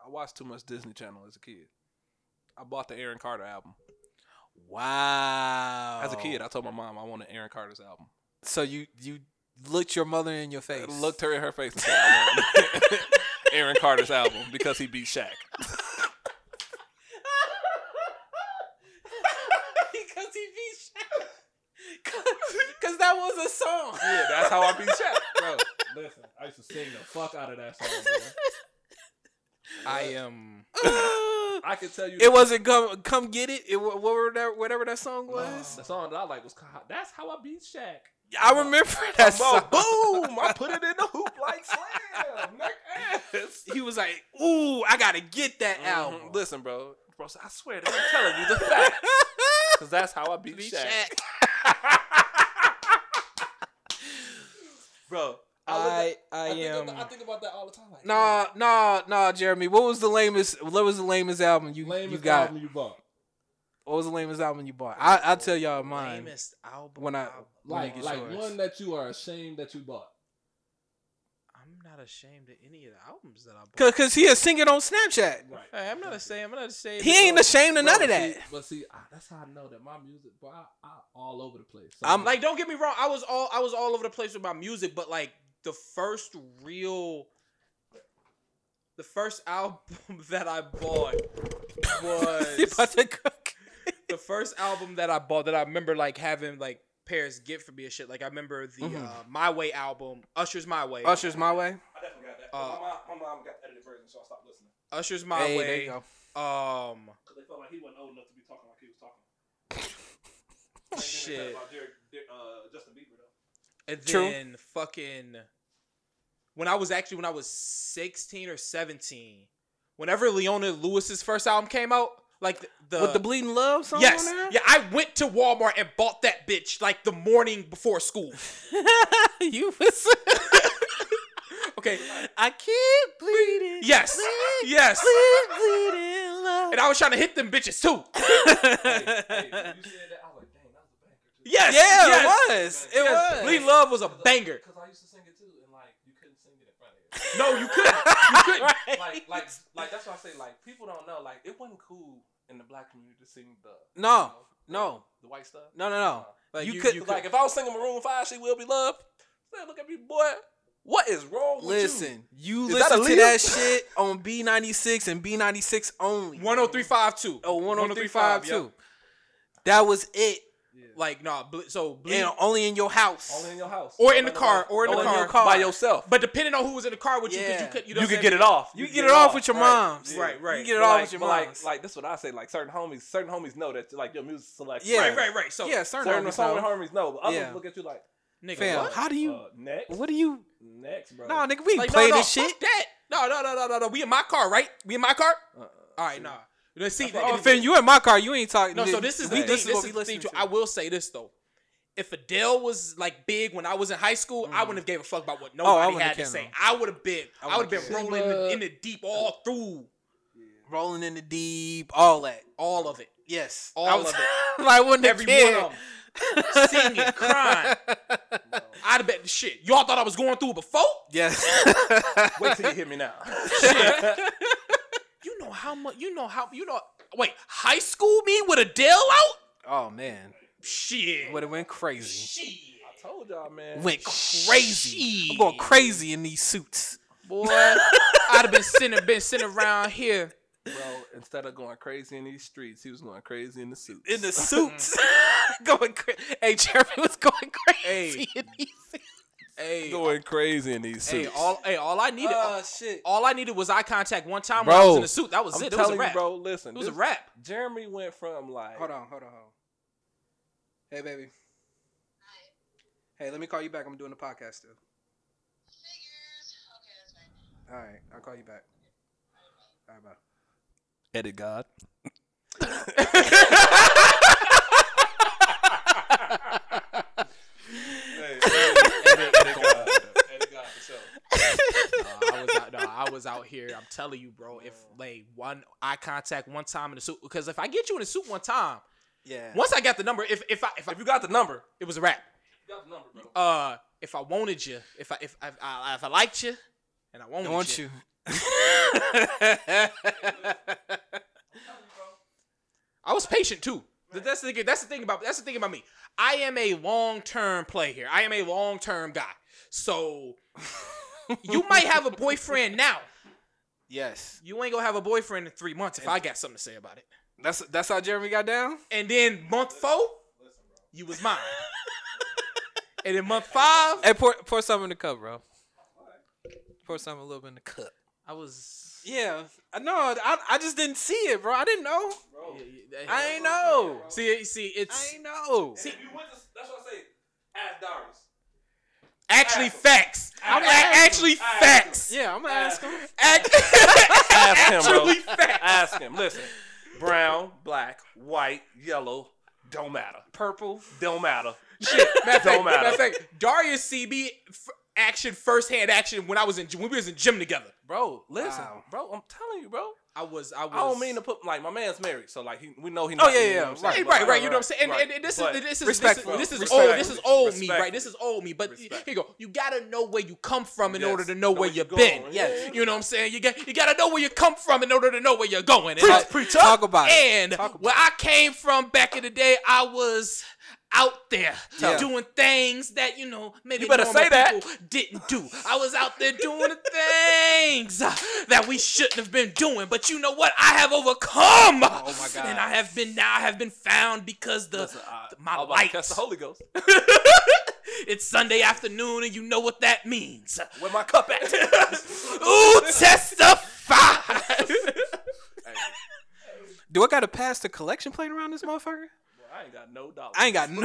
Speaker 4: I watched too much Disney Channel as a kid. I bought the Aaron Carter album.
Speaker 2: wow
Speaker 4: As a kid, I told my mom I wanted Aaron Carter's album.
Speaker 2: So you you looked your mother in your face.
Speaker 4: I looked her in her face and said, I want Aaron Carter's album because he beat Shaq.
Speaker 2: because he beat Shaq. Because that was a song.
Speaker 4: Yeah, that's how I beat Shaq, bro. Listen, I used to sing the fuck out of that song, bro.
Speaker 3: I am.
Speaker 4: I can tell you.
Speaker 2: it wasn't come come get it. It wa- whatever that whatever that song was.
Speaker 4: The song that I like was called That's How I Beat Shaq.
Speaker 2: I remember that song.
Speaker 4: boom! I put it in the hoop like slam, neck ass.
Speaker 2: He was like, "Ooh, I gotta get that album."
Speaker 4: Mhm. Listen, bro. Bro, I swear, that I'm telling you the facts. Because that's how I beat,
Speaker 2: Beat
Speaker 4: Shaq.
Speaker 2: Shaq.
Speaker 4: Bro,
Speaker 2: I I
Speaker 4: I, think
Speaker 2: am.
Speaker 4: about, I think about that all the time. Like,
Speaker 2: Nah, nah, nah, Jeremy. What was the lamest? What was the lamest album you
Speaker 4: lame
Speaker 2: you
Speaker 4: as
Speaker 2: got?
Speaker 4: album you bought.
Speaker 2: What was the lamest album you bought? I I'll tell y'all mine
Speaker 3: Lamest album.
Speaker 2: when I
Speaker 3: out.
Speaker 2: when you
Speaker 4: Like,
Speaker 2: get
Speaker 4: like
Speaker 2: yours.
Speaker 4: one that you are ashamed that you bought.
Speaker 3: I'm not ashamed of any of the albums that I bought.
Speaker 2: Cause, cause he is singing on Snapchat.
Speaker 4: Right.
Speaker 3: Hey, I'm not ashamed. I'm not ashamed.
Speaker 2: He ain't
Speaker 3: Bro,
Speaker 2: ashamed of none
Speaker 4: Bro,
Speaker 2: of
Speaker 4: see-
Speaker 2: that.
Speaker 4: but see, I, that's how I know that my music, bro, I, I all over the place.
Speaker 2: I'm-
Speaker 3: like don't get me wrong i was all i was all over the place with my music but like the first real the first album that i bought
Speaker 2: He
Speaker 3: was
Speaker 2: about to cook.
Speaker 3: the first album that i bought that i remember like having like parents get for me and shit like i remember the
Speaker 2: Mhm.
Speaker 3: uh, my way album usher's my way
Speaker 2: Usher's my way.
Speaker 4: I definitely got that.
Speaker 3: but my Uh,
Speaker 4: my mom got edited version, so I stopped listening
Speaker 3: usher's my
Speaker 2: hey, there
Speaker 3: way
Speaker 2: you go.
Speaker 3: um
Speaker 4: because they felt like he wasn't old enough to be talking like he was talking.
Speaker 3: Same thing they said Shit. about
Speaker 4: uh, Justin Bieber though.
Speaker 3: And
Speaker 2: True.
Speaker 3: then fucking when I was actually when I was 16 or 17, whenever Leona Lewis's first album came out, like the, the,
Speaker 2: With the bleeding love song
Speaker 3: Yes.
Speaker 2: on there.
Speaker 3: Yeah, I went to Walmart and bought that bitch like the morning before school.
Speaker 2: Yeah. you was.
Speaker 3: Okay.
Speaker 2: I keep bleeding.
Speaker 3: Yes.
Speaker 2: Bleed,
Speaker 3: Yes.
Speaker 2: bleed, bleeding love.
Speaker 3: And I was trying to hit them bitches
Speaker 4: you
Speaker 3: too.
Speaker 4: said that, I was like, dang, that was a banker too.
Speaker 3: Yes.
Speaker 2: yeah,
Speaker 3: yes.
Speaker 2: it was. It
Speaker 3: Yes.
Speaker 2: was.
Speaker 3: Bleed Love was a banger.
Speaker 4: Because I used to sing it too, and like you couldn't sing it in front of
Speaker 3: No, you couldn't. You couldn't.
Speaker 4: it. like, like, like that's why I say like people don't know. Like it wasn't cool in the black community to sing the
Speaker 2: No,
Speaker 4: you know,
Speaker 2: Oh, no.
Speaker 4: the white stuff.
Speaker 2: No, no, no.
Speaker 3: Like,
Speaker 2: you,
Speaker 3: you-
Speaker 2: could
Speaker 3: you
Speaker 4: Like if I was singing Maroon Five, she will be loved. Man, look at me, boy. What is wrong with you?
Speaker 2: listen. You
Speaker 4: Is that
Speaker 2: listen to
Speaker 4: illegal?
Speaker 2: that shit on B ninety six and B ninety six only.
Speaker 3: 10352.
Speaker 2: oh, 1035
Speaker 3: yeah.
Speaker 2: too. That was it,
Speaker 3: Like, nah, bl- so Bleak.
Speaker 2: and only in your house.
Speaker 4: Only in your house
Speaker 3: Or in the
Speaker 4: By
Speaker 3: car,
Speaker 4: yourself.
Speaker 3: or in the
Speaker 2: in your
Speaker 3: car.
Speaker 2: car.
Speaker 4: by yourself.
Speaker 3: But depending on who was in the car with you, 'cause you
Speaker 2: Yeah.
Speaker 3: could, you know
Speaker 4: you
Speaker 3: what
Speaker 4: could
Speaker 3: I'm
Speaker 4: get
Speaker 3: saying?
Speaker 4: it off.
Speaker 2: You get it off with your
Speaker 4: right.
Speaker 2: moms.
Speaker 4: Yeah.
Speaker 3: Right, right.
Speaker 2: You get it
Speaker 4: But
Speaker 2: off
Speaker 4: like-
Speaker 2: with your
Speaker 4: but
Speaker 2: moms.
Speaker 4: Like, like this, is what I say. Like certain homies, certain homies know that like your music selection.
Speaker 2: Yeah.
Speaker 3: Right, right, right. So,
Speaker 2: yeah, certain
Speaker 4: Certain
Speaker 2: homies
Speaker 4: certain
Speaker 2: know.
Speaker 4: homies know, but others
Speaker 2: Yeah.
Speaker 4: look at you like,
Speaker 3: nigga,
Speaker 2: Fam,
Speaker 3: what?
Speaker 2: how do you?
Speaker 4: uh, next,
Speaker 2: what do you?
Speaker 4: next, bro.
Speaker 2: Nah, nigga, we ain't
Speaker 3: Like,
Speaker 2: play
Speaker 3: no, no,
Speaker 2: this shit.
Speaker 3: Fuck that. No, no, no, no, no, no. We in my car, right? We in my car?
Speaker 4: Uh, uh,
Speaker 3: All right, nah. Let's see.
Speaker 4: Oh,
Speaker 2: Oh,
Speaker 3: and-
Speaker 2: Finn, you in my car. You ain't talking.
Speaker 3: No, so this is the
Speaker 2: we-
Speaker 3: thing. This,
Speaker 2: is what
Speaker 3: is
Speaker 2: we
Speaker 3: the thing.
Speaker 2: listening
Speaker 3: too.
Speaker 2: to.
Speaker 3: I will say this though. If Adele was like big when I was in high school, I wouldn't have gave a fuck about what
Speaker 2: Mm. Oh, I
Speaker 3: nobody
Speaker 2: wouldn't
Speaker 3: had to
Speaker 2: care,
Speaker 3: say.
Speaker 2: no.
Speaker 3: I would have been, I would
Speaker 2: wouldn't
Speaker 3: have been
Speaker 2: care.
Speaker 3: rolling in the, in the deep all through
Speaker 2: rolling in the deep, all that.
Speaker 3: all of it,
Speaker 2: Yes,
Speaker 3: All
Speaker 2: I was,
Speaker 3: of it.
Speaker 2: like, wouldn't
Speaker 3: every
Speaker 2: care.
Speaker 3: one of them, singing, crying. I'd have been shit. Y'all thought I was going through it before.
Speaker 2: Yes.
Speaker 4: wait till you hear me now.
Speaker 3: You know how much. You know how. You know. Wait, high school me with Adele out?
Speaker 2: oh man,
Speaker 3: Shit.
Speaker 2: would have went crazy.
Speaker 3: Shit.
Speaker 4: I told y'all, man.
Speaker 2: Went crazy.
Speaker 3: Shit.
Speaker 2: I'm going crazy in these suits.
Speaker 3: Boy, I'd have been sitting, been sitting around here.
Speaker 4: bro. Instead of going crazy in these streets, he was going crazy in the suits.
Speaker 2: in the suits, going crazy. Hey, Jeremy was going crazy. in these suits.
Speaker 3: Hey,
Speaker 4: going crazy in these
Speaker 3: hey,
Speaker 4: suits.
Speaker 3: all, hey, all I needed,
Speaker 4: Uh,
Speaker 2: uh, shit.
Speaker 3: All I needed was eye contact one time
Speaker 2: Bro,
Speaker 3: when I was in a suit. That was
Speaker 4: I'm
Speaker 3: it. It was a
Speaker 4: telling
Speaker 3: wrap.
Speaker 4: you, bro. Listen,
Speaker 3: It was a
Speaker 4: this-
Speaker 3: wrap.
Speaker 4: Jeremy went from like
Speaker 2: on, hold on, hold on. Hey, baby. Hey, let me call you back. I'm doing the podcast still. All right, I'll call you back. All right, bye.
Speaker 4: edit God.
Speaker 3: I was out, no, I was out here. I'm telling you, bro. If like one eye contact one time in a suit, because if I get you in a suit one time,
Speaker 2: Yeah.
Speaker 3: once I got the number, if if I if, I,
Speaker 4: If you got the number,
Speaker 3: it was a wrap.
Speaker 4: you got the number, bro.
Speaker 3: Uh, if I wanted you, if I if I, I if I liked you, and I wanted
Speaker 2: I want
Speaker 3: you,
Speaker 2: you.
Speaker 3: I was patient too. Th- That's the thing, that's the thing about that's the thing about me. I am a long term play here. I am a long term guy. So you might have a boyfriend now.
Speaker 2: Yes.
Speaker 3: You ain't gonna have a boyfriend in three months if I got something to say about it.
Speaker 2: That's that's how Jeremy got down.
Speaker 3: And then month four, you was mine. and then month five,
Speaker 2: Hey, pour pour some in the cup, bro. Pour some a little bit in the cup.
Speaker 3: I was.
Speaker 2: Yeah, I know. I, I just didn't see it, bro. I didn't know. I ain't know.
Speaker 3: See, see,
Speaker 2: I
Speaker 3: it's
Speaker 2: ain't know.
Speaker 4: If you went to, that's what I say. Ask Darius.
Speaker 3: actually facts. I'm a- actually
Speaker 4: Ask him.
Speaker 3: facts.
Speaker 2: Yeah, I'm gonna ask him.
Speaker 4: Ask him, bro.
Speaker 3: Actually facts.
Speaker 4: Ask him. Listen, brown, black, white, yellow, don't matter.
Speaker 2: Purple.
Speaker 4: Don't matter.
Speaker 3: Matter of fact,
Speaker 4: Don't
Speaker 3: matter
Speaker 4: matter.
Speaker 3: of fact, Darius see me f- action firsthand action when I was in when we was in gym together.
Speaker 4: Bro, listen,
Speaker 2: Wow.
Speaker 4: bro. I'm telling you, bro.
Speaker 3: I was I was.
Speaker 4: I don't mean to put like my man's married, so like he, we know he.
Speaker 2: Oh, yeah,
Speaker 4: you know
Speaker 2: yeah,
Speaker 4: what I'm saying?
Speaker 3: Hey,
Speaker 4: But-
Speaker 3: right, right. You know what I'm saying? And,
Speaker 4: right.
Speaker 3: and, and this,
Speaker 4: But-
Speaker 3: is, this is this is
Speaker 2: respectful.
Speaker 3: this is
Speaker 4: Respectful.
Speaker 3: old this is old me,
Speaker 4: Respectful.
Speaker 3: right? This is old me. But
Speaker 4: Respectful.
Speaker 3: here you go. You gotta know where you come from in
Speaker 4: Yes.
Speaker 3: order to know, where you've
Speaker 4: going.
Speaker 3: been.
Speaker 4: Yeah, yeah, yeah.
Speaker 3: You know what I'm saying? You got you gotta know where you come from in order to know where you're going. And,
Speaker 2: Talk, talk about it.
Speaker 3: and where I came from back in the day, I was out there
Speaker 2: Yeah.
Speaker 3: doing things that you know maybe
Speaker 4: You better
Speaker 3: normal
Speaker 4: say that.
Speaker 3: people didn't do. I was out there doing the things that we shouldn't have been doing. But you know what? I have overcome. Oh
Speaker 2: my God.
Speaker 3: And I have been now I have been found because the
Speaker 4: Listen, I,
Speaker 3: my
Speaker 4: I'm about to
Speaker 3: light.
Speaker 4: catch the Holy Ghost.
Speaker 3: it's Sunday afternoon, and you know what that means.
Speaker 4: Where my cup at?
Speaker 3: Ooh, testify.
Speaker 2: Do I gotta pass the collection plate around this motherfucker?
Speaker 4: I ain't got no dollars.
Speaker 2: I ain't got no.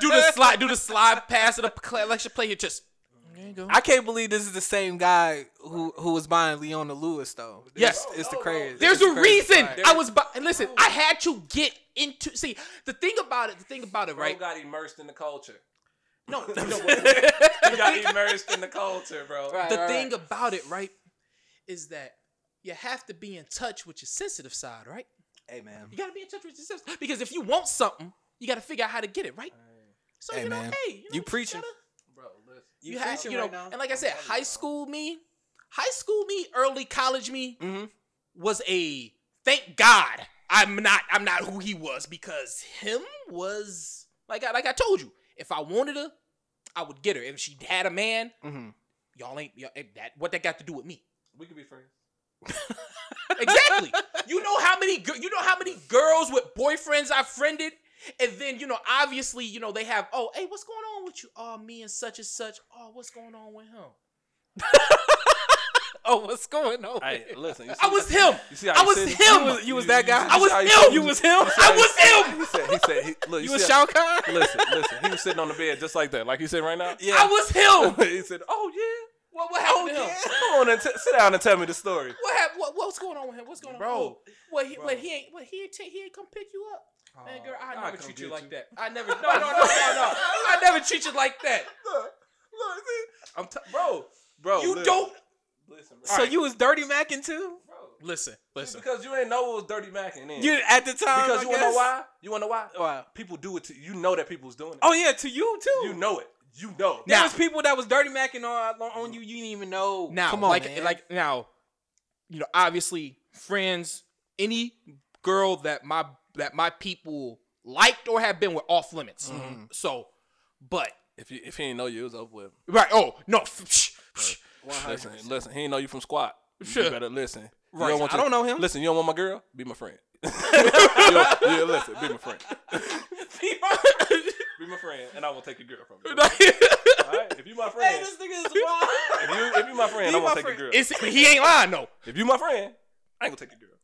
Speaker 3: do the slide, do the slide pass of the collection play. You just there you go.
Speaker 2: I can't believe this is the same guy who who was buying Leona Lewis though.
Speaker 3: Yes.
Speaker 2: it's, it's the crazy.
Speaker 3: There's
Speaker 2: it's the
Speaker 3: a
Speaker 2: crazy
Speaker 3: reason
Speaker 2: part.
Speaker 3: I was. Bu- listen, I had to get into. See, the thing about it, the thing about it,
Speaker 4: Bro
Speaker 3: right?
Speaker 4: got immersed in the culture.
Speaker 2: Oh,
Speaker 3: No, no,
Speaker 4: He got immersed in the culture, bro.
Speaker 2: Right.
Speaker 3: the thing about it, right, is that you have to be in touch with your sensitive side, right?
Speaker 2: Hey man,
Speaker 3: You gotta be in touch with your sensitive because if you want something, you gotta figure out how to get it, right? So
Speaker 2: Hey,
Speaker 3: you know,
Speaker 2: man.
Speaker 3: hey, you, know,
Speaker 2: You preaching.
Speaker 3: gotta-
Speaker 4: Bro, listen.
Speaker 3: you, have, you know, and like I said,
Speaker 4: telling you,
Speaker 3: high
Speaker 4: bro.
Speaker 3: school me, high school me, early college me
Speaker 2: Mhm.
Speaker 3: was a thank God I'm not I'm not who he was because him was like I, like I told you, if I wanted her, I would get her. If she had a man,
Speaker 2: Mhm.
Speaker 3: y'all ain't y'all, eh, that what that got to do with me?
Speaker 4: We could be friends.
Speaker 3: Exactly. you know how many gir- you know how many girls with boyfriends I've friended, and then you know obviously you know they have oh hey what's going on with you oh me and such and such oh what's going on with him
Speaker 2: Oh, what's going on?
Speaker 4: Hey, listen. You see,
Speaker 3: I was him
Speaker 4: You see how
Speaker 3: I
Speaker 4: he
Speaker 3: was
Speaker 4: said-
Speaker 3: him.
Speaker 4: You
Speaker 2: You was that guy?
Speaker 4: see
Speaker 3: I was
Speaker 4: how he
Speaker 3: him.
Speaker 4: said-
Speaker 3: You
Speaker 2: was him?
Speaker 4: see how
Speaker 3: I
Speaker 4: he-
Speaker 3: was him
Speaker 4: He said. He said. He, look, you,
Speaker 2: You was
Speaker 4: see
Speaker 2: Shao Kahn?
Speaker 4: how, Listen, listen. He was sitting on the bed just like that, like he's sitting right now.
Speaker 2: Yeah.
Speaker 3: I was him
Speaker 4: he said, "Oh yeah,
Speaker 3: what what happened to him
Speaker 4: come on and t- sit down and tell me the story."
Speaker 3: what happened what, what's going on with him what's going
Speaker 4: Bro.
Speaker 3: on with him? what he
Speaker 4: Bro.
Speaker 3: what he ain't what he ain't take he ain't come pick you up
Speaker 2: Oh,
Speaker 3: man girl I
Speaker 4: I'll
Speaker 3: never
Speaker 4: come
Speaker 3: treat you
Speaker 4: get
Speaker 3: like
Speaker 4: you.
Speaker 3: that I never no no no no no I never treat you like that
Speaker 4: Look, look, see? I'm t- bro, bro.
Speaker 3: you
Speaker 4: listen.
Speaker 3: don't
Speaker 4: Listen, bro.
Speaker 2: so you was dirdirty macking too?
Speaker 4: bro.
Speaker 3: listen
Speaker 4: See, because you ain't know it was dirty Mac and then.
Speaker 2: You at the time
Speaker 4: because
Speaker 2: I
Speaker 4: you wanna know
Speaker 2: guess?
Speaker 4: why? You wanna know why?
Speaker 2: Why?
Speaker 4: People do it to you. Know that people's doing it.
Speaker 2: Oh yeah, to you too.
Speaker 4: You know it. You know.
Speaker 2: there
Speaker 3: Now-
Speaker 2: was people that was dirty macking on on you. You didn't even know.
Speaker 3: Now,
Speaker 2: Come on,
Speaker 3: like,
Speaker 2: man.
Speaker 3: like now, you know, obviously, friends, any girl that my that my people liked or have been with off limits. So, but
Speaker 4: If you, if he didn't know you, it was over with.
Speaker 3: right, oh no, psh, psh,
Speaker 4: Listen, listen. He didn't know you from squat.
Speaker 3: Sure.
Speaker 4: You better listen. You
Speaker 2: Right. I
Speaker 4: your-
Speaker 2: don't know him.
Speaker 4: Listen, you don't want my girl? Be my friend. you don't- yeah, listen. Be my friend. Be my friend, and I won't take your girl from you. All right? If you my
Speaker 2: hey,
Speaker 4: friend,
Speaker 2: this nigga is wild.
Speaker 4: if you if you my friend,
Speaker 2: He
Speaker 4: I won't
Speaker 2: my
Speaker 4: take
Speaker 2: friend.
Speaker 4: your girl.
Speaker 3: it's, but he ain't lying though.
Speaker 4: If you my friend, I ain't gonna take your girl.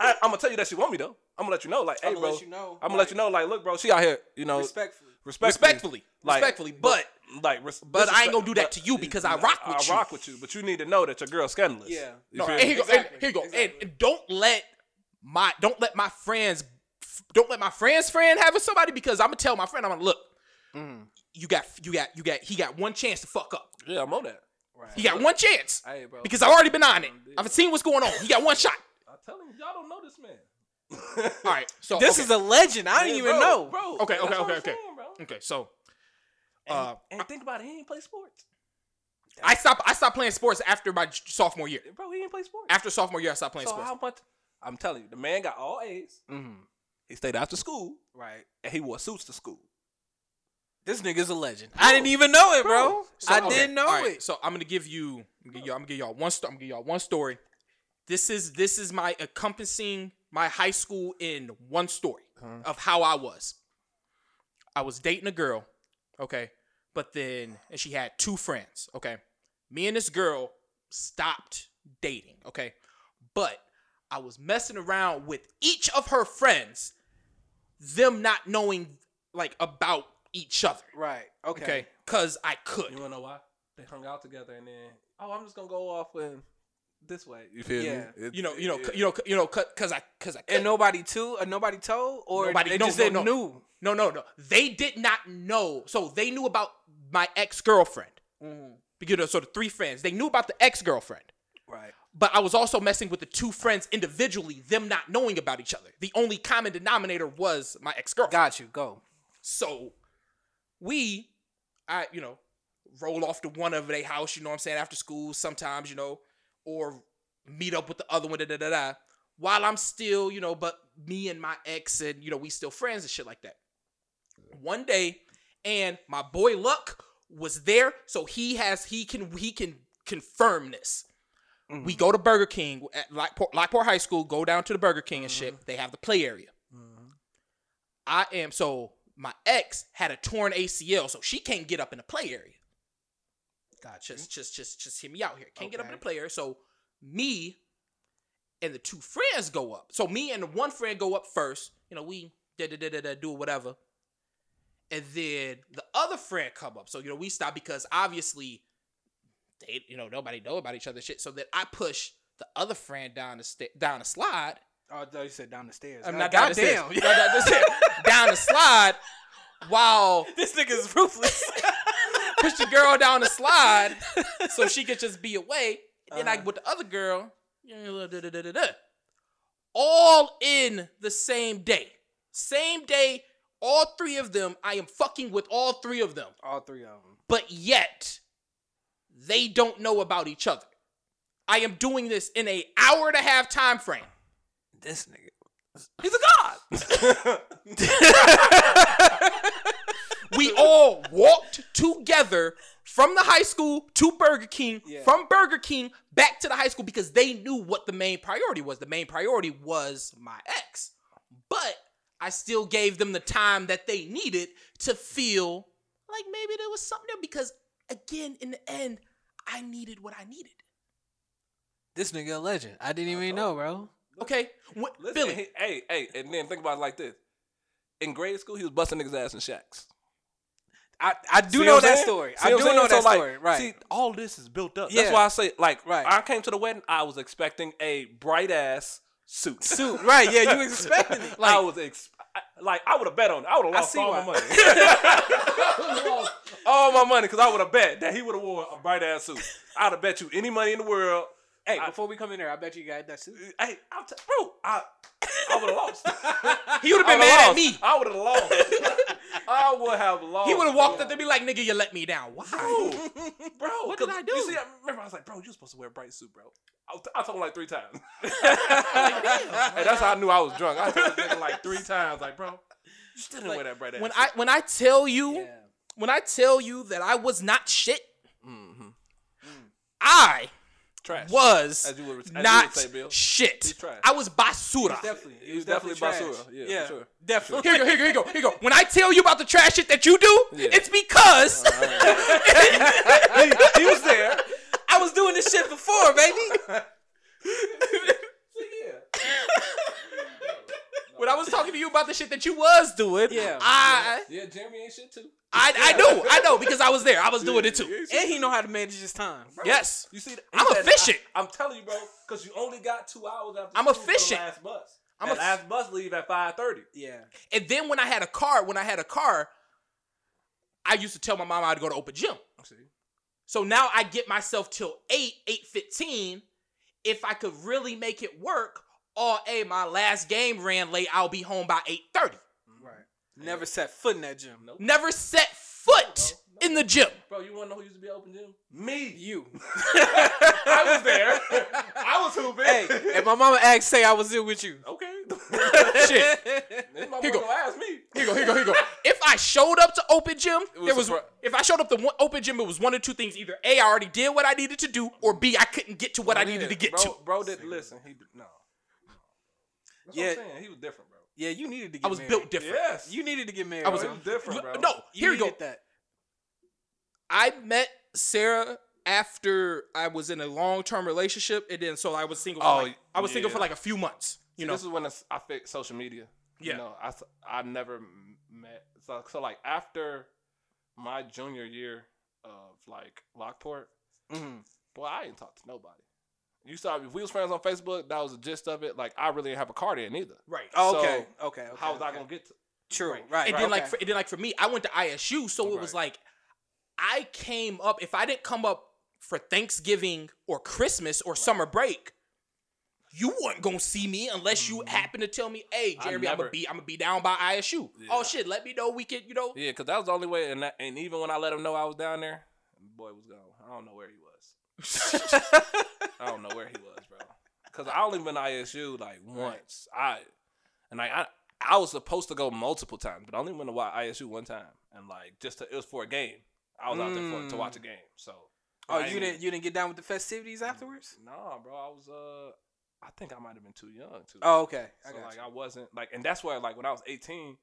Speaker 4: I, I'm gonna tell you that she want me though. I'm gonna let you know, like, hey,
Speaker 2: I'ma
Speaker 4: bro.
Speaker 2: let you know.
Speaker 4: I'm gonna let you know, like, look, bro, she out here, you know,
Speaker 2: respectfully.
Speaker 4: respectfully,
Speaker 3: Respectfully, respectfully, but
Speaker 4: like, res-
Speaker 3: but I ain't
Speaker 4: disrespect-
Speaker 3: gonna do that
Speaker 4: but-
Speaker 3: to you because I rock with
Speaker 4: I
Speaker 3: you.
Speaker 4: rock with you, but you need to know that your girl's scandalous.
Speaker 2: Yeah.
Speaker 4: You
Speaker 3: No,
Speaker 4: feel
Speaker 3: and
Speaker 4: me?
Speaker 3: here you go.
Speaker 2: Exactly,
Speaker 3: and here you go. And-
Speaker 2: exactly.
Speaker 3: And, don't let my don't let my friends don't let my friend's friend have with somebody because I'm gonna tell my friend I'm gonna look. You got you got you got he got one chance to fuck up.
Speaker 4: Yeah, I'm on that.
Speaker 3: He got one chance
Speaker 4: Hey, bro.
Speaker 3: because I've already been on it. I've seen what's going on. He got one shot.
Speaker 4: I'm telling you, y'all don't know this man.
Speaker 3: All right. So
Speaker 2: This
Speaker 3: okay.
Speaker 2: is a legend. I didn't
Speaker 4: Yeah,
Speaker 2: even
Speaker 4: bro,
Speaker 2: know.
Speaker 4: Bro,
Speaker 3: Okay,
Speaker 4: that's
Speaker 3: okay,
Speaker 4: what I'm
Speaker 3: okay, okay.
Speaker 4: saying, bro.
Speaker 3: okay. So
Speaker 4: And,
Speaker 3: Uh,
Speaker 4: and think about it, he ain't play sports.
Speaker 3: I stopped I stopped playing sports after my j- sophomore year.
Speaker 4: Bro, he ain't play sports.
Speaker 3: After sophomore year, I stopped playing
Speaker 4: so
Speaker 3: sports. Mm-hmm.
Speaker 4: how much? I'm telling you, the man got all A's.
Speaker 2: Mhm.
Speaker 4: He stayed after school,
Speaker 2: Right.
Speaker 4: and he wore suits to school.
Speaker 2: This nigga's a legend. I didn't even know it, bro.
Speaker 3: So,
Speaker 2: I
Speaker 3: okay,
Speaker 2: didn't know
Speaker 3: all right,
Speaker 2: it.
Speaker 3: So I'm gonna give you, I'm gonna give y'all, I'm gonna give y'all one. Sto- I'm gonna give y'all one story. This is this is my encompassing my high school in one story
Speaker 2: Uh-huh.
Speaker 3: of how I was. I was dating a girl, okay, but then and she had two friends, okay. Me and this girl stopped dating, okay, but I was messing around with each of her friends, them not knowing like about each other,
Speaker 2: Right. Okay.
Speaker 3: okay, because I could.
Speaker 4: You wanna know why? They hung out together, and then oh, I'm just gonna go off and this way. You feel
Speaker 2: Yeah.
Speaker 4: me? It-
Speaker 3: you know, you know,
Speaker 4: it-
Speaker 3: c- you know, c- you know, because I, because I,
Speaker 2: And
Speaker 3: no,
Speaker 2: nobody too, uh, nobody told, or
Speaker 3: Nobody-
Speaker 2: they
Speaker 3: no,
Speaker 2: just
Speaker 3: no, no.
Speaker 2: didn't knew.
Speaker 3: no, no, no, they did not know. So they knew about my ex girlfriend.
Speaker 2: Mm-hmm.
Speaker 3: You know, so the three friends they knew about the ex girlfriend,
Speaker 2: Right.
Speaker 3: but I was also messing with the two friends individually, them not knowing about each other. The only common denominator was my ex girlfriend.
Speaker 2: Got you. Go.
Speaker 3: So we, I, you know, roll off to one of their house, you know what I'm saying, after school sometimes, you know, or meet up with the other one, da da da da. While I'm still, you know, but me and my ex and, you know, we still friends and shit like that. One day, and my boy Luck was there, so he has, he can, he can confirm this. We go to Burger King at Lockport, Lockport High School, go down to the Burger King and shit. They have the play area. I am so my ex had a torn ACL, so she can't get up in the play area.
Speaker 2: Gotcha.
Speaker 3: Just just just just hear me out here. Can't get up in the
Speaker 2: Okay.
Speaker 3: play area. So me and the two friends go up. So me and the one friend go up first. You know, we da da da da da do whatever. And then the other friend come up. So you know, we stop because obviously they you know nobody know about each other shit. So then I push the other friend down the sta- down the slide
Speaker 2: Oh, you said down the stairs.
Speaker 3: I'm
Speaker 2: God-
Speaker 3: not down the stairs.
Speaker 2: goddamn.
Speaker 3: Not down the stairs. down the slide while
Speaker 2: this nigga's ruthless.
Speaker 3: push the girl down the slide so she could just be away. And then I
Speaker 2: Uh-huh.
Speaker 3: with the other girl, all in the same day. Same day, all three of them. I am fucking with all three of them.
Speaker 2: All three of them.
Speaker 3: But yet, they don't know about each other. I am doing this in a hour and a half time frame.
Speaker 2: this nigga, he's a god.
Speaker 3: We all walked together from the high school to Burger King,
Speaker 2: Yeah.
Speaker 3: from Burger King back to the high school because they knew what the main priority was. The main priority was my ex. But I still gave them the time that they needed to feel like maybe there was something there because, again, in the end, I needed what I needed.
Speaker 2: this nigga a legend. I didn't even know, bro.
Speaker 3: Okay? What,
Speaker 4: Listen,
Speaker 3: Billy.
Speaker 4: he- hey, hey, and then think about it like this. In grade school, he was busting niggas' ass in shacks.
Speaker 2: I, I do
Speaker 4: See
Speaker 2: know
Speaker 4: what I'm
Speaker 2: that
Speaker 4: saying?
Speaker 2: story.
Speaker 4: See
Speaker 2: I
Speaker 4: what
Speaker 2: do
Speaker 4: I'm
Speaker 2: know
Speaker 4: saying?
Speaker 2: that
Speaker 4: So, like,
Speaker 2: story. Right.
Speaker 4: See, all this is built up.
Speaker 2: Yeah.
Speaker 4: That's why I say, like,
Speaker 2: Right.
Speaker 4: I came to the wedding, I was expecting a bright ass suit.
Speaker 2: suit. Right. Yeah, you expecting it.
Speaker 4: I
Speaker 2: Like,
Speaker 4: was ex- I, like, I would have bet on it. I would have lost
Speaker 2: see
Speaker 4: all
Speaker 2: why.
Speaker 4: my money. I would've lost all my money because I would have bet that he would have worn a bright ass suit. I'd have bet you any money in the world.
Speaker 2: hey,
Speaker 4: I-
Speaker 2: before we come in there, I bet you got that suit.
Speaker 4: Hey, I'm t- bro, I, I would have lost.
Speaker 3: he would
Speaker 4: I
Speaker 3: have
Speaker 4: would've
Speaker 3: been mad at
Speaker 4: lost.
Speaker 3: me.
Speaker 4: I would have lost. I would have lost.
Speaker 3: He would have walked
Speaker 4: bro.
Speaker 3: up to me like, nigga, you let me down. Why?
Speaker 4: Bro, bro,
Speaker 3: What did
Speaker 4: 'cause
Speaker 3: I do?
Speaker 4: You see, I remember I was like, bro, you're supposed to wear a bright suit, bro. I, was- I told him like three times. and
Speaker 3: damn.
Speaker 4: that's how I knew I was drunk. I told him like three times, like, bro, you still didn't
Speaker 3: Like,
Speaker 4: wear that bright ass.
Speaker 3: When I when I tell you when I tell you that I was not shit,
Speaker 4: mm-hmm.
Speaker 3: I
Speaker 4: trash
Speaker 3: was
Speaker 4: as you would, as you would
Speaker 3: not
Speaker 4: say, Bill.
Speaker 3: shit.
Speaker 4: He's trash.
Speaker 3: I was basura.
Speaker 2: Definitely.
Speaker 4: He was definitely
Speaker 2: trash.
Speaker 4: basura. Yeah, for sure.
Speaker 2: Definitely.
Speaker 3: Here you go, here you go, here you go. When I tell you about the trash shit that you do,
Speaker 4: Yeah.
Speaker 3: it's because
Speaker 4: he was there.
Speaker 2: I was doing this shit before, baby.
Speaker 3: when I was talking to you about the shit that you was doing,
Speaker 2: Yeah.
Speaker 3: I,
Speaker 4: Yeah, Jeremy ain't shit too.
Speaker 3: I I know, I know, because I was there. I was doing it too.
Speaker 2: and he know how to manage his time.
Speaker 3: Yes.
Speaker 4: You see,
Speaker 3: I'm
Speaker 4: he said,
Speaker 3: efficient.
Speaker 4: I, am telling you, bro, because you only got two hours after.
Speaker 3: I'm
Speaker 4: school for the
Speaker 3: efficient.
Speaker 4: Last bus.
Speaker 3: I'm
Speaker 4: That
Speaker 3: eff-
Speaker 4: last bus leave at five thirty.
Speaker 2: Yeah.
Speaker 3: And then when I had a car, when I had a car, I used to tell my mom I'd go to open gym.
Speaker 4: See,
Speaker 3: So now I get myself till 8, 8.15. If I could really make it work, or hey, my last game ran late, I'll be home by 8.30.
Speaker 2: Right. Never set foot in that gym. Nope.
Speaker 3: Never set foot in the gym.
Speaker 4: bro, you want to know who used to be at open gym? Me.
Speaker 2: You.
Speaker 4: I was there. I was hooping.
Speaker 2: hey, if my mama asked, say I was there with you.
Speaker 4: okay.
Speaker 3: Shit.
Speaker 4: This my
Speaker 3: Here
Speaker 4: boy
Speaker 3: go.
Speaker 4: gonna ask me.
Speaker 3: Here you go, here you go, here you go. If I showed up to open gym,
Speaker 4: was
Speaker 3: there was
Speaker 4: surpri-
Speaker 3: if I showed up to one open gym, it was one of two things. Either A, I already did what I needed to do, or B, I couldn't get to what I needed to get
Speaker 4: Oh, bro,
Speaker 3: to.
Speaker 4: Bro, did listen. He did, no. That's
Speaker 2: Yeah.
Speaker 4: what I'm saying. He was different, bro.
Speaker 2: Yeah, you needed to get
Speaker 3: I was
Speaker 2: married.
Speaker 3: built different.
Speaker 4: Yes.
Speaker 2: You needed to get married.
Speaker 4: I was
Speaker 2: bro.
Speaker 4: different, bro.
Speaker 3: No, here you go.
Speaker 2: needed that.
Speaker 3: I met Sarah after I was in a long term relationship, and then so I was single. For
Speaker 4: Oh,
Speaker 3: like, I was single
Speaker 4: yeah.
Speaker 3: for like a few months. You know,
Speaker 4: this is when it's- I fixed social media.
Speaker 3: Yeah.
Speaker 4: You know, I, s- I never m- met. So, so, like, after my junior year of, like, Lockport,
Speaker 2: Mhm.
Speaker 4: boy, I ain't talked to nobody. You saw, if we was friends on Facebook, that was the gist of it. Like, I really didn't have a car there neither.
Speaker 3: right?
Speaker 2: Oh,
Speaker 4: So,
Speaker 2: okay. okay. Okay.
Speaker 4: How was I
Speaker 2: okay.
Speaker 4: going to get to
Speaker 2: True. Right.
Speaker 3: and
Speaker 2: right,
Speaker 3: then like
Speaker 2: okay.
Speaker 3: for, and then like for me, I went to ISU, so it was like I came up. If I didn't come up for Thanksgiving or Christmas or summer break, you weren't gonna see me unless you happened to tell me, "Hey,
Speaker 4: Mm-hmm. I
Speaker 3: Jeremy, I'm
Speaker 4: never-
Speaker 3: gonna be I'm gonna be down by ISU."
Speaker 4: Yeah.
Speaker 3: Oh shit, let me know we can, you know.
Speaker 4: Yeah, because that was the only way. And, that, and even when I let him know I was down there, the boy was gone. I don't know where he was. I don't know where he was, bro. Because I only been to ISU like once. I and like I I was supposed to go multiple times, but I only went to wa- ISU one time, and like just to, it was for a game. I was out there for, to
Speaker 2: Mm.
Speaker 4: watch a game. So I
Speaker 2: Oh, you
Speaker 4: ain't- mm,
Speaker 2: didn't you didn't get down with the festivities
Speaker 4: Mm-hmm.
Speaker 2: afterwards?
Speaker 4: Nah, bro. I was uh, I think I might have been too young too.
Speaker 2: Oh, okay. I
Speaker 4: So
Speaker 2: got
Speaker 4: like
Speaker 2: you.
Speaker 4: I wasn't like, and that's why like when I was eighteen,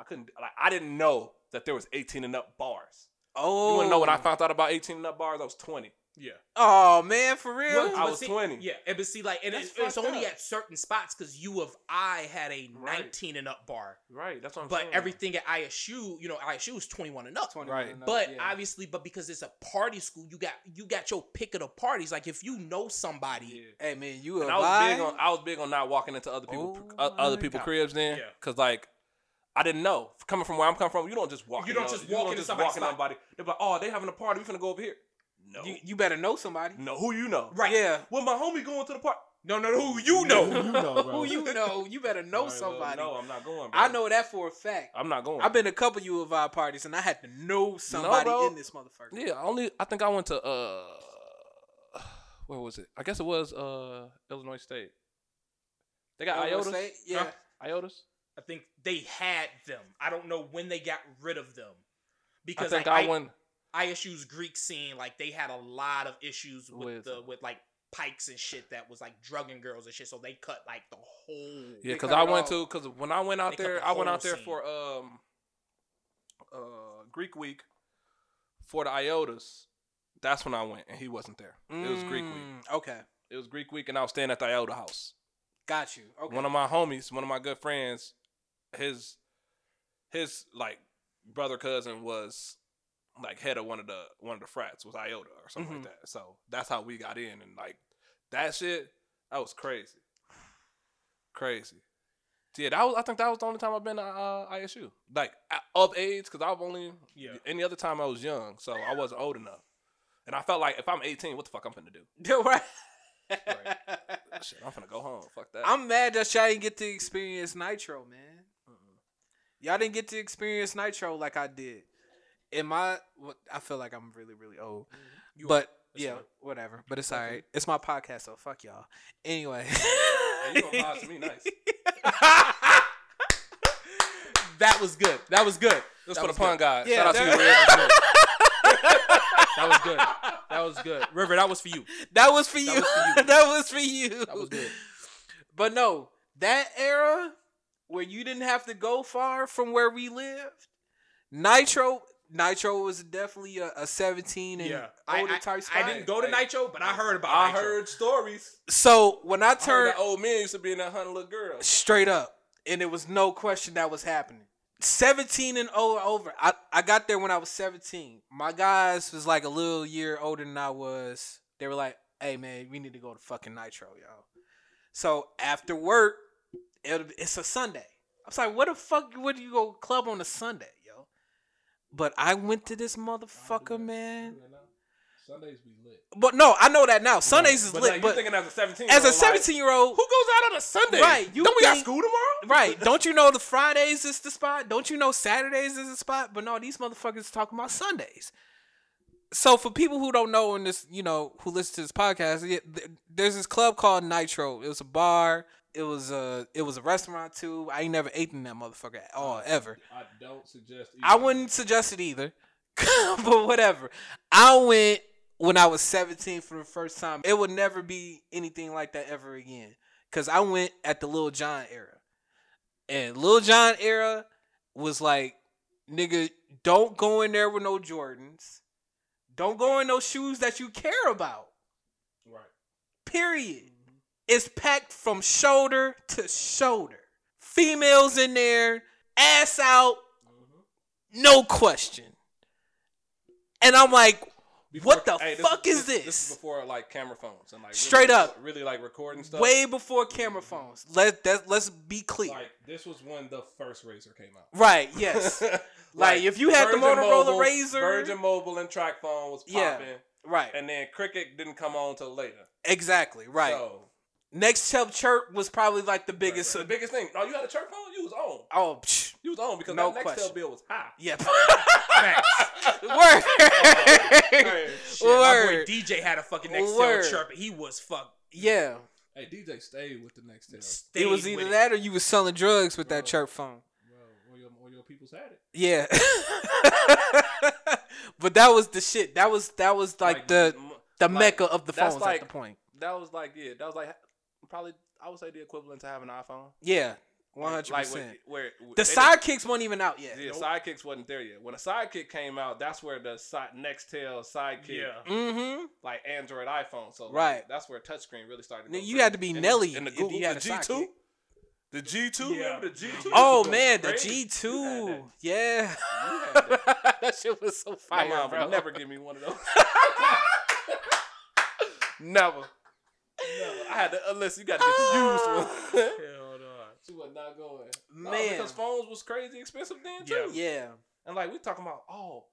Speaker 4: I couldn't like I didn't know that there was eighteen and up bars.
Speaker 2: Oh,
Speaker 4: You wanna know when I found out about 18 and up bars? I was 20.
Speaker 3: Yeah,
Speaker 2: Oh man, for real.
Speaker 4: I
Speaker 3: but
Speaker 4: was
Speaker 3: see-
Speaker 4: 20.
Speaker 3: Yeah, and but see, like, and
Speaker 4: That's
Speaker 3: it's, it's
Speaker 4: fucked
Speaker 3: only
Speaker 4: up.
Speaker 3: at certain spots because you of I had a
Speaker 4: Right. Uh-huh.
Speaker 3: 19 and up bar.
Speaker 4: Right. That's what I'm
Speaker 3: But
Speaker 4: saying.
Speaker 3: everything at ISU, you know, ISU is 21 and up.
Speaker 2: 20
Speaker 4: Right.
Speaker 2: and up,
Speaker 3: But
Speaker 2: yeah.
Speaker 3: obviously, but because it's a party school, you got you got your pick of the parties. Like if you know
Speaker 4: Yeah.
Speaker 3: somebody,
Speaker 2: hey man, you a
Speaker 4: And I was big
Speaker 2: vibe.
Speaker 4: on I was big on not walking into other people
Speaker 2: Oh
Speaker 4: uh, other
Speaker 2: my
Speaker 4: people
Speaker 2: God.
Speaker 4: cribs then,
Speaker 3: Yeah.
Speaker 4: cause like I didn't know coming from where I'm coming from. You don't just walk.
Speaker 3: You
Speaker 4: in
Speaker 3: don't
Speaker 4: those-
Speaker 3: just walk into somebody's spot.
Speaker 4: They're like, oh, they having a party. We finna go over here. No.
Speaker 2: You, you better know somebody.
Speaker 4: no. Who you know?
Speaker 3: right?
Speaker 2: Yeah. Oh,
Speaker 4: Well, my homie going to the party.
Speaker 3: No, no, no. Who you know?
Speaker 4: know,
Speaker 2: Who you know? You better know
Speaker 4: Right, well,
Speaker 2: somebody.
Speaker 4: No, I'm not going. Bro.
Speaker 2: I know that for a fact.
Speaker 4: I'm not going.
Speaker 2: I've been to a couple U of I parties and I had to know somebody
Speaker 4: bro.
Speaker 2: in this motherfucker.
Speaker 4: Yeah, I only I think I went to uh where was it? I guess it was uh Illinois State. They got
Speaker 2: Oklahoma
Speaker 4: Iotas.
Speaker 2: State? Yeah.
Speaker 4: Huh? Iotas.
Speaker 3: I think they had them. I don't know when they got rid of them.
Speaker 4: I
Speaker 3: Because
Speaker 4: think
Speaker 3: like,
Speaker 4: I won.
Speaker 3: ISU's Greek scene, like they had a lot of issues with,
Speaker 4: With-
Speaker 3: the with like pikes and shit that was like drugging girls and shit. So they cut like the whole
Speaker 4: Yeah,
Speaker 2: They
Speaker 4: because
Speaker 2: cut
Speaker 4: I
Speaker 2: it
Speaker 4: went
Speaker 2: off.
Speaker 4: to because when I went out
Speaker 3: They cut
Speaker 4: there,
Speaker 3: the
Speaker 4: I went
Speaker 3: whole
Speaker 4: out there
Speaker 3: scene.
Speaker 4: for um uh Greek week for the Iotas. That's when I went, and he wasn't there. It was Greek week.
Speaker 2: Mm, Okay,
Speaker 4: It was Greek week, and I was staying at the Iota house.
Speaker 2: got you. Okay,
Speaker 4: One of my homies, one of my good friends, his his like brother cousin was like head of one of the one of the frats was Iota or something
Speaker 2: Mhm.
Speaker 4: like that. So that's how we got in, and like that shit, that was crazy, crazy. Yeah, that was. I think that was the only time I've been to uh, ISU, like a- of age, because I've only
Speaker 3: Yeah.
Speaker 4: any other time I was young, so I wasn't old enough, and I felt like if I'm 18, what the fuck I'm finna do?
Speaker 2: right.
Speaker 4: Shit, I'm finna go home. Fuck that.
Speaker 2: I'm mad that y'all didn't get to experience Nitro, man. Y'all didn't get to experience Nitro like I did. In my, what- I feel like I'm really, really old,
Speaker 3: Mm-hmm. You
Speaker 2: but
Speaker 3: That's
Speaker 2: yeah,
Speaker 3: fine.
Speaker 2: whatever. But it's alright. It's my podcast, so fuck y'all. Anyway,
Speaker 4: Hey, you gonna lie to me? Nice.
Speaker 3: that was good. That was good.
Speaker 4: This for
Speaker 3: That
Speaker 4: the
Speaker 3: was
Speaker 4: pun
Speaker 3: good.
Speaker 4: guy.
Speaker 2: Yeah,
Speaker 4: Shout out to you,
Speaker 2: that-
Speaker 4: Red.
Speaker 3: That was good. That was good. River, that was for you.
Speaker 2: that was for you.
Speaker 3: was for you.
Speaker 2: That was for you.
Speaker 3: That was good.
Speaker 2: But no, that era where you didn't have to go far from where we lived, Nitro Nitro was definitely a, a 17 and
Speaker 3: Yeah.
Speaker 2: older
Speaker 3: I,
Speaker 2: type
Speaker 3: I,
Speaker 2: spot.
Speaker 3: I didn't go to
Speaker 4: Like-
Speaker 3: Nitro, but I heard about
Speaker 4: I
Speaker 3: Nitro.
Speaker 4: heard stories.
Speaker 2: So when I
Speaker 4: I heard
Speaker 2: turned
Speaker 4: that old man used to be in that hundred little girl.
Speaker 2: straight up, and it was no question that was happening. 17 and o- over. I, I got there when I was 17. My guys was like a little year older than I was. They were like, hey, man, we need to go to fucking Nitro, y'all. So after work, it'll, it's a Sunday. I was like, what the fuck would you go club on a Sunday, yo? But I went to this motherfucker, man.
Speaker 4: Sundays be lit.
Speaker 2: But no, I know that now. Sundays is
Speaker 4: But,
Speaker 2: lit.
Speaker 4: like, you
Speaker 2: But
Speaker 4: thinking as a seventeen?
Speaker 2: as a 17 year old,
Speaker 4: who goes out on a Sunday?
Speaker 2: Right, you
Speaker 4: Don't we got
Speaker 2: think-
Speaker 4: school tomorrow?
Speaker 2: Right. Don't you know the Fridays is the spot? Don't you know Saturdays is the spot? But no, these motherfuckers talking about Sundays. So for people who don't know and this, you know, who listen to this podcast, yeah, th- there's this club called Nitro. It was a bar. It was a it was a restaurant too. I ain't never ate in that motherfucker at all ever.
Speaker 4: I don't suggest.
Speaker 2: I wouldn't suggest it either, but whatever. I went when I was 17 for the first time. It would never be anything like that ever again. Cause I went at the Lil John era, and Lil John era was like, nigga, don't go in there with no Jordans, don't go in those shoes that you care about.
Speaker 4: Right.
Speaker 2: Period. It's packed from shoulder to shoulder. Females in there, ass out, no question. And I'm like, what the
Speaker 4: hey, this
Speaker 2: fuck
Speaker 4: this?
Speaker 2: is this?
Speaker 4: This is before like camera phones and like really-
Speaker 2: Straight up.
Speaker 4: really like recording stuff.
Speaker 2: Way before camera phones. Let that let's be clear.
Speaker 4: like this was when the first razor came out.
Speaker 2: right, yes. Like, if you had the
Speaker 4: Virgin
Speaker 2: Motorola
Speaker 4: Mobile-
Speaker 2: Razr-
Speaker 4: Virgin Mobile and track phone was popping,
Speaker 2: Yeah. right.
Speaker 4: and then Cricket didn't come on till later.
Speaker 2: Exactly. Right.
Speaker 4: So,
Speaker 2: Next Chub Chirp was probably like the biggest
Speaker 4: Right, right. the biggest thing. Oh, you had a church phone? You was on.
Speaker 2: oh psh,
Speaker 4: You was on because
Speaker 2: No
Speaker 4: that Nextel
Speaker 2: question.
Speaker 4: bill was high.
Speaker 2: yeah.
Speaker 3: Hey,
Speaker 2: Word.
Speaker 3: shit, my boy
Speaker 2: Word.
Speaker 3: DJ had a fucking next
Speaker 2: Word.
Speaker 3: tail chirp. and He was fuck.
Speaker 2: yeah.
Speaker 4: Hey, DJ stayed with the Nextel.
Speaker 2: It was either that or you was selling drugs with that
Speaker 4: Bro.
Speaker 2: chirp phone.
Speaker 4: Well, all your, all your people's had it.
Speaker 2: Yeah. but that was the shit. That was that was like, the
Speaker 4: m-
Speaker 2: the
Speaker 4: like,
Speaker 2: mecca of the
Speaker 4: that's
Speaker 2: phones
Speaker 4: like-
Speaker 2: at the point.
Speaker 4: That was like yeah. That was like probably I would say the equivalent to having an iPhone.
Speaker 2: Yeah, one hundred
Speaker 4: Like
Speaker 2: percent.
Speaker 4: where,
Speaker 2: The sidekicks weren't even out yet.
Speaker 4: Yeah, sidekicks wasn't there yet. When a sidekick came out, that's where the side, Nextel sidekick,
Speaker 3: Yeah.
Speaker 2: Mm-hmm.
Speaker 4: like Android iPhone. So like,
Speaker 2: Right.
Speaker 4: that's where touchscreen really started. to
Speaker 2: Nigga,
Speaker 4: go
Speaker 2: you
Speaker 4: crazy.
Speaker 2: had to be
Speaker 4: And the-
Speaker 2: Nelly
Speaker 4: and the
Speaker 2: if
Speaker 4: Google,
Speaker 2: you had
Speaker 4: the
Speaker 2: a
Speaker 4: G two,
Speaker 2: sidekick.
Speaker 4: the G two.
Speaker 3: Yeah.
Speaker 4: Remember the G two?
Speaker 2: Oh man, the G
Speaker 4: Crazy. You had that.
Speaker 2: two. Yeah,
Speaker 4: You had that.
Speaker 2: that shit was so
Speaker 4: My
Speaker 2: fire.
Speaker 4: mom
Speaker 2: bro.
Speaker 4: would never give me one of those. never. Never. I had to, unless you got to get the used one.
Speaker 3: Hold on.
Speaker 4: she was not going. No,
Speaker 2: Man.
Speaker 4: because phones was crazy expensive then, too.
Speaker 2: Yeah,
Speaker 4: And like, we talking about, oh,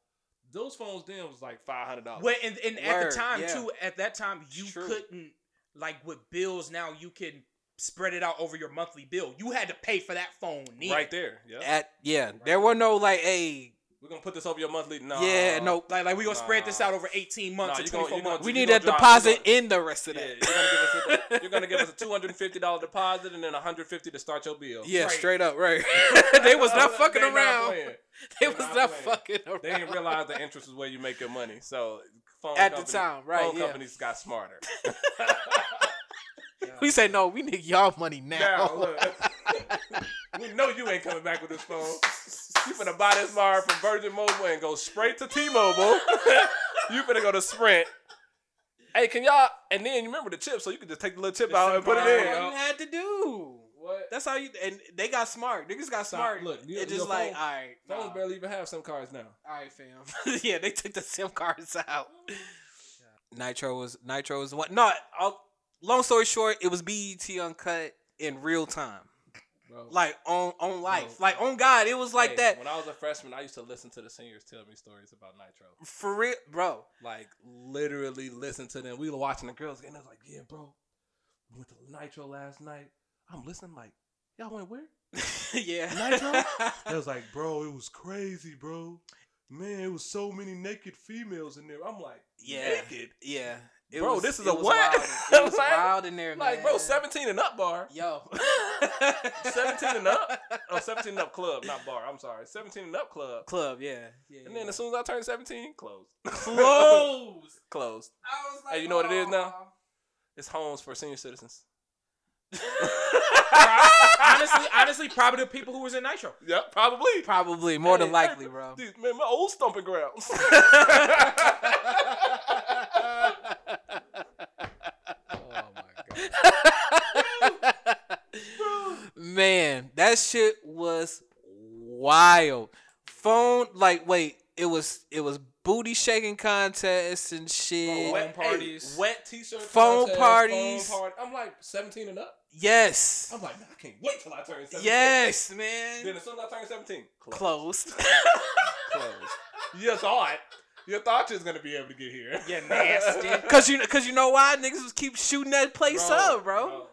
Speaker 4: those phones then was like $500.
Speaker 3: Well, and, and at
Speaker 2: Word,
Speaker 3: the time
Speaker 2: yeah.
Speaker 3: too, at that time you
Speaker 2: True.
Speaker 3: couldn't like with bills now you can spread it out over your monthly bill. You had to pay for that phone. Needed.
Speaker 2: Eh.
Speaker 4: right there. Yeah.
Speaker 2: at yeah, there were no like, hey,
Speaker 4: We're gonna put this over your monthly. No.
Speaker 2: Yeah, no.
Speaker 3: Like, like we gonna spread this
Speaker 4: Nah.
Speaker 3: out over 18 months
Speaker 4: Nah,
Speaker 3: or
Speaker 4: you gonna-
Speaker 3: 24
Speaker 4: you gonna-
Speaker 3: months.
Speaker 2: We
Speaker 4: you
Speaker 2: need
Speaker 4: gonna
Speaker 2: a
Speaker 4: drop-
Speaker 2: deposit
Speaker 4: you
Speaker 2: in the rest of
Speaker 4: Yeah,
Speaker 2: that.
Speaker 4: you're gonna give us a, you're gonna give us a two hundred and fifty dollar deposit and then a hundred fifty to start your bill.
Speaker 2: Yeah,
Speaker 3: Right.
Speaker 2: straight up, right. they was not fucking
Speaker 4: They not
Speaker 2: around.
Speaker 4: playing.
Speaker 2: They was
Speaker 4: not
Speaker 2: not
Speaker 4: playing.
Speaker 2: fucking around.
Speaker 4: They didn't realize the interest is where you make your money. So phone
Speaker 2: At the
Speaker 4: company-
Speaker 2: time, right,
Speaker 4: Phone
Speaker 2: yeah.
Speaker 4: companies got smarter.
Speaker 2: We say no, we need y'all money now.
Speaker 4: Now look, we know you ain't coming back with this phone. You finna buy this bar from Virgin Mobile and go straight to T-Mobile. you finna go to Sprint. Hey, can y'all? And then you remember the chip, so you can just take the little chip out and put it in.
Speaker 3: That's all you had to do.
Speaker 4: What?
Speaker 3: That's how you. And they got smart. Niggas got
Speaker 4: Nah,
Speaker 3: smart.
Speaker 4: look, your-
Speaker 3: it's just
Speaker 4: your
Speaker 3: like,
Speaker 4: phone-
Speaker 3: all right,
Speaker 4: Phones
Speaker 3: nah.
Speaker 4: barely even have SIM cards now.
Speaker 3: all right, fam.
Speaker 2: yeah, they took the SIM cards out. Nitro was Nitro was the one. No, I'll, long story short, it was BET uncut in real time,
Speaker 4: Bro.
Speaker 2: like on on life, like on God. It was like
Speaker 4: Hey,
Speaker 2: that
Speaker 4: When I was a freshman, I used to listen to the seniors tell me stories about Nitro.
Speaker 2: for real, bro.
Speaker 4: Like literally listen to them. We were watching the girls and I was like, "Yeah, bro, we went to Nitro last night. I'm listening. Like, y'all went where?
Speaker 2: yeah,
Speaker 4: Nitro? They was like, bro, it was crazy, bro. Man, it was so many naked females in there. I'm like,
Speaker 2: Yeah.
Speaker 4: naked.
Speaker 2: yeah.
Speaker 4: Bro, this is
Speaker 2: it
Speaker 4: a
Speaker 2: was
Speaker 4: what?
Speaker 2: Wild. It was
Speaker 4: Like-
Speaker 2: wild in there,
Speaker 4: Like,
Speaker 2: man.
Speaker 4: bro, 17 and up bar.
Speaker 2: Yo,
Speaker 4: 17 and up? Oh, 17 and up club, not bar. I'm sorry. 17 and up club.
Speaker 2: club, yeah. yeah
Speaker 4: And then as soon as I turned 17, closed.
Speaker 3: Close.
Speaker 4: closed.
Speaker 3: I was
Speaker 4: Hey, you know what it is now? It's homes for senior citizens.
Speaker 3: honestly, honestly, probably the people who was in Nitro.
Speaker 4: Yep, probably.
Speaker 2: probably more than
Speaker 4: Hey,
Speaker 2: likely, bro.
Speaker 4: These, man, my old stomping grounds.
Speaker 2: Man, that shit was wild. Phone, like, wait, it was it was booty shaking contests and shit.
Speaker 3: Phone parties.
Speaker 4: wet t-shirt,
Speaker 2: Phone
Speaker 4: contests,
Speaker 2: parties.
Speaker 4: Phone party. I'm like 17 and up.
Speaker 2: yes,
Speaker 4: I'm like, man, I can't wait till I turn 17.
Speaker 2: yes, man.
Speaker 4: Then as soon as I turn 17, close.
Speaker 2: Closed.
Speaker 4: closed. You thought, you thought you was gonna be able to get here.
Speaker 3: Yeah, nasty.
Speaker 2: Cause you, cause you know why niggas was keep shooting that place up, bro.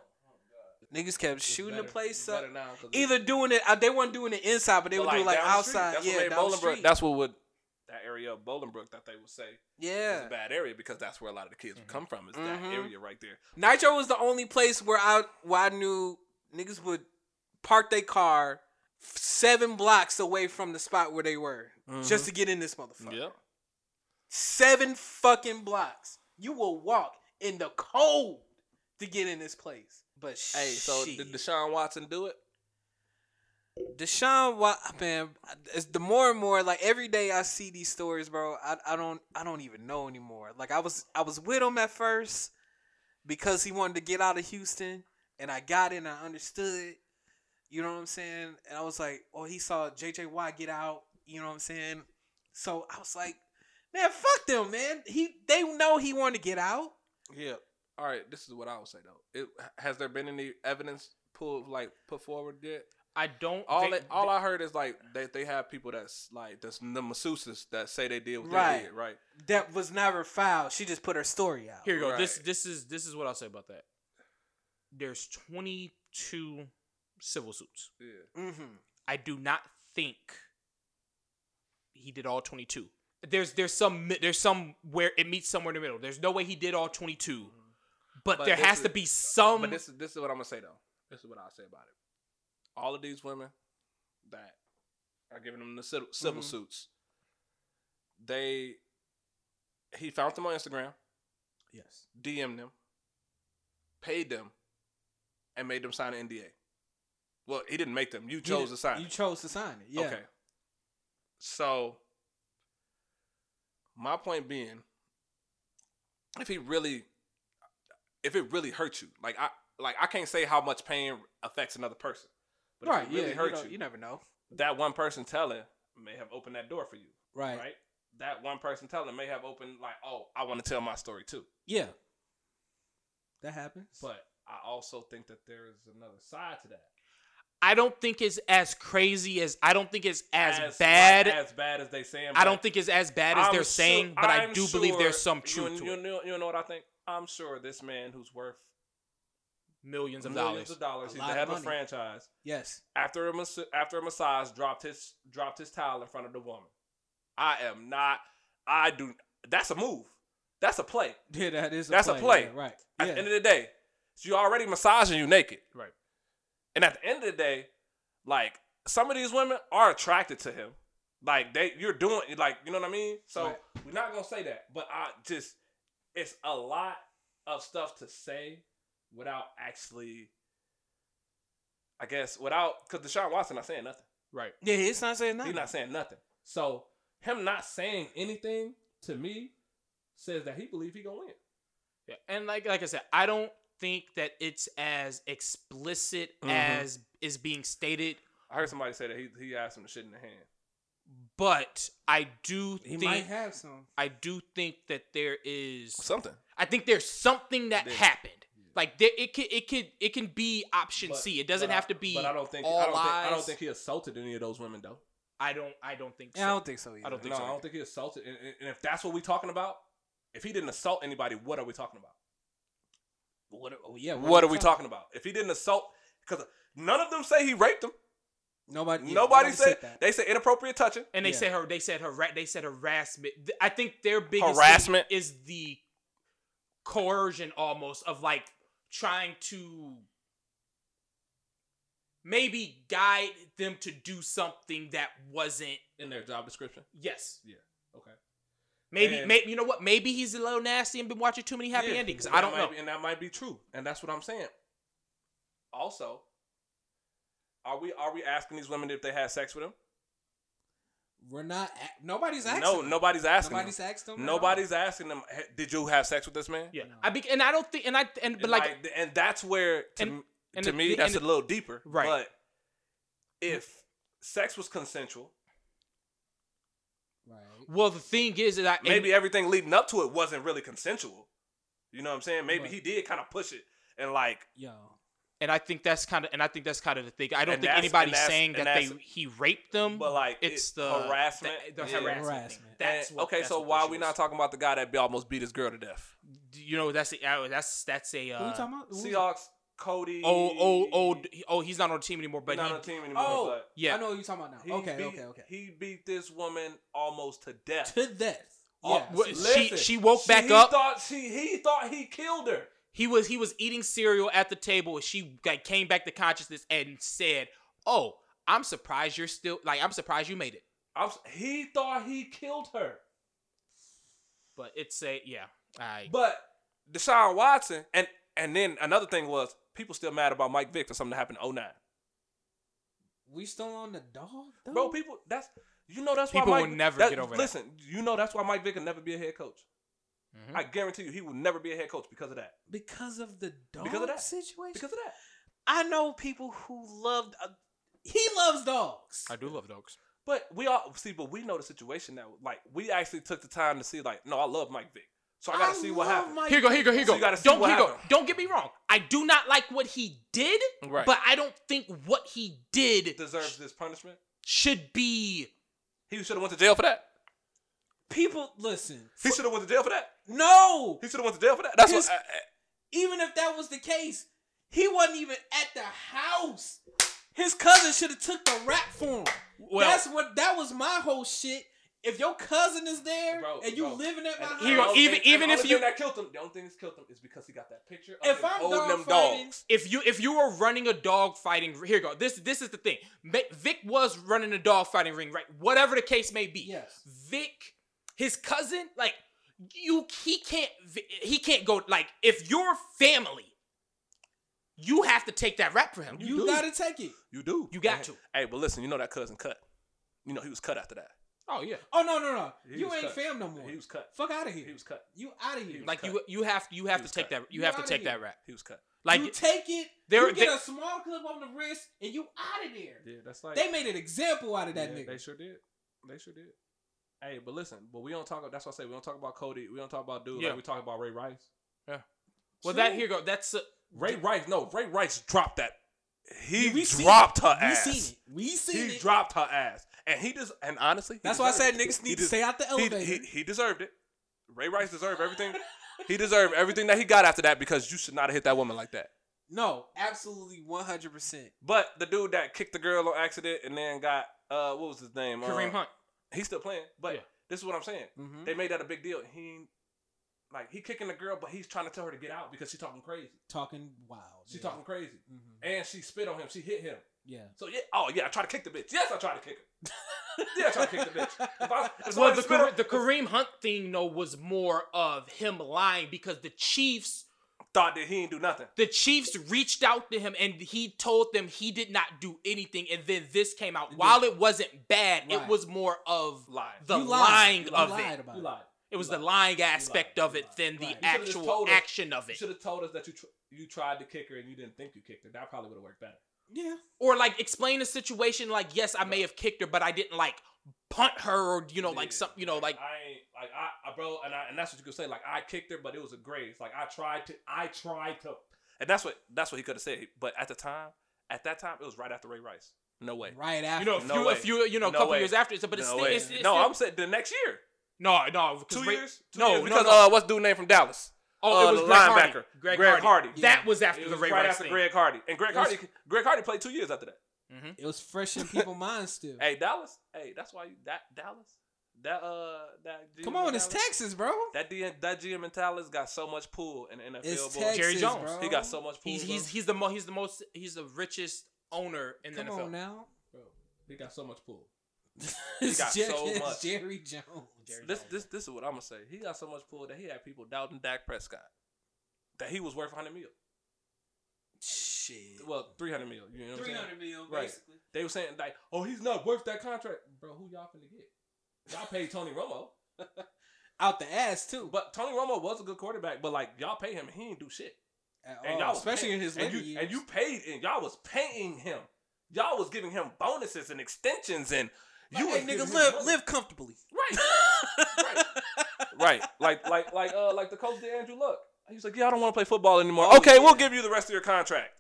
Speaker 2: Niggas kept
Speaker 4: It's
Speaker 2: shooting
Speaker 4: better-
Speaker 2: the place
Speaker 4: it's
Speaker 2: up.
Speaker 4: better now 'cause
Speaker 2: Either doing it, uh, they weren't doing it inside, but they
Speaker 4: But
Speaker 2: would do it like
Speaker 4: down the street.
Speaker 2: outside.
Speaker 4: That's what
Speaker 2: yeah,
Speaker 4: made
Speaker 2: down the
Speaker 4: Bolingbrook-
Speaker 2: street.
Speaker 4: That's what would that area of Bolingbrook that they would say is
Speaker 2: yeah.
Speaker 4: a bad area because that's where a lot of the kids would come from. Is
Speaker 2: Mhm.
Speaker 4: that area right there?
Speaker 2: Nitro was the only place where I where I knew niggas would park their car seven blocks away from the spot where they were just to get in this motherfucker.
Speaker 4: Mm-hmm. Yep.
Speaker 2: Seven fucking blocks. You will walk in the cold to get in this place. But
Speaker 4: Hey, so
Speaker 2: shit.
Speaker 4: did Deshaun Watson do it?
Speaker 2: Deshaun, Wa- man, it's the more and more like every day I see these stories, bro. I, I don't I don't even know anymore. Like I was I was with him at first because he wanted to get out of Houston, and I got in. I understood, you know what I'm saying. And I was like, oh, he saw J.J. Watt get out, you know what I'm saying. So I was like, man, fuck them, man. He they know he wanted to get out.
Speaker 4: Yeah. All right. This is what I would say though. It has there been any evidence pulled like put forward yet?
Speaker 3: I don't.
Speaker 4: All
Speaker 3: they-
Speaker 4: that, all I heard is like they, they have people that's like that's the masseuses that say they did what
Speaker 2: Right.
Speaker 4: they did, right?
Speaker 2: That was never filed. She just put her story out.
Speaker 3: Here you go. This
Speaker 4: Right.
Speaker 3: this is this is what I'll say about that. There's 22 civil suits.
Speaker 4: Yeah.
Speaker 2: Mm-hmm.
Speaker 3: I do not think he did all 22. There's there's some mi- there's some where it meets somewhere in the middle. There's no way he did all 22. But,
Speaker 4: But
Speaker 3: there
Speaker 4: this
Speaker 3: has to
Speaker 4: is-
Speaker 3: be some
Speaker 4: but this is this is what I'm gonna say though. This is what I'll say about it. All of these women that are giving them the civil, civil
Speaker 2: Mhm.
Speaker 4: suits, they he found them on Instagram,
Speaker 3: yes.
Speaker 4: DM'd them, paid them, and made them sign an NDA. Well, he didn't make them. You chose to sign.
Speaker 2: You
Speaker 4: it.
Speaker 2: chose to sign it. Yeah.
Speaker 4: Okay. So my point being, if he really if it really hurts you, like I like I can't say how much pain affects another person. But
Speaker 2: right.
Speaker 4: if it really
Speaker 2: yeah. you,
Speaker 4: hurts
Speaker 2: don't-
Speaker 4: you,
Speaker 2: you never know.
Speaker 4: that one person telling may have opened that door for you.
Speaker 2: Right.
Speaker 4: right? That one person telling may have opened like, oh, I want to tell my story too.
Speaker 2: Yeah. That happens.
Speaker 4: But I also think that there is another side to that.
Speaker 3: I don't think it's as crazy as I don't think it's as,
Speaker 4: like,
Speaker 3: bad.
Speaker 4: as bad as they saying.
Speaker 3: I
Speaker 4: but-
Speaker 3: don't think it's as bad as
Speaker 4: I'm
Speaker 3: they're
Speaker 4: sure-
Speaker 3: saying, but i
Speaker 4: I'm
Speaker 3: do believe
Speaker 4: sure-
Speaker 3: there's some
Speaker 4: you-
Speaker 3: truth
Speaker 4: you,
Speaker 3: to it.
Speaker 4: Know, you know what I think? I'm sure this man who's worth
Speaker 3: Millions of
Speaker 4: millions
Speaker 3: dollars.
Speaker 4: of dollars,
Speaker 2: A
Speaker 4: he's the
Speaker 2: lot of
Speaker 4: head of a
Speaker 2: money.
Speaker 4: franchise.
Speaker 2: yes.
Speaker 4: After a mas- after a massage, dropped his dropped his towel in front of the woman. I am not. I do. That's a move. That's a play.
Speaker 3: Yeah, that is. A
Speaker 4: That's a
Speaker 3: play.
Speaker 4: play.
Speaker 3: Yeah, right.
Speaker 4: At
Speaker 3: Yeah.
Speaker 4: the end of the day, so you already massaging you naked.
Speaker 3: Right.
Speaker 4: And at the end of the day, like some of these women are attracted to him. Like they, you're doing, like you know what I mean. So
Speaker 3: Right.
Speaker 4: we're not gonna say that, but I just, it's a lot of stuff to say without actually, I guess, without because Deshaun Watson not saying nothing.
Speaker 3: right.
Speaker 2: Yeah, it's not saying
Speaker 4: He's
Speaker 2: nothing.
Speaker 4: not saying nothing. So him not saying anything to me says that he believe he gonna win.
Speaker 3: Yeah. And like like I said, I don't think that it's as explicit
Speaker 4: Mhm.
Speaker 3: as is being stated,
Speaker 4: I heard somebody say that he he asked him to shit in the hand.
Speaker 3: but I do
Speaker 2: He
Speaker 3: think
Speaker 2: might have some.
Speaker 3: I do think that there is
Speaker 4: Something.
Speaker 3: I think there's something that
Speaker 4: There.
Speaker 3: happened. Like there, it could it could it can be option
Speaker 4: But-
Speaker 3: C. It doesn't
Speaker 4: but I-
Speaker 3: have to be.
Speaker 4: But I don't think.
Speaker 3: all
Speaker 4: I don't think, I don't
Speaker 3: lies.
Speaker 4: think he assaulted any of those women though.
Speaker 3: I don't. I don't think so.
Speaker 2: Yeah, I don't think so either.
Speaker 3: I don't think
Speaker 4: no,
Speaker 3: so.
Speaker 4: I don't think he assaulted. And, and- and if that's what we're talking about, if he didn't assault anybody, what are we talking about?
Speaker 2: What? Are, oh, yeah.
Speaker 4: What, are we talking about? If he didn't assault, because none of them say he raped them.
Speaker 2: Nobody. yeah,
Speaker 4: nobody, said,
Speaker 2: that.
Speaker 4: they said inappropriate touching.
Speaker 3: and they
Speaker 2: Yeah.
Speaker 3: said her. They said harass. They said harassment. Th- I think their biggest thing
Speaker 4: Harassment?
Speaker 3: is the coercion almost of like trying to maybe guide them to do something that wasn't.
Speaker 4: in their job description.
Speaker 3: Yes.
Speaker 4: Yeah, okay.
Speaker 3: Maybe.
Speaker 4: And-
Speaker 3: Maybe you know what? Maybe he's a little nasty and been watching too many happy
Speaker 4: Yeah,
Speaker 3: endings.
Speaker 4: and
Speaker 3: I
Speaker 4: that
Speaker 3: don't
Speaker 4: might
Speaker 3: know.
Speaker 4: be- and that might be true. And that's what I'm saying. Also, are we are we asking these women if they had sex with him?
Speaker 2: We're not. a- Nobody's asking.
Speaker 4: No,
Speaker 2: them.
Speaker 4: nobody's asking. them.
Speaker 2: Nobody's asked them.
Speaker 4: Nobody's asking them. "Hey, Did you have sex with this man?
Speaker 3: Yeah. I be, and I don't think. And I. And but
Speaker 4: And
Speaker 3: like.
Speaker 4: like- and that's where to,
Speaker 3: and-
Speaker 4: m-
Speaker 3: and
Speaker 4: to
Speaker 3: the-
Speaker 4: me
Speaker 3: and
Speaker 4: that's
Speaker 3: the-
Speaker 4: a little deeper.
Speaker 3: Right.
Speaker 4: But if sex was consensual,
Speaker 2: Right.
Speaker 3: well, the thing is that I, and-
Speaker 4: maybe everything leading up to it wasn't really consensual. You know what I'm saying? Maybe
Speaker 2: Right.
Speaker 4: he did kind of push it and like
Speaker 2: Yo.
Speaker 3: and I think that's kind of and I think that's kind of the thing. I don't
Speaker 4: And
Speaker 3: think
Speaker 4: that's-
Speaker 3: anybody's
Speaker 4: and that's-
Speaker 3: saying
Speaker 4: and
Speaker 3: that they
Speaker 4: that's-
Speaker 3: he raped them,
Speaker 4: But, like,
Speaker 3: Um, it's
Speaker 4: it-
Speaker 3: the
Speaker 4: harassment?
Speaker 3: The, the
Speaker 4: Yeah.
Speaker 3: harassment. thing.
Speaker 2: Harassment.
Speaker 3: That's
Speaker 4: and-
Speaker 3: what,
Speaker 4: okay.
Speaker 3: that's
Speaker 4: So
Speaker 3: what
Speaker 4: why
Speaker 3: the
Speaker 4: are we
Speaker 3: issue
Speaker 4: not
Speaker 3: is.
Speaker 4: talking about the guy that almost beat his girl to death?
Speaker 3: You know that's the, uh, that's that's a
Speaker 2: Who we
Speaker 3: uh,
Speaker 2: talking about? Who was-
Speaker 4: Seahawks, Cody.
Speaker 3: oh oh oh d- oh he's not on the team anymore,
Speaker 4: but
Speaker 3: but
Speaker 4: not
Speaker 3: he,
Speaker 4: on the team anymore.
Speaker 2: Oh,
Speaker 4: but
Speaker 3: yeah.
Speaker 2: I know what you're talking about
Speaker 4: he
Speaker 2: now. Okay,
Speaker 4: beat,
Speaker 2: okay, okay.
Speaker 4: He beat this woman almost to death.
Speaker 2: To death.
Speaker 4: Oh,
Speaker 2: Yes.
Speaker 3: Well, she
Speaker 4: Listen,
Speaker 3: she woke
Speaker 4: She-
Speaker 3: back
Speaker 4: he
Speaker 3: up.
Speaker 4: Thought she, he thought he killed her.
Speaker 3: he was he was eating cereal at the table. and She like came back to consciousness and said, "Oh, I'm surprised you're still like I'm surprised you made it."
Speaker 4: I'm, s- he thought he killed her.
Speaker 3: But it's a yeah. I
Speaker 4: But Deshaun Watson and and then another thing was people still mad about Mike Vick for something that happened in 09.
Speaker 2: We still on the dog, though?
Speaker 4: Bro, people that's you know that's
Speaker 3: People
Speaker 4: why
Speaker 3: will
Speaker 4: Mike,
Speaker 3: never
Speaker 4: that-
Speaker 3: get over that.
Speaker 4: Listen, you know that's why Mike Vick will never be a head coach.
Speaker 3: Mhm.
Speaker 4: I guarantee you he will never be a head coach because of that.
Speaker 2: because of the dog
Speaker 4: Because of that.
Speaker 2: situation.
Speaker 4: Because of that.
Speaker 2: I know people who loved. Uh, he loves dogs.
Speaker 3: I do love dogs.
Speaker 4: But we all see, but we know the situation now. Like we actually took the time to see, like, no, I love Mike Vick, so I gotta see what
Speaker 2: love
Speaker 4: happened.
Speaker 2: my-
Speaker 3: Here you go, here you go, here you
Speaker 4: So
Speaker 3: go.
Speaker 4: you gotta see
Speaker 3: don't
Speaker 4: what
Speaker 3: here you go.
Speaker 4: happened.
Speaker 3: Don't get me wrong. I do not like what he did,
Speaker 4: right,
Speaker 3: but I don't think what he did
Speaker 4: deserves this punishment.
Speaker 3: should be.
Speaker 4: He should have went to jail for that.
Speaker 2: People, listen.
Speaker 4: He should have went to jail for that.
Speaker 2: No,
Speaker 4: He should have went to jail for that. That's uh,
Speaker 2: His-
Speaker 4: what. I- I-
Speaker 2: even if that was the case, he wasn't even at the house. His cousin should have took the rap for him.
Speaker 3: Well,
Speaker 2: That's what. That was my whole shit. If your cousin is there
Speaker 4: Bro,
Speaker 2: and you
Speaker 4: bro.
Speaker 2: living at
Speaker 4: and
Speaker 2: my house,
Speaker 4: the
Speaker 3: Here you go.
Speaker 4: only
Speaker 3: Even-
Speaker 4: thing- uh, and
Speaker 3: even
Speaker 4: the
Speaker 3: if
Speaker 4: only
Speaker 3: you-
Speaker 4: thing that killed him, the only thing that killed him is because he got that picture. Of
Speaker 2: If
Speaker 4: him
Speaker 2: I'm
Speaker 4: holding them
Speaker 2: dog fighting-
Speaker 4: dogs,
Speaker 3: if you if you were running a dog fighting here you go. This this is the thing. Ma- Vic was running a dog fighting ring, right? Whatever the case may be.
Speaker 2: yes,
Speaker 3: Vic, his cousin, like you, he can't, he can't go. Like if your family, you have to take that rap for him.
Speaker 2: you, gotta take it.
Speaker 4: you do.
Speaker 3: You got
Speaker 4: And-
Speaker 3: to.
Speaker 4: Hey, but listen, you know that cousin cut. You know he was cut after that.
Speaker 3: Oh yeah.
Speaker 2: Oh no, no, no!
Speaker 4: He
Speaker 2: you
Speaker 4: was
Speaker 2: ain't
Speaker 4: cut.
Speaker 2: fam no more.
Speaker 4: He was cut.
Speaker 2: Fuck out of here!
Speaker 4: He was cut.
Speaker 2: you out of here!
Speaker 3: Like
Speaker 4: cut.
Speaker 3: you, you have you have
Speaker 4: He
Speaker 3: to
Speaker 4: was
Speaker 3: take
Speaker 4: cut.
Speaker 3: that. You
Speaker 2: You
Speaker 3: have to
Speaker 2: outta
Speaker 3: take that
Speaker 2: here.
Speaker 3: rap.
Speaker 4: He was cut.
Speaker 3: Like
Speaker 2: you take it,
Speaker 3: They're-
Speaker 2: you get
Speaker 3: they-
Speaker 2: a small clip on the wrist, and you out of there.
Speaker 4: Yeah, that's like
Speaker 2: They made an example out of that
Speaker 4: Yeah,
Speaker 2: nigga.
Speaker 4: They sure did. They sure did. Hey, but listen, but we don't talk. That's why I say we don't talk about Cody. We don't talk about dude.
Speaker 3: Yeah.
Speaker 4: Like we talk about Ray Rice.
Speaker 3: well, that here go. That's uh,
Speaker 4: Ray Rice. No, Ray Rice dropped that. He
Speaker 2: We seen
Speaker 4: dropped her
Speaker 2: we
Speaker 4: ass.
Speaker 2: seen it. We seen
Speaker 4: He
Speaker 2: it.
Speaker 4: dropped her ass, and he just and honestly, he
Speaker 2: That's why I said
Speaker 4: deserved it.
Speaker 2: niggas
Speaker 4: He
Speaker 2: need to
Speaker 4: des-
Speaker 2: stay out the
Speaker 4: he,
Speaker 2: elevator.
Speaker 4: he, he deserved it. Ray Rice deserved everything. he deserved everything that he got after that because you should not have hit that woman like that.
Speaker 2: no, absolutely one hundred percent.
Speaker 4: But the dude that kicked the girl on accident and then got uh what was his name?
Speaker 3: Kareem
Speaker 4: Uh,
Speaker 3: Hunt.
Speaker 4: He's still playing, but
Speaker 2: Yeah.
Speaker 4: this is what I'm saying.
Speaker 2: Mm-hmm.
Speaker 6: Mhm.
Speaker 4: They made that a big deal. He like he kicking the girl, but he's trying to tell her to get out because she's talking crazy.
Speaker 2: Talking wild.
Speaker 4: She
Speaker 2: yeah.
Speaker 4: talking crazy,
Speaker 2: Mhm.
Speaker 4: and she spit on him. She hit him.
Speaker 2: Yeah.
Speaker 4: So yeah, oh yeah, I tried to kick the bitch. Yes, I tried to kick her. yeah, I tried to kick the bitch. If I, if
Speaker 3: Well,
Speaker 4: somebody
Speaker 3: the,
Speaker 4: spit
Speaker 3: Kare-
Speaker 4: on-
Speaker 3: the Kareem Hunt thing though was more of him lying because the Chiefs,
Speaker 4: thought that he didn't do nothing.
Speaker 3: the Chiefs reached out to him and he told them he did not do anything, and then this came out. While it wasn't bad,
Speaker 2: Right.
Speaker 3: it was more of
Speaker 4: Lied.
Speaker 3: the
Speaker 2: You
Speaker 3: lying
Speaker 2: You
Speaker 3: of
Speaker 2: lied
Speaker 3: it.
Speaker 2: about
Speaker 4: You lied.
Speaker 3: It was
Speaker 4: You
Speaker 3: the
Speaker 4: lied.
Speaker 3: lying aspect
Speaker 4: You
Speaker 3: of it
Speaker 4: lied.
Speaker 3: than
Speaker 2: Right.
Speaker 3: the
Speaker 2: You
Speaker 4: should've just
Speaker 3: actual
Speaker 4: told us.
Speaker 3: action of
Speaker 4: You
Speaker 3: it.
Speaker 4: should have told us that you tr- you tried to kick her and you didn't think you kicked her. That probably would have worked better.
Speaker 2: Yeah.
Speaker 3: Or like explain the situation like, yes, I may have kicked her, but I didn't like punt her or you know, like
Speaker 4: Yeah.
Speaker 3: some you know, like
Speaker 4: I ain't Oh, like I, I bro, and I, and that's what you could say. Like I kicked her, but it was a grace. Like I tried to, I tried to, and that's what that's what he could have said. But at the time, at that time, it was right after Ray Rice. No way.
Speaker 2: Right after.
Speaker 3: you know, a few,
Speaker 4: No
Speaker 3: a
Speaker 4: way.
Speaker 3: few, you know, a
Speaker 4: No
Speaker 3: couple
Speaker 4: way.
Speaker 3: years after, it's- but it's
Speaker 4: no
Speaker 3: still,
Speaker 4: way.
Speaker 3: it's, it's
Speaker 4: no,
Speaker 3: still-
Speaker 4: I'm saying the next year,
Speaker 3: no, no, 'cause
Speaker 4: two
Speaker 3: Ray-
Speaker 4: years, two
Speaker 3: no,
Speaker 4: years,
Speaker 3: no,
Speaker 4: because
Speaker 3: no.
Speaker 4: uh, what's dude name from Dallas?
Speaker 3: Oh,
Speaker 4: uh,
Speaker 3: it was
Speaker 4: the
Speaker 3: Greg
Speaker 4: linebacker,
Speaker 3: Hardy. Greg,
Speaker 4: Greg
Speaker 3: Hardy.
Speaker 4: Hardy.
Speaker 3: That was after
Speaker 4: It
Speaker 3: the
Speaker 4: was
Speaker 3: Ray
Speaker 4: right
Speaker 3: Rice
Speaker 4: after
Speaker 3: thing.
Speaker 4: Greg Hardy, and Greg
Speaker 2: It was-
Speaker 4: Hardy, Greg Hardy played two years after that.
Speaker 2: It was fresh in people's minds still.
Speaker 4: Hey Dallas, hey, that's why you, that Dallas, that uh, that GM
Speaker 2: Come on,
Speaker 4: in
Speaker 2: it's
Speaker 4: Dallas-
Speaker 2: Texas, bro.
Speaker 4: That D that GM in Dallas got so much pull in the NFL.
Speaker 2: It's
Speaker 4: bro.
Speaker 2: Texas,
Speaker 3: Jerry Jones.
Speaker 2: Bro.
Speaker 4: He got so much pull.
Speaker 3: He's
Speaker 4: bro.
Speaker 3: he's he's the mo- he's the most he's the richest owner in the
Speaker 2: Come
Speaker 3: NFL.
Speaker 2: on now.
Speaker 4: Bro, he got so much pull.
Speaker 2: It's
Speaker 4: got
Speaker 2: Jer-
Speaker 4: so
Speaker 2: it's
Speaker 4: much.
Speaker 2: Jerry Jones.
Speaker 4: This this this is what I'm gonna say. He got so much pull that he had people doubting Dak Prescott that he was worth 100 mil.
Speaker 2: Shit.
Speaker 4: Well, 300 mil. You know what I'm saying?
Speaker 2: mil,
Speaker 4: Right. They were saying like, oh, he's not worth that contract, bro. Who y'all finna get? Y'all paid Tony Romo,
Speaker 2: Out the ass too.
Speaker 4: but Tony Romo was a good quarterback. But like y'all pay him, and he didn't do shit.
Speaker 2: At
Speaker 4: And
Speaker 2: all,
Speaker 4: y'all was
Speaker 2: Oh, especially
Speaker 4: paying-
Speaker 2: in his
Speaker 4: and
Speaker 2: later
Speaker 4: you,
Speaker 2: years.
Speaker 4: and you paid and y'all was paying him. Y'all was giving him bonuses and extensions and you
Speaker 2: you
Speaker 4: was
Speaker 2: hey,
Speaker 4: giving
Speaker 2: nigga
Speaker 4: him
Speaker 2: live
Speaker 4: money.
Speaker 2: live comfortably.
Speaker 4: Right. right. Right. Like like like uh like the coach did Andrew Luck. He's like, Yeah, I don't want to play football anymore.
Speaker 2: Oh,
Speaker 4: okay, we'll give you the rest of your contract.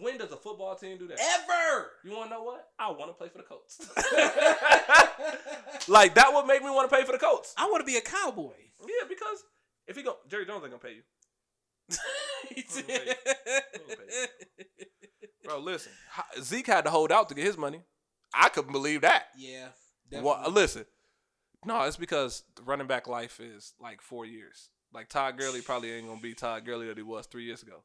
Speaker 4: When does a football team do that?
Speaker 2: Ever.
Speaker 4: You wanna know what? I wanna play for the Colts. like that would make me want to pay for the Colts.
Speaker 2: I want to be a cowboy.
Speaker 4: Yeah, because if he go Jerry Jones ain't gonna pay you. Bro, listen. Zeke had to hold out to get his money. I couldn't believe that.
Speaker 2: yeah.
Speaker 4: Well,
Speaker 2: definitely.
Speaker 4: listen, no, it's because the running back life is like four years. Like Todd Gurley probably ain't gonna be Todd Gurley that he was three years ago.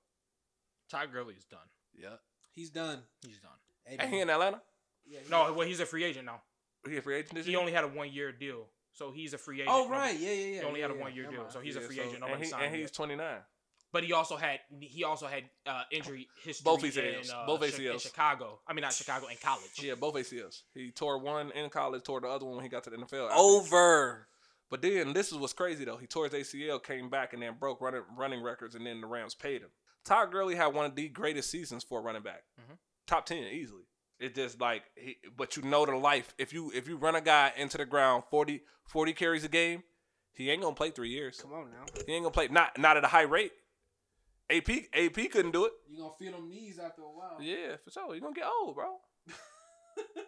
Speaker 3: Todd Gurley is done.
Speaker 4: Yeah,
Speaker 2: He's done.
Speaker 3: He's done.
Speaker 2: Hey,
Speaker 4: ain't he
Speaker 2: man.
Speaker 4: in Atlanta?
Speaker 2: Yeah, he-
Speaker 3: No, well, he's a free agent now.
Speaker 4: He a free agent this
Speaker 3: He
Speaker 4: year.
Speaker 3: only had a one year deal, so he's a free agent.
Speaker 2: Oh
Speaker 3: Nobody-
Speaker 2: right, yeah, yeah, yeah.
Speaker 3: He only
Speaker 2: yeah,
Speaker 3: had a
Speaker 2: yeah.
Speaker 3: one year
Speaker 2: Never
Speaker 3: deal,
Speaker 2: mind.
Speaker 3: so he's a
Speaker 4: Yeah,
Speaker 3: free
Speaker 4: so-
Speaker 3: agent.
Speaker 4: and,
Speaker 3: Nobody
Speaker 4: he-
Speaker 3: signed
Speaker 4: and
Speaker 3: him
Speaker 4: he's
Speaker 3: yet.
Speaker 4: twenty nine.
Speaker 3: But he also had he also had uh, injury history
Speaker 4: Both ACLs.
Speaker 3: in, uh,
Speaker 4: Both
Speaker 3: Chi- in
Speaker 4: ACLs.
Speaker 3: Chicago. I mean, not Chicago in college.
Speaker 4: Yeah, both ACLs. He tore one in college, tore the other one when he got to the NFL. after-
Speaker 3: Oh,
Speaker 6: Over.
Speaker 4: But then this is what's crazy though. He tore his ACL, came back, and then broke running running records, and then the Rams paid him. Todd Gurley had one of the greatest seasons for a running back,
Speaker 2: Mm-hmm.
Speaker 3: Mhm.
Speaker 4: top ten easily. It just like, he, but you know the life. If you if you run a guy into the ground 40, 40 carries a game, he ain't gonna play three years.
Speaker 2: Come on now.
Speaker 4: He ain't gonna play not not at a high rate. AP AP couldn't do it.
Speaker 2: You gonna feel them knees after a while.
Speaker 4: Yeah, for sure. You're gonna get old, bro.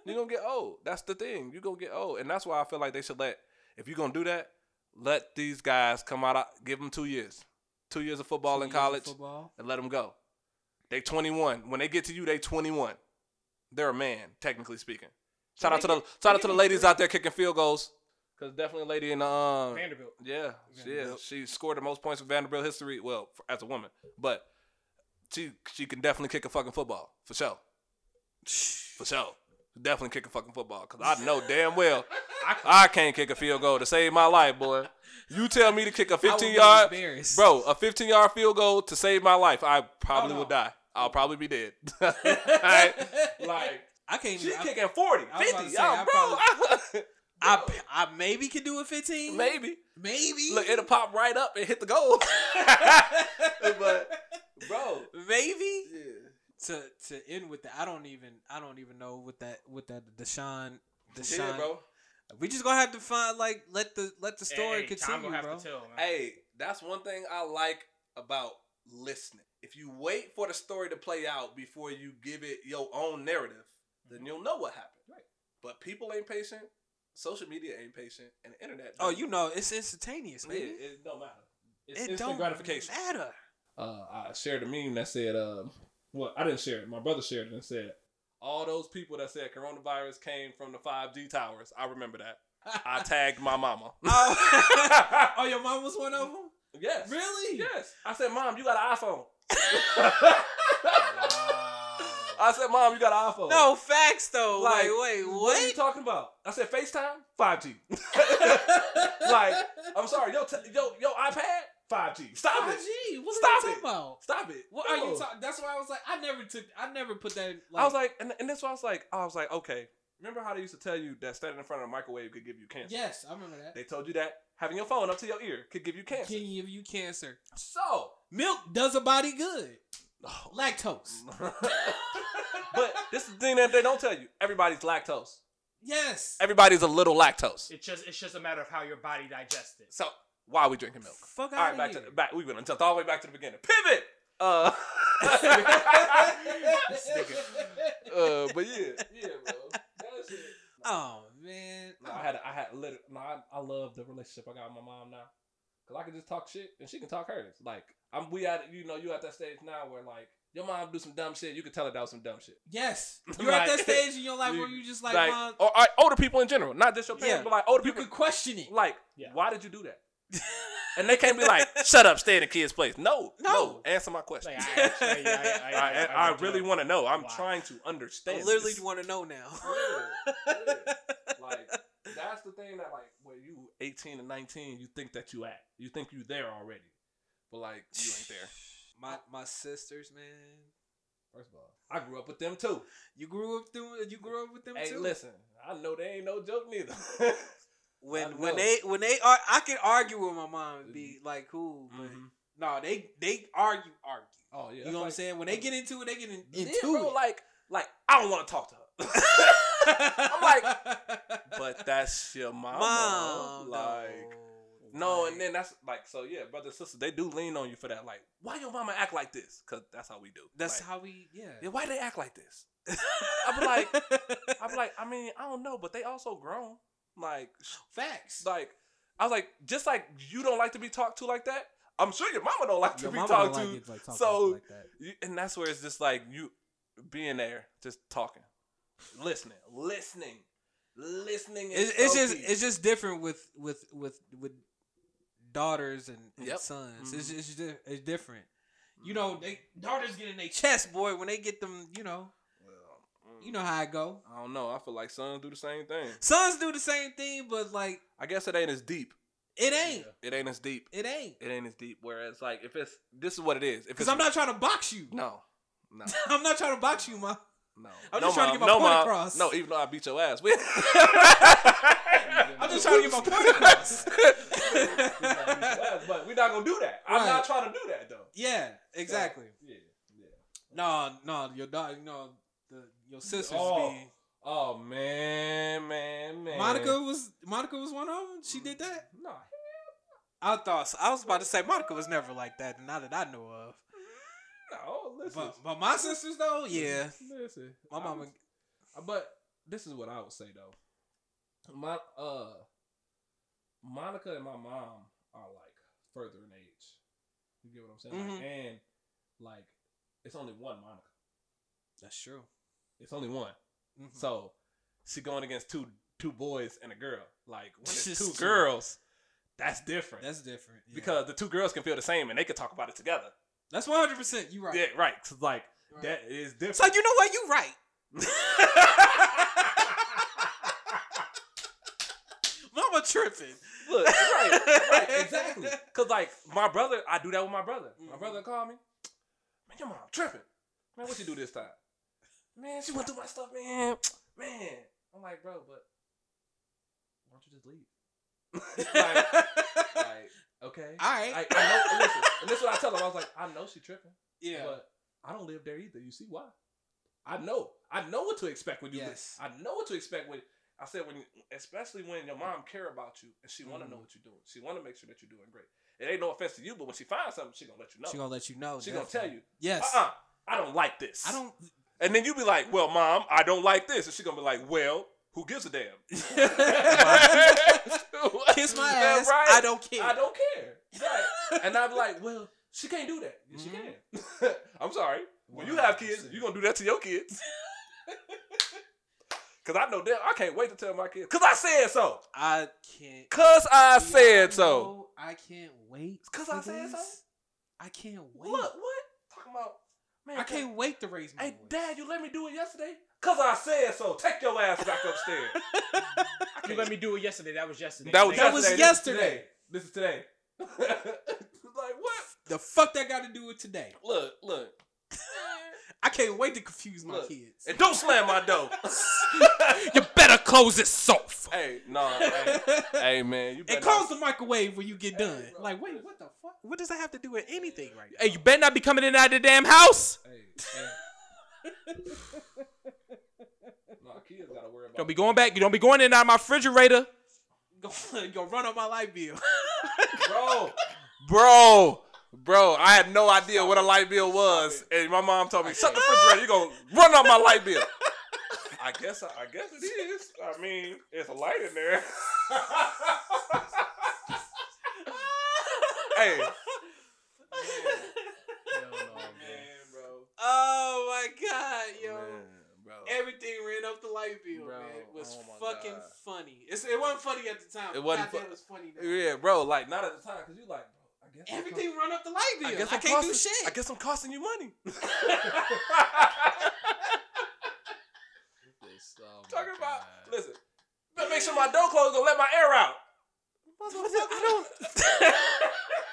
Speaker 4: you're gonna get old. That's the thing. You're gonna get old. And that's why I feel like they should let if you're gonna do that, let these guys come out of, give them two years. Two years of football
Speaker 2: Two
Speaker 4: in
Speaker 2: years of
Speaker 4: college
Speaker 2: Football.
Speaker 4: and let them go. They 21. When they get to you, they 21. They're a man, technically speaking. Shout out to the shout out to the ladies out there kicking field goals. Cause definitely a lady in the um,
Speaker 3: Vanderbilt.
Speaker 4: yeah, yeah. She scored the most points in Vanderbilt history. Well, f- as a woman, but she she can definitely kick a fucking football for sure. For sure, definitely kick a fucking football because I know damn well I can't kick a field goal to save my life, boy. You tell me to kick a
Speaker 2: I would've
Speaker 4: 15
Speaker 2: been
Speaker 4: yard,
Speaker 2: embarrassed.
Speaker 4: bro, a 15 yard field goal to save my life. I probably
Speaker 2: Oh, no.
Speaker 4: would die. I'll probably be dead. All right? Like
Speaker 2: I can't.
Speaker 4: she
Speaker 2: Even, I,
Speaker 4: kicking 40,
Speaker 2: I was about
Speaker 4: 50,
Speaker 2: to say, I
Speaker 4: y'all, bro.
Speaker 2: I, I maybe could do a fifteen.
Speaker 4: Maybe.
Speaker 2: Maybe.
Speaker 4: Look, it'll pop right up and hit the goal. but bro,
Speaker 2: maybe.
Speaker 4: yeah.
Speaker 2: To to end with that, I don't even. I don't even know what that. What that. Deshaun. Deshaun.
Speaker 4: yeah, bro.
Speaker 2: We just gonna have to find like let the let the
Speaker 3: Hey,
Speaker 2: story
Speaker 3: hey, time
Speaker 2: continue,
Speaker 3: gonna have
Speaker 2: bro.
Speaker 3: to tell, man.
Speaker 4: Hey, that's one thing I like about listening. If you wait for the story to play out before you give it your own narrative,
Speaker 2: Mm-hmm.
Speaker 4: then you'll know what happened. Right. But people ain't patient. Social media ain't patient, and the internet.
Speaker 2: oh,
Speaker 4: don't.
Speaker 2: you know it's instantaneous,
Speaker 4: Yeah,
Speaker 2: baby.
Speaker 4: it don't matter. It's
Speaker 2: It,
Speaker 4: instant
Speaker 2: don't
Speaker 4: gratification.
Speaker 2: matter.
Speaker 4: uh, I shared a meme that said, um, well, I didn't share it. My brother shared it and said, All those people that said coronavirus came from the 5G towers. I remember that. I tagged my mama.
Speaker 3: Oh, oh, your mom was one of them.
Speaker 4: yes.
Speaker 3: Really?
Speaker 4: Yes. I said, Mom, you got an iPhone. I said, Mom, you got an iPhone.
Speaker 2: No facts though.
Speaker 4: Like,
Speaker 2: Like, wait,
Speaker 4: What are you
Speaker 2: what?
Speaker 4: talking about? I said FaceTime, five G. like, I'm sorry, yo, t- yo, yo, iPad, five G. Stop
Speaker 2: oh,
Speaker 4: it,
Speaker 3: Gee, what
Speaker 4: Stop
Speaker 3: are you
Speaker 4: it.
Speaker 3: talking about?
Speaker 4: stop it.
Speaker 3: What are
Speaker 4: No.
Speaker 3: you talking? That's why I was like, I never took, I never put that. Like,
Speaker 4: I was like, and, and that's why I was like, I was like, okay. Remember how they used to tell you that standing in front of a microwave could give you cancer?
Speaker 3: yes, I remember that.
Speaker 4: They told you that having your phone up to your ear could give you cancer.
Speaker 3: Can give you cancer.
Speaker 4: So,
Speaker 3: Milk does a body good.
Speaker 4: Oh.
Speaker 3: Lactose.
Speaker 4: but this is the thing that they don't tell you. Everybody's lactose.
Speaker 3: Yes.
Speaker 4: Everybody's a little lactose.
Speaker 5: It's just it's just a matter of how your body digests it.
Speaker 4: So, why are we drinking milk?
Speaker 3: Fuck
Speaker 4: All
Speaker 3: out
Speaker 4: right, back
Speaker 3: here.
Speaker 4: to back. We went jumped all the way back to the beginning. Pivot. Uh, uh but yeah, yeah, bro. That's it.
Speaker 3: Oh man.
Speaker 4: No, I had, I had, lit no, I, I love the relationship I got with my mom now, cause I can just talk shit and she can talk hers. Like I'm, we at, you know, you at that stage now where like your mom do some dumb shit, you can tell her that was some dumb shit.
Speaker 3: Yes. You're at that
Speaker 4: Like-
Speaker 3: stage in your life where you just like,
Speaker 4: Like, oh,
Speaker 3: Mom,
Speaker 4: or, or older people in general, not just your parents,
Speaker 3: Yeah.
Speaker 4: but like older
Speaker 3: you
Speaker 4: people.
Speaker 3: could question it.
Speaker 4: Like,
Speaker 5: Yeah.
Speaker 4: why did you do that? and they can't be like, shut up, stay in the kid's place. No, no,
Speaker 2: No.
Speaker 4: answer my question.
Speaker 5: Like, I, actually, I, I,
Speaker 4: I,
Speaker 5: I,
Speaker 4: I,
Speaker 5: I,
Speaker 4: really want to know. I'm
Speaker 5: Why?
Speaker 4: trying to
Speaker 2: I
Speaker 4: understand.
Speaker 2: literally
Speaker 4: this.
Speaker 2: want to know now.
Speaker 4: Yeah, yeah. like that's the thing that like when you 18 and 19 you think that you at you think you there already but like you ain't there
Speaker 2: My my sisters, man.
Speaker 4: first of all i grew up with them too
Speaker 2: You grew up through. You grew up with them
Speaker 4: hey
Speaker 2: too.
Speaker 4: listen i know they ain't no joke neither I
Speaker 2: when
Speaker 4: know. Mm-hmm.
Speaker 2: when they when they are, I can argue with my mom and be like, "Cool," but
Speaker 4: Mhm.
Speaker 2: no, they they argue argue.
Speaker 4: oh yeah
Speaker 2: you know what I'm saying? When they get into it, they get in,
Speaker 4: yeah,
Speaker 2: into
Speaker 4: bro,
Speaker 2: it.
Speaker 4: like like i don't want to talk to her i'm like but that's your mama
Speaker 2: Mom,
Speaker 4: like No, and then that's like so. Yeah, brothers, sisters, they do lean on you for that. Like, why your mama act like this? Cause that's how we do.
Speaker 2: that's
Speaker 4: Like,
Speaker 2: how we yeah.
Speaker 4: Yeah, why they act like this? I'm like, I'm like, I mean, I don't know, but they also grown. Like,
Speaker 3: Facts.
Speaker 4: like I was like, just like you don't like to be talked to like that. I'm sure your mama don't like to
Speaker 3: Your
Speaker 4: be
Speaker 3: mama
Speaker 4: talked
Speaker 3: don't
Speaker 4: to.
Speaker 3: it, like, talking
Speaker 4: so-
Speaker 3: like that.
Speaker 4: You- and that's where it's just like you being there, just talking, listening, listening, listening. is
Speaker 2: It's, it's
Speaker 4: so
Speaker 2: just
Speaker 4: key.
Speaker 2: it's just different with with with with daughters and, and
Speaker 4: Yep. Mm-hmm.
Speaker 2: sons.
Speaker 4: Mhm.
Speaker 2: It's it's di- it's different.
Speaker 3: You know, they
Speaker 2: Daughters get in their chest, boy, when they get them. You know,
Speaker 4: Well,
Speaker 2: you know how it go.
Speaker 4: I don't know. I feel like sons do the same thing.
Speaker 2: Sons do the same thing, but like
Speaker 4: I guess it ain't as deep.
Speaker 2: it ain't.
Speaker 4: It ain't as deep.
Speaker 2: It ain't.
Speaker 4: It ain't as deep. Whereas, like, if it's this is what it is. If
Speaker 2: Because
Speaker 4: it's
Speaker 2: I'm not trying to box you.
Speaker 4: no, no.
Speaker 2: I'm not trying to box you, ma.
Speaker 4: No.
Speaker 2: I'm
Speaker 4: no,
Speaker 2: just trying to get my
Speaker 4: no,
Speaker 2: point
Speaker 4: mom.
Speaker 2: across.
Speaker 4: No, even though I beat your ass. We-
Speaker 3: I'm just trying to get my point across.
Speaker 4: but we're not gonna do that. I'm
Speaker 2: Right.
Speaker 4: not trying to do that though.
Speaker 2: Yeah, exactly.
Speaker 4: Yeah, yeah.
Speaker 2: No, no, your daughter, no, the, your sisters
Speaker 4: Oh,
Speaker 2: be.
Speaker 4: Oh man, man, man.
Speaker 2: Monica was Monica was one of them. She did that.
Speaker 4: No.
Speaker 2: I thought so. I was about to say Monica was never like that. Not that I know of.
Speaker 4: No, listen.
Speaker 2: But but my sisters though, yeah.
Speaker 4: Listen.
Speaker 2: My
Speaker 4: I
Speaker 2: mama.
Speaker 4: was- uh, but this is what I would say though. My uh Monica and my mom are like further in age. You get what I'm saying?
Speaker 2: Mm-hmm.
Speaker 4: Like, and like it's only one Monica.
Speaker 2: That's true.
Speaker 4: It's only one.
Speaker 2: Mhm.
Speaker 4: So she going against two two boys and a girl. Like when it's
Speaker 2: Just
Speaker 4: two
Speaker 2: two.
Speaker 4: girls, that's different.
Speaker 2: That's different yeah.
Speaker 4: because the two girls can feel the same and they can talk about it together.
Speaker 2: that's one hundred percent. You right.
Speaker 4: Yeah, right. 'Cause, like
Speaker 2: Right.
Speaker 4: that is different.
Speaker 2: It's like you know what? You right. Mama tripping.
Speaker 4: Look, right, right, exactly. Cause like my brother, I do that with my brother. My
Speaker 2: Mhm.
Speaker 4: brother called me, man, your mom tripping. Man, what you do this time? Man, she went through my stuff, man. Man, I'm like, bro, but why don't you just leave? like, like, okay.
Speaker 2: All right.
Speaker 4: I, I know. and Listen, and this is what I tell them. I was like, I know she tripping,
Speaker 2: yeah.
Speaker 4: but I don't live there either. You see why? I know. I know what to expect when you.
Speaker 2: Yes.
Speaker 4: I know what to expect when. I said when, especially when your mom care about you and she
Speaker 2: Mm-hmm.
Speaker 4: want to know what you're doing. She want to make sure that you're doing great. It ain't no offense to you, but when she finds something, she gonna let you know.
Speaker 2: She gonna let you know.
Speaker 4: She gonna tell
Speaker 2: definitely.
Speaker 4: you,
Speaker 2: Yes.
Speaker 4: uh-uh, I don't like this.
Speaker 2: I don't.
Speaker 4: And then you be like, well, mom, I don't like this, and she gonna be like, well, who gives a damn?
Speaker 2: Kiss my
Speaker 4: Yeah,
Speaker 2: ass.
Speaker 4: right?
Speaker 2: I don't care.
Speaker 4: I don't care. Right. and I'd be like, well, she can't do that. Yes, she can. I'm sorry. When you have kids, you're going to do that to your kids. Cause I know that I can't wait to tell my kids. Cause I said so.
Speaker 2: I can't.
Speaker 4: Cause I
Speaker 2: Yeah,
Speaker 4: said so.
Speaker 2: know. I can't wait.
Speaker 4: Cause
Speaker 2: for
Speaker 4: I said so?
Speaker 2: this. I can't wait.
Speaker 4: Look, what? Talking about man.
Speaker 3: I can't wait to raise my
Speaker 4: Hey,
Speaker 3: voice.
Speaker 4: Dad, you let me do it yesterday? Cause I said so. Take your ass back upstairs.
Speaker 5: You let me do it yesterday. That was yesterday.
Speaker 4: that was
Speaker 5: Thank
Speaker 4: yesterday.
Speaker 5: you.
Speaker 2: was
Speaker 4: This is
Speaker 2: yesterday.
Speaker 4: today. This is today. like what?
Speaker 2: The fuck that got to do with today?
Speaker 4: Look, look.
Speaker 2: I can't wait to confuse my
Speaker 4: Look.
Speaker 2: kids.
Speaker 4: And don't slam my door.
Speaker 5: You better close this sofa.
Speaker 4: hey, no. Hey, hey, man, you better.
Speaker 2: And close the microwave when you get done.
Speaker 4: bro.
Speaker 2: Like, wait, what the fuck? What does that have to do with anything right now?
Speaker 5: Hey, you better not be coming in and out of the damn house.
Speaker 4: No, kids gotta worry about.
Speaker 5: Don't be going back. You don't be going in and out of my refrigerator.
Speaker 2: Go, go run up my light bill.
Speaker 4: bro, bro, bro. I had no idea what a light bill was, and my mom told me, "Shut the refrigerator. You gonna run up my light bill." I guess, I, I guess it is. I mean, it's a light in there. hey,
Speaker 2: Oh my god, yo.
Speaker 4: bro.
Speaker 2: Everything ran up the light bill,
Speaker 4: Bro,
Speaker 2: man. It was
Speaker 4: oh my
Speaker 2: fucking
Speaker 4: God.
Speaker 2: funny. It's, it wasn't funny at the time.
Speaker 4: It wasn't fu-
Speaker 2: Goddamn, it was funny. Now.
Speaker 4: Yeah, bro. Like not at the time, cause you like, bro. I guess I'm
Speaker 2: Everything run up the light bill.
Speaker 4: I
Speaker 2: I,
Speaker 4: guess I'm
Speaker 2: can't do
Speaker 4: costing-
Speaker 2: shit.
Speaker 4: I guess I'm costing you money. Talking about listen. Better make sure my door closed. Gonna let my air out. I don't.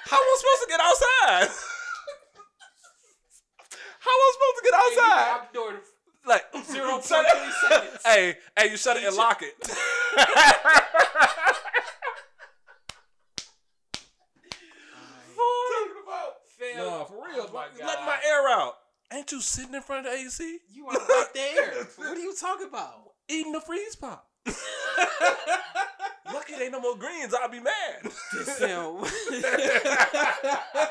Speaker 4: How am I supposed to get outside? How am I supposed to get outside?
Speaker 2: I'm doing
Speaker 5: Oh,
Speaker 4: Like
Speaker 2: Zero
Speaker 4: shut
Speaker 2: point
Speaker 4: it-
Speaker 2: three seconds.
Speaker 4: Hey, hey, you shut it and lock it. Talking about
Speaker 2: No,
Speaker 4: for real. Let Oh my air out. Ain't you sitting in front of the AC
Speaker 2: You are right there. what are you talking about?
Speaker 4: eating the freeze pop? Lucky it ain't no more greens. I'll be mad.
Speaker 2: Sam.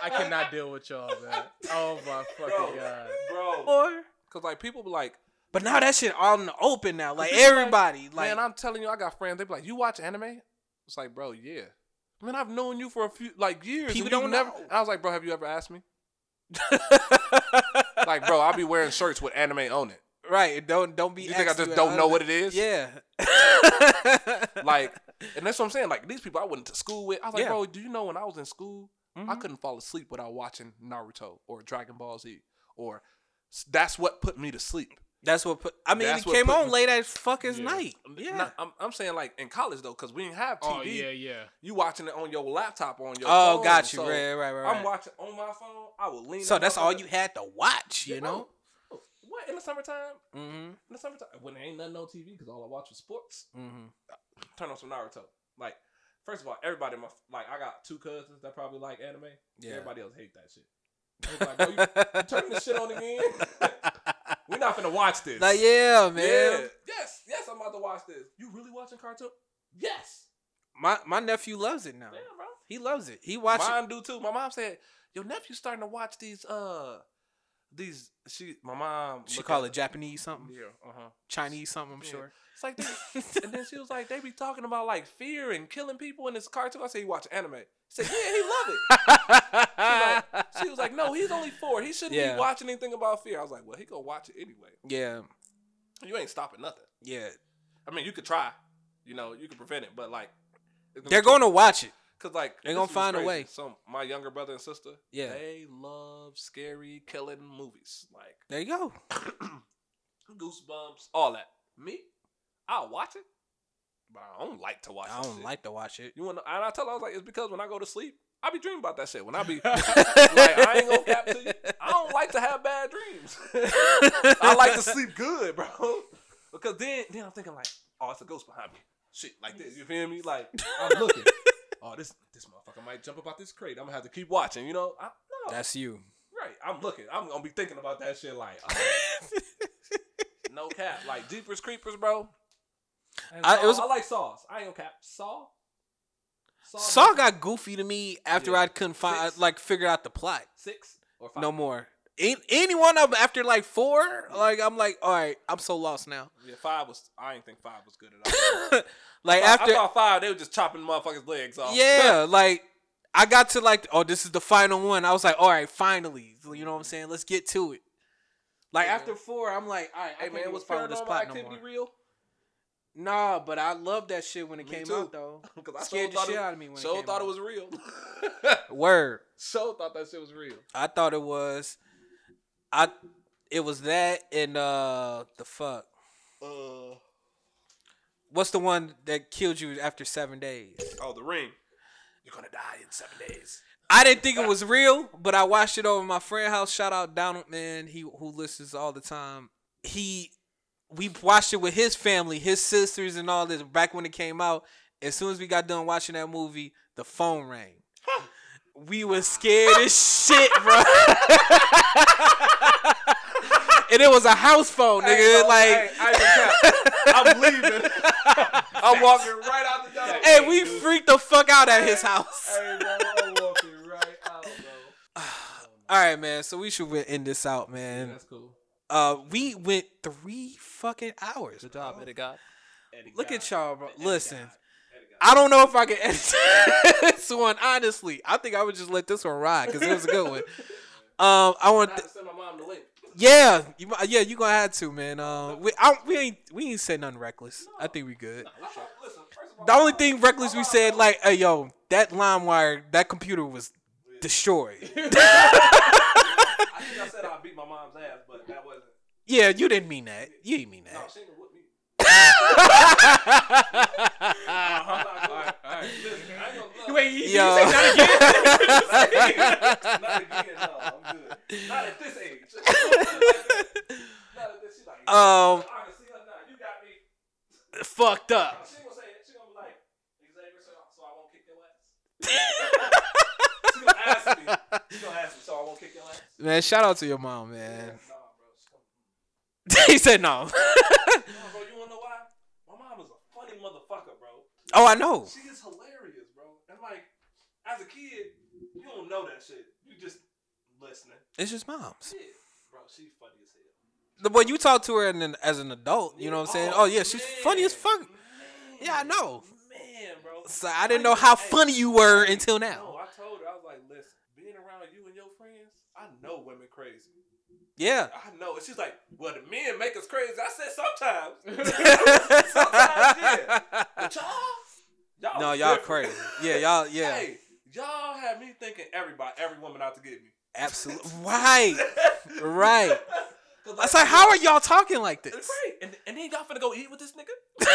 Speaker 5: I cannot deal with y'all, man. Oh my
Speaker 4: Bro.
Speaker 5: fucking god.
Speaker 4: bro.
Speaker 2: or
Speaker 4: Cause like people be like,
Speaker 2: but now that shit out in the open now. Like
Speaker 4: People like,
Speaker 2: everybody. Like
Speaker 4: man, I'm telling you, I got friends. They be like, you watch anime? It's like, bro, yeah. Man, I've known you for a few like years.
Speaker 2: People
Speaker 4: and you
Speaker 2: don't
Speaker 4: never.
Speaker 2: know.
Speaker 4: I was like, bro, have you ever asked me? Like, bro, I'll be wearing shirts with anime on it.
Speaker 2: right. Don't don't be
Speaker 4: You think I
Speaker 2: asking
Speaker 4: just
Speaker 2: you
Speaker 4: don't know
Speaker 2: other-
Speaker 4: what it is?
Speaker 2: Yeah.
Speaker 4: Like, and that's what I'm saying. Like these people I went to school with. I was like,
Speaker 2: Yeah.
Speaker 4: bro, do you know when I was in school, I
Speaker 2: Mhm.
Speaker 4: couldn't fall asleep without watching Naruto or Dragon Ball Z or s- that's what put me to sleep.
Speaker 2: That's what put, I mean
Speaker 4: That's
Speaker 2: it
Speaker 4: what
Speaker 2: came
Speaker 4: put-
Speaker 2: on late as fuck as night. Yeah.
Speaker 4: Not- I'm, I'm saying like in college though, because we didn't have TV.
Speaker 5: Oh yeah, yeah.
Speaker 4: You watching it on your laptop on your.
Speaker 2: oh,
Speaker 4: phone,
Speaker 2: got you.
Speaker 4: so
Speaker 2: right, right, right.
Speaker 4: I'm
Speaker 2: right.
Speaker 4: watching on my phone. I will lean.
Speaker 2: So
Speaker 4: on my
Speaker 2: that's all
Speaker 4: phone.
Speaker 2: you had to watch, you
Speaker 4: Yeah,
Speaker 2: know?
Speaker 4: bro. What in the summertime?
Speaker 2: Mm-hmm.
Speaker 4: In the summertime, when there ain't nothing on TV, because all I watch was sports.
Speaker 2: Mm-hmm.
Speaker 4: Turn on some Naruto. Like, first of all, everybody in my like, I got two cousins that probably like anime.
Speaker 2: Yeah. Oh,
Speaker 4: Everybody else hate that shit. It's Like, bro, you, you turn this shit on again. We're not gonna watch this.
Speaker 2: Like, yeah,
Speaker 4: Yeah.
Speaker 2: man.
Speaker 4: Yes, yes, I'm about to watch this. You really watching cartoon? Yes.
Speaker 2: My my nephew loves it now.
Speaker 4: Yeah, bro.
Speaker 2: He loves it. He watches
Speaker 4: Mine do too. My mom said, "Your nephew starting to watch these uh these she my mom
Speaker 2: she
Speaker 4: look
Speaker 2: call
Speaker 4: at-
Speaker 2: it Japanese something,
Speaker 4: yeah uh huh
Speaker 2: Chinese something, I'm
Speaker 4: Yeah.
Speaker 2: sure.
Speaker 4: it's like they, and then she was like they be talking about like fear and killing people in this cartoon. I said you watch anime. She said yeah he love it. She, like- she was like no he's only four he shouldn't
Speaker 2: Yeah.
Speaker 4: be watching anything about fear. I was like well he gonna watch it anyway.
Speaker 2: yeah.
Speaker 4: You ain't stopping nothing.
Speaker 2: Yeah.
Speaker 4: I mean you could try, you know you could prevent it, but like it's gonna
Speaker 2: They're
Speaker 4: be-
Speaker 2: going to watch it.
Speaker 4: Cause like
Speaker 2: They
Speaker 4: this
Speaker 2: gonna
Speaker 4: was
Speaker 2: find a way.
Speaker 4: So my younger brother and sister,
Speaker 2: Yeah.
Speaker 4: they love scary killing movies, like
Speaker 2: There you go.
Speaker 4: Goosebumps, all that. Me, I'll watch it, but I don't like to watch.
Speaker 2: I
Speaker 4: that
Speaker 2: don't
Speaker 4: shit.
Speaker 2: like to watch it.
Speaker 4: You want? And I tell her I was like, it's because when I go to sleep, I be dreaming about that shit. When I be like, I ain't gonna cap to you. I don't like to have bad dreams. I like to sleep good, bro. Because then, then I'm thinking like, oh, it's a ghost behind me. Shit, like this. You feel me? Like I'm looking. oh, this this motherfucker might jump about this crate. I'm gonna have to keep watching. You know? I, no,
Speaker 2: That's you.
Speaker 4: right. I'm looking. I'm gonna be thinking about that shit. Like, oh. no cap. Like Jeepers Creepers, bro. And
Speaker 2: I- it
Speaker 4: Saw-
Speaker 2: was-
Speaker 4: I like Saws. I ain't gonna cap. Saw.
Speaker 2: Saw got goofy to me after
Speaker 4: Yeah.
Speaker 2: I couldn't find
Speaker 4: Six.
Speaker 2: like figure out the plot.
Speaker 4: six or five.
Speaker 2: No more. Any, any one of them after like four, like I'm like, all right, I'm so lost now.
Speaker 4: Yeah, five was. I didn't think five was good at all.
Speaker 2: like after
Speaker 4: I thought five, they were just chopping motherfuckers' legs off.
Speaker 2: Yeah, like I got to like, oh, this is the final one. I was like, all right, finally, you know what I'm saying? Let's get to it. Like
Speaker 4: Yeah.
Speaker 2: after four, I'm like, all right,
Speaker 4: hey
Speaker 2: I
Speaker 4: man,
Speaker 2: was
Speaker 4: was
Speaker 2: follow this
Speaker 4: Paranormal
Speaker 2: plot no
Speaker 4: Activity
Speaker 2: more.
Speaker 4: real?
Speaker 3: Nah, but I love that shit when it
Speaker 4: Me
Speaker 3: came
Speaker 4: too.
Speaker 3: out though.
Speaker 4: Because I so
Speaker 3: Scared the
Speaker 4: thought,
Speaker 3: shit
Speaker 4: it,
Speaker 3: out of me when it
Speaker 4: so
Speaker 3: came
Speaker 4: thought
Speaker 3: out.
Speaker 4: it was real.
Speaker 2: Word.
Speaker 4: so thought that shit was real.
Speaker 2: I thought it was I it was that and uh the fuck.
Speaker 4: Uh,
Speaker 2: What's the one that killed you after seven days?
Speaker 4: oh, the ring. You're gonna die in seven days.
Speaker 2: I didn't think it was real, but I watched it over my friend house. Shout out Donald man, he who listens all the time. He we watched it with his family, his sisters and all this back when it came out. As soon as we got done watching that movie, the phone rang. We were scared as shit, bro. and it was a house phone, nigga. like
Speaker 4: I am leaving. I'm walking right out the door.
Speaker 2: Hey, we freaked the fuck out at his house.
Speaker 4: Hey, bro, I'm walking right out, bro.
Speaker 2: All right, man. So we should end this out, man.
Speaker 4: That's cool.
Speaker 2: Uh, we went three fucking hours.
Speaker 4: Good job, Eddie God.
Speaker 2: Look at y'all, bro. Listen, I don't know if I can edit this one. Honestly, I think I would just let this one ride because it was a good one. Um, I want.
Speaker 4: I have to send my mom the link.
Speaker 2: yeah, you, mi- yeah, you gonna have to, man. Um, we I, we ain't we ain't said nothing reckless. I think we good.
Speaker 4: Listen, first of all,
Speaker 2: The only thing reckless we said, like, hey, yo, that line wire, that computer was destroyed.
Speaker 4: I think I said I beat my mom's ass, but that wasn't.
Speaker 2: Yeah, you didn't mean that. You didn't mean
Speaker 4: No,
Speaker 2: that.
Speaker 4: she didn't whip me. Uh,
Speaker 2: Yo. Um, fucked up. Man, shout out to your mom, man. he said no.
Speaker 4: Motherfucker, bro.
Speaker 2: oh, I know.
Speaker 4: She is hilarious, bro. And like, as a kid, you don't know that shit. You just listening.
Speaker 2: It's just moms.
Speaker 4: Yeah, bro, she's funny as hell.
Speaker 2: The boy you talk to her and then as an adult, you know what I'm saying? Oh yeah, she's funny as fuck.
Speaker 4: Man.
Speaker 2: Yeah, I know.
Speaker 4: Man, bro.
Speaker 2: So I didn't know how funny you were until
Speaker 4: No,
Speaker 2: now.
Speaker 4: I told her, I was like, listen, being around you and your friends, I know women crazy.
Speaker 2: Yeah.
Speaker 4: I know. And she's like, well, the men make us crazy. I said, sometimes. sometimes, yeah. But y'all, y'all.
Speaker 2: No, y'all
Speaker 4: different.
Speaker 2: crazy. Yeah, y'all. Yeah,
Speaker 4: Hey, y'all have me thinking everybody, every woman out to get me.
Speaker 2: absolutely. Right, right.
Speaker 4: 'Cause,
Speaker 2: I said, how are y'all talking like
Speaker 4: It's
Speaker 2: this?
Speaker 4: great. And, and then y'all finna go eat with this nigga?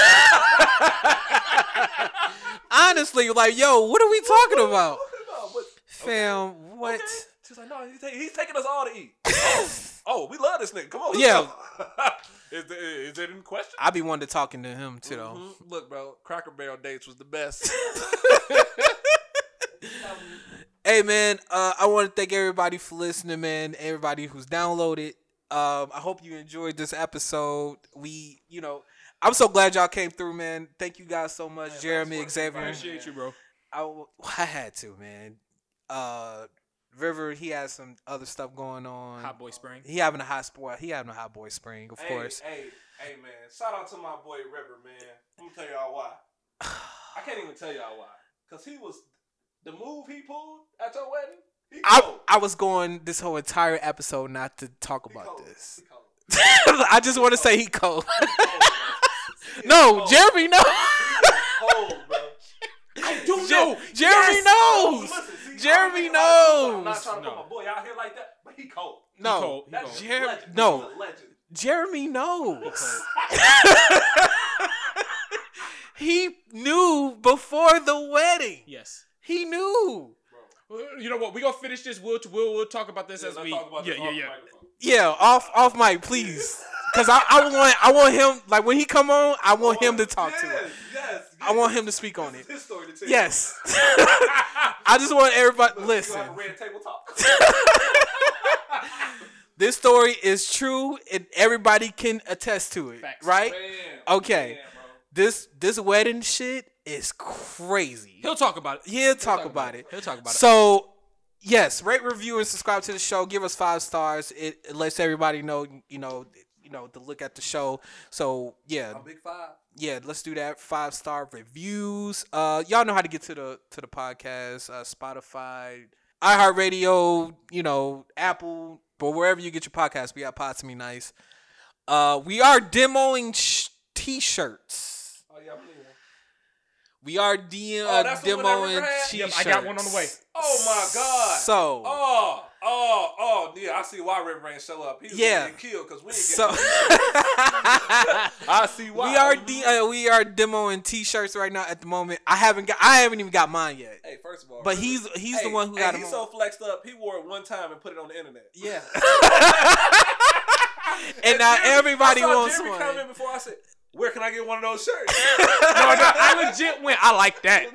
Speaker 2: Honestly, like, yo, what are we talking about?
Speaker 4: No, but
Speaker 2: Fam, what?
Speaker 4: Okay. She's like, no, he's, ta- he's taking us all to eat. oh, oh, we love this nigga. Come on. let's
Speaker 2: Yeah.
Speaker 4: go. is, the, is it in question?
Speaker 2: I be wanting to talking to him too, though.
Speaker 4: Mhm. Look, bro, Cracker Barrel dates was the best.
Speaker 2: Hey, man, uh, I want to thank everybody for listening, man. Everybody who's downloaded. Um, I hope you enjoyed this episode. We, you know, I'm so glad y'all came through, man. Thank you guys so much, Jeremy, Xavier.
Speaker 4: Appreciate you,
Speaker 3: bro.
Speaker 2: I, w- I had to, man. Uh, River, he has some other stuff going on.
Speaker 5: Hot boy spring.
Speaker 2: He having a hot sport. He having a hot boy spring, of course.
Speaker 4: Hey, hey, man. Shout out to my boy River, man. I'm gonna tell y'all why. I can't even tell y'all why. Cause he was the move he pulled at your wedding. He
Speaker 2: I,
Speaker 4: cold.
Speaker 2: I was going this whole entire episode not to talk
Speaker 4: He
Speaker 2: about
Speaker 4: cold.
Speaker 2: this.
Speaker 4: He cold.
Speaker 2: I just want to say he cold.
Speaker 4: He cold, bro. He
Speaker 2: no,
Speaker 4: is cold.
Speaker 2: Jeremy, no.
Speaker 4: Cold, bro. I do
Speaker 2: know. Jeremy knows.
Speaker 4: Listen, see,
Speaker 2: Jeremy
Speaker 4: I don't know. I'm
Speaker 2: knows.
Speaker 4: not trying to put my boy out here like that, but he cold.
Speaker 2: No.
Speaker 5: cold. He
Speaker 4: That's
Speaker 5: cold.
Speaker 4: a
Speaker 2: Jer-
Speaker 4: legend.
Speaker 2: no.
Speaker 4: He's a legend.
Speaker 2: Jeremy knows. he knew before the wedding.
Speaker 5: Yes.
Speaker 2: He knew.
Speaker 5: Well, You know what? We gonna finish this. We'll we'll, we'll talk about this
Speaker 4: Yeah,
Speaker 5: as
Speaker 4: let's
Speaker 5: we.
Speaker 4: talk about
Speaker 5: yeah,
Speaker 4: this
Speaker 5: yeah,
Speaker 4: off
Speaker 5: yeah.
Speaker 4: microphone.
Speaker 2: Yeah, off off mic, please. Cause I, I want I want him like when he come on, I want him to talk to
Speaker 4: Yes,
Speaker 2: it.
Speaker 4: yes,
Speaker 2: I want him to speak on it.
Speaker 4: His story to tell.
Speaker 2: Yes. I just want everybody
Speaker 4: You
Speaker 2: listen.
Speaker 4: have a red table talk.
Speaker 2: This story is true and everybody can attest to it.
Speaker 5: Facts.
Speaker 2: Right?
Speaker 4: Man,
Speaker 2: Okay.
Speaker 4: man, bro.
Speaker 2: This this wedding shit is crazy.
Speaker 5: He'll talk about it.
Speaker 2: He'll talk about it.
Speaker 5: He'll talk about it.
Speaker 2: So, yes, rate, review, and subscribe to the show. Give us five stars. It, it lets everybody know, you know, you know, to look at the show. So yeah,
Speaker 4: Big five.
Speaker 2: yeah, let's do that. Five star reviews. Uh, y'all know how to get to the to the podcast. Uh, Spotify, iHeartRadio, you know, Apple, but wherever you get your podcast, we got Pod to Me Nice. Uh, we are demoing sh- t-shirts.
Speaker 4: Oh yeah, please.
Speaker 2: We are DM,
Speaker 4: Oh,
Speaker 2: uh,
Speaker 4: that's the one I
Speaker 2: demoing
Speaker 4: remember had?
Speaker 2: t
Speaker 4: Yep,
Speaker 2: shirts.
Speaker 3: I got one on the way.
Speaker 4: Oh my god.
Speaker 2: So,
Speaker 4: Oh, oh, oh, yeah. I see why River ain't show up. He was
Speaker 2: Yeah.
Speaker 4: yeah. getting killed because we ain't
Speaker 2: so
Speaker 4: getting. I see why.
Speaker 2: we are de- uh, we are demoing t-shirts right now at the moment. I haven't got I haven't even got mine yet.
Speaker 4: Hey, first of all,
Speaker 2: But
Speaker 4: River-
Speaker 2: he's he's the
Speaker 4: Hey,
Speaker 2: one who
Speaker 4: hey,
Speaker 2: got
Speaker 4: He's
Speaker 2: them
Speaker 4: so
Speaker 2: on.
Speaker 4: flexed up. He wore it one time and put it on the internet.
Speaker 2: Yeah. and now
Speaker 4: Jerry-
Speaker 2: everybody
Speaker 4: I saw
Speaker 2: wants
Speaker 4: Jerry
Speaker 2: one.
Speaker 4: come in before I said, "Where can I get one of those shirts?"
Speaker 5: no, no, I legit went. I like that.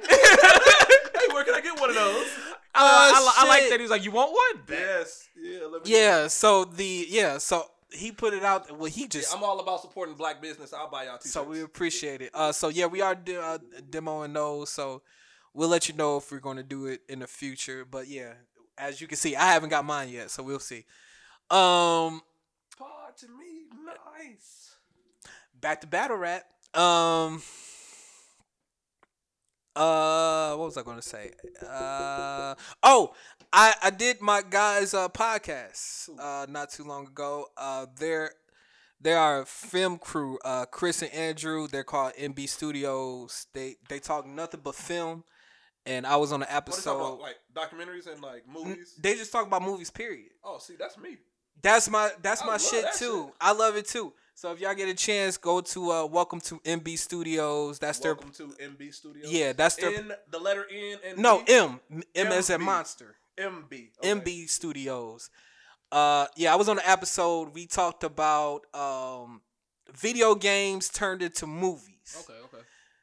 Speaker 4: hey, where can I get one of those?
Speaker 5: Uh, I, I like
Speaker 2: Oh, shit.
Speaker 5: that. He's like, you want one?
Speaker 4: Yes. Yeah. Let me
Speaker 2: Yeah, so the yeah, so he put it out well he
Speaker 4: Yeah,
Speaker 2: just
Speaker 4: I'm all about supporting black business. I'll buy y'all t-shirts.
Speaker 2: so we appreciate it. Uh so yeah, we are de- uh, demoing those so we'll let you know if we're going to do it in the future, but yeah, as you can see, I haven't got mine yet, so we'll see. Um
Speaker 4: Pod to me, nice.
Speaker 2: back to battle rap. Um uh what was I gonna say? Uh oh I I did my guys uh podcast uh not too long ago. Uh there there are a film crew, uh Chris and Andrew, they're called MB Studios. They they talk nothing but film and I was on an
Speaker 4: What so, about,
Speaker 2: episode
Speaker 4: like documentaries and like movies?
Speaker 2: they just talk about movies, period.
Speaker 4: oh, see, that's me.
Speaker 2: That's my that's
Speaker 4: I
Speaker 2: my
Speaker 4: love
Speaker 2: shit
Speaker 4: that
Speaker 2: too.
Speaker 4: shit.
Speaker 2: I love it too. So if y'all get a chance, go to uh Welcome to MB Studios. That's
Speaker 4: Welcome to MB Studios.
Speaker 2: their yeah, that's their
Speaker 4: In the letter N and
Speaker 2: no
Speaker 4: B?
Speaker 2: M M as in
Speaker 4: MB.
Speaker 2: monster.
Speaker 4: MB.
Speaker 2: MB Studios. Uh yeah, I was on the episode we talked about um video games turned into movies.
Speaker 5: okay.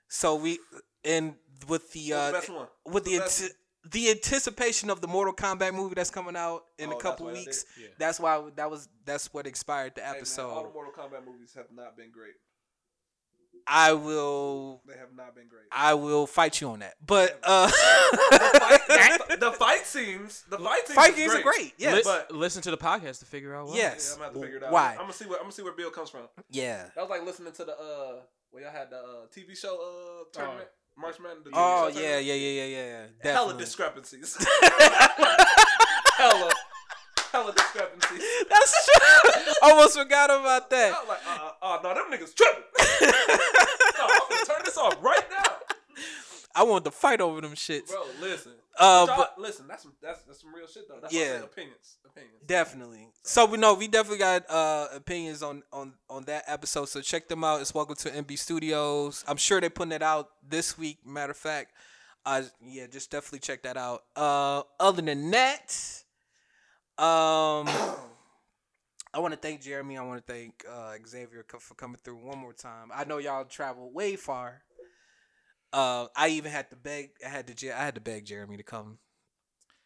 Speaker 2: So we and with the
Speaker 4: What's
Speaker 2: uh
Speaker 4: the best one?
Speaker 2: with the
Speaker 4: the best
Speaker 2: anti- the anticipation of the Mortal Kombat movie that's coming out in
Speaker 4: Oh,
Speaker 2: a
Speaker 4: that's
Speaker 2: couple
Speaker 4: why that
Speaker 2: weeks.
Speaker 5: is- yeah.
Speaker 2: That's why that was that's what expired the
Speaker 4: Hey,
Speaker 2: episode.
Speaker 4: man, all the Mortal Kombat movies have not been great.
Speaker 2: I will
Speaker 4: They have not been great.
Speaker 2: I will fight you on that. But uh
Speaker 4: the, fight, the fight scenes, the fight scenes,
Speaker 2: fight
Speaker 4: is
Speaker 2: games are great. Yeah.
Speaker 5: Lis-
Speaker 4: but-
Speaker 5: listen to the podcast to figure out why.
Speaker 2: Yeah.
Speaker 4: Yeah, I'm gonna have to figure it out.
Speaker 2: Why?
Speaker 4: I'm gonna see where I'm gonna see where Bill comes from.
Speaker 2: yeah.
Speaker 4: That was like listening to the uh where y'all had the uh, TV show uh tournament, March Madness. The TV
Speaker 2: Oh
Speaker 4: show
Speaker 2: yeah,
Speaker 4: tournament.
Speaker 2: yeah, yeah, yeah, yeah. yeah.
Speaker 4: hella
Speaker 2: Definitely.
Speaker 4: discrepancies, hella, hella discrepancies.
Speaker 2: That's true. Almost forgot about
Speaker 4: I
Speaker 2: that.
Speaker 4: was like, uh, uh, uh, no, them niggas tripping. no, I'm gonna turn this off right now,
Speaker 2: I want to fight over them shits.
Speaker 4: bro. Listen,
Speaker 2: Uh
Speaker 4: Y'all-
Speaker 2: but
Speaker 4: listen, that's some that's, that's some real shit though. That's why I
Speaker 2: Yeah.
Speaker 4: said opinions, opinions.
Speaker 2: definitely. So we know we definitely got uh opinions on on on that episode. So check them out. It's welcome to MB Studios. I'm sure they're putting it out this week, matter of fact. Uh yeah, just definitely check that out. Uh other than that, Um, I want to thank Jeremy. I want to thank uh, Xavier co- for coming through one more time. I know y'all traveled way far. Uh, I even had to beg. I had to. Je- I had to beg Jeremy to come.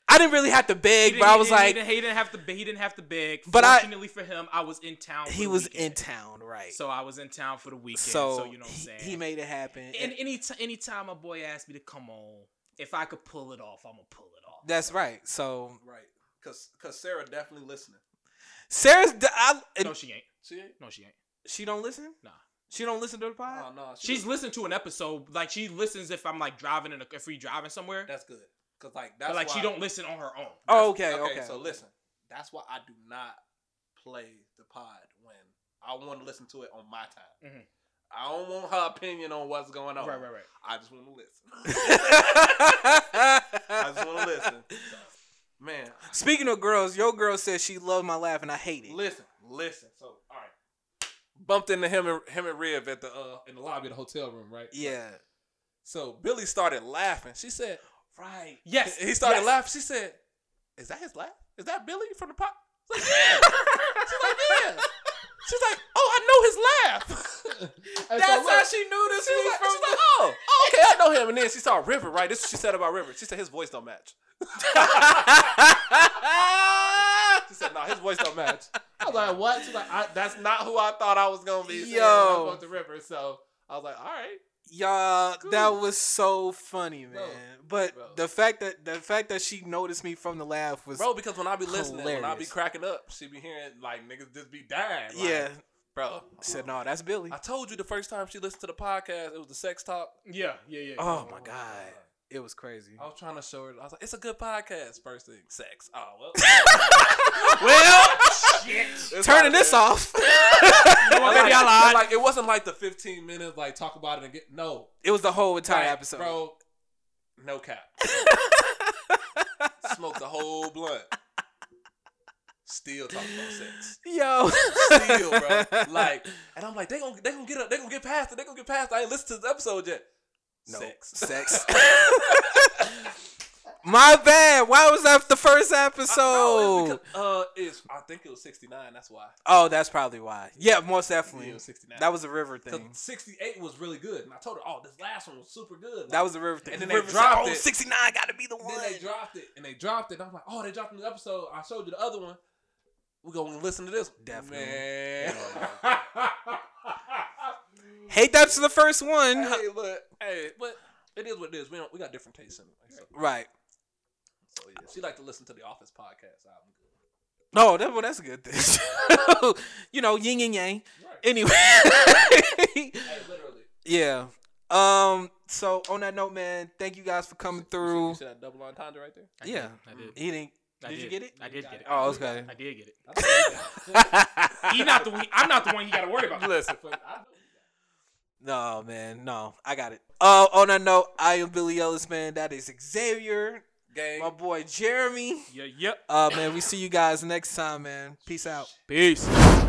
Speaker 2: I didn't really have to
Speaker 5: He
Speaker 2: beg,
Speaker 5: didn't-
Speaker 2: but
Speaker 5: he
Speaker 2: I was
Speaker 5: didn't- he
Speaker 2: like,
Speaker 5: didn't- he didn't have to. be- He didn't have to beg.
Speaker 2: But I-
Speaker 5: Fortunately for him, I was in town. for
Speaker 2: he
Speaker 5: the
Speaker 2: was in
Speaker 5: weekend.
Speaker 2: town, right? So,
Speaker 5: So I was in town for the weekend. So,
Speaker 2: so,
Speaker 5: you know what I'm
Speaker 2: he,
Speaker 5: saying.
Speaker 2: he made it happen.
Speaker 5: and
Speaker 2: And
Speaker 5: any t- anytime my boy asked me to come on, if I could pull it off, I'm gonna pull it off.
Speaker 2: that's right. So
Speaker 4: Right, cause cause Sarah definitely listening.
Speaker 2: Sarah's. d I
Speaker 5: no, she ain't.
Speaker 4: She ain't.
Speaker 5: No, she ain't.
Speaker 2: she don't listen.
Speaker 5: Nah.
Speaker 2: She don't listen to the pod.
Speaker 4: Oh no, she
Speaker 5: She's listened to an episode. Like she listens if I'm like driving in a if we driving somewhere.
Speaker 4: That's good. Cause like that's
Speaker 5: But like
Speaker 4: why,
Speaker 5: she don't listen on her own.
Speaker 2: oh, okay,
Speaker 4: that's-
Speaker 2: okay.
Speaker 4: So listen, that's why I do not play the pod when I want to listen to it on my
Speaker 2: Mm-hmm.
Speaker 4: time.
Speaker 5: Mhm.
Speaker 4: I don't want her opinion on what's going on.
Speaker 5: Right, right, right.
Speaker 4: I just want to listen. I just want to listen. So, man,
Speaker 2: Speaking of girls, your girl says she loved my laugh and I hate it.
Speaker 4: listen, listen. So all right. Bumped into him and him and Rev at the uh in the lobby of the hotel room, right?
Speaker 2: Yeah.
Speaker 4: So Billy started laughing. She said, "Right."
Speaker 5: Yes,
Speaker 4: He started
Speaker 5: yes.
Speaker 4: laughing. She said, "Is that his laugh? Is that Billy from the pop?" She's like, "Yeah." She's like, "Oh, I know his laugh." And so
Speaker 2: That's
Speaker 4: look,
Speaker 2: how she knew this
Speaker 4: She's
Speaker 2: was
Speaker 4: like,
Speaker 2: from
Speaker 4: she's like, oh, oh, okay, I know him. And then she saw River, right? This is what she said about River. She said his voice don't match. She said, no, his voice don't match. I was like, what? She's like, I, that's not who I thought I was gonna be. seeing when I
Speaker 2: Yo.
Speaker 4: spoke to River, so I was like, all right.
Speaker 2: Y'all,
Speaker 4: Cool.
Speaker 2: that was so funny, man. but
Speaker 4: bro.
Speaker 2: the fact that the fact that she noticed me from the laugh was
Speaker 4: bro. Because when I be listening, when I be
Speaker 2: Hilarious.
Speaker 4: cracking up, she be hearing like niggas just be dying. like,
Speaker 2: yeah.
Speaker 4: bro.
Speaker 2: I said no, that's Billy.
Speaker 4: I told you the first time she listened to the podcast, it was the sex talk.
Speaker 5: Yeah, yeah, yeah.
Speaker 2: oh my god, it was crazy.
Speaker 4: I was trying to show her. I was like, "It's a good podcast." First thing, sex. Oh well.
Speaker 2: Well,
Speaker 5: Shit.
Speaker 4: It's
Speaker 2: turning
Speaker 4: not
Speaker 2: this
Speaker 4: good.
Speaker 2: off.
Speaker 4: And
Speaker 2: one video
Speaker 4: like-
Speaker 2: line.
Speaker 4: and Like it wasn't like the 15 minutes. Like talk about it and get no
Speaker 2: It was the whole entire
Speaker 4: Like,
Speaker 2: episode.
Speaker 4: bro. No cap. Smoked the whole blunt. Still talking about sex.
Speaker 2: Yo.
Speaker 4: Still, bro. Like, and I'm like, they gonna they gonna get up. They gonna get past it. They gonna get past. It. I ain't listened to this episode yet.
Speaker 2: No.
Speaker 4: Sex.
Speaker 2: Sex. My bad. Why was that the first
Speaker 4: I-
Speaker 2: episode?
Speaker 4: bro, it's because- uh, it's I think it was 69. That's why.
Speaker 2: oh, that's probably why. Yeah, most
Speaker 4: Yeah,
Speaker 2: definitely.
Speaker 4: it was 69.
Speaker 2: That was a river thing.
Speaker 4: Because 68 was really good. And I told her, oh, this last one was super good.
Speaker 2: That was a river thing.
Speaker 4: And then they
Speaker 2: River
Speaker 4: dropped
Speaker 2: said, oh,
Speaker 4: it.
Speaker 2: 69 got to be the one.
Speaker 4: Then they dropped it. And they dropped it. And I'm like, oh, they dropped a new episode. I showed you the other one. We're going to listen to this. one.
Speaker 2: Definitely.
Speaker 4: Man.
Speaker 2: Hate that's the first one.
Speaker 4: hey, look. Hey, but it is what it is. We, don't, we got different tastes anyway. So,
Speaker 2: Right.
Speaker 4: so, yeah. She like to listen to the Office podcast. So I'm good.
Speaker 2: No, that, well, that's a good thing. you know, yin and yang.
Speaker 4: Right.
Speaker 2: Anyway.
Speaker 4: Hey, literally.
Speaker 2: yeah. Um. So on that note, man, thank you guys for coming
Speaker 4: You
Speaker 2: through.
Speaker 4: see that double entendre right there?
Speaker 5: I did,
Speaker 2: Yeah.
Speaker 5: I did.
Speaker 2: He didn't.
Speaker 5: I
Speaker 2: Did you get it?
Speaker 5: I did get it.
Speaker 2: Oh, okay.
Speaker 5: I did get it.
Speaker 4: I thought you
Speaker 5: He not the. I'm not the one you got to worry about.
Speaker 2: Listen.
Speaker 4: did. I know.
Speaker 2: No, man. No, I got it. Uh, on that note, I am Billy Ellis, man. That is Xavier.
Speaker 4: Gang.
Speaker 2: My boy Jeremy.
Speaker 5: Yeah. Yep.
Speaker 2: Uh, man, we see you guys next time, man. Peace out.
Speaker 5: Peace.